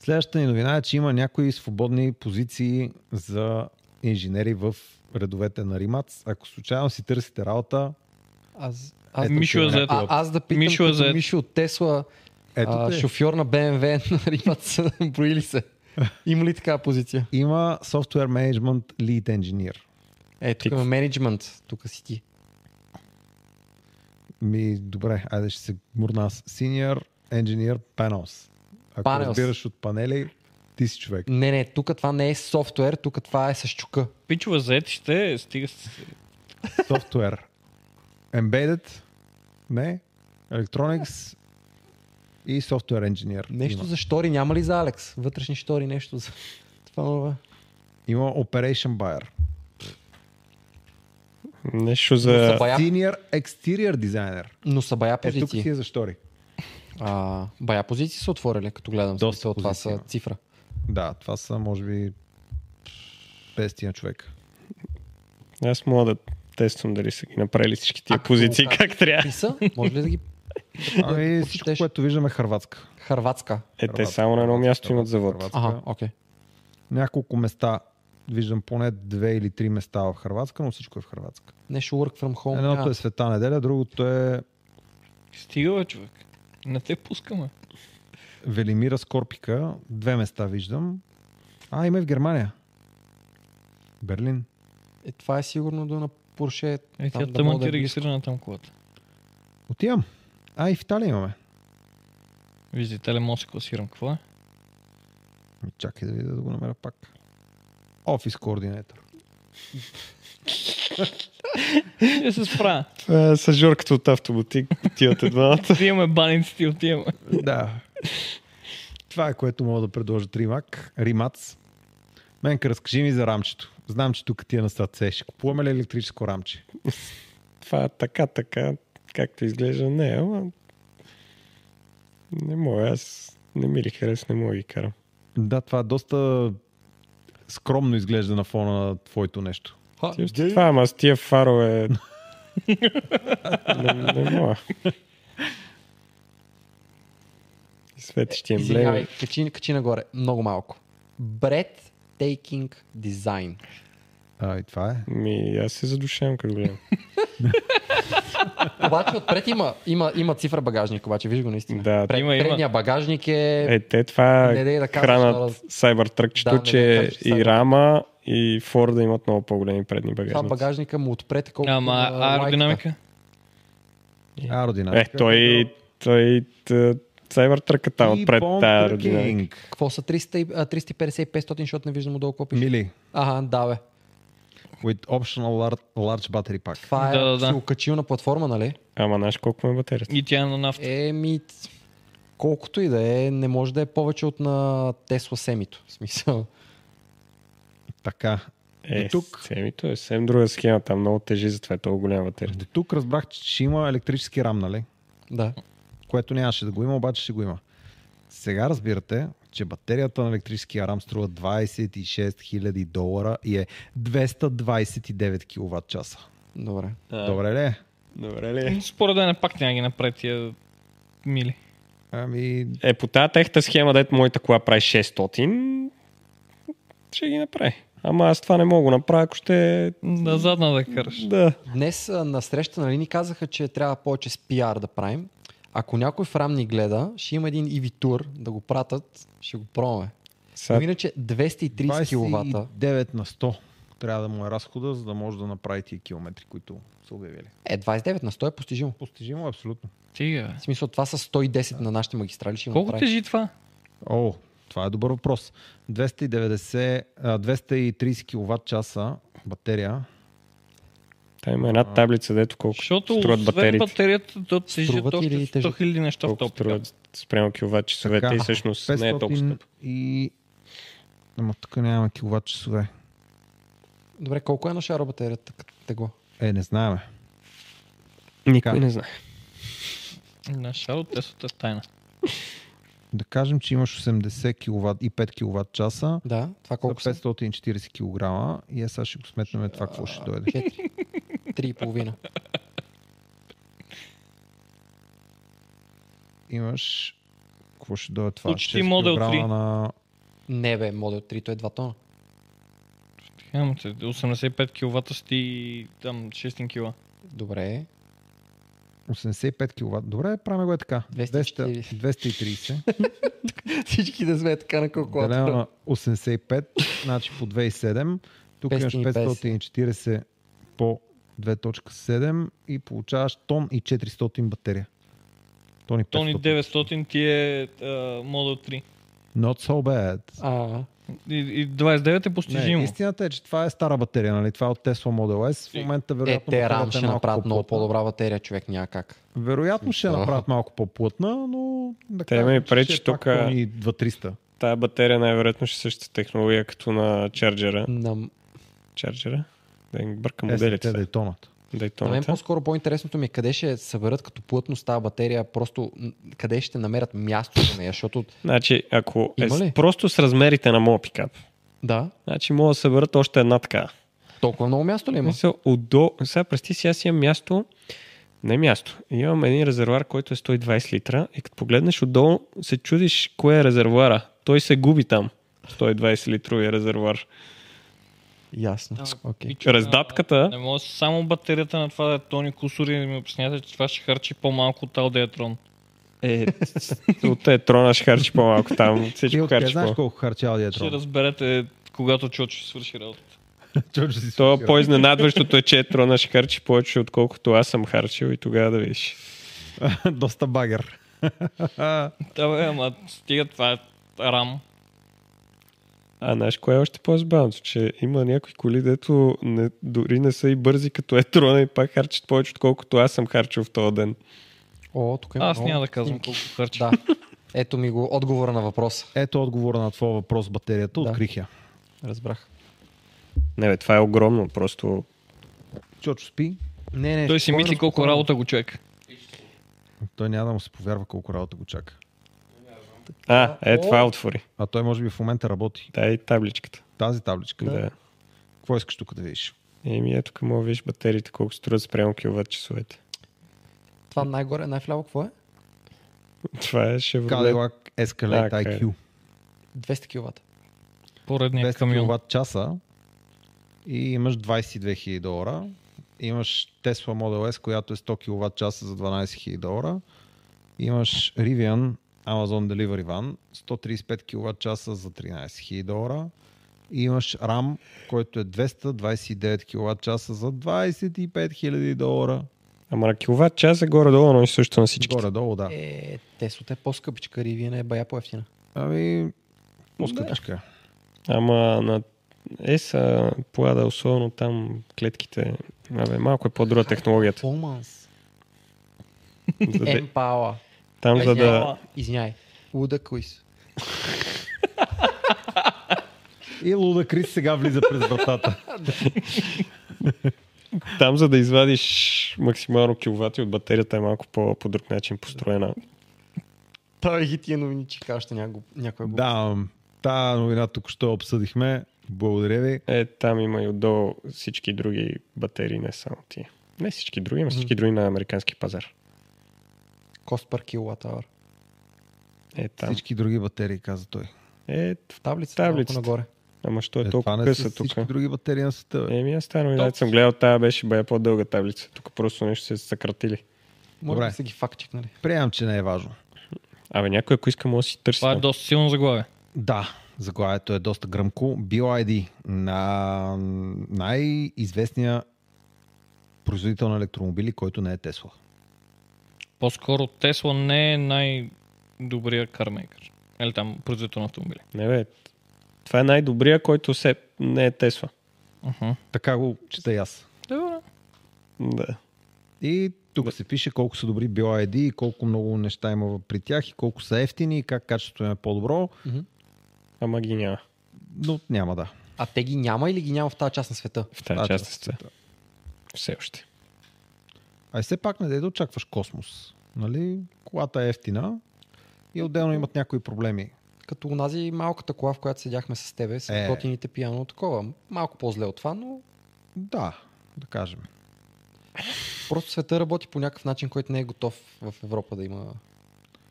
Speaker 2: Следващата ни новина е, че има някои свободни позиции за инженери в редовете на Римац. Ако случайно си търсите работа,
Speaker 4: Аз, аз,
Speaker 2: Ето
Speaker 3: Мишо е
Speaker 2: ти,
Speaker 3: зает.
Speaker 4: а, аз да питам
Speaker 3: Мишо е
Speaker 4: като
Speaker 3: зает.
Speaker 4: Мишо от Тесла,
Speaker 2: ето
Speaker 4: а,
Speaker 2: те.
Speaker 4: шофьор на BMW на Римат, броили се. Има ли такава позиция?
Speaker 2: Има Software Management Lead Engineer.
Speaker 4: Е, тук
Speaker 5: Тик.
Speaker 4: има менеджмент, тук си ти.
Speaker 2: Ми, добре, айде ще се мурна аз. Senior Engineer Panels. Ако
Speaker 4: Panels.
Speaker 2: разбираш от панели, ти си човек.
Speaker 4: Не, не, тук това не е софтуер, тук това е с чука.
Speaker 3: Пичове заетите, стига с...
Speaker 2: Software. Embedded. Не. Electronics. И Software Engineer.
Speaker 4: Нещо
Speaker 2: има.
Speaker 4: за штори няма ли за Алекс? Вътрешни штори, нещо за... Това нова.
Speaker 2: има Operation Buyer.
Speaker 5: Нещо
Speaker 4: Но
Speaker 5: за...
Speaker 4: са бая,
Speaker 2: Senior Exterior Designer.
Speaker 4: но са бая
Speaker 2: Е, тук
Speaker 4: позиции.
Speaker 2: си е за штори.
Speaker 4: а, бая позиции са отворили, като гледам.
Speaker 2: Доста
Speaker 4: Доста от това
Speaker 2: позиции
Speaker 4: са
Speaker 2: има.
Speaker 4: цифра.
Speaker 2: Да, това са може би 50 на човека.
Speaker 5: Аз мога да тествам дали са ги направили всички тия
Speaker 4: Ако-
Speaker 5: позиции как трябва.
Speaker 4: И са, може ли да ги...
Speaker 2: Ами всичко,
Speaker 4: прочетеш?
Speaker 2: което виждаме е хърватска.
Speaker 4: Харватска.
Speaker 5: Е, те
Speaker 2: Хърватска,
Speaker 5: само на едно
Speaker 2: хърватска,
Speaker 5: място имат завод.
Speaker 2: хърватска.
Speaker 4: Ага, окей.
Speaker 2: Няколко места. Виждам поне две или три места в Хърватска, но всичко е в Хърватска.
Speaker 4: Нещо work from home.
Speaker 2: Едното
Speaker 4: няма.
Speaker 2: е Света неделя, другото е
Speaker 3: Стига, бе, човек. Не те пускаме.
Speaker 2: Велимира Скорпика. Две места виждам. А, има и в Германия. Берлин.
Speaker 4: Е, това е сигурно до на Порше.
Speaker 3: Е,
Speaker 4: Там
Speaker 3: тя
Speaker 4: да
Speaker 3: да
Speaker 4: мога
Speaker 3: тъмън
Speaker 4: да е
Speaker 3: ти е регистрирана там колата.
Speaker 2: Отивам. А, и в Италия имаме.
Speaker 3: Вижте, теле мога да се класирам. Какво е?
Speaker 2: Ми, Чакай да видя да го намеря пак. Офис координатор.
Speaker 3: Ще се справя.
Speaker 5: Това е с жорката от автобутик, тията двамата.
Speaker 3: Отиваме баниците, и отиваме.
Speaker 2: Да. Това е което мога да предложа Римак. Римац. Менка, разкажи ми за рамчето. Знам, че тук ти е на статце. Ще купуваме ли електрическо рамче?
Speaker 5: Това е така, така, както изглежда, не, ама... Не мога, аз не ми ли харесва, не мога да ги карам.
Speaker 2: Да, това доста скромно изглежда на фона на твоето нещо.
Speaker 4: Ха,
Speaker 5: Ти още
Speaker 2: е
Speaker 5: това, ама с тия фарове... не, не мога. Светещи
Speaker 4: Извинявай,
Speaker 5: емблеми.
Speaker 4: качи, качи нагоре. Много малко. Бред Taking Design.
Speaker 2: А, и това е.
Speaker 5: Ми, аз се задушавам като гледам.
Speaker 4: Обаче отпред има, има, има цифра багажник, обаче виж го наистина.
Speaker 5: Да,
Speaker 4: Пред,
Speaker 3: Има, има.
Speaker 4: предния багажник е...
Speaker 5: Е, те това
Speaker 4: Не дей да казваш, но
Speaker 5: хранат
Speaker 4: раз-
Speaker 5: Cybertruck-чето,
Speaker 4: Да, не дей да
Speaker 5: че
Speaker 4: кажеш, че
Speaker 5: и
Speaker 4: Cybertruck.
Speaker 5: рама и Форда имат много по-големи предни
Speaker 4: това
Speaker 5: багажници.
Speaker 4: багажника му отпред е колкото
Speaker 3: Ама
Speaker 4: на лайката.
Speaker 3: аеродинамика?
Speaker 2: Аеродинамика.
Speaker 5: Е, той, той, той Cybertruck там
Speaker 2: И
Speaker 5: отпред
Speaker 2: Bone
Speaker 5: тая
Speaker 2: Trucking.
Speaker 5: родина.
Speaker 4: Какво са 300, и- а, 350 и 500, защото не виждам отдолу какво пише.
Speaker 2: Мили.
Speaker 4: Ага, да бе.
Speaker 2: With optional lar- large battery pack.
Speaker 4: Това е
Speaker 3: Да, да,
Speaker 4: да,
Speaker 3: да.
Speaker 4: да, да. качил на платформа, нали?
Speaker 5: Ама знаеш колко ме батерията?
Speaker 3: И тя на нафта.
Speaker 4: Еми, ц- колкото и да е, не може да е повече от на Тесла Семито. В смисъл.
Speaker 2: Така.
Speaker 5: Е,
Speaker 2: До тук.
Speaker 5: Семито е съвсем друга схема, там много тежи, затова е толкова голяма батерията.
Speaker 2: До тук разбрах, че ще има електрически рам, нали?
Speaker 4: Да.
Speaker 2: Което нямаше да го има, обаче ще го има. Сега разбирате, че батерията на електрическия рам струва 26 000 долара и е 229 кВт часа.
Speaker 4: Добре.
Speaker 2: Добре ли? е?
Speaker 5: Добре ли?
Speaker 3: Според мен пак няма ги направи тия мили.
Speaker 2: Ами,
Speaker 5: Е, по тази техта схема, дето моята кола прави 600, ще ги направи. Ама аз това не мога да го направя, ако ще...
Speaker 3: Да, задна да караш.
Speaker 5: Да.
Speaker 4: Днес а, на среща нали, ни казаха, че трябва повече с пиар да правим. Ако някой в рам ни гледа, ще има един EV тур да го пратат, ще го пробваме.
Speaker 5: Сега
Speaker 4: Но иначе 230 кВт.
Speaker 2: 29 на 100 трябва да му е разхода, за да може да направи тия километри, които са обявили.
Speaker 4: Е, 29 на 100 е постижимо.
Speaker 2: Постижимо е абсолютно.
Speaker 3: Тига.
Speaker 4: В смисъл, това са 110 на нашите магистрали. Ще
Speaker 3: Колко
Speaker 4: направи.
Speaker 3: тежи това?
Speaker 2: О, това е добър въпрос. 290, а, 230 кВт часа батерия.
Speaker 5: Та има една таблица, дето колко
Speaker 3: Защото
Speaker 5: струват
Speaker 3: освен
Speaker 5: батериите.
Speaker 3: батерията, то тежи
Speaker 4: Струват
Speaker 3: още
Speaker 4: или
Speaker 3: 100
Speaker 4: тежат?
Speaker 3: хиляди неща в
Speaker 5: Колко
Speaker 3: топ.
Speaker 5: струват спрямо киловатт часовете и всъщност не е толкова
Speaker 2: 500
Speaker 5: скъпо.
Speaker 2: И... Ама тук нямаме киловатт часове.
Speaker 4: Добре, колко е на шаро батерията като тегло?
Speaker 2: Е, не знаеме.
Speaker 5: Никой
Speaker 2: Как?
Speaker 5: не знае.
Speaker 3: На шаро тесата е тайна.
Speaker 2: Да кажем, че имаш 80 кВт и 5 кВт часа.
Speaker 4: Да, това колко
Speaker 2: за
Speaker 4: са?
Speaker 2: 540 кг. И е, сега ще го сметнем това какво ще дойде.
Speaker 4: 4. 3,5.
Speaker 2: Имаш... Какво ще дойде това?
Speaker 3: Почти
Speaker 2: 6
Speaker 3: Model
Speaker 2: килограма
Speaker 3: 3.
Speaker 2: На...
Speaker 4: Не бе, модел 3, то е 2 тона.
Speaker 3: Няма те, 85 киловата си ти там 6 кила.
Speaker 4: Добре.
Speaker 2: 85 кВт. Добре, правим го е така. 200,
Speaker 4: 240.
Speaker 2: 230.
Speaker 4: Всички да сме така на
Speaker 2: Делено
Speaker 4: колкото.
Speaker 2: на 85, значи по 2,7. Тук имаш 540
Speaker 4: 550.
Speaker 2: по 2.7 и получаваш тон и 400 батерия. Тон и 500.
Speaker 3: Тони 900 ти е а, модел 3.
Speaker 2: Not so bad.
Speaker 4: А, е,
Speaker 3: И, и 29 е
Speaker 2: Не,
Speaker 3: постижимо.
Speaker 2: истината е, че това е стара батерия, нали? Това е от Tesla Model S. В момента
Speaker 4: е,
Speaker 2: вероятно
Speaker 4: те
Speaker 2: батерията
Speaker 4: рам ще
Speaker 2: малко
Speaker 4: направят много
Speaker 2: по-плътна.
Speaker 4: по-добра батерия, човек няма как.
Speaker 2: Вероятно ще я направят малко по-плътна, но да
Speaker 5: Те
Speaker 2: кажем,
Speaker 5: ме
Speaker 2: че ще е
Speaker 5: пречи
Speaker 2: пак
Speaker 5: тук-
Speaker 2: Тон и 2.300.
Speaker 5: Тая батерия най-вероятно ще е същата технология като на чарджера.
Speaker 4: На, на
Speaker 5: Чарджера? Да им бърка
Speaker 2: Моделите.
Speaker 5: моделите.
Speaker 2: Те да е тонът.
Speaker 4: мен
Speaker 5: Дейтоната.
Speaker 4: по-скоро по-интересното ми е къде ще съберат като плътност тази батерия, просто м, къде ще намерят място за нея, защото
Speaker 5: Значи, ако е
Speaker 4: Има
Speaker 5: с-
Speaker 4: ли?
Speaker 5: просто с размерите на моят пикап,
Speaker 4: да,
Speaker 5: значи мога да съберат още една така.
Speaker 4: толкова много място ли има?
Speaker 5: Мисъл, отдо... Сега прести си, аз имам място, не място, имам един резервуар, който е 120 литра и като погледнеш отдолу, се чудиш кое е резервуара. Той се губи там, 120 литровия резервуар.
Speaker 4: Ясно. Окей.
Speaker 3: Пичове,
Speaker 5: Раздатката?
Speaker 3: Не може само батерията на това да е тони кусори да ми обяснявате, че това ще харчи по-малко от Алдеатрон.
Speaker 5: Е, от е трона ще харчи по-малко там,
Speaker 2: Ти
Speaker 5: всичко
Speaker 2: откъде
Speaker 5: харчи
Speaker 2: знаеш
Speaker 5: по
Speaker 2: колко харчал
Speaker 3: Ще
Speaker 2: диетрон?
Speaker 3: разберете, когато Чочо ще свърши работата.
Speaker 2: Чудо си
Speaker 5: то е
Speaker 2: свършил.
Speaker 5: по-изненадващото е, че е трона ще харчи повече, отколкото аз съм харчил и тогава да видиш.
Speaker 2: Доста багер.
Speaker 3: Да, бе, ама стига това е рам.
Speaker 5: А знаеш, кое е още по-забавното? Че има някои коли, дето не, дори не са и бързи като е трона и пак харчат повече, отколкото аз съм харчил в този ден.
Speaker 4: О, тук има
Speaker 3: Аз
Speaker 4: Е, много
Speaker 3: няма да казвам
Speaker 4: снимки.
Speaker 3: колко харчи.
Speaker 4: Да. Ето ми го отговора на въпроса.
Speaker 2: Ето отговора на твоя въпрос батерията.
Speaker 4: Да.
Speaker 2: Открих я.
Speaker 4: Разбрах.
Speaker 5: Не, бе, това е огромно, просто...
Speaker 2: Чочо спи.
Speaker 4: Не, не,
Speaker 3: Той си мисли колко работа го човек.
Speaker 2: Той няма да му се повярва колко работа го чака.
Speaker 5: А, е, това отвори.
Speaker 2: А той може би в момента работи.
Speaker 5: Дай табличката.
Speaker 2: Тази табличка.
Speaker 5: Да.
Speaker 2: Какво искаш тук да видиш?
Speaker 5: Еми, ето тук мога да видиш батериите, колко струват спрямо киловатт часовете.
Speaker 4: Това най-горе, най-вляво какво е?
Speaker 5: Това е Chevrolet
Speaker 2: Кадилак Escalate
Speaker 5: Така е.
Speaker 2: IQ.
Speaker 4: 200 киловата.
Speaker 3: Поредният
Speaker 2: 200
Speaker 3: камион.
Speaker 2: киловатт часа и имаш 22 000 долара. Имаш Tesla Model S, която е 100 киловатт часа за 12 000 долара. Имаш Rivian Amazon Delivery Van 135 киловатт часа за 13 000 долара. И имаш RAM, който е 229 киловатт часа за 25 000 долара.
Speaker 5: Ама на киловатт час е горе-долу, но и също на всички.
Speaker 2: Горе-долу, да.
Speaker 4: Е, Теслата е по-скъпичка, Ривиена е бая по-ефтина.
Speaker 2: Ами, по-скъпичка.
Speaker 5: Ама на ЕСА плада, особено там клетките. Абе, малко е по-друга технологията.
Speaker 4: Фулманс. Е,
Speaker 5: За да,
Speaker 4: Емпауа.
Speaker 5: там за да...
Speaker 4: Извиняй. Извиняй. Е, Луда Куис.
Speaker 2: И Луда Крис сега влиза през вратата.
Speaker 5: Там за да извадиш максимално киловати от батерията е малко по, по друг начин построена.
Speaker 4: Той ги тия новини, че кажа някой някой го.
Speaker 2: да, та новина тук ще обсъдихме. Благодаря ви.
Speaker 5: Е, там има и отдолу всички други батерии, не само тия. Не всички други, ама всички други на американски пазар.
Speaker 4: Кост пар киловатт ауър.
Speaker 5: Е, там.
Speaker 2: Всички други батерии, каза той.
Speaker 5: Е, в
Speaker 4: В таблицата, малко
Speaker 5: Таблицата.
Speaker 4: нагоре.
Speaker 5: Ама що е,
Speaker 2: Е, това
Speaker 5: толкова
Speaker 2: не са
Speaker 5: къса тук?
Speaker 2: всички други батерии на света. бе.
Speaker 5: Еми, аз стана да съм гледал, тая беше бая по-дълга таблица. Тук просто нещо се съкратили.
Speaker 4: Може
Speaker 2: Добре.
Speaker 4: да са ги фактчекнали.
Speaker 2: Приемам, че не е важно.
Speaker 5: Абе, някой, ако иска, може да си търси.
Speaker 3: Това е
Speaker 5: там.
Speaker 3: доста силно заглавие.
Speaker 2: Да, заглавието е доста гръмко. BYD на най-известния производител на електромобили, който не е Тесла.
Speaker 3: По-скоро Тесла не е най-добрия кармейкър. Или там производител на автомобили.
Speaker 5: Не бе, това е най-добрия, който се не е Тесла.
Speaker 3: Мгм.
Speaker 2: Така го чета и аз.
Speaker 3: Добре.
Speaker 5: Да.
Speaker 2: И тук се пише колко са добри BYD и колко много неща има при тях и колко са ефтини и как качеството им е по-добро,
Speaker 5: Ама ги няма.
Speaker 2: но няма да.
Speaker 4: А те ги няма или ги няма в тази част на света?
Speaker 5: В тази
Speaker 2: А,
Speaker 5: част
Speaker 2: да.
Speaker 5: сте. Все още.
Speaker 2: А и все пак не дай да очакваш космос. Нали? Колата е ефтина и отделно имат някои проблеми.
Speaker 4: Като унази малката кола, в която седяхме с тебе, с
Speaker 2: Е.
Speaker 4: е. готините пияно, такова. Малко по-зле от това, но
Speaker 2: Да, да кажем.
Speaker 4: просто света работи по някакъв начин, който не е готов в Европа да има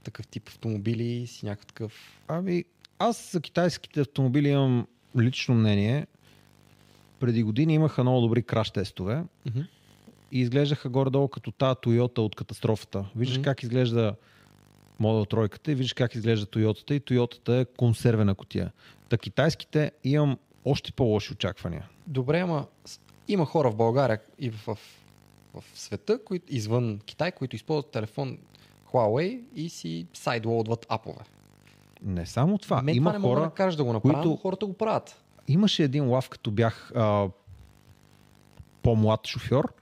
Speaker 4: такъв тип автомобили си някакъв такъв...
Speaker 2: Ами, аз за китайските автомобили имам лично мнение. Преди години имаха много добри краш тестове
Speaker 4: Мгм.
Speaker 2: и изглеждаха горе-долу като тази Toyota от катастрофата. Виждаш
Speaker 4: Мгм.
Speaker 2: как изглежда Модел тройката и виждаш как изглежда Toyota и Toyota е консервена котия. Та китайските имам още по-лоши очаквания.
Speaker 4: Добре, ама с- има хора в България и в, в, в света, които, извън Китай, които използват телефон Huawei и си сайдлоудват апове.
Speaker 2: Не само това.
Speaker 4: Мен
Speaker 2: има
Speaker 4: Ами, това не мога
Speaker 2: хора,
Speaker 4: да кажа да го направя,
Speaker 2: които-
Speaker 4: които... но хората го правят.
Speaker 2: имаше един лав, като бях а, по-млад шофьор.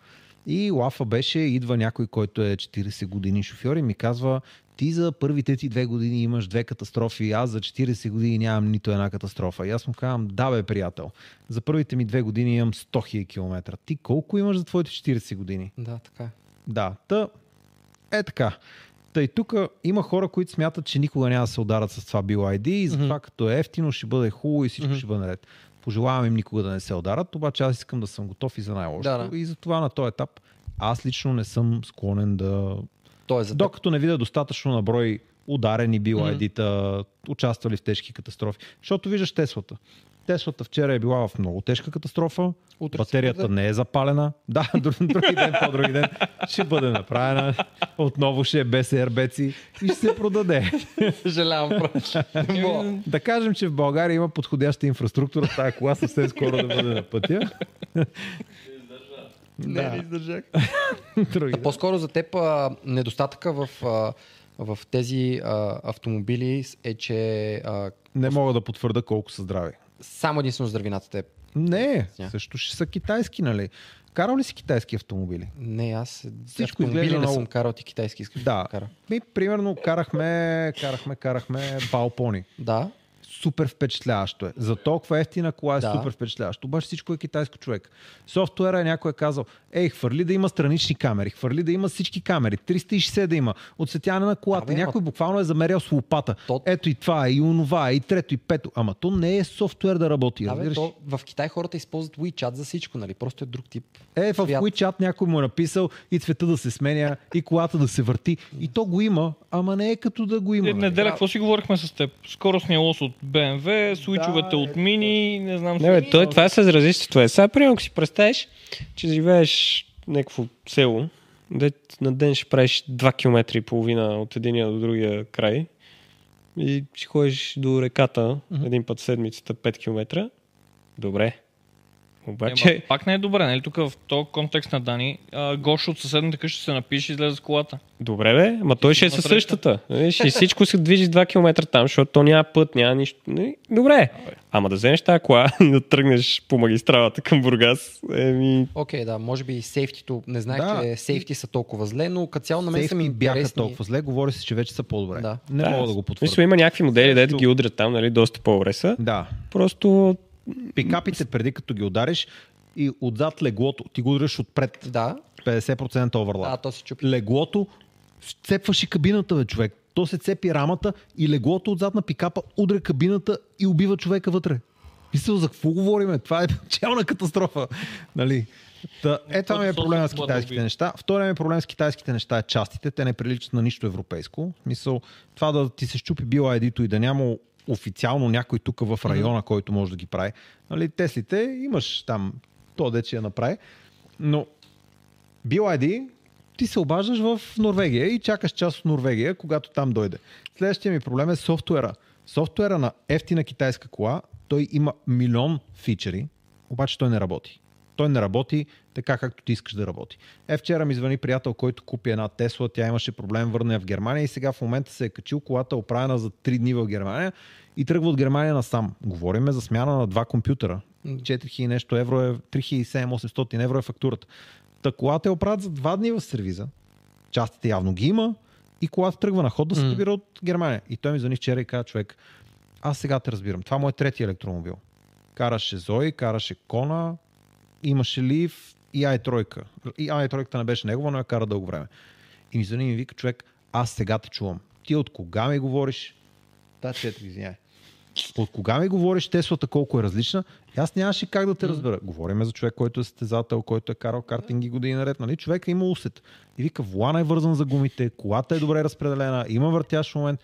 Speaker 2: И лафа беше, идва някой, който е 40 години шофьор и ми казва, ти за първите ти две години имаш две катастрофи, аз за 40 години нямам нито една катастрофа. И аз му казвам, да бе, приятел, за първите ми две години имам 100 000 км. Ти колко имаш за твоите 40 години?
Speaker 4: Да, така е.
Speaker 2: Да, та е така. Та и тук има хора, които смятат, че никога няма да се ударат с това BYD и затова mm-hmm. като е ефтино ще бъде хубаво и всичко mm-hmm. ще бъде наред. Пожелавам им никога да не се ударат, обаче аз искам да съм готов и за най-лошото.
Speaker 4: Да, да.
Speaker 2: И затова на този етап аз лично не съм склонен да...
Speaker 4: Той е за теб.
Speaker 2: Докато не видя достатъчно на брой ударени BYD-та, mm-hmm. участвали в тежки катастрофи. Защото виждаш Теслата. Теслата вчера е била в много тежка катастрофа.
Speaker 4: Утре ще
Speaker 2: Батерията
Speaker 4: бъде.
Speaker 2: не е запалена. Да, друг, други ден, по-други ден ще бъде направена. Отново ще е без ербеци и ще се продаде.
Speaker 4: Съжалявам, просто. Не мога.
Speaker 2: Да кажем, че в България има подходяща инфраструктура. Тая кола съвсем скоро да бъде на пътя.
Speaker 4: Не, не
Speaker 2: Да,
Speaker 4: издържах.
Speaker 2: други ден.
Speaker 4: По-скоро за теб а, недостатъка в, а, в тези а, автомобили е, че а,
Speaker 2: Не мога да потвърда колко са здрави.
Speaker 4: само единствено здравината те.
Speaker 2: Не,
Speaker 4: Сня.
Speaker 2: също ще са китайски, нали? Карал ли си китайски автомобили?
Speaker 4: Не, аз
Speaker 2: Всичко
Speaker 4: автомобили
Speaker 2: изглежда
Speaker 4: не
Speaker 2: много-
Speaker 4: съм карал, ти китайски искаш
Speaker 2: Да.
Speaker 4: кара.
Speaker 2: Ми, примерно, карахме, карахме, карахме балпони.
Speaker 4: Да,
Speaker 2: супер впечатляващо е. За толкова ефтина кола е
Speaker 4: Да.
Speaker 2: да. супер впечатляващо. Обаче всичко е китайско човек. Софтуера някой е казал, ей, хвърли да има странични камери, хвърли да има всички камери, 360 да има, отсетяне на колата.
Speaker 4: Абе,
Speaker 2: Абе,
Speaker 4: ама-
Speaker 2: някой буквално е замерял с лопата.
Speaker 4: То-
Speaker 2: То... Ето и това, е, и онова, е, и трето, и пето. Ама то не е софтуер да работи,
Speaker 4: Абе,
Speaker 2: разбираш?
Speaker 4: то, в Китай хората използват WeChat за всичко, нали? Просто е друг тип.
Speaker 2: Е, в
Speaker 4: свят.
Speaker 2: WeChat някой му е написал и цвета да се сменя, и колата да се върти. И то го има, ама не е като да го има.
Speaker 3: Е,
Speaker 2: нали?
Speaker 3: неделя, какво си говорихме с теб? Скоростния лос от BMW, свичовете от мини, не знам
Speaker 5: Не, бе, той, това е съзразиството. Е. Сега, примерно, ако си представиш, че живееш в някакво село, де на ден ще правиш 2 км и половина от единия до другия край и ще ходиш до реката един път в седмицата 5 км. Добре. Обаче,
Speaker 3: Ема, пак не е добре, нали? Тук в този контекст на Дани, а, Гошо от съседната къща ще се напише и излезе с колата.
Speaker 5: добре бе, ма той ще е със
Speaker 3: Насреща.
Speaker 5: същата. Виж, и всичко се движи 2 км там, защото то няма път, няма нищо. Нали? Добре. Ама да вземеш тази кола и да тръгнеш по магистралата към Бургас, еми,
Speaker 4: Окей, okay, да, може би сейфтито, не знаех,
Speaker 2: Да.
Speaker 4: че сейфти са толкова зле, но като цяло на мен са ми
Speaker 2: Сейфти бяха
Speaker 4: Ами, интересни.
Speaker 2: толкова зле, говори се, че вече са по-добре.
Speaker 4: Да.
Speaker 2: Не мога да го
Speaker 5: Мисля,
Speaker 2: потвърдя.
Speaker 5: има някакви модели, дето ги удрят там, нали, доста по-добре са.
Speaker 2: Да.
Speaker 5: Просто
Speaker 2: Пикапите преди като ги удариш и отзад леглото, ти го удриш отпред.
Speaker 4: Да,
Speaker 2: 50%
Speaker 4: да,
Speaker 2: оверлап.
Speaker 4: то се чупи.
Speaker 2: Леглото цепваше кабината, бе, човек. То се цепи рамата и леглото отзад на пикапа удря кабината и убива човека вътре. Мисля, за какво говориме? Това е челна катастрофа. Нали? Та, е, това ми е
Speaker 3: Просто
Speaker 2: проблема с
Speaker 3: сложно да
Speaker 2: китайските
Speaker 3: убие.
Speaker 2: неща. Втория ми проблем с китайските неща е частите. Те не приличат на нищо европейско. В Мисъл, това да ти се щупи била едито и да няма официално някой тук в района, който може да ги прави. Нали, Теслите имаш там то де, че я направи. Но Bill ID, ти се обаждаш в Норвегия и чакаш част от Норвегия, когато там дойде. Следващия ми проблем е софтуера. Софтуера на ефтина китайска кола, той има милион фичери, обаче той не работи. Той не работи така, както ти искаш да работи. Е, вчера ми звъни приятел, който купи една Тесла, тя имаше проблем, върна я в Германия и сега в момента се е качил, колата е оправена за 3 дни в Германия и тръгва от Германия насам. Говориме за смяна на два компютъра. 4000 нещо евро е, 3700 евро е фактурата. Та колата я оправят за два дни в сервиза. Частите явно ги има и колата тръгва на ход да се
Speaker 4: М.
Speaker 2: събира от Германия. И той ми звъни вчера и каза, човек, аз сега те разбирам. Това му е третия електромобил. Караше Зои, караше Кона, имаше Лив и Ай-тройка. И Ай-тройката не беше негова, но я кара дълго време. И ми звъни и ми вика, човек, аз сега те чувам. Ти от кога ми говориш? Та четири, извиняй. От кога ми говориш Теслата колко е различна? И Аз нямаше как да те разбера. Говориме за човек, който е състезател, който е карал картинги години наред. Нали? Човек има усет. И вика, влана е вързан за гумите, колата е добре разпределена, има въртящ момент.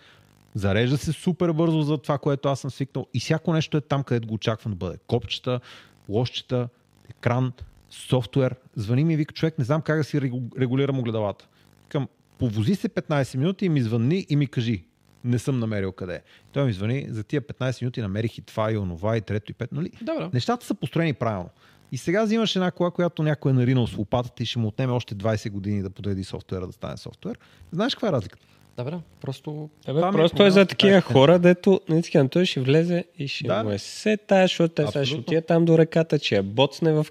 Speaker 2: Зарежда се супер бързо за това, което аз съм свикнал. И всяко нещо е там, където го очаквам да бъде. Копчета, лошчета, екран, софтуер. Звъни ми и вика, човек, не знам как да си регу- регулирам огледалата. Към, повози се 15 минути и ми звънни и ми кажи. Не съм намерил къде. е. Той ми звъни, за тия 15 минути намерих и това, и онова, и трето, и пет. Нали?
Speaker 4: Добре.
Speaker 2: Нещата са построени правилно. И сега взимаш една кола, която някой е наринал с лопатата и ще му отнеме още 20 години да подреди софтуера да стане софтуер. Знаеш каква е разликата?
Speaker 4: Добре, просто
Speaker 5: Абе,
Speaker 2: Това ми е
Speaker 5: просто е
Speaker 2: проблема
Speaker 5: за
Speaker 2: с
Speaker 5: такива
Speaker 2: китайските.
Speaker 5: хора, дето наистина той ще влезе и ще
Speaker 2: Да.
Speaker 5: му е се тая, защото те сега ще
Speaker 2: Абсолютно.
Speaker 5: отиде там до реката, че я боцне в...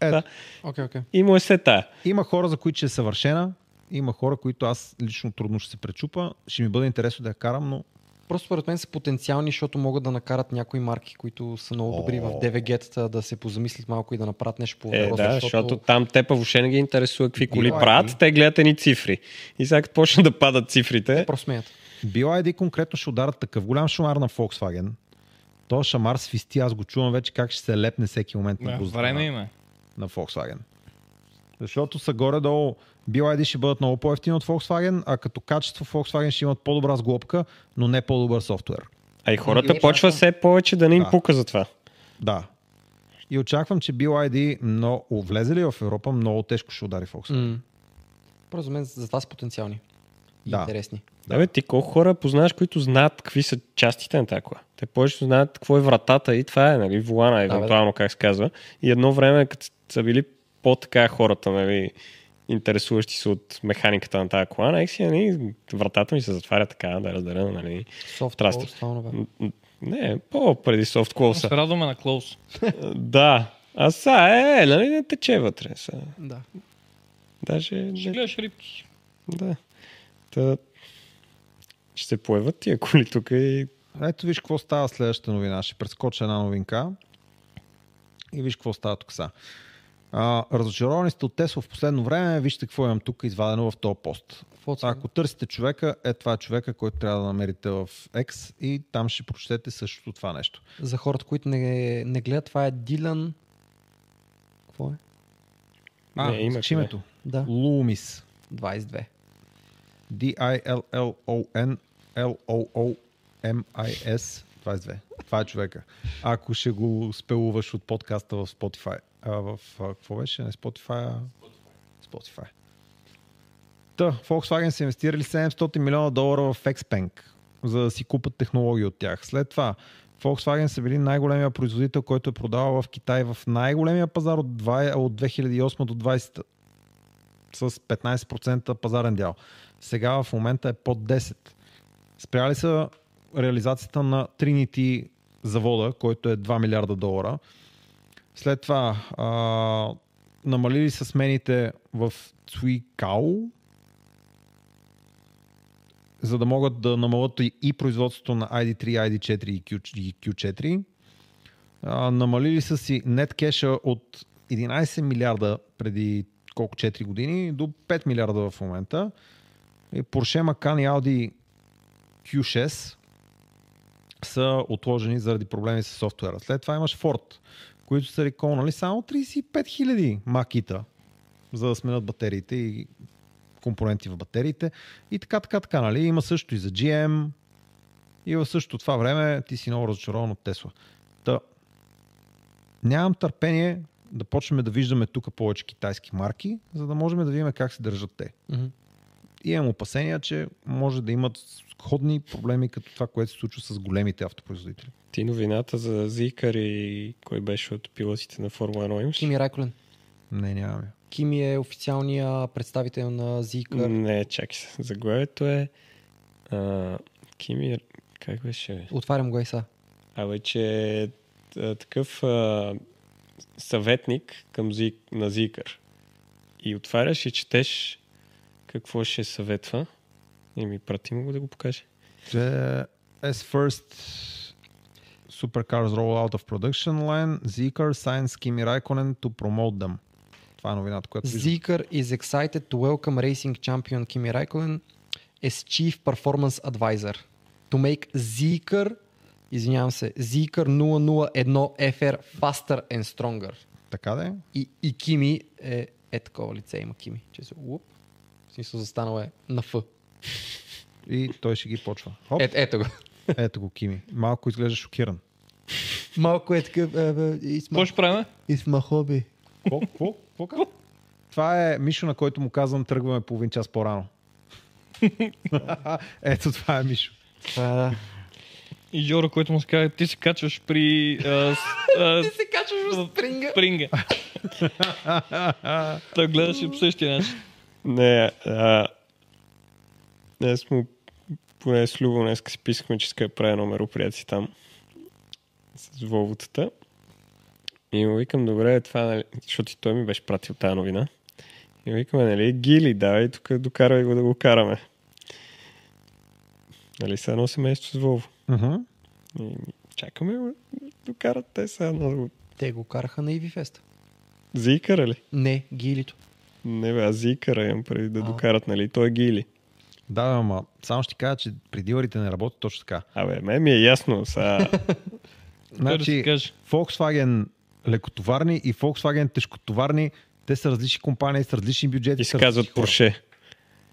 Speaker 2: Ето.
Speaker 5: та,
Speaker 4: Окей, окей.
Speaker 5: И му е се тая.
Speaker 2: Има хора, за които ще е съвършена, има хора, които аз лично трудно ще се пречупа. Ще ми бъде интересно да я карам, но
Speaker 4: Просто според мен са потенциални, защото могат да накарат някои марки, които са много добри в
Speaker 2: О.
Speaker 4: DVG-тата, да се позамислят малко и да направят нещо по
Speaker 5: Е,
Speaker 4: въпроса,
Speaker 5: да, защото там тепа въобще не ги интересува какви коли
Speaker 2: Била е.
Speaker 5: правят, те гледат едни цифри. И сега като почнат да падат цифрите,
Speaker 4: Е, Просто смеят.
Speaker 2: Била ID конкретно ще ударат такъв голям шамар на Volkswagen. То шамар свисти, аз го чувам вече как ще се лепне всеки момент на
Speaker 3: Да,
Speaker 2: гузда
Speaker 3: време е.
Speaker 2: на,
Speaker 3: има.
Speaker 2: на Volkswagen. Защото са горе-долу Била ID ще бъдат много по-ефтини от Volkswagen, а като качество Volkswagen ще имат по-добра сглобка, но не по-добър софтуер.
Speaker 5: а и хората
Speaker 4: И-
Speaker 5: почва все повече да не им
Speaker 2: Да.
Speaker 5: пука за това.
Speaker 2: Да. И очаквам, че Била ID, но влезе ли в Европа, много тежко ще удари Volkswagen.
Speaker 4: М. Просто за мен за това са потенциални. И
Speaker 2: Да.
Speaker 4: интересни.
Speaker 5: Да, бе, ти колко хора познаваш, които знаят какви са частите на тази кола? Те повечето знаят какво е вратата и това е, нали, волана,
Speaker 4: бе.
Speaker 5: евентуално, как се казва. И едно време, като са били по-така хората, нали, интересуващи се от механиката на тази кола, нали, си, нали, вратата ми се затваря така, да раздера, нали.
Speaker 4: Софт,
Speaker 5: Трастър.
Speaker 4: това
Speaker 5: М, м, Не, по-преди софт клоуса.
Speaker 3: Се радваме на Клоус.
Speaker 5: да. А са, е, нали, не тече вътре. Са.
Speaker 4: Да.
Speaker 5: Даже не
Speaker 3: Ще гледаш рибки.
Speaker 5: Да. Та... Ще се появят тия коли тук и
Speaker 2: Ето виж какво става следващата новина. Ще прескоча една новинка и виж какво става тук са. А, разочаровани сте от Тесла в последно време. Вижте какво имам тук извадено в този пост.
Speaker 4: Какво са?
Speaker 2: Ако търсите човека, е това е човека, който трябва да намерите в X и там ще прочетете същото това нещо.
Speaker 4: За хората, които не, не гледат, това е Дилан... Какво е?
Speaker 5: А, Не, има
Speaker 2: с
Speaker 5: къде.
Speaker 2: името.
Speaker 4: Да,
Speaker 2: Loomis.
Speaker 4: 22.
Speaker 2: D-I-L-L-O-N L-O-O-M-I-S 22. Това е човека. Ако ще го спелуваш от подкаста в Spotify. А, в а, какво беше? Не Spotify, а... Spotify. Та, Volkswagen са инвестирали 700 милиона долара в Xpeng, за да си купат технологии от тях. След това, Volkswagen са били най-големия производител, който е продавал в Китай в най-големия пазар от, 2, от 2008 до 2020 с 15% пазарен дял. Сега в момента е под 10. Спряли са реализацията на Trinity завода, който е 2 милиарда долара. След това а, намалили са смените в Цуикао, за да могат да намалят и- и производството на ID3, ID4 и Q- и Q4. А, намалили са си нет кеша от 11 милиарда преди колко 4 години до 5 милиарда в момента. И Porsche Macan и Audi Q6 са отложени заради проблеми с софтуера. След това имаш Ford, които са реколнали само 35 000 макита, за да сменят батериите и компоненти в батериите. И така, така, така, нали? Има също и за GM. И в същото това време ти си много разочарован от Тесла. Та, нямам търпение да почнем да виждаме тук повече китайски марки, за да можем да видим как се държат те.
Speaker 4: Мгм.
Speaker 2: И имам опасения, че може да имат сходни проблеми като това, което се случва с големите автопроизводители.
Speaker 5: Ти новината за Зикър и кой беше от пилотите на Формула 1 имаш? ли?
Speaker 4: Кими Райколен.
Speaker 2: Не, нямаме.
Speaker 4: Кими е официалният представител на Zikr
Speaker 5: Не, чакай се. Заглавието е а, Кими... Как беше? бе?
Speaker 4: Отварям го и сега.
Speaker 5: Абе, че е а, такъв а, съветник към зик, на Зикър. И отваряш и четеш какво ще съветва. И ми прати му го да го покаже.
Speaker 2: The S-First Supercars roll out of production line, Zeekr signs Kimi Raikkonen to promote them. Това е новината, която виждам.
Speaker 4: Zikr is excited to welcome racing champion Kimi Raikkonen as chief performance advisor to make Zikr извинявам се, Zikr 001 FR faster and stronger.
Speaker 2: Така да е.
Speaker 4: И, и Кими е, е такова лице, има Кими. Че се, уп, в смисъл застанал е на Ф.
Speaker 2: И той ще ги почва. Хоп,
Speaker 4: Е, ето го.
Speaker 2: ето го, Кими. Малко изглежда шокиран.
Speaker 4: Малко е такъв. Е, бе, it's
Speaker 3: Какво ще правим?
Speaker 4: it's my hobby.
Speaker 2: Какво? Какво? Какво? каза? Това е Мишо, на който му казвам, тръгваме половин час по-рано. Ето това е Мишо.
Speaker 4: А,
Speaker 3: И Жоро, който му се казва, ти се качваш при... А, с, а,
Speaker 4: ти се качваш в спринга.
Speaker 3: Спринга. Той гледаше по същия начин.
Speaker 5: Не, а, днес му поне с Любо днес си писахме, че иска да прави едно мероприятие там с Вовутата. И му викам, добре, това, нали, защото и той ми беше пратил тази новина. И му викаме, нали, Гили, давай тук докарвай го да го караме. Нали, са едно семейство с Вълво.
Speaker 2: Мгм.
Speaker 5: И чакаме го, докарат те са едно да го...
Speaker 4: Те го караха на Иви Фест.
Speaker 5: Зикъра ли?
Speaker 4: Не, гилито.
Speaker 5: Не бе, аз Зикъра имам преди да докарат, нали, той е Гили.
Speaker 2: Да, бе, ама само ще ти кажа, че при дилърите не работи точно така.
Speaker 5: Абе, ме ми е ясно, сега
Speaker 3: Той да си
Speaker 2: Значи,
Speaker 3: каже.
Speaker 2: Volkswagen лекотоварни и Volkswagen тежкотоварни, те са различни компании с различни бюджети.
Speaker 5: И се
Speaker 2: с различни
Speaker 5: казват
Speaker 2: хора.
Speaker 5: Порше.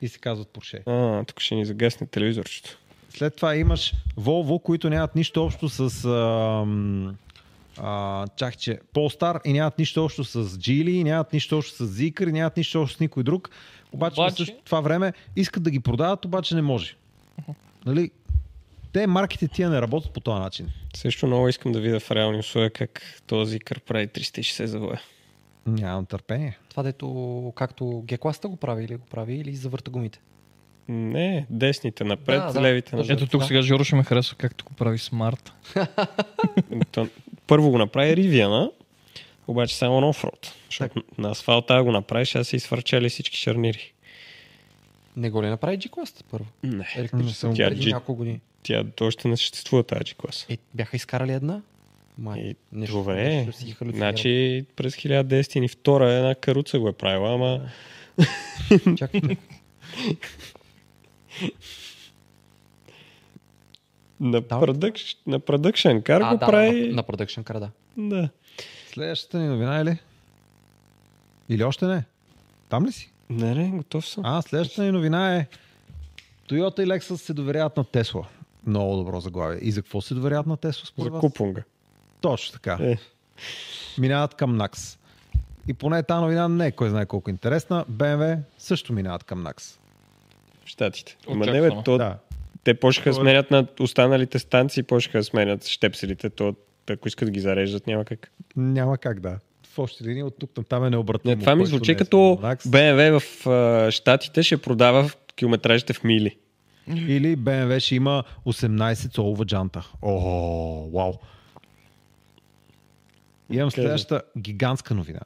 Speaker 2: И се казват Porsche.
Speaker 5: А, тук ще ни загасне телевизорчето.
Speaker 2: След това имаш Volvo, които нямат нищо общо с... Ам, а, чак, че Polestar и нямат нищо общо с Geely, и нямат нищо общо с Zikr, и нямат нищо общо с никой друг. Обаче, обаче...
Speaker 3: Обаче-
Speaker 2: също това време искат да ги продават, обаче не може. Нали? Те марките тия не работят по този начин.
Speaker 5: Също много искам да видя в реални условия как този кър прави 360 завоя.
Speaker 2: Нямам търпение.
Speaker 4: Това дето, както Гекласта го прави или го прави, или завърта гумите.
Speaker 5: Не, десните напред,
Speaker 4: Да,
Speaker 5: да,
Speaker 4: да.
Speaker 5: да. левите назад.
Speaker 3: Ето тук сега Жоро ще ме харесва както го прави смарт.
Speaker 5: То, първо го направи Ривиана, обаче само на оффроуд. Защото на асфалта ако го направиш, аз са изфърчали всички шарнири.
Speaker 4: Не го ли направи G-класът първо?
Speaker 5: Не.
Speaker 2: Не
Speaker 4: Електрическа
Speaker 2: съм
Speaker 5: Тя
Speaker 4: преди
Speaker 5: Е, G-
Speaker 4: няколко години.
Speaker 5: Тя още не съществува тази класа.
Speaker 4: Е, бяха изкарали една? Май,
Speaker 5: Е,
Speaker 4: нещо,
Speaker 5: Добре.
Speaker 4: нещо си халюцинирам.
Speaker 5: Значи през 1902 една каруца го е правила, ама
Speaker 4: Чакай,
Speaker 5: на,
Speaker 4: Да.
Speaker 5: продъкш, на продъкшен кар
Speaker 4: а,
Speaker 5: го
Speaker 4: да,
Speaker 5: прави.
Speaker 4: на, на продъкшн крада.
Speaker 5: Да.
Speaker 2: Следващата ни новина е ли? Или още не? Там ли си?
Speaker 5: Не, не, готов съм.
Speaker 2: А, следващата ни новина е Toyota и Lexus се доверяват на Тесла. Много добро заглавие. И за какво се доверяват на Тесла според
Speaker 5: За
Speaker 2: вас?
Speaker 5: купунга.
Speaker 2: Точно така.
Speaker 5: Е.
Speaker 2: Минават към NAX. И поне тази новина не е кой знае колко интересна. BMW също минават към NAX.
Speaker 5: в Штатите. Ама не
Speaker 3: Очаквано.
Speaker 5: бе, то,
Speaker 2: Да.
Speaker 5: те почнаха да
Speaker 2: То е-
Speaker 5: сменят на останалите станции, почнаха да сменят щепселите, то ако искат да ги зареждат, няма как.
Speaker 2: Няма как да. В общи линии от тук на там е необратимо.
Speaker 5: Не, това ми
Speaker 2: който не
Speaker 5: звучи
Speaker 2: е
Speaker 5: като
Speaker 2: сменил NAX.
Speaker 5: BMW в а, Штатите ще продава в километражите в мили.
Speaker 2: Или BMW ще има 18 солова джанта. О, вау. Имам
Speaker 5: Кажа.
Speaker 2: следващата гигантска новина.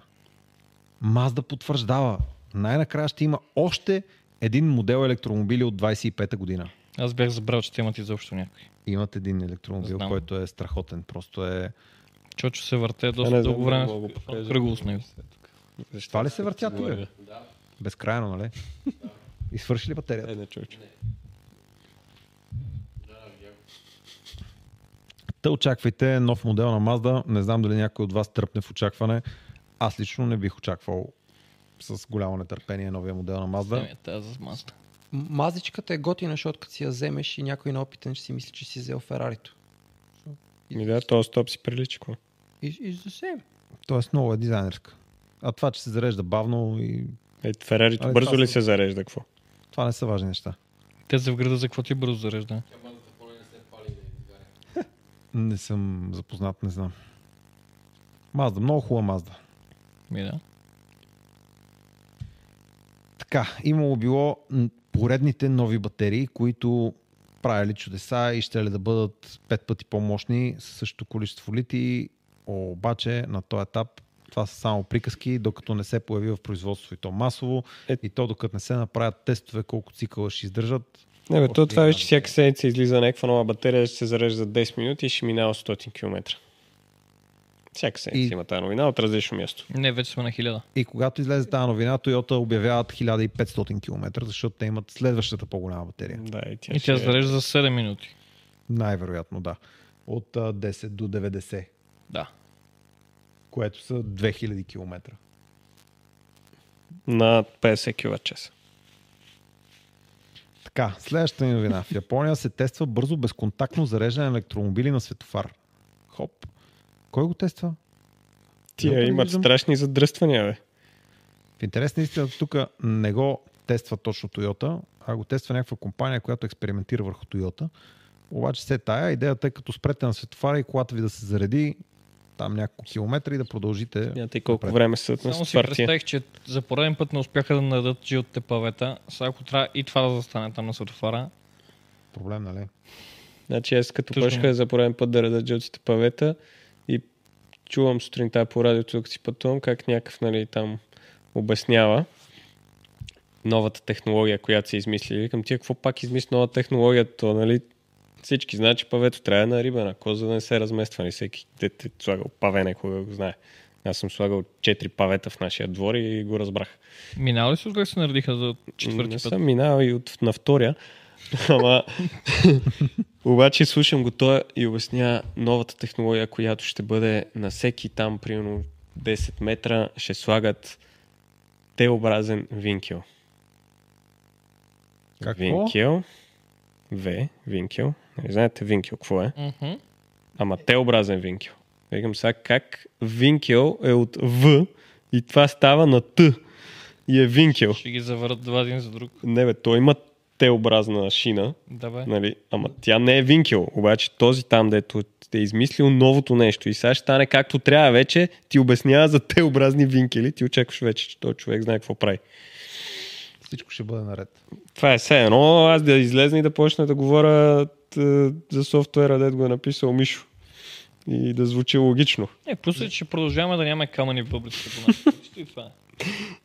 Speaker 2: Мазда потвърждава. Най-накрая ще има още един модел електромобили от 25-та година.
Speaker 3: Аз бях забрал, че те имат изобщо някой.
Speaker 2: Имат един електромобил,
Speaker 3: Знам.
Speaker 2: който е страхотен. Просто е...
Speaker 3: Чочо се върте
Speaker 5: не
Speaker 3: доста
Speaker 5: знам,
Speaker 3: дълго
Speaker 5: мога да
Speaker 3: време
Speaker 5: го покажа.
Speaker 3: кръгло с него.
Speaker 2: Това ли се въртят, бе? Безкрайно, нали? И свърши ли батерията?
Speaker 5: Е, не чуч.
Speaker 2: Та очаквайте нов модел на Mazda. Не знам дали някой от вас тръпне в очакване. Аз лично не бих очаквал с голямо нетърпение новия модел на Mazda.
Speaker 3: Еми, Тази маста.
Speaker 4: М- Мазичката е готина, защото като си я вземеш и някой неопитен ще си мисли, че си взел Ферарито.
Speaker 5: Ми да, то стоп си прилича. какво?
Speaker 4: И, и за се.
Speaker 2: Тоест много е дизайнерска. А това, че се зарежда бавно и
Speaker 5: Е,
Speaker 2: Абе,
Speaker 5: Ферарито бързо
Speaker 2: това
Speaker 5: ли
Speaker 2: са-
Speaker 5: се зарежда, какво?
Speaker 2: това не са важни неща.
Speaker 3: Те за в града за какво ти е бързо зарежда?
Speaker 2: Не съм запознат, не знам. Mazda, много хубава Mazda.
Speaker 3: Ми да.
Speaker 2: Така, имало било м, поредните нови батерии, които правили чудеса и ще ли да бъдат пет пъти по-мощни с същото количество лити, обаче на този етап това са само приказки, докато не се появи в производство и то масово,
Speaker 5: Е.
Speaker 2: и то докато не се направят тестове колко цикъла ще издържат.
Speaker 5: Не, бе, то
Speaker 2: Още
Speaker 5: това
Speaker 2: една
Speaker 5: вече всяка седмица излиза някаква нова батерия, ще се зарежда за 10 минути и ще минава 100 км. Всяка седмица
Speaker 2: И-
Speaker 5: има тази новина от различно място.
Speaker 3: Не, вече сме на хиляда.
Speaker 2: И когато излезе тази новина, Toyota обявяват 1500 км, защото те имат следващата по-голяма батерия.
Speaker 5: Да, и тя,
Speaker 3: И
Speaker 5: ще
Speaker 3: тя
Speaker 5: е-
Speaker 3: зарежда за 7 минути.
Speaker 2: Най-вероятно да. От а, 10 до 90,
Speaker 3: Да.
Speaker 2: което са 2000 км.
Speaker 5: на 50 кВт часа.
Speaker 2: Така, следващата ни новина. В Япония се тества бързо безконтактно зареждане на електромобили на светофар. Хоп. Кой го тества? Няма
Speaker 5: Тия
Speaker 2: да
Speaker 5: имат
Speaker 2: виждам.
Speaker 5: страшни задръствания, бе.
Speaker 2: В интерес на истината тук не го тества точно Toyota, а го тества някаква компания, която експериментира върху Toyota. Обаче все тая идеята е като спрете на светофара и колата ви да се зареди там няколко километра и да продължите.
Speaker 5: Смятай колко
Speaker 2: напред.
Speaker 5: време са на
Speaker 3: Само си
Speaker 5: ствъртия.
Speaker 3: представих, че за пореден път не успяха да нададат G от тепавета. Сега ако трябва и това да застане там на светофара.
Speaker 2: Проблем, нали?
Speaker 5: Значи аз като
Speaker 3: Тъжно.
Speaker 5: почнах за пореден път да реда джоците павета и чувам сутринта по радиото, докато си пътувам, как някакъв нали, там обяснява новата технология, която са измислили. Викам, тия какво пак измисли нова технология? То, нали, всички знаят, че павето трябва да е на рибена коза, да не се размества. Нали, всеки дете е слагал павене, кога го знае. Аз съм слагал 4 павета в нашия двор и го разбрах.
Speaker 3: Минава ли си от как се наредиха за
Speaker 5: не
Speaker 3: четвърти път?
Speaker 5: съм минал и от, на втория. Ама, обаче слушам го той и обясня новата технология, която ще бъде на всеки там, примерно 10 метра, ще слагат Т-образен винкел.
Speaker 2: Какво?
Speaker 5: Винкел. В. Винкел. Нали знаете винкел какво е?
Speaker 3: Мгм.
Speaker 5: Ама Т-образен винкел. Викам сега как винкел е от В и това става на Т. И е винкел.
Speaker 3: Ще ги завърят два един за друг.
Speaker 5: Не бе, той има Т-образна шина,
Speaker 3: Да бе.
Speaker 5: нали? Ама тя не е винкел, обаче този там, дето е измислил новото нещо и сега ще стане както трябва вече, ти обяснява за Т-образни винкели, ти очакваш вече, че този човек знае какво прави.
Speaker 2: Всичко ще бъде наред.
Speaker 5: Това е все едно, аз да излезна и да почна да говоря т- за софтуера, дето го е написал Мишо. И да звучи логично.
Speaker 3: Е, плюс е, че продължаваме да нямаме камъни в бъбриците. поне. Чисто и това е.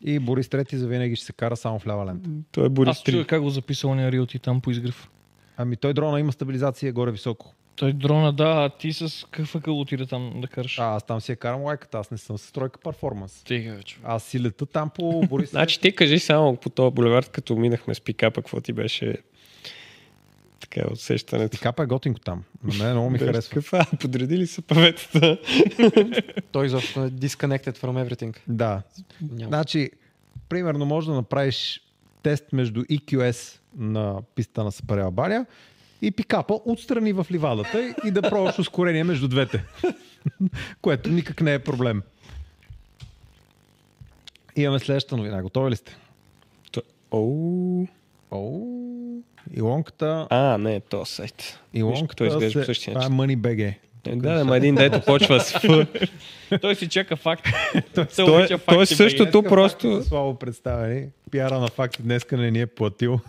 Speaker 2: И Борис Трети завинаги ще се кара само в лява лента.
Speaker 5: Той е Борис
Speaker 3: Аз чуя
Speaker 5: 3.
Speaker 3: как го записал на Риоти там по изгръв.
Speaker 2: Ами той дрона има стабилизация горе-високо.
Speaker 3: Той дрона, да, а ти с какъв акъл отиде там да караш?
Speaker 2: А, аз там си я карам лайката, аз не съм с тройка перформанс.
Speaker 3: Тега вече.
Speaker 2: Аз си лета там по Борис Трети.
Speaker 5: Значи ти кажи само по този булевард, като минахме с пикапа, какво ти беше така усещането.
Speaker 2: Капа е готинко там. На мен много ми
Speaker 5: Беше
Speaker 2: харесва.
Speaker 5: такъв, а, подредили са паветата.
Speaker 4: Той изобщо е disconnected from everything.
Speaker 2: Да.
Speaker 4: Няма.
Speaker 2: Значи, примерно може да направиш тест между EQS на писта на Сапарела Баля и пикапа отстрани в ливадата и да пробваш ускорение между двете. Което никак не е проблем. Имаме следващата новина. Готови ли сте?
Speaker 5: То- Оу.
Speaker 2: О, Илонката,
Speaker 5: А, не, то сайт. Виж,
Speaker 2: Илонката
Speaker 5: като изглежда
Speaker 2: се-
Speaker 5: по същия
Speaker 2: Това е
Speaker 5: начин.
Speaker 2: MoneyBG.
Speaker 5: Е, Да, да, ма един дето почва с Ф.
Speaker 3: Той си чака факт. той,
Speaker 5: Той,
Speaker 3: обича
Speaker 5: той
Speaker 3: факти, бе.
Speaker 5: същото
Speaker 2: Днеска
Speaker 5: просто...
Speaker 2: фактите са е Слабо представени. Пиара на факти днеска не ни е платил.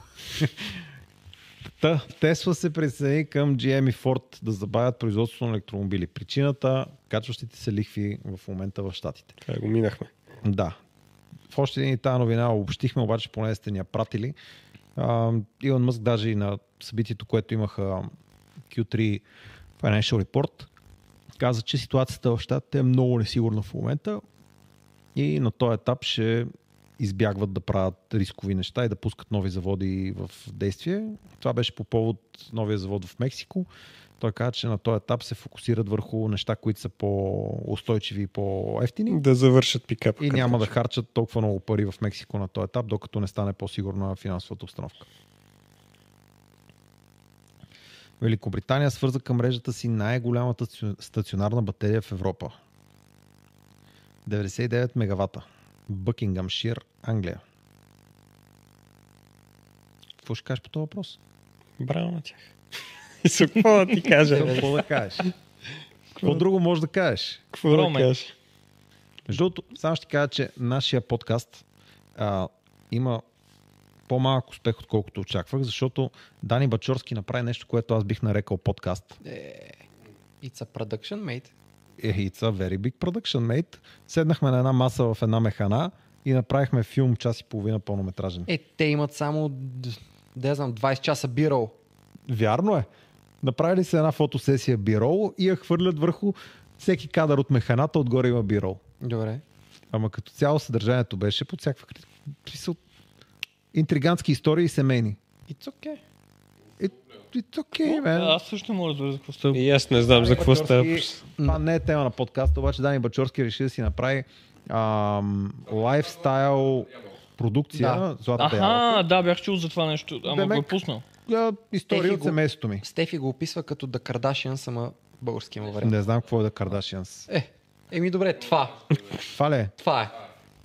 Speaker 2: Та, Тесла се присъедини към GM и Ford да забавят производството на електромобили. Причината – качващите се лихви в момента в Штатите.
Speaker 5: Това го минахме.
Speaker 2: Да. В още един тази новина обобщихме, обаче поне сте ни я пратили. А, Илон Мъск даже и на събитието, което имаха Q3 Financial Report, каза, че ситуацията в щатите е много несигурна в момента и на този етап ще избягват да правят рискови неща и да пускат нови заводи в действие. Това беше по повод новия завод в Мексико. Той каза, че на този етап се фокусират върху неща, които са по-устойчиви и по-ефтини.
Speaker 5: Да завършат пикапа.
Speaker 2: И
Speaker 5: като
Speaker 2: няма да
Speaker 5: почва.
Speaker 2: харчат толкова много пари в Мексико на този етап, докато не стане по-сигурна финансовата обстановка. Великобритания свърза към мрежата си най-голямата стационар- стационарна батерия в Европа. 99 мегавата. Бъкингамшир, Англия. Какво ще кажеш по този въпрос?
Speaker 5: Браво на тях. И са, какво да ти кажа? бе?
Speaker 2: Какво да кажеш? Какво друго можеш да кажеш?
Speaker 5: Какво да
Speaker 3: Ромен.
Speaker 5: кажа?
Speaker 2: Между другото, само ще кажа, че нашия подкаст а, има по-малък успех, отколкото очаквах, защото Дани Бачорски направи нещо, което аз бих нарекал подкаст.
Speaker 4: It's a production, mate.
Speaker 2: Е, It's a very big production, mate. Седнахме на една маса в една механа и направихме филм час и половина пълнометражен.
Speaker 4: Е, те имат само, д- да я знам, 20 часа бирол.
Speaker 2: Вярно е. Направили се една фотосесия бирол и я хвърлят върху всеки кадър от механата, отгоре има бирол.
Speaker 4: Добре.
Speaker 2: Ама като цяло съдържанието беше под всякаква крит- смисъл, интригантски истории и семейни.
Speaker 4: It's okay.
Speaker 2: It, Е, it's okay,
Speaker 3: А,
Speaker 2: man.
Speaker 3: Аз също не мога да разбера за какво става.
Speaker 5: И аз не знам за какво става.
Speaker 2: И
Speaker 5: въпрос.
Speaker 2: Това не е тема на подкаста, обаче Дани Бачорски реши да си направи ам, лайфстайл продукция.
Speaker 4: Да.
Speaker 2: Златата ябълка.
Speaker 3: Аха, да, бях чул за това нещо, ама
Speaker 2: Демек.
Speaker 3: го е пуснал.
Speaker 2: Да, История
Speaker 4: Техи
Speaker 2: от
Speaker 4: го-
Speaker 2: семейството ми.
Speaker 4: Стефи го описва като The Kardashians, ама български му вариант.
Speaker 2: Не знам какво е да Кардашианс.
Speaker 4: Е, еми добре, това,
Speaker 2: Това ли е?
Speaker 4: това е.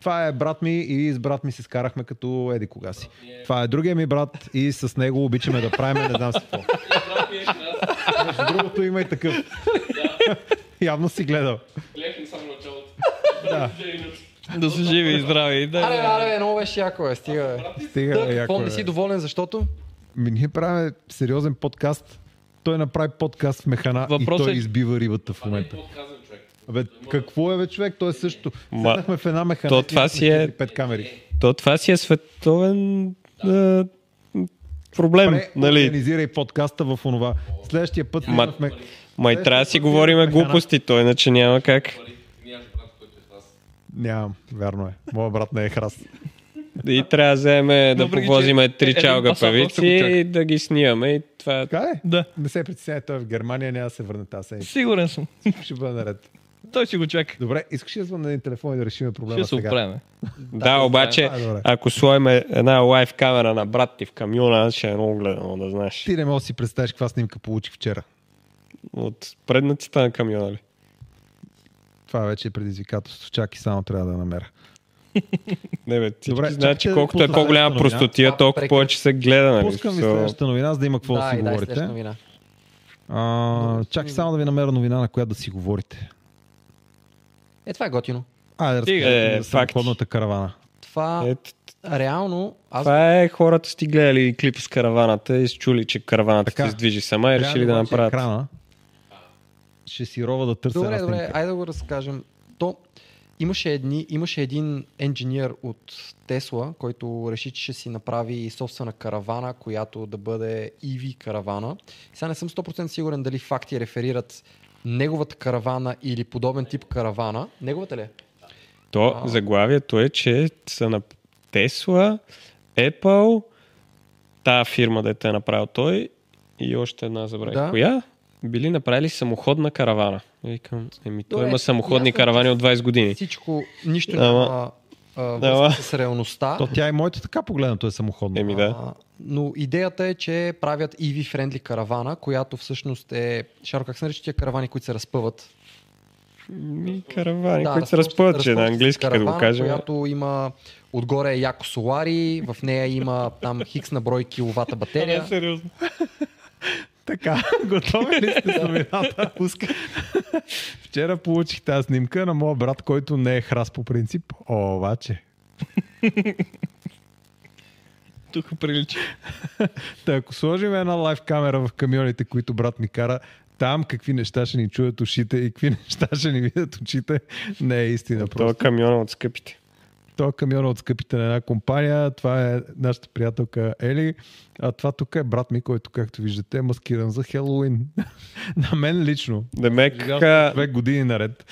Speaker 2: Това е брат ми и с брат ми се скарахме като еди кога си. Това е другия ми брат и с него обичаме да правим не знам си какво. Между другото има и такъв. Явно си гледал.
Speaker 3: Да се живи и здрави. Да,
Speaker 4: Аре, бе,
Speaker 3: да.
Speaker 4: аре, бе, много беше яко, е, стига. бе.
Speaker 2: Стига,
Speaker 4: Дък,
Speaker 2: яко
Speaker 4: какво не
Speaker 2: е.
Speaker 4: си доволен, защото?
Speaker 2: Ми, ние правим сериозен подкаст. Той направи подкаст в механа
Speaker 3: Въпрос
Speaker 2: и той
Speaker 3: е-
Speaker 2: избива рибата в момента. Бе, какво е бе човек? Той е също.
Speaker 5: Ма,
Speaker 2: Седнахме в една механа.
Speaker 5: то това си е-
Speaker 2: Пет камери.
Speaker 5: То това си е световен а, проблем,
Speaker 2: Пре,
Speaker 5: нали?
Speaker 2: Организирай подкаста в онова. Следващия път
Speaker 5: Ма-
Speaker 2: минахме-
Speaker 5: Ма и трябва да си говориме глупости, той иначе няма как.
Speaker 2: Нямам, вярно е. Моя брат не е храст.
Speaker 5: И трябва да вземе да
Speaker 3: Въпреки, че
Speaker 5: повозиме три
Speaker 3: един
Speaker 5: чалга
Speaker 3: пасат още
Speaker 5: певици
Speaker 3: го чака.
Speaker 5: и да ги снимаме. И това...
Speaker 2: Така е?
Speaker 3: да.
Speaker 2: Не се притесняй, той е в Германия, няма да се върне тази седмица.
Speaker 3: Сигурен съм.
Speaker 2: Ще бъде наред. Той
Speaker 3: Той си го чака.
Speaker 2: Добре, искаш ли да звънна на един телефон и да решим
Speaker 3: Ще
Speaker 2: проблема
Speaker 3: се
Speaker 2: сега?
Speaker 3: оправим.
Speaker 5: Да, обаче,
Speaker 2: това е добре.
Speaker 5: ако слоиме една лайв камера на брат ти в камиона, ще е много гледано, да знаеш.
Speaker 2: Ти не можеш да си представиш каква снимка получих вчера.
Speaker 5: От преднаците на камиона ли?
Speaker 2: Това вече е предизвикателство. Чакай, само трябва да я намеря.
Speaker 5: Не бе, ти
Speaker 2: Добре,
Speaker 5: знаеш,
Speaker 2: чакайте
Speaker 5: че
Speaker 2: да
Speaker 5: колкото е
Speaker 2: пусна
Speaker 5: по-голяма
Speaker 2: следващата новина.
Speaker 5: простотия,
Speaker 4: А,
Speaker 5: толкова
Speaker 4: прекъс-
Speaker 5: повече се гледа. Нали?
Speaker 2: Пускам ви
Speaker 5: So,
Speaker 2: следващата новина, за да има какво да
Speaker 4: да,
Speaker 2: си
Speaker 4: и дай
Speaker 2: говорите.
Speaker 4: следваща новина.
Speaker 2: А, чакай само да ви намеря новина, на която да си говорите.
Speaker 4: Е, това е готино.
Speaker 2: А, да
Speaker 5: Стига, е,
Speaker 2: разкажете за
Speaker 5: факт.
Speaker 2: ходната каравана.
Speaker 4: Това,
Speaker 5: Ето,
Speaker 4: реално, аз
Speaker 5: Е, това е хората сте гледали клипа с караваната и са чули, че караваната
Speaker 2: Така.
Speaker 5: се движи сама и решили да
Speaker 2: Трябва обаче
Speaker 5: направят.
Speaker 2: Екрана. Ще си рова да търся
Speaker 4: Добре,
Speaker 2: една
Speaker 4: добре,
Speaker 2: снимка.
Speaker 4: айде да го разкажем. То, Имаше, едни, имаше един инженер от Тесла, който реши, че ще си направи собствена каравана, която да бъде EV каравана. Сега не съм 100% сигурен дали факти реферират неговата каравана или подобен тип каравана. Неговата ли е?
Speaker 5: То
Speaker 4: А.
Speaker 5: заглавието е, че са на Тесла, Apple, тая фирма, дете е направил той и още една забравих.
Speaker 4: Да.
Speaker 5: Коя? Били направили самоходна каравана. Викам, еми, той
Speaker 4: Добре,
Speaker 5: има самоходни
Speaker 4: ясно,
Speaker 5: каравани от 20 години.
Speaker 4: Всичко, нищо
Speaker 5: Е. Ама-
Speaker 4: няма а,
Speaker 5: Ама-
Speaker 4: връзка с реалността.
Speaker 2: То тя и моите така погледнато е самоходно.
Speaker 5: Еми да.
Speaker 4: А, но идеята е, че правят EV-френдли каравана, която всъщност е... Шаро, как се наричат тия каравани, които се разпъват?
Speaker 5: Ми, каравани,
Speaker 4: Да,
Speaker 5: Ами, които се
Speaker 4: разпъваща-
Speaker 5: разпъват, че на
Speaker 4: разпъваща
Speaker 5: английски, като го
Speaker 4: каравана,
Speaker 5: кажем. е
Speaker 4: Която има отгоре е яко солари, в нея има там хикс на брой киловата батерия.
Speaker 5: сериозно.
Speaker 2: Така, готови ли сте за вината? Пуска. Вчера получих тази снимка на моя брат, който не е храс по принцип, обаче.
Speaker 3: Тук прилича.
Speaker 2: Та, ако сложим една лайв камера в камионите, които брат ми кара, там какви неща ще ни чуят ушите и какви неща ще ни видят очите, не е истина.
Speaker 5: Това е
Speaker 2: Просто.
Speaker 5: камиона от скъпите.
Speaker 2: Той камион е от скъпите на една компания, това е нашата приятелка Ели, а това тук е брат ми, който, както виждате, е маскиран за Хелоуин. на мен лично.
Speaker 5: Демек,
Speaker 2: Живял съм
Speaker 5: а,
Speaker 2: две години наред.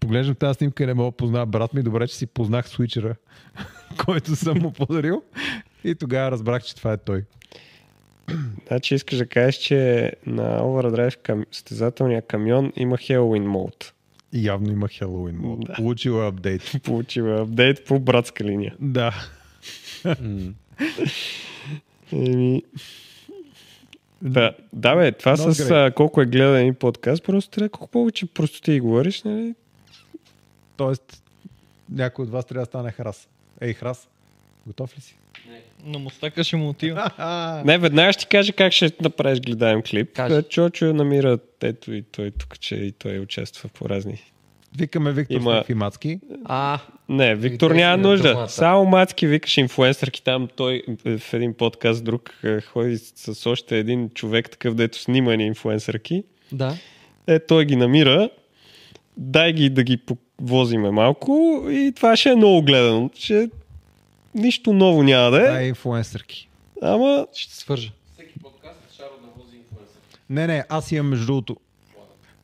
Speaker 2: Поглеждам тази снимка и не мога да позная брат ми. Добре, че си познах свичера, който съм му подарил. И тогава разбрах, че това е той.
Speaker 5: значи искаш да кажеш, че на Overdrive кам... стезателния камион има Halloween мод.
Speaker 2: И явно има Хелоуин мод. Да. Получил е апдейт.
Speaker 5: Получива апдейт по братска линия.
Speaker 2: Да.
Speaker 5: Еми... Да, да бе, това
Speaker 2: Not
Speaker 5: с
Speaker 2: great.
Speaker 5: а, колко е гледан един подкаст, просто трябва колко повече просто ти говориш, нали?
Speaker 2: Тоест, някой от вас трябва да стане храс. Ей, храс, готов ли си?
Speaker 3: На мустака ще му отива.
Speaker 5: Не, веднага ще ти кажа как ще направиш гледаем клип.
Speaker 4: Кажи.
Speaker 5: Кажи. Чочо намира, ето и той тук, че и той участва по разни.
Speaker 2: Викаме Виктор
Speaker 5: Има-
Speaker 2: Има... Мацки.
Speaker 4: А,
Speaker 5: Не, Виктор
Speaker 4: Идея си
Speaker 5: няма
Speaker 4: на
Speaker 5: нужда.
Speaker 4: думата.
Speaker 5: Само мацки викаш инфуенсърки там. Той е, в един подкаст друг е, ходи с с още един човек такъв, дето снима ни инфуенсърки.
Speaker 4: да.
Speaker 5: Е, той ги намира. Дай ги да ги повозиме малко и това ще е много гледано. Ще... Нищо ново няма да
Speaker 2: Това
Speaker 5: е,
Speaker 2: е инфуенсърки.
Speaker 5: ама
Speaker 4: Ще те свържа.
Speaker 1: Всеки подкаст Шаро да вози инфлуенсър.
Speaker 2: Не, не, аз имам между другото.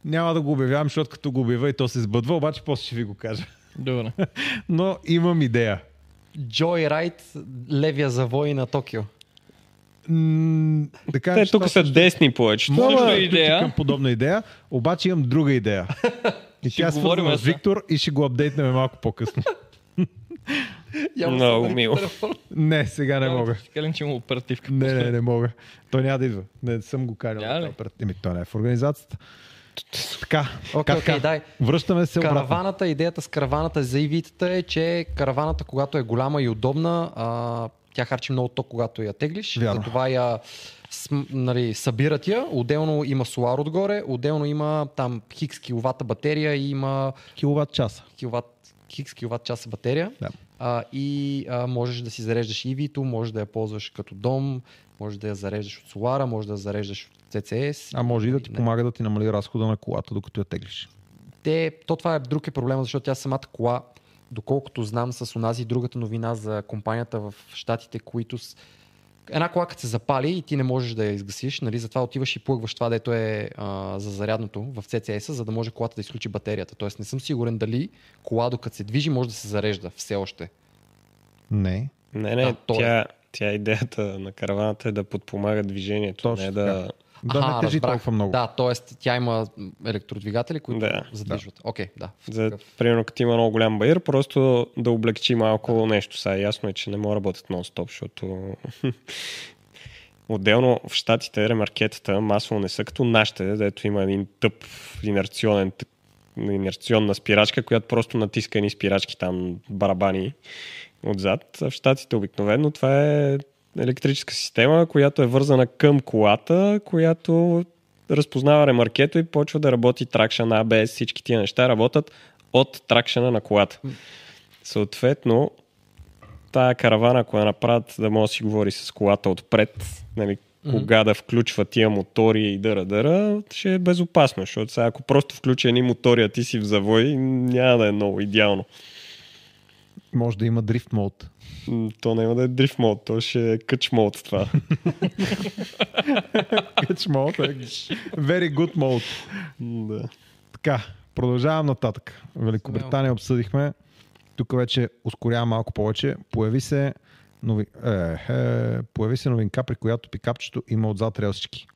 Speaker 2: Няма да го обявявам, защото като го обявя и то се сбъдва, обаче после ще ви го кажа.
Speaker 3: Добре.
Speaker 2: Но имам идея.
Speaker 4: Джой Райт, левия завой на Токио.
Speaker 2: М, да кажем,
Speaker 5: те
Speaker 2: че
Speaker 5: тук
Speaker 2: това
Speaker 5: са десни повечето.
Speaker 2: Може
Speaker 5: ама-
Speaker 2: да идея.
Speaker 3: идея.
Speaker 2: към подобна идея, обаче имам друга идея. И
Speaker 3: Ще
Speaker 2: тя е
Speaker 3: говорим
Speaker 2: свързана с
Speaker 3: сега.
Speaker 2: Виктор и ще го апдейтнем малко по-късно.
Speaker 4: Явно
Speaker 5: Много
Speaker 4: съм
Speaker 5: мило.
Speaker 4: телефон.
Speaker 2: Не, сега не мога.
Speaker 3: Скален, че му оперативка.
Speaker 2: Не, не, не мога. Той няма да идва. Не съм го канил.
Speaker 3: Няма ли?
Speaker 2: Да, пред- Еми, той не е в организацията. Така,
Speaker 4: Окей,
Speaker 2: как,
Speaker 4: окей,
Speaker 2: как?
Speaker 4: дай.
Speaker 2: Връщаме се обратно.
Speaker 4: Караваната, идеята с караваната за ивитата е, че караваната, когато е голяма и удобна, а, тя харчи много ток, когато я теглиш.
Speaker 2: Вярно.
Speaker 4: Затова я см, нали, събират я. Отделно има солар отгоре, отделно има там хикс киловата батерия и има
Speaker 2: Киловатт часа.
Speaker 4: киловат, хикс киловат часа батерия.
Speaker 2: Да.
Speaker 4: А, и а, можеш да си зареждаш ивито, можеш да я ползваш като дом, можеш да я зареждаш от солара, можеш да я зареждаш от CCS.
Speaker 2: А може и да ти
Speaker 4: Ами, Не.
Speaker 2: помага да ти намали разхода на колата, докато я теглиш.
Speaker 4: те, то това е друг е проблема, защото тя самата кола, доколкото знам с онази другата новина за компанията в Штатите, които с... една кола като се запали и ти не можеш да я изгасиш, нали, затова отиваш и плъгваш това, дето е а, за зарядното в CCS, за да може колата да изключи батерията. Тоест не съм сигурен дали кола докато се движи може да се зарежда все още.
Speaker 2: Не.
Speaker 5: Не, не,
Speaker 4: Да, то е.
Speaker 5: тя, тя идеята на караваната е да подпомага движението,
Speaker 2: Точно
Speaker 5: не да...
Speaker 2: Да не тежи
Speaker 4: разбрах.
Speaker 2: толкова много.
Speaker 4: Да, т.е. тя има електродвигатели, които
Speaker 5: Да,
Speaker 4: задвижват. Окей, да.
Speaker 5: За, примерно, като има много голям баир, просто да облегчи малко нещо. Сега ясно е, че не мога да работят нон-стоп, защото... Отделно в щатите ремаркетата масово не са като нашите, дето има един тъп инерционен тък- инерционна спирачка, която просто натиска ни спирачки там, барабани отзад. А в щатите обикновено това е електрическа система, която е вързана към колата, която разпознава ремаркето и почва да работи тракшена, ABS, всички тия неща работят от тракшена на колата. Съответно, тая каравана, ако я направят да може да си говори с колата отпред, нали, кога да включва тия мотори и дъра-дъра, ще е безопасно, защото сега ако просто включи едни мотори, а ти си в завой, няма да е много идеално.
Speaker 2: Може да има дрифт мод.
Speaker 5: М, То няма да е дрифт мод, то ще е къч мод това.
Speaker 2: Pitch mode е very good mode.
Speaker 5: М, да.
Speaker 2: Така, продължавам нататък. Великобритания обсъдихме. Тук вече ускорявам малко повече. Появи се, нови... е, е, появи се новинка, при която пикапчето има отзад релсички.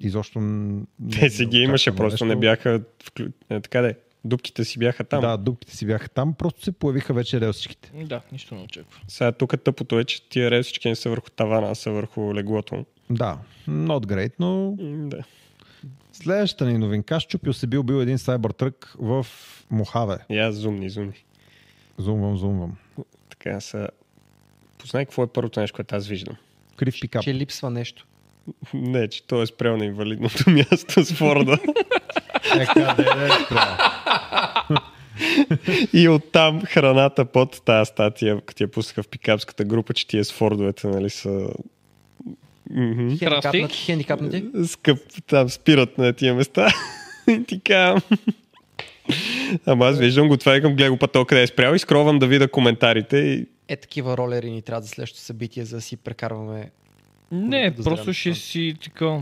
Speaker 2: Изобщо... м-
Speaker 5: Те си
Speaker 2: не
Speaker 5: ги имаше,
Speaker 2: очаквано
Speaker 5: просто
Speaker 2: нещо.
Speaker 5: не бяха... вклю- Е, така де, дупките си бяха там.
Speaker 2: Да, дупките си бяха там, просто се появиха вече релсичките.
Speaker 3: Да, нищо не очаква.
Speaker 5: Сега тук тъпото е, че тия релсички не са върху тавана, а са върху леглото. му.
Speaker 2: Да, not great, но
Speaker 5: М, Да.
Speaker 2: Следващата ни новинка, щупил се бил бил един Cybertruck в Мохаве.
Speaker 5: Я зумни, зумни.
Speaker 2: Зумвам, зумвам.
Speaker 5: Така са... Познай какво е първото нещо, което аз виждам.
Speaker 2: Крив пикап.
Speaker 4: Че липсва нещо.
Speaker 5: Не, че той е спрял на инвалидното място с Форда.
Speaker 2: Е, къде е спрял?
Speaker 5: И оттам храната под тази статия, като я пуснаха в пикапската група, че тия с Фордовете, нали, са... Мгм.
Speaker 4: Хендикапнати, хендикапнати.
Speaker 5: Скъп, там спират на тия места. И ти казвам. Ама аз виждам го, това и към гледа го път то къде е спрял и скровам да видя коментарите и
Speaker 4: Е, такива ролери ни трябва за следващото събитие, за да си прекарваме.
Speaker 3: Не,
Speaker 4: Подозрявам
Speaker 3: просто ще
Speaker 4: това.
Speaker 3: си така.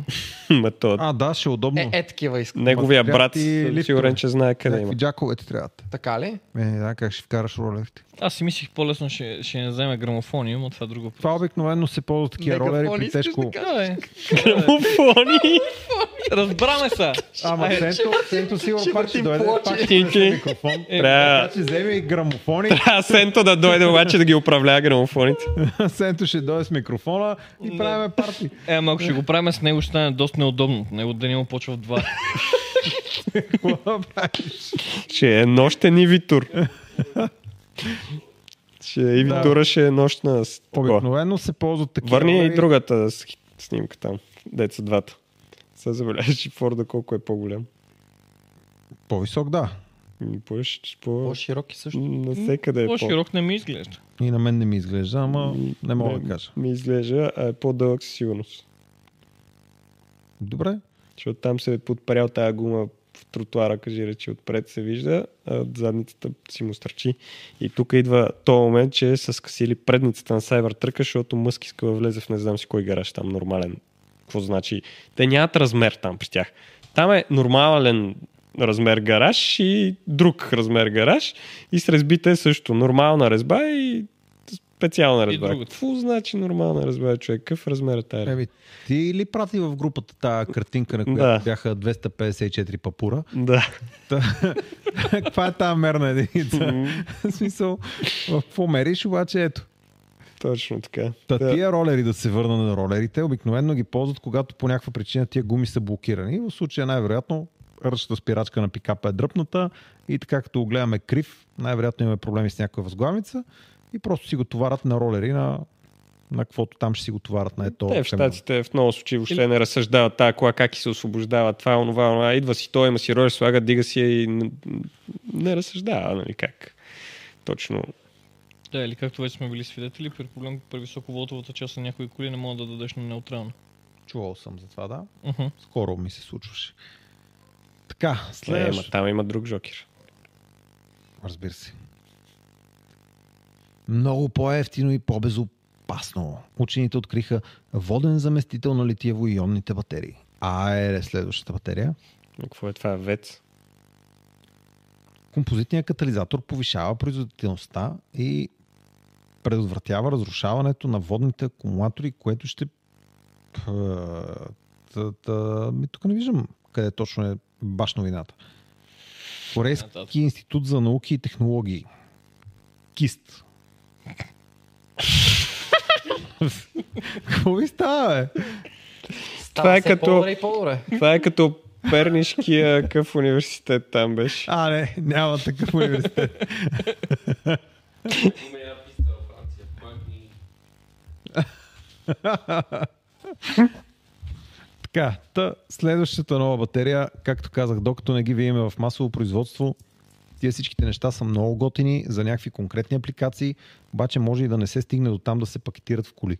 Speaker 5: ма то,
Speaker 2: А, да, ще е удобно.
Speaker 4: Е, е такива искам.
Speaker 5: неговия
Speaker 2: трябва
Speaker 5: брат
Speaker 2: ти
Speaker 5: съм
Speaker 2: лифтове.
Speaker 5: сигурен, че знае къде има.
Speaker 2: Някакви джакове ти трябват.
Speaker 4: Така ли?
Speaker 2: Е, да, как ще вкараш ролерите.
Speaker 3: Аз си мислих по-лесно ще, ще не вземе грамофони, но това е друго.
Speaker 2: Това обикновено се ползват такива ролери
Speaker 4: Мегафон
Speaker 2: при
Speaker 4: искаш
Speaker 2: тежко.
Speaker 4: да кажеш?
Speaker 3: Да, е.
Speaker 5: Грамофони!
Speaker 3: Разбраме са!
Speaker 2: Ама Сенто, Сенто сигурно пак Е, ще дойде. Пак ще
Speaker 5: Ти, ти.
Speaker 2: микрофон.
Speaker 5: Трябва
Speaker 2: Така че вземи и грамофони.
Speaker 5: трябва Сенто да дойде обаче да ги управлява грамофоните.
Speaker 2: Сенто ще дойде с микрофона и правиме парти.
Speaker 3: Е, ама ако ще го правим с него, ще стане доста неудобно. Него да не му почва в
Speaker 5: Е,
Speaker 3: два.
Speaker 2: Какво да правиш?
Speaker 5: Ще е нощен и Витур. Ще е и Витура, ще е нощна. с такова.
Speaker 2: Обикновено се ползват такива
Speaker 5: Върни и
Speaker 2: ролери.
Speaker 5: другата с- снимка там. Деца двата. Сега забелязваш и Форда колко е по-голям.
Speaker 2: По-висок, да.
Speaker 5: М, По-ш- Ами, по...
Speaker 4: По-широки също.
Speaker 5: Насекъде е по...
Speaker 3: По-широк не ми изглежда.
Speaker 2: И на мен не ми изглежда, ама не мога да кажа.
Speaker 5: Ми изглежда, а е по-дълъг със сигурност.
Speaker 2: Добре.
Speaker 5: Защото там се е подпрял тази гума в тротуара, кажи речи, отпред се вижда, а от задницата си му стърчи. И тук идва то момент, че са скъсили предницата на Cybertruck, защото Мъск иска да влезе в не знам си кой гараж там нормален. Какво значи? Те нямат размер там при тях. Там е нормален размер гараж и друг размер гараж и с резбите е също нормална резба и специална резба.
Speaker 3: другата.
Speaker 5: Какво значи нормална резба, бе, човек? Какъв размер е тази? резба?
Speaker 2: Еми, ти ли прати в групата тази картинка, на която
Speaker 5: Да.
Speaker 2: бяха 254 папура?
Speaker 5: Да.
Speaker 2: Та- Каква е тази мерна единица?
Speaker 5: М,
Speaker 2: В смисъл, в какво мериш, обаче ето.
Speaker 5: Точно така.
Speaker 2: Та е
Speaker 5: Да.
Speaker 2: тия ролери, да се върна на ролерите, обикновено ги ползват, когато по някаква причина тия гуми са блокирани. В случая най-вероятно ръчната спирачка на пикапа е дръпната и така като го гледаме крив, най-вероятно имаме проблеми с някаква възглавница и просто си го товарят на ролери на, на каквото там ще си го товарят на ето.
Speaker 5: Те в
Speaker 2: камион.
Speaker 5: щатите в много случаи въобще не разсъждават тая кола, как и се освобождава, това, онова, онова. Идва си той, има си роля, слага, дига си я и не, не разсъждава, нали как. Точно.
Speaker 3: Да, или както вече сме били свидетели, при проблем при високоволтовата част на някои коли не мога да дадеш на неутрално.
Speaker 2: Чувал съм за това, да.
Speaker 3: Мгм.
Speaker 2: Скоро ми се случваше. Така,
Speaker 5: Е, ма,
Speaker 2: следващо.
Speaker 5: там има друг жокер.
Speaker 2: Разбира се. Много по-ефтино и по-безопасно. Учените откриха воден заместител на литиево-ионните батерии. АЕР е следващата батерия.
Speaker 5: Но Какво е това? Вец?
Speaker 2: Композитният катализатор повишава производителността и предотвратява разрушаването на водните акумулатори, което ще... Пъ, Та, та, ми тук не виждам къде точно е баш новината.
Speaker 3: Нататък.
Speaker 2: Корейски институт за науки и технологии. Кист. Какво ви става, бе?
Speaker 4: Става
Speaker 5: е
Speaker 4: все
Speaker 5: като-
Speaker 4: По-добре и по-добре.
Speaker 5: Това е като Пернишкия какъв университет там беше.
Speaker 2: А, не, няма такъв университет. Така, та, следващата нова батерия, както казах, докато не ги видим в масово производство, тия всичките неща са много готини за някакви конкретни апликации, обаче може и да не се стигне до там да се пакетират в коли.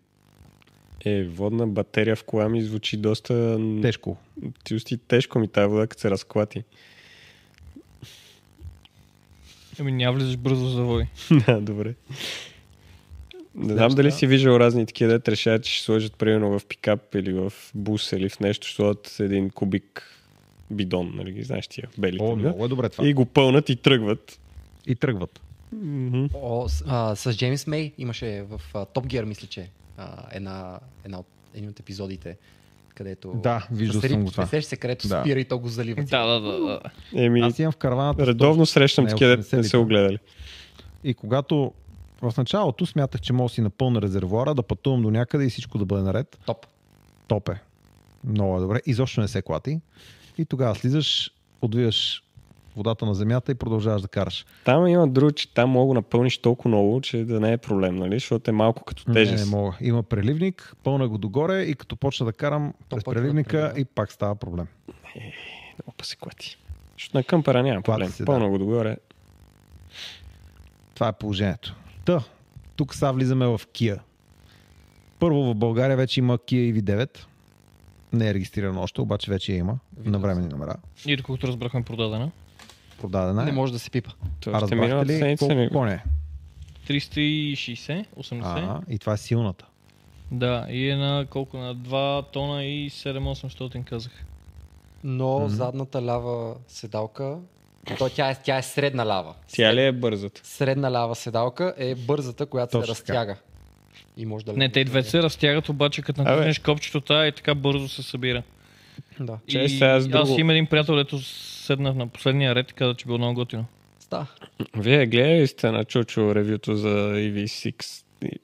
Speaker 5: Е, водна батерия в кола ми звучи доста...
Speaker 2: Тежко.
Speaker 5: Тежко, тежко ми тази вода, като се разклати.
Speaker 3: Еми, няма влизаш бързо в завой.
Speaker 5: Да, добре. Не знам дали си виждал разни такива, дет решават, че ще сложат примерно в пикап или в бус или в нещо, ще сложат един кубик бидон, нали ги знаеш тия белите.
Speaker 2: О,
Speaker 5: да?
Speaker 2: много е добре това.
Speaker 5: И
Speaker 2: И,
Speaker 5: го пълнат и тръгват.
Speaker 2: и тръгват.
Speaker 4: О, с, а, с Джеймс Мей имаше в а, Top Gear, мисля, че а, една, една от, един от епизодите, където...
Speaker 2: Да, виждал
Speaker 4: с Рид-
Speaker 2: съм го това.
Speaker 4: Сещаш се, където
Speaker 2: Да.
Speaker 4: спира и то го залива.
Speaker 5: Е,
Speaker 3: Да, да, да. да.
Speaker 5: Еми,
Speaker 2: Аз имам в караваната.
Speaker 5: редовно срещам
Speaker 2: Не,
Speaker 5: такива, дет не
Speaker 2: 80-те.
Speaker 5: са огледали.
Speaker 2: И когато в началото смятах, че мога да си напълна резервуара, да пътувам до някъде и всичко да бъде наред.
Speaker 4: Топ.
Speaker 2: Топ е. Много е добре. Изобщо не се клати. И тогава слизаш, отвиваш водата на земята и продължаваш да караш.
Speaker 5: Там има друго, че там мога да напълниш толкова много, че да не е проблем, нали? Защото е малко като
Speaker 2: Не, не
Speaker 5: тежест.
Speaker 2: мога. Има преливник, пълна го догоре и като почна да карам през
Speaker 4: почва да
Speaker 2: преливника
Speaker 4: прелива.
Speaker 2: и пак става проблем.
Speaker 5: Опа се клати. Защото на къмпера няма
Speaker 2: Клати
Speaker 5: проблем.
Speaker 2: се, да.
Speaker 5: Пълно го догоре.
Speaker 2: Това е положението. Та, тук сега влизаме в Кия. Първо в България вече има Kia EV9. Не е регистрирано още, обаче вече я има. На времени номера.
Speaker 3: И доколкото разбрахме продадена.
Speaker 2: Продадена е.
Speaker 4: Не може да се пипа.
Speaker 5: Това
Speaker 2: а
Speaker 5: ще
Speaker 2: разбрахте
Speaker 5: миналата
Speaker 2: ли
Speaker 5: седмица ми...
Speaker 2: колко коне? е?
Speaker 3: 360, 80.
Speaker 2: А, и това е силната.
Speaker 3: Да, и е на колко? На 2 тона и 7-800 казах.
Speaker 4: Но mm-hmm. задната лява седалка, то тя е, тя е средна лява.
Speaker 5: Тя ли е бързата?
Speaker 4: Средна лява седалка е бързата, която
Speaker 2: Точно
Speaker 4: се
Speaker 2: така.
Speaker 4: разтяга. И може да
Speaker 3: Не, те и две се разтягат, обаче като
Speaker 5: Абе.
Speaker 3: натиснеш копчето, тая и така бързо се събира.
Speaker 4: Да.
Speaker 5: Чай
Speaker 3: и
Speaker 5: сега, аз
Speaker 3: аз,
Speaker 5: друго-
Speaker 3: имам един приятел, дето седнах на последния ред и каза, че било много готино.
Speaker 4: Да.
Speaker 5: Вие гледали ли сте на Чучо ревюто за EV6? И-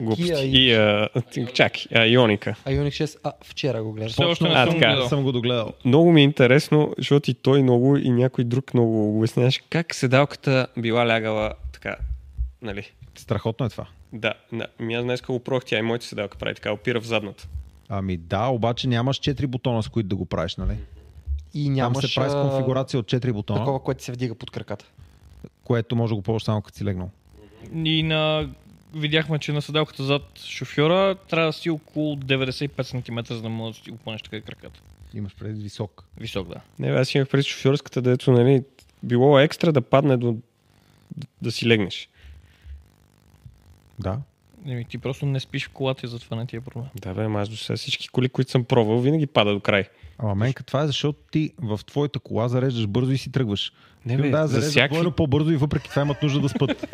Speaker 5: Глупости.
Speaker 4: Kia
Speaker 5: И, а, чакай, а, Ионика.
Speaker 4: Ioniq 6, а, вчера го гледаш.
Speaker 3: Все още не
Speaker 5: А,
Speaker 3: съм го
Speaker 5: така.
Speaker 2: Аз
Speaker 3: гледал.
Speaker 2: съм го догледал.
Speaker 5: Много ми е интересно, защото и той много, и някой друг много обясняваш как седалката била лягала така, нали?
Speaker 2: Страхотно е това.
Speaker 5: Да, на, ми аз днес го пробвах, тя и моята седалка прави така, опира в задната.
Speaker 2: Ами да, обаче нямаш 4 бутона, с които да го правиш, нали?
Speaker 4: И
Speaker 2: Там
Speaker 4: нямаш
Speaker 2: се прави с
Speaker 4: а,
Speaker 2: конфигурация от 4 бутона,
Speaker 4: такова, което се вдига под краката.
Speaker 2: което може да го ползваш само като си легнал.
Speaker 3: И на... Видяхме, че на седалката зад шофьора трябва да си около 95 см, за да можеш да си опънеш така краката. бе.
Speaker 2: Имаш предвид висок.
Speaker 3: Висок, да.
Speaker 5: Не, бе, аз имах пред шофьорската, дето, нали, било екстра да падне до да си легнеш.
Speaker 2: Да.
Speaker 3: Еми, ти просто не спиш в колата и затова не ти е проблем.
Speaker 5: Да, бе, ама аз до сега всички коли, които съм пробвал, винаги пада до край.
Speaker 2: Ама менка, това е защото ти в твоята кола зареждаш бързо и си тръгваш.
Speaker 5: Не,
Speaker 2: Ти
Speaker 5: бе,
Speaker 2: да,
Speaker 5: за
Speaker 2: зареждаш
Speaker 5: всякакви-
Speaker 2: двойно по-бързо и въпреки това имат нужда да спът.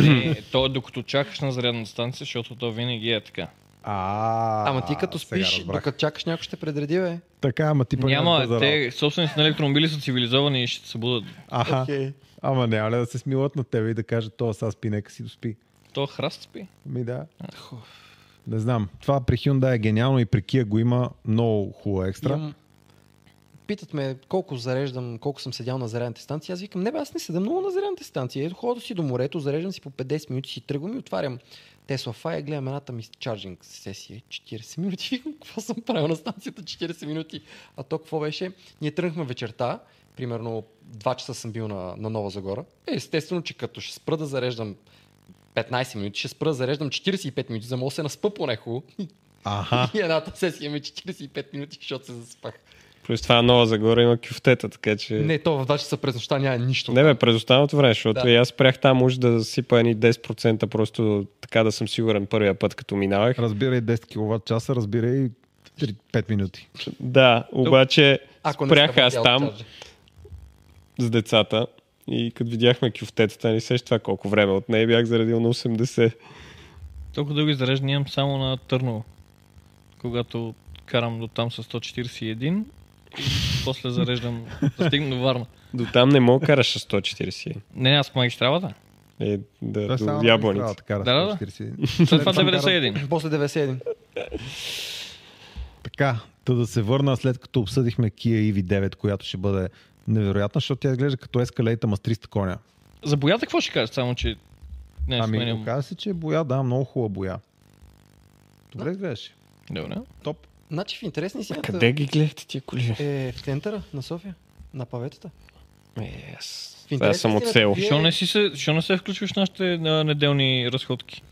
Speaker 3: Не, то е докато чакаш на зарядна станция, защото то винаги е така.
Speaker 2: А,
Speaker 4: Ама ти като
Speaker 2: сега
Speaker 4: спиш,
Speaker 2: разбрах.
Speaker 4: докато чакаш някой ще предреди, бе.
Speaker 2: Така, ама ти пък е не
Speaker 3: Няма,
Speaker 2: разбра за работа.
Speaker 3: те собственици на електромобили са цивилизовани и ще се будат.
Speaker 2: Аха,
Speaker 4: Окей.
Speaker 2: ама няма ли да се смилат на тебе и да кажат, то сега спи, нека си доспи.
Speaker 3: То храст спи.
Speaker 2: Ми да. Не знам. Това при Hyundai е гениално и при Kia го има много хубаво екстра.
Speaker 4: Имам... Питат ме колко зареждам, колко съм седял на зарядните станции. Аз викам, не бе, аз не седам много на зарядните станции. Ето ходя си до морето, зареждам си по 50 минути, си тръгвам и отварям Tesla Fire, гледам едната ми чарджинг сесия 40 минути. Викам, какво съм правил на станцията 40 минути? А то какво беше? Ние тръгнахме вечерта, примерно 2 часа съм бил на, на Нова Загора. Е, естествено, че като ще спра да зареждам 15 минути, ще спра да зареждам 45 минути, за да мога да се наспа поне хубаво.
Speaker 2: Аха.
Speaker 4: И едната сесия ми е 45 минути, защото се заспах.
Speaker 5: Плюс това Нова Загора има кюфтета, така че...
Speaker 4: Не, то в 2 часа през нощта няма нищо.
Speaker 5: Е. Не бе, през останалото време, защото
Speaker 4: Да.
Speaker 5: и аз спрях там уж да сипа едни 10%, просто така да съм сигурен първия път, като минавах.
Speaker 2: Разбирай 10 кВт часа, разбирай 5 минути.
Speaker 5: Да, обаче
Speaker 4: Ако не
Speaker 5: спрях
Speaker 4: сте
Speaker 5: аз
Speaker 4: видял
Speaker 5: там
Speaker 4: чарджа.
Speaker 5: с децата и като видяхме кюфтетата, не сеща това колко време от нея бях заредил на 80.
Speaker 3: Толкова дълги зареждания имам само на Търново. Когато карам до там с 141, и после зареждам, да стигна до Варна.
Speaker 5: До там не мога караш с 140.
Speaker 3: Не, аз по магистралата.
Speaker 5: Е, да,
Speaker 2: е само
Speaker 5: до
Speaker 2: на
Speaker 5: яблоница.
Speaker 2: магистралата, кара
Speaker 3: Да, да, да.
Speaker 2: 141.
Speaker 3: След това е 91.
Speaker 4: После 91.
Speaker 2: Така, та да се върна след като обсъдихме Kia EV9, която ще бъде невероятна, защото тя изглежда като Escalade, ама с 300 коня.
Speaker 3: За боята какво ще кажеш? Само, че не е
Speaker 2: Ами,
Speaker 3: сменям.
Speaker 2: оказа се, че е боя, да, много хубава боя. Добре изглеждаше.
Speaker 3: Добре.
Speaker 2: Топ.
Speaker 4: Значи в интересни си.
Speaker 5: Къде ги гледате тия коли? бе?
Speaker 4: Е, в центъра на София. На паветата.
Speaker 5: Yes.
Speaker 4: интерес
Speaker 5: Аз
Speaker 4: на
Speaker 5: съм от
Speaker 4: истината,
Speaker 5: село.
Speaker 4: вие-
Speaker 3: Защо не, си се, защо не се включваш в нашите а, неделни разходки?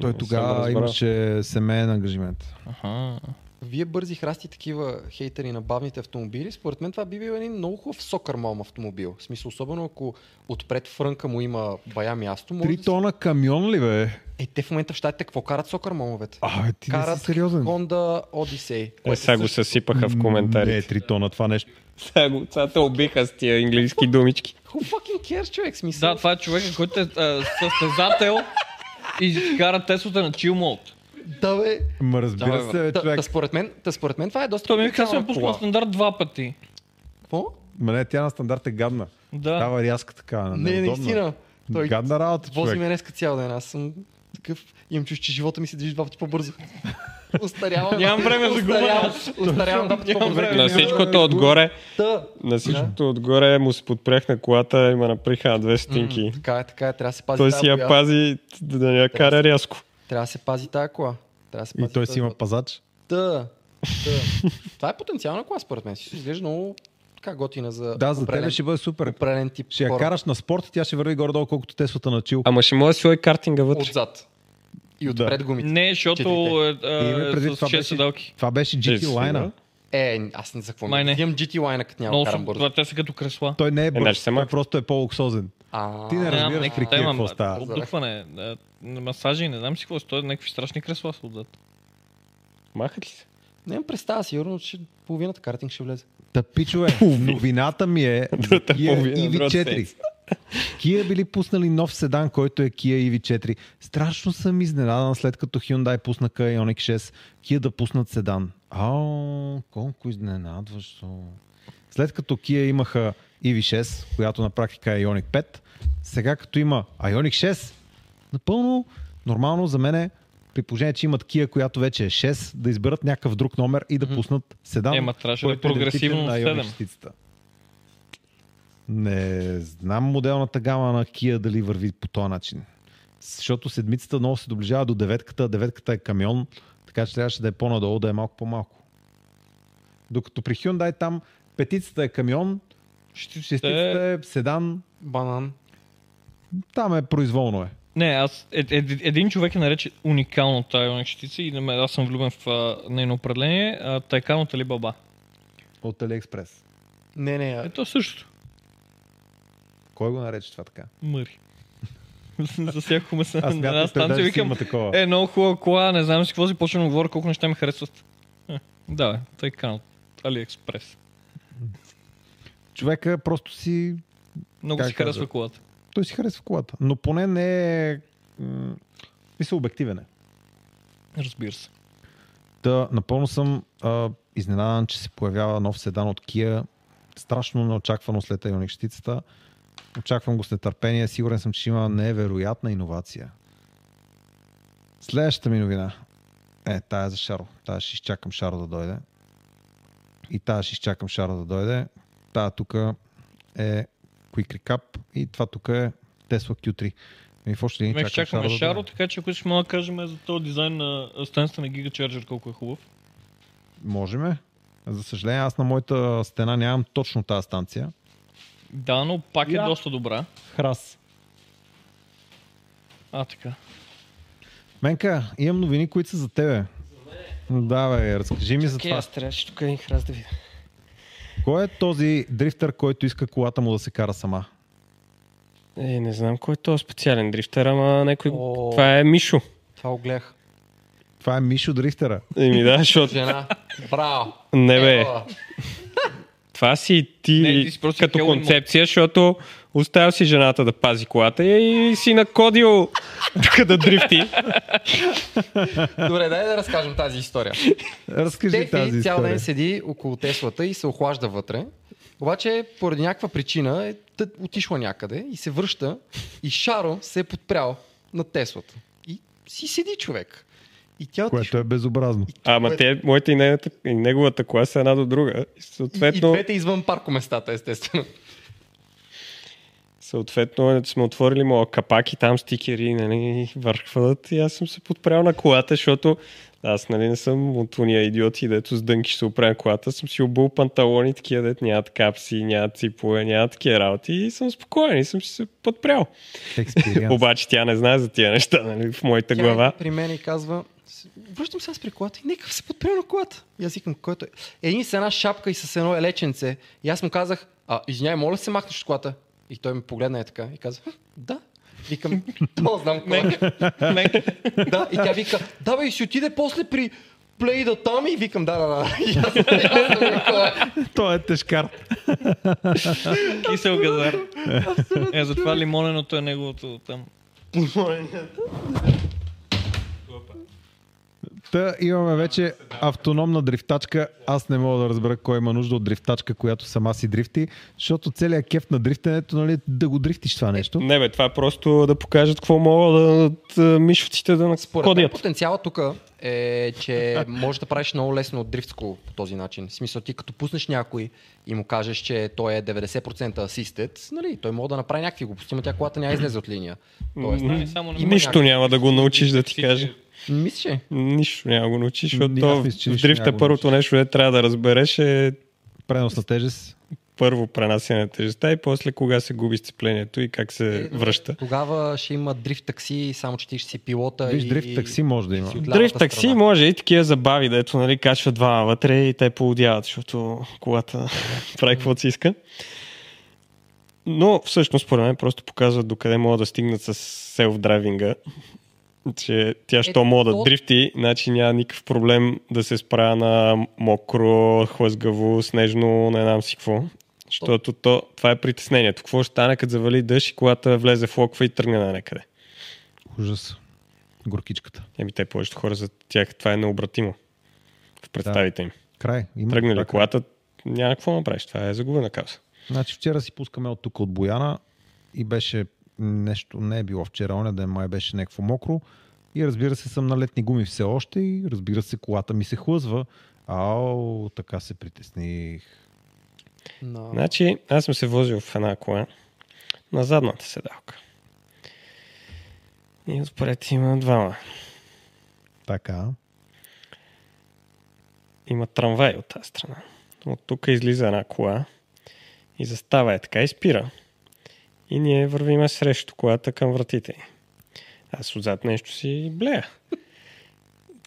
Speaker 2: Той
Speaker 5: Не съм
Speaker 2: тогава
Speaker 5: разбрал.
Speaker 2: имаше семейен ангажимент.
Speaker 3: Аха.
Speaker 4: Вие бързи храсти такива хейтери на бавните автомобили, според мен това би бил един много хубав сокър мам автомобил. В смисъл, особено ако отпред фрънка му има бая място, може
Speaker 2: Три
Speaker 4: да...
Speaker 2: тона камион ли бе?
Speaker 4: Е, те в момента в щатите какво карат сокър мамовете?
Speaker 2: А, ти не
Speaker 4: карат
Speaker 2: си сериозен.
Speaker 4: Honda Odyssey.
Speaker 5: Е,
Speaker 4: което
Speaker 5: сега го
Speaker 4: също-
Speaker 5: съсипаха в
Speaker 2: Не,
Speaker 5: коментарите.
Speaker 2: три тона това нещо.
Speaker 5: Сега го сега те убиха с тия английски думички.
Speaker 4: Who fucking cares, човек? Смисъл.
Speaker 3: Да, това е човека, който е а, състезател и кара Теслата на chill mode.
Speaker 4: да, бе.
Speaker 2: Ма разбира
Speaker 5: Да,
Speaker 2: се,
Speaker 4: Та,
Speaker 2: Е, човек.
Speaker 4: та, според мен, та, според мен това е доста...
Speaker 3: Той ми
Speaker 4: уникална
Speaker 3: казва, съм пуснал
Speaker 4: кола.
Speaker 3: стандарт два пъти.
Speaker 4: Какво?
Speaker 2: Ма не, тя на стандарт е гадна.
Speaker 3: Да.
Speaker 2: Дава рязка така.
Speaker 4: Не, е
Speaker 2: неудобна.
Speaker 4: наистина. Той
Speaker 2: Гадна работа,
Speaker 4: вози ме
Speaker 2: човек.
Speaker 4: днеска цял ден. Аз съм такъв... Имам чувство, че живота ми се движи два пъти по-бързо. Остарявам.
Speaker 3: Нямам време за губене.
Speaker 4: Остарявам, остарявам два пъти по-бързо. е,
Speaker 5: На всичкото отгоре,
Speaker 4: Та,
Speaker 5: на всичкото отгоре му се подпряхна колата и ме направиха на две стинки.
Speaker 4: Така е, така е, трябва да се пази
Speaker 5: Той
Speaker 4: тая
Speaker 5: си я
Speaker 4: кола.
Speaker 5: пази да не я кара рязко.
Speaker 4: Трябва да се пази тази кола. Трябва да се
Speaker 2: И
Speaker 4: пази
Speaker 2: той
Speaker 4: този
Speaker 2: си има
Speaker 4: път.
Speaker 2: пазач.
Speaker 4: Та, та. Това е потенциална кола, според мен. Ще изглежда много така готина за
Speaker 2: Да, за
Speaker 4: определен-
Speaker 2: тебе ще бъде супер.
Speaker 4: определен тип
Speaker 2: Ще я
Speaker 4: хора.
Speaker 2: караш на спорт и тя ще върви горе-долу колкото Теслата на чил.
Speaker 5: Ама ще може да си лой картинга вътре.
Speaker 4: отзад. И отпред гумите.
Speaker 3: Не, защото е,
Speaker 2: И имай
Speaker 3: а,
Speaker 2: предвид,
Speaker 3: е, с
Speaker 2: това
Speaker 3: 6
Speaker 2: беше-
Speaker 3: седалки.
Speaker 2: Това беше GT
Speaker 5: Честно,
Speaker 2: лайна.
Speaker 5: да.
Speaker 4: Е, аз не за какво.
Speaker 3: Май не.
Speaker 4: Май Имам GT лайна, като няма
Speaker 3: Много
Speaker 4: да карам
Speaker 3: съм,
Speaker 4: бързо.
Speaker 3: това те са като кресла.
Speaker 2: Той не е
Speaker 5: Иначе
Speaker 2: бърз,
Speaker 5: се
Speaker 2: той
Speaker 5: мак.
Speaker 2: просто е по-луксозен.
Speaker 4: А,
Speaker 2: Ти не
Speaker 3: Нямам
Speaker 2: разбираш
Speaker 3: някакви-
Speaker 2: при
Speaker 3: Та
Speaker 2: кия какво
Speaker 3: имам,
Speaker 2: става.
Speaker 3: Обдухване, а, е, масажи, не знам си какво стоят, някакви страшни кресла са отзад.
Speaker 5: Махат ли се?
Speaker 4: Нямам представа, сигурно, че половината картинг ще влезе.
Speaker 2: Та пичове, новината ми е за
Speaker 5: Другата
Speaker 2: Kia
Speaker 5: половина, другата
Speaker 2: EV4. Kia били пуснали нов седан, който е Kia EV4. Страшно съм изненадан след като Hyundai пуснаха Ioniq 6. Kia да пуснат седан. Ао, колко изненадващо. След като Kia имаха EV6, която на практика е Ioniq 5, сега като има Ioniq 6, напълно нормално за мен е при положение, че имат Kia, която вече е 6, да изберат някакъв друг номер и да пуснат седан.
Speaker 3: Ема, трябваше да е
Speaker 2: който идентичен
Speaker 3: прогресивно
Speaker 2: на
Speaker 3: на
Speaker 2: Ioniq
Speaker 3: седем.
Speaker 2: шестицата. Не знам моделната гама на Kia дали върви по този начин. Защото седмицата много се доближава до деветката, а деветката е камион, така че трябваше да е по-надолу, да е малко по-малко. Докато при Hyundai там петицата е камион, шестицата е седан,
Speaker 4: Банан.
Speaker 2: там е произволно е.
Speaker 3: Не, аз, е, е, един човек е нарече уникално тая юнекщица и на мен- аз съм влюбен в а, нейно определение, а, тайканата ли баба.
Speaker 2: От AliExpress.
Speaker 4: Не, не, а-
Speaker 3: Ето Е, същото.
Speaker 2: Кой го нарече това така?
Speaker 3: Мъри. За всяко месо на
Speaker 2: Аз
Speaker 3: една
Speaker 2: мятам, той
Speaker 3: станция
Speaker 2: даже си
Speaker 3: викам,
Speaker 2: има такова.
Speaker 3: е, много хубава кола, не знам си какво си, почвам да говоря колко неща ми харесват. Е, Да, бе, тайкан от AliExpress.
Speaker 2: Човека просто си
Speaker 3: Много
Speaker 2: Как
Speaker 3: си харесва
Speaker 2: казва?
Speaker 3: колата.
Speaker 2: той си харесва колата. Но поне не е... м, Мисля, обективен е.
Speaker 3: Разбира се.
Speaker 2: Та, напълно съм а, изненадан, че се появява нов седан от Kia. Страшно неочаквано след Ioniq щитицата. Очаквам го с нетърпение. Сигурен съм, че има невероятна иновация. Следващата ми новина. Е, тая е за Шаро. Тая ще изчакам Шаро да дойде. И тая ще изчакам Шаро да дойде. Тая тук е Quick Recap и това тук е Tesla Q3. И в още
Speaker 3: Ме
Speaker 2: един чакам Шаро,
Speaker 3: чакаме
Speaker 2: да
Speaker 3: Ами, Шаро,
Speaker 2: дойде.
Speaker 3: така че ако искаш мога да кажем за този дизайн на стенста на Giga Charger колко е хубав.
Speaker 2: Можеме. За съжаление, аз на моята стена нямам точно тази станция.
Speaker 3: Да, но пак е доста добра.
Speaker 2: Храс.
Speaker 3: А, така.
Speaker 2: Менка, имам новини, които са за тебе. Да, бе, разкажи ми за
Speaker 7: Окей,
Speaker 2: това.
Speaker 7: аз трябваше тук един храз да видя.
Speaker 2: Кой е този дрифтър, който иска колата му да се кара сама?
Speaker 5: Е, не знам кой е този специален дрифтер, ама някой...
Speaker 4: О.
Speaker 5: Това е Мишо.
Speaker 4: това го гледах.
Speaker 2: Това е Мишо дрифтера.
Speaker 5: Еми да, защото...
Speaker 4: Жена, браво.
Speaker 5: Не бе,
Speaker 4: Ева.
Speaker 5: това си ти,
Speaker 3: Не, ти си просто
Speaker 5: като
Speaker 3: Хелмут.
Speaker 5: концепция, защото оставил си жената да пази колата и си накодил тук да дрифти.
Speaker 4: Добре, дай да разкажем тази история.
Speaker 2: Разкажи тази
Speaker 4: Тефи цял
Speaker 2: история.
Speaker 4: ден седи около Теслата и се охлажда вътре. Обаче, поради някаква причина, е тъ- отишла някъде и се връща и Шаро се е подпрял на Теслата. И си седи човек. И тя отишла.
Speaker 2: Което е безобразно.
Speaker 5: Ама те, моята и неговата, и неговата кола са една до друга. И
Speaker 4: И, и
Speaker 5: Съответно,
Speaker 4: двете извън паркоместата, естествено.
Speaker 5: Съответно сме отворили моя капак и там стикери нали, върхват и аз съм се подправил на колата, защото аз нали не съм от уния идиоти, дето с дънки ще се оправя колата, съм си обул панталони, такива дет нямат капси, нямат ципове, нямат такива работи и съм спокоен и съм си се подправил.
Speaker 2: Експириенс.
Speaker 5: Обаче тя не знае за тия неща, нали, в моята глава.
Speaker 4: Тя е при мен и казва, «С- връщам се аз при колата и нека се подпря на колата. И аз викам, който е. Един с една шапка и с едно елеченце. И аз му казах, а, извиняй, моля да се махнеш от колата. И той ми погледна е така и каза, «Хм, да. Викам, то знам кой е. да, и тя вика, да бе, и ще отиде после при плейда там и викам, да, да, да. И аз, и аз съм кой е.
Speaker 2: Той е тежкар.
Speaker 3: Кисел газар. Е, затова лимоненото е неговото там.
Speaker 2: Та имаме вече автономна дрифтачка. Аз не мога да разбера кой има нужда от дрифтачка, която сама си дрифти, защото целият кеф на дрифтенето, нали, е да го дрифтиш това нещо.
Speaker 5: Не бе, това е просто да покажат какво могат да, да мишовците да
Speaker 4: Според мен
Speaker 5: накодят.
Speaker 4: потенциалът тук е, че можеш да правиш много лесно дрифт school по този начин. В смисъл ти като пуснеш някой и му кажеш, че той е 90% асистед, нали, той може да направи някакви глупости, но тя колата няма излезе от линия. Тоест,
Speaker 5: М,
Speaker 3: Не, само не
Speaker 5: Нищо няма да го научиш да ти кажа.
Speaker 4: мислиш ли?
Speaker 5: Нищо няма го научиш, защото
Speaker 2: Ни-
Speaker 5: то
Speaker 2: аз мисля, че
Speaker 5: в
Speaker 2: нищо няма
Speaker 5: дрифта
Speaker 2: го
Speaker 5: първото нещо, което трябва да разбереш е
Speaker 2: Преносна тежест.
Speaker 5: първо пренасяне на тежестта и после кога се губи сцеплението и как се връща.
Speaker 4: Тогава ще има дрифт такси, само че ти ще си пилота
Speaker 2: Виж,
Speaker 4: и...
Speaker 2: дрифт такси може да има.
Speaker 4: си от лявата
Speaker 5: Дрифт такси
Speaker 4: страна.
Speaker 5: може и такива забави, дето нали, качва двама вътре и те поудяват, защото колата прави каквото си иска. Но всъщност, според мен, просто показват докъде могат да стигнат с селф-драйвинга. Че тя, що мога да
Speaker 4: то-
Speaker 5: дрифти, значи няма никакъв проблем да се справя на мокро, хлъзгаво, снежно, не знам си какво. Защото то, това е притеснението. Какво ще стане, като завали дъжд и колата влезе в локва и тръгне на някъде?
Speaker 2: Ужас. Горкичката.
Speaker 5: Еми те повечето хора за тях това е необратимо в представите им.
Speaker 2: Край. Има
Speaker 5: Тръгнали
Speaker 2: така.
Speaker 5: колата, няма какво да направиш. Това е загубена кауза.
Speaker 2: Значи вчера си пускаме от тук от Бояна и беше нещо, не е било вчера, оня ден май беше някакво мокро. И разбира се, съм на летни гуми все още и разбира се, колата ми се хлъзва. Ау, така се притесних.
Speaker 4: Но...
Speaker 5: Значи, аз съм се возил в една кола на задната седалка. И отпред има двама.
Speaker 2: Така.
Speaker 5: Има трамвай от тази страна. От тук излиза една кола и застава е така и спира. И ние вървиме срещу колата към вратите. й. Аз отзад нещо си блея.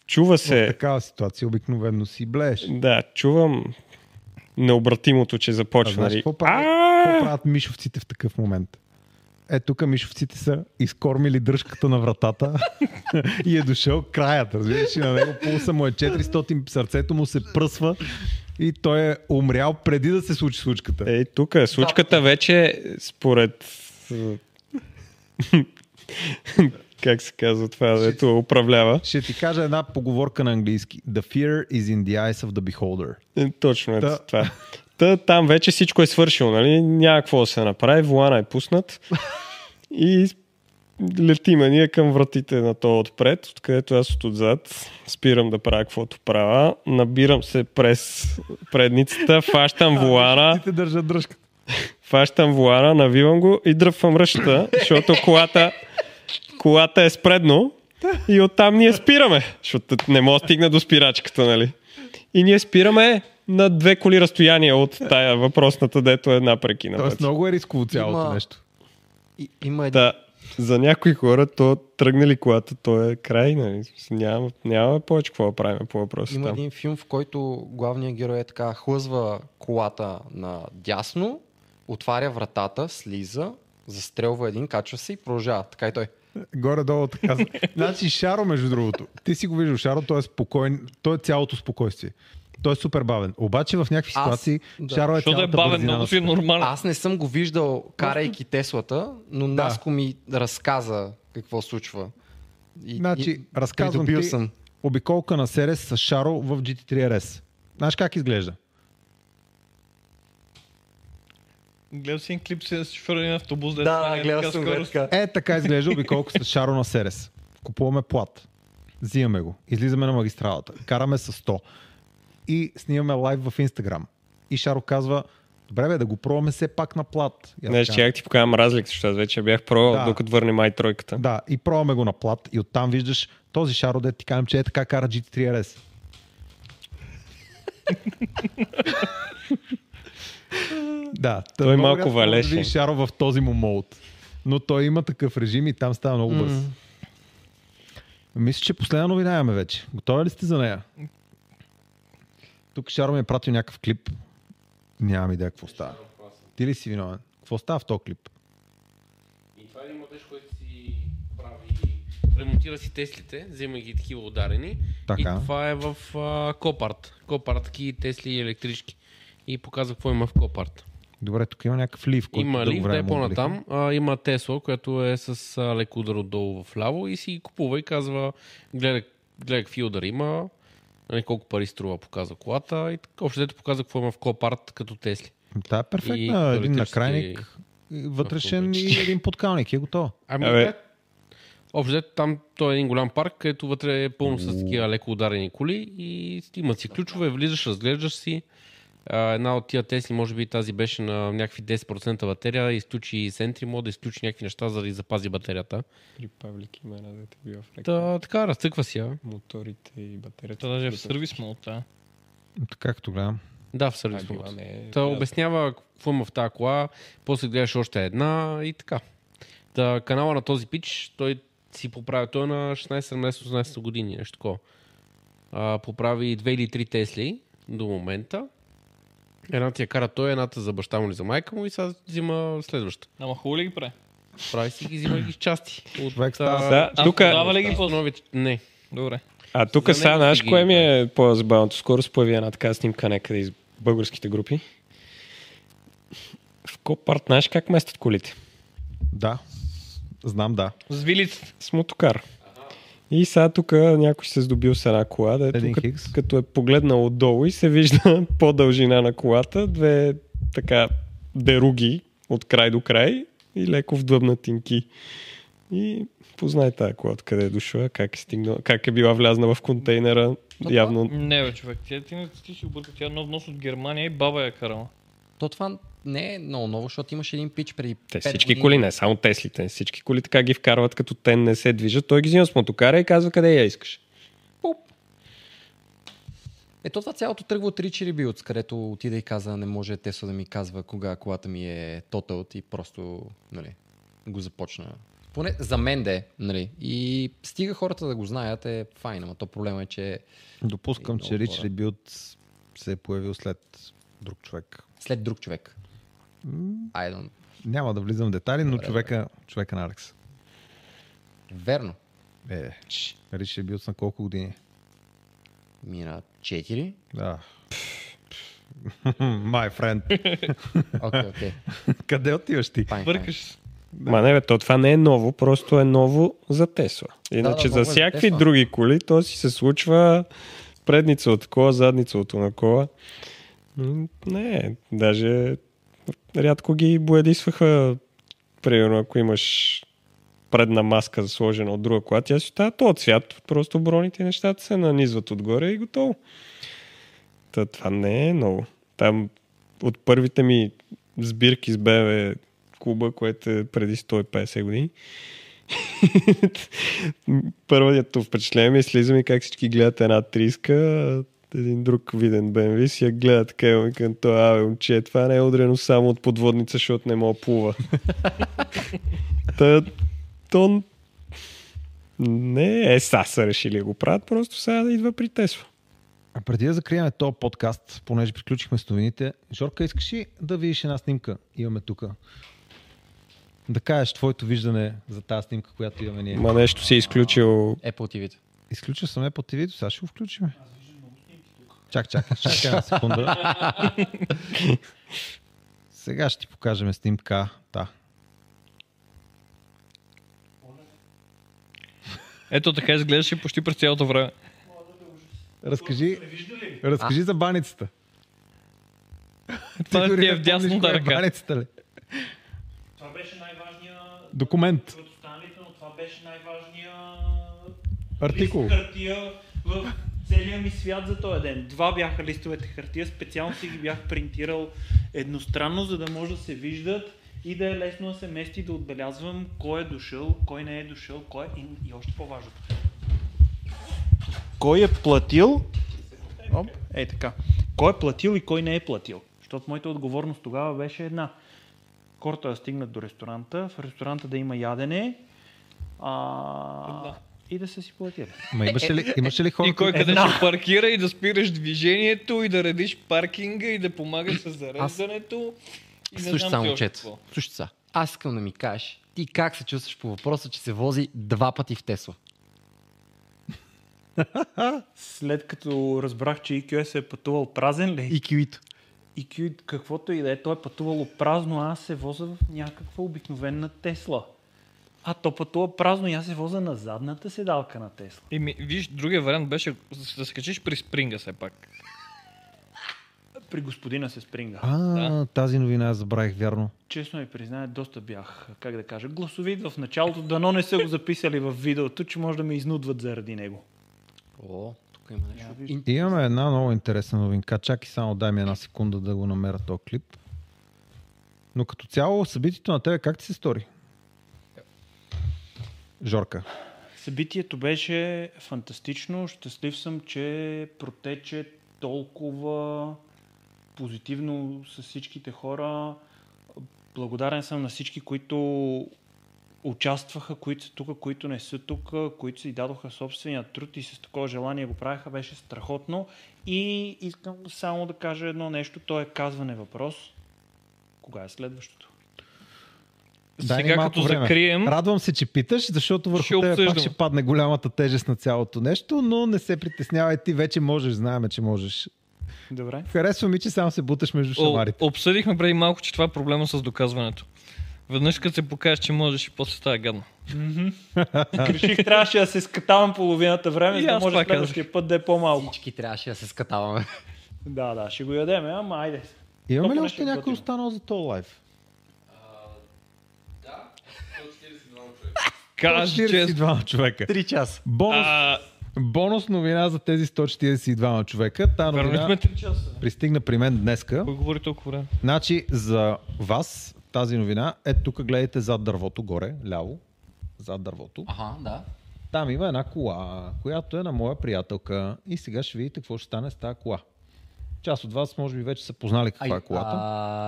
Speaker 5: Чува
Speaker 2: В
Speaker 5: се...
Speaker 2: такава ситуация обикновено си блееш.
Speaker 5: Да, чувам необратимото, че
Speaker 2: А
Speaker 5: започва.
Speaker 2: знаеш
Speaker 5: нали?
Speaker 2: Значи, какво правят? Какво
Speaker 5: А,
Speaker 2: правят мишовците в такъв момент? Е, тук мишовците са изкормили дръжката на вратата и е дошъл краят, разбираш ли, на него пулса му е 400, сърцето му се пръсва и той е умрял преди да се случи случката.
Speaker 5: Ей, тук е. Случката вече, според... е, как се казва това, дето управлява.
Speaker 2: Ще ти кажа една поговорка на английски. The fear is in the eyes of the beholder.
Speaker 5: Е, Точно е
Speaker 2: Та.
Speaker 5: това. Та, там вече всичко е свършило, нали? Няма какво да се направи, волана е пуснат и летиме ние към вратите на то отпред, откъдето аз от отзад спирам да правя каквото правя, набирам се през предницата, фащам волана,
Speaker 2: Ти те държа дръжката.
Speaker 5: фащам волана, навивам го и дръпвам ръщата, защото колата, колата е спредно и оттам ние спираме, защото не мога да стигна до спирачката, нали? И ние спираме на две коли разстояние от тая въпросната, дето е напреки на
Speaker 2: Тоест
Speaker 5: път.
Speaker 2: много е рисково цялото
Speaker 4: Има-
Speaker 2: нещо.
Speaker 4: И, има един...
Speaker 5: Да, за някои хора то тръгнали колата, то е край, нали? Няма, няма повече какво да правим по въпроса
Speaker 4: Има
Speaker 5: там.
Speaker 4: един филм, в който главният герой е така, хлъзва колата на дясно, отваря вратата, слиза, застрелва един, качва се и продължава. Така и той.
Speaker 2: Горе-долу така. значи Шаро, между другото, ти си го виждал, Шаро, той е спокоен, той е цялото спокойствие. Той е супер бавен. Обаче в някакви
Speaker 4: Аз-
Speaker 2: ситуации
Speaker 4: да.
Speaker 2: Шаро е
Speaker 3: Защото е
Speaker 2: цялата
Speaker 3: бавен,
Speaker 2: бързина.
Speaker 3: много
Speaker 2: на
Speaker 3: си е
Speaker 2: света.
Speaker 3: нормален.
Speaker 4: Аз не съм го виждал, карайки Теслата, но да. Наско ми разказа какво случва. И,
Speaker 2: Значи,
Speaker 4: и,
Speaker 2: разказвам
Speaker 4: придобил
Speaker 2: ти
Speaker 4: съм.
Speaker 2: обиколка на Серес с Шаро в GT3 RS. Знаеш как изглежда?
Speaker 3: Гледал си един клип с шофьора на един автобус, дето
Speaker 4: Да,
Speaker 3: прави
Speaker 4: гледал
Speaker 3: така
Speaker 4: съм го е
Speaker 3: скорост.
Speaker 4: така.
Speaker 2: Е, така изглежда обиколка с Шаро на Серес. Купуваме плат. Взимаме го. Излизаме на магистралата. Караме с 100. И снимаме лайв в Инстаграм. И Шаро казва, Добре, бе, да го пробваме все пак на плат. И аз
Speaker 5: Не,
Speaker 2: казвам,
Speaker 5: ще ти покажам разликата, защото аз вече я бях пробвал,
Speaker 2: Да.
Speaker 5: докато върне май тройката.
Speaker 2: Да, и пробваме го на плат и оттам виждаш този шаро, де ти казвам, че е така кара GT3 RS. да, тъ-
Speaker 5: Той
Speaker 2: много
Speaker 5: малко
Speaker 2: рядко може да
Speaker 5: валеше.
Speaker 2: видиш шаро в този му молд. Но той има такъв режим и там става много бърз. Мисля, че последна новина имаме вече. Готови ли сте за нея? Тук Шаро ми е пратил някакъв клип. Нямам идея какво става. Ти ли си виновен? Какво става в този клип?
Speaker 1: И това е един младеж, който си прави, ремонтира си теслите, взема ги такива ударени.
Speaker 2: Така.
Speaker 1: И това е в а, Копарт. Копартки, тесли и електрички. И показва какво има в Копарт.
Speaker 2: Добре, тук има някакъв лив, който
Speaker 1: има
Speaker 2: дълго
Speaker 1: лифт, да
Speaker 2: време
Speaker 1: е
Speaker 2: му
Speaker 1: по-натам. А, има Тесла, която е с а, лек удар отдолу в ляво и си купува и казва, гледай, гледай какви удари има, нали, колко пари струва, показва колата и така. общо дето показва какво има в Копарт като Тесли.
Speaker 2: Та е перфектна.
Speaker 1: И
Speaker 2: един
Speaker 1: електрически-
Speaker 2: накрайник, вътрешен и един подкалник. И е готово.
Speaker 1: Ами,
Speaker 5: Абе.
Speaker 1: Абе. Общо взето, там той е един голям парк, където вътре е пълно с такива леко ударени коли и имат си ключове, влизаш, разглеждаш си. А, една от тия Тесли, може би тази беше на някакви 10% батерия, изключи и Sentry мода, изключи някакви неща, за да и запази батерията.
Speaker 5: При Павлик има една дете била в
Speaker 1: Та, така, разцъква си я.
Speaker 5: Моторите и батерията.
Speaker 3: Та даже е в сервис молта.
Speaker 2: Така като гледам.
Speaker 1: Да, в сервис
Speaker 5: Това
Speaker 1: мод.
Speaker 5: не е...
Speaker 1: Та обяснява какво има в тази кола, после гледаш още една и така. Та, канала на този пич, той си поправя, той е на 16-17-18 години, нещо такова. А, поправи 2 или 3 Тесли до момента. Едната я кара той, едната за баща му или за майка му и сега взима следващата.
Speaker 3: Ама хубаво ли ги прави?
Speaker 1: Прави си ги, взима ги с части. От,
Speaker 2: Човек
Speaker 1: а,
Speaker 2: става.
Speaker 5: Да,
Speaker 3: А,
Speaker 5: тук,
Speaker 3: продава ли ги после?
Speaker 1: новите- Не.
Speaker 3: Добре.
Speaker 5: а тук
Speaker 1: за
Speaker 5: сега,
Speaker 1: него
Speaker 5: знаеш,
Speaker 1: си ги
Speaker 5: кое ми е по-забавното? Скоро се появи една така снимка някъде из българските групи. В Копарт, знаеш как местят колите?
Speaker 2: Да. Знам, да.
Speaker 3: С вилицата.
Speaker 5: С мотокар. И сега тук някой се е здобил с една кола, да
Speaker 2: Един
Speaker 5: е като,
Speaker 2: хикс.
Speaker 5: като е погледнал отдолу и се вижда по-дължина на колата, две така деруги от край до край и леко вдъбнатинки. И познай тази кола, откъде е дошла, как е, стигнала, как е била влязна в контейнера. Явно
Speaker 3: Не, бе, човек. Ти, ти, ти си обърка. Тя е нов нос от Германия и баба я е карала.
Speaker 4: То това не е много ново, защото имаше един пич преди
Speaker 5: Те
Speaker 4: пет
Speaker 5: всички
Speaker 4: години.
Speaker 5: коли, не само Теслите, всички коли така ги вкарват, като те не се движат. Той ги взима с мотокара и казва къде я искаш.
Speaker 4: Ето това цялото тръгва от Ричи Рибилц, където отида и каза, не може Тесла да ми казва кога колата ми е тоталът и просто нали, го започна. Поне за мен де, нали. И стига хората да го знаят е файн, ама то проблема е, че
Speaker 2: Допускам,
Speaker 4: И
Speaker 2: че
Speaker 4: Е, много
Speaker 2: Рич
Speaker 4: хора.
Speaker 2: Ребют се е появил след друг човек.
Speaker 4: след друг човек. I don't...
Speaker 2: Няма да влизам в детайли, но човека, човека на Алекс.
Speaker 4: Верно.
Speaker 2: Е, Рич Ребют на колко години?
Speaker 4: Мина 4.
Speaker 2: Да. My friend.
Speaker 4: Окей, окей.
Speaker 2: Къде отиваш ти?
Speaker 4: Файн, файн.
Speaker 3: Бъркаш се.
Speaker 5: Да. Ма не, бе, то това не е ново, просто е ново за Тесла.
Speaker 4: да,
Speaker 5: Иначе
Speaker 4: ново
Speaker 5: за
Speaker 4: е за
Speaker 5: всякакви
Speaker 4: Тесла.
Speaker 5: други коли, то си се случва предница от кола, задница от кола. Не, даже рядко ги боядисваха. Примерно, ако имаш предна маска сложена от друга кола, тя си остава този цвят, просто броните и нещата се нанизват отгоре и готово. Та, това не е ново. Там от първите ми сбирки с Е, БВ клуба, което е преди 150 години. Първото впечатление ми е слизам и как всички гледат една триска, а един друг виден BMW си я гледа така и му към това, абе, момче, това не е удрено само от подводница, защото не мога да плува. Та, то не е са са решили да го правят, просто сега да идва при Тесла.
Speaker 2: А преди да закрием този подкаст, понеже приключихме с новините, Жорка, искаш ли да видиш една снимка? Имаме тук. Да кажеш твоето виждане за тази снимка, която имаме ние.
Speaker 5: Ма нещо си е изключил
Speaker 4: Apple TV-то.
Speaker 2: Изключил съм Apple TV, сега ще го включим. Чак, чак, чакай една секунда. Сега ще ти покажем снимка. Да.
Speaker 3: Ето така изглеждаше почти през цялото време.
Speaker 2: Разкажи, разкажи за баницата.
Speaker 3: Това
Speaker 2: дори
Speaker 3: ти е
Speaker 2: не
Speaker 3: в дясната
Speaker 2: помниш коя е
Speaker 3: ръка.
Speaker 2: Баницата ли?
Speaker 7: Това беше най-важният
Speaker 2: Документ.
Speaker 7: от останалите, но това беше най-важният
Speaker 2: Артикул.
Speaker 7: лист хартия в
Speaker 8: целият ми свят за този ден. Два бяха листовете хартия, специално си ги бях принтирал едностранно, за да може да се виждат и да е лесно да се мести, да отбелязвам кой е дошъл, кой не е дошъл, кой е... И, и още по-важното. Кой е платил? Оп, е така. Кой е платил и кой не е платил? Защото моята отговорност тогава беше една. Хората да стигнат до ресторанта, в ресторанта да има ядене а... и да са си платили.
Speaker 2: Ма имаше ли, имаше ли хора,
Speaker 3: И кой
Speaker 2: които-
Speaker 3: къде ще паркира и да спираш движението и да редиш паркинга и да помагаш с зареждането. И не
Speaker 4: Слушай
Speaker 3: знам
Speaker 4: само,
Speaker 3: ти още
Speaker 4: момчето.
Speaker 3: какво.
Speaker 4: Слушай са. Аз искам да ми кажеш, ти как се чувстваш по въпроса, че се вози два пъти в Тесла?
Speaker 8: След като разбрах, че EQS е пътувал празен, ли?
Speaker 4: И кюито.
Speaker 8: EQ, каквото и да е, той е пътувало празно, а аз се воза в някаква обикновена Тесла. А то пътува празно и аз се воза на задната седалка на Тесла.
Speaker 3: Еми, виж, другия вариант беше да се качиш при спринга все пак.
Speaker 8: При господина се спринга.
Speaker 2: А, тази новина аз забравих, вярно.
Speaker 8: Честно ми призная, доста бях, как да кажа, гласовит в началото, дано не са го записали в видеото, че може да ме изнудват заради него.
Speaker 4: О, тук има нещо.
Speaker 8: Я
Speaker 4: Ин-
Speaker 2: Имаме една много интересна новинка. Чакай само дай ми една секунда да го намеря този клип. Но като цяло събитието на тебе как ти се стори? Жорка.
Speaker 8: Събитието беше фантастично. Щастлив съм, че протече толкова позитивно с всичките хора. Благодарен съм на всички, които участваха, които са тук, които не са тук, които си дадоха собствения труд и с такова желание го правеха. Беше страхотно. И искам само да кажа едно нещо. То е казване въпрос. Кога е следващото?
Speaker 2: Дай ни
Speaker 3: Сега
Speaker 2: малко
Speaker 3: като закрием-
Speaker 2: Радвам се, че питаш, защото върху
Speaker 3: Ще
Speaker 2: тебе пак
Speaker 3: обсъждаме.
Speaker 2: ще падне голямата тежест на цялото нещо, но не се притеснявай, ти вече можеш, знаеме, че можеш.
Speaker 8: Добре.
Speaker 2: Харесва ми, че само се буташ между
Speaker 3: О,
Speaker 2: шамарите.
Speaker 3: обсъдихме преди малко, че това е проблема с доказването. Веднъж като се покажеш, че можеш и после става гадно.
Speaker 8: Греших, трябваше да се скатавам половината време,
Speaker 3: И
Speaker 8: за да
Speaker 3: аз
Speaker 8: може
Speaker 3: това казах.
Speaker 8: следващия път да е по-малко.
Speaker 4: Всички трябваше да се скатаваме.
Speaker 8: Да, да, ще го ядем, ама айде.
Speaker 2: Имаме ли
Speaker 8: толкова
Speaker 2: още
Speaker 8: нещо
Speaker 2: някой
Speaker 8: готино.
Speaker 2: останал за този лайф?
Speaker 3: Кажи, че
Speaker 2: 42 човека.
Speaker 4: Три часа.
Speaker 2: Бонус,
Speaker 3: а,
Speaker 2: бонус новина за тези 142 човека. Та
Speaker 3: вернахме
Speaker 2: новина
Speaker 3: 3 часа.
Speaker 2: пристигна при мен днеска.
Speaker 3: Кой говори толкова време?
Speaker 2: Значи за вас тази новина е тук гледайте зад дървото горе, ляво, зад дървото.
Speaker 4: Аха, да.
Speaker 2: Там има една кола, която е на моя приятелка и сега ще видите какво ще стане с тази кола. Част от вас може би вече са познали каква е колата.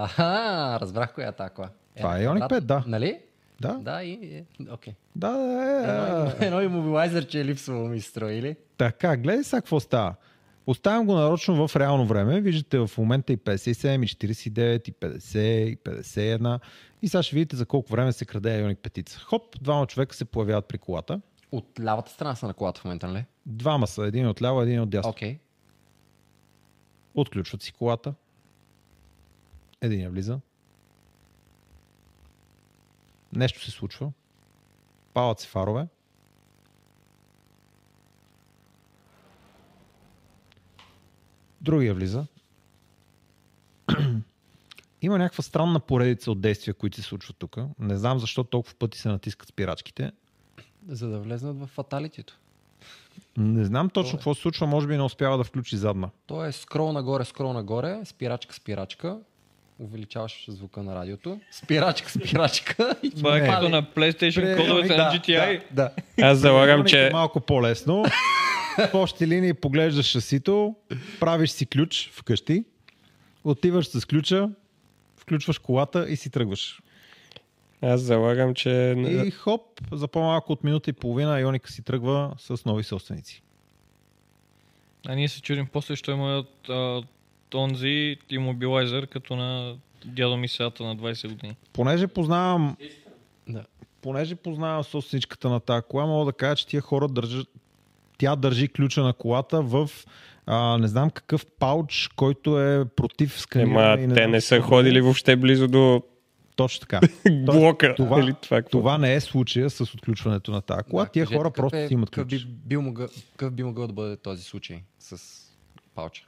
Speaker 4: Аха, разбрах коя е тази кола.
Speaker 2: Това е Ioniq 5, да.
Speaker 4: Нали?
Speaker 2: Да, да,
Speaker 4: Да, и... е, Окей.
Speaker 2: да, да, е, е.
Speaker 4: Едно иммобилайзър, че е липсвало ми се строи, или?
Speaker 2: Така, гледай сега какво става. Оставям го нарочно в реално време. Виждате в момента и 57, и 49, и 50, и 51. И сега ще видите за колко време се краде Ioniq 5. Хоп, двама човека се появяват при колата.
Speaker 4: От лявата страна са на колата в момента, нали?
Speaker 2: Двама са, един е от ляво, един от дясно. Okay.
Speaker 4: Окей.
Speaker 2: Отключват си колата. Един я влиза. Нещо се случва. Палат се фарове. Другия влиза. Има някаква странна поредица от действия, които се случват тук. Не знам защо толкова пъти се натискат спирачките.
Speaker 4: За да влезнат в фаталитито.
Speaker 2: Не знам точно какво се случва, може би не успява да включи задна.
Speaker 4: То е скрол нагоре, скрол нагоре, спирачка, спирачка. Увеличаваш звука на радиото. Спирачка, спирачка. и
Speaker 3: Това е
Speaker 4: пали.
Speaker 3: като на PlayStation
Speaker 2: Ами
Speaker 3: кодовете на GTI.
Speaker 4: Е, Да, да.
Speaker 5: Аз залагам,
Speaker 2: Електрониката
Speaker 5: че
Speaker 2: е малко по-лесно. В общи линии поглеждаш шасито, правиш си ключ вкъщи, отиваш с ключа, включваш колата и си тръгваш.
Speaker 5: аз залагам, че
Speaker 2: И хоп, за по-малко от минута и половина Ионика си тръгва с нови собственици.
Speaker 3: А ние се чудим после, що има а, онзи иммобилайзър, като на дядо ми сеята на 20 години.
Speaker 2: Понеже познавам
Speaker 4: Да.
Speaker 2: понеже познавам собственичката на тази кола, мога да кажа, че тия хора държат тя държи ключа на колата в а, не знам какъв пауч, който е против
Speaker 5: Ема,
Speaker 2: сканиране. и
Speaker 5: те
Speaker 2: знам
Speaker 5: не са
Speaker 2: какво.
Speaker 5: ходили въобще близо до
Speaker 2: Точно така.
Speaker 5: блока.
Speaker 2: това-
Speaker 5: или нали, това, какво?
Speaker 2: Това не е случая с отключването на тази кола.
Speaker 4: Да,
Speaker 2: Тия
Speaker 4: кажете,
Speaker 2: хора
Speaker 4: какъв
Speaker 2: просто
Speaker 4: е-
Speaker 2: си имат
Speaker 4: какъв
Speaker 2: ключ.
Speaker 4: Би, бил могъл, какъв би могъл да бъде този случай с палча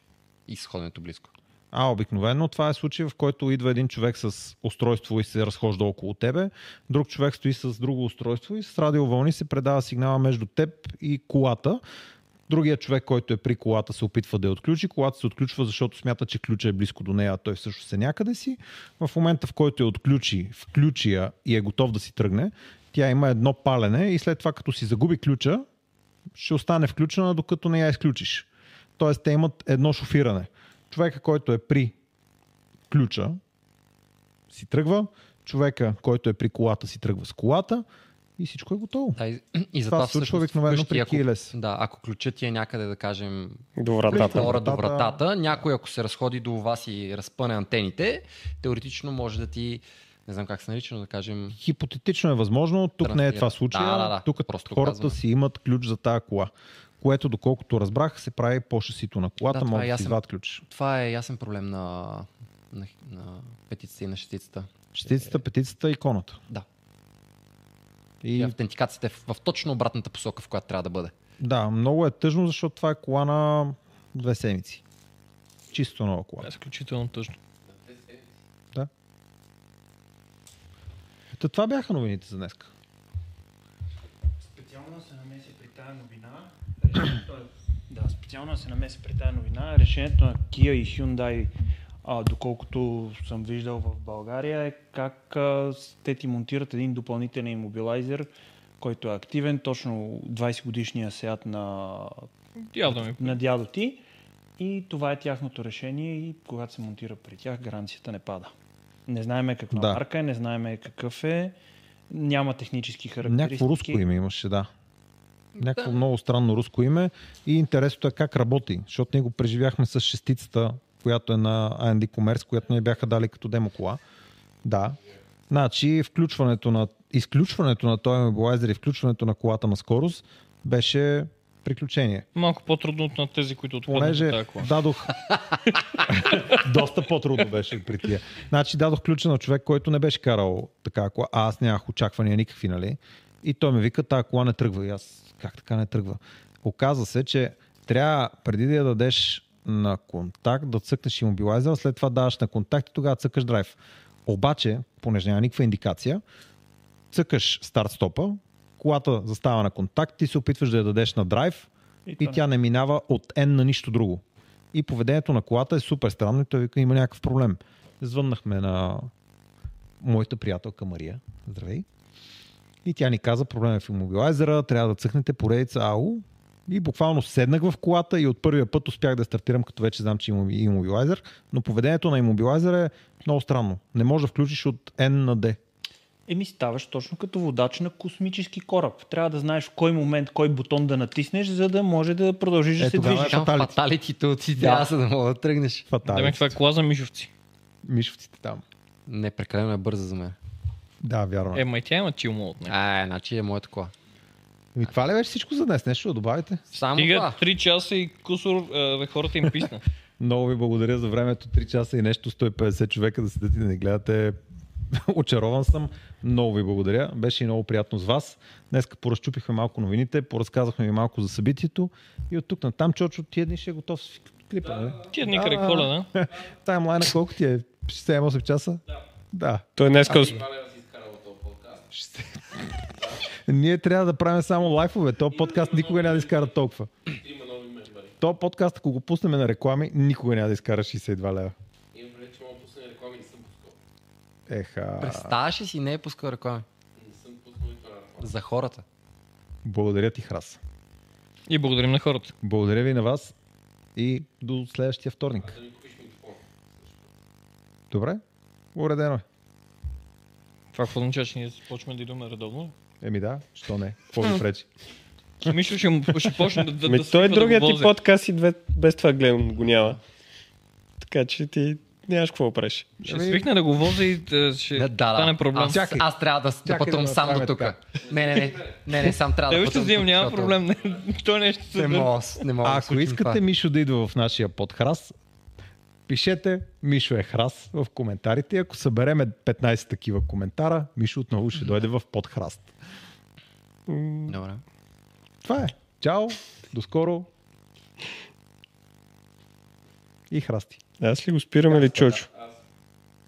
Speaker 4: и сходенето близко?
Speaker 2: А, обикновено това е случай, в който идва един човек с устройство и се разхожда около тебе, друг човек стои с друго устройство и с радиовълни се предава сигнала между теб и колата. Другия човек, който е при колата, се опитва да я отключи. Колата се отключва, защото смята, че ключа е близко до нея, а той всъщност е някъде си. В момента, в който я отключи, включи я и е готов да си тръгне, тя има едно палене и след това, като си загуби ключа, ще остане включена, докато не я изключиш. Тоест, те имат едно шофиране. Човека, който е при ключа, си тръгва, човека, който е при колата, си тръгва с колата и всичко е готово.
Speaker 4: Да, и,
Speaker 2: Това
Speaker 4: и затова
Speaker 2: се случва
Speaker 4: всъщност
Speaker 2: обикновено
Speaker 4: вкъщи,
Speaker 2: при
Speaker 4: ако-
Speaker 2: Keyless.
Speaker 4: Да, ако ключът ти е някъде, да кажем,
Speaker 5: До
Speaker 2: Близко.
Speaker 5: вратата.
Speaker 4: хора до
Speaker 2: вратата.
Speaker 4: вратата, някой ако се разходи до вас и разпъне антените, теоретично може да ти, не знам как се нарича, но да кажем,
Speaker 2: Хипотетично е възможно, тук не е
Speaker 4: Трансферира.
Speaker 2: това случая,
Speaker 4: Да, да, да.
Speaker 2: тук
Speaker 4: Просто го
Speaker 2: хората
Speaker 4: казвам.
Speaker 2: си имат ключ за тази кола, което доколкото разбрах се прави по шасито на колата,
Speaker 4: Да,
Speaker 2: да,
Speaker 4: това
Speaker 2: могат да
Speaker 4: е
Speaker 2: си
Speaker 4: ясен.
Speaker 2: извадят ключ.
Speaker 4: това е ясен проблем на, на, на петицата и на шестицата.
Speaker 2: Шестицата, петицата, иконата.
Speaker 4: Да. И
Speaker 2: И
Speaker 4: автентикацията е в, в точно обратната посока, в която трябва да бъде.
Speaker 2: да, много е тъжно, защото това е кола на две седмици. Чисто нова кола.
Speaker 3: Това е изключително тъжно.
Speaker 2: Та това бяха новините за днес.
Speaker 8: Специално се намеси при тая новина. решението- е- да, специално се намеси при тая новина. Решението на Kia и Hyundai, а, доколкото съм виждал в България, е как а, с- те ти монтират един допълнителен имобилайзер, който е активен, точно 20 годишния сеят на,
Speaker 3: Явно ми.
Speaker 8: на дядо ти. И това е тяхното решение и когато се монтира при тях, гаранцията не пада. Не знаеме каква
Speaker 2: Да.
Speaker 8: марка е, не знаеме какъв е, няма технически характеристики.
Speaker 2: Някакво руско име имаше, да. Някакво много странно руско име. И интересното е как работи, защото ние го преживяхме с шестицата, която е на AMD Commerce, която ни бяха дали като демо кола. Да. Значи, включването на, изключването на този мобилайзер и включването на колата на скорост беше приключение.
Speaker 3: Малко по-трудно от на тези, които отпадат
Speaker 2: Понеже
Speaker 3: от тази кола.
Speaker 2: дадох... Доста по-трудно беше при тия. Значи дадох ключа на човек, който не беше карал така кола, а аз нямах очаквания никакви, нали? И той ми вика, тази кола не тръгва. И аз, как така не тръгва? Оказва се, че трябва преди да я дадеш на контакт, да цъкнеш имобилайзера, след това даваш на контакт и тогава цъкаш драйв. Обаче, понеже няма никаква индикация, цъкаш старт-стопа, колата застава на контакт, ти се опитваш да я дадеш на драйв,
Speaker 8: И,
Speaker 2: и тя не минава от N на нищо друго. И поведението на колата е супер странно и той вика, има някакъв проблем. Звъннахме на моята приятелка Мария. Здравей. И тя ни каза, проблем е в иммобилайзера, трябва да цъкнете поредица АУ. И буквално седнах в колата и от първия път успях да стартирам, като вече знам, че имам иммобилайзер. Но поведението на иммобилайзера е много странно. Не можеш да включиш от N на D.
Speaker 8: Еми ставаш точно като водач на космически кораб. Трябва да знаеш в кой момент, кой бутон да натиснеш, за да може да продължиш да
Speaker 2: Е,
Speaker 8: се
Speaker 2: тогава
Speaker 8: движиш.
Speaker 2: е
Speaker 4: Там
Speaker 2: фаталити.
Speaker 4: фаталитите от идея, за да мога да тръгнеш.
Speaker 3: Да,
Speaker 2: Фатален.
Speaker 3: ме, това е кола за мишовци.
Speaker 2: Мишовците там.
Speaker 4: Не, прекалено е бърза за мен.
Speaker 2: Да, вярно.
Speaker 3: Е,
Speaker 2: Е,
Speaker 3: ма и тя има чилмо от нея.
Speaker 4: А, е, значи е моята кола.
Speaker 2: и Ами, това ли беше всичко за днес? Нещо да добавите?
Speaker 4: Само
Speaker 3: Стига
Speaker 4: това.
Speaker 3: 3 часа и кусор, а, бе, хората им писна.
Speaker 2: Много ви благодаря за времето. 3 часа и нещо, 150 човека да седите и да ни гледате. Очарован съм. Много ви благодаря. Беше и много приятно с вас. Днеска поразчупихме малко новините, поразказахме ви малко за събитието и от тук на там, Чочо, тия дни ще е готов с клипа, нали?
Speaker 3: Ти едни край коледа.
Speaker 2: Таймлайна колко ти е? 7-8 часа? Да. Да.
Speaker 5: Той е днеска
Speaker 3: Ами,
Speaker 5: усп...
Speaker 2: Ние трябва да правим само лайфове. То подкаст никога няма да изкара толкова.
Speaker 1: Има нови мембари.
Speaker 2: То подкаст, ако го пуснем на реклами, никога няма да изкара 62 лева.
Speaker 1: Имам предвид, че мога да пусна реклами, не съм пускал.
Speaker 2: Еха.
Speaker 4: Представяш ли си, не е пускал реклами.
Speaker 1: Не съм пуснал и това.
Speaker 4: За хората.
Speaker 2: Благодаря ти, Храс.
Speaker 3: И благодарим на хората.
Speaker 2: Благодаря ви на вас и до следващия вторник.
Speaker 1: Да ми купиш микрофон.
Speaker 2: Добре? Уредено е.
Speaker 3: Това какво означава, че ние почваме да идваме редовно?
Speaker 2: Еми да, що не? Какво ви пречи?
Speaker 3: Мишо ще, му- ще почне да, да,
Speaker 5: Ми,
Speaker 3: да
Speaker 5: той е
Speaker 3: свиква да
Speaker 5: другият
Speaker 3: го
Speaker 5: ти
Speaker 3: вози.
Speaker 5: подкаст и две... без това гледам го няма. Така че ти нямаш какво да правиш.
Speaker 3: Ще свикне да го вози и да, ще
Speaker 4: Да, да,
Speaker 3: стане
Speaker 4: да.
Speaker 3: е проблем.
Speaker 4: Аз,
Speaker 2: Чакай.
Speaker 4: аз трябва да, да
Speaker 2: Чакай
Speaker 4: пътувам
Speaker 2: да
Speaker 4: сам до
Speaker 2: направим
Speaker 4: тук.
Speaker 2: така.
Speaker 4: Не, не, не, не, не, сам трябва да
Speaker 3: Той ще
Speaker 4: пътувам тук,
Speaker 3: Е, взимам, няма
Speaker 4: защото
Speaker 3: проблем. Не, той нещо
Speaker 4: Не
Speaker 3: се
Speaker 4: мога, не мога. да
Speaker 2: А
Speaker 4: се
Speaker 2: ако
Speaker 4: случи това.
Speaker 2: искате Мишо да идва в нашия подхрас, пишете Мишо е храс в коментарите. И Ако събереме 15 такива коментара, Мишо отново ще дойде в подхраст.
Speaker 4: Добре.
Speaker 2: Това е. Чао, до скоро и храсти.
Speaker 5: Аз ли го спирам или Чочо?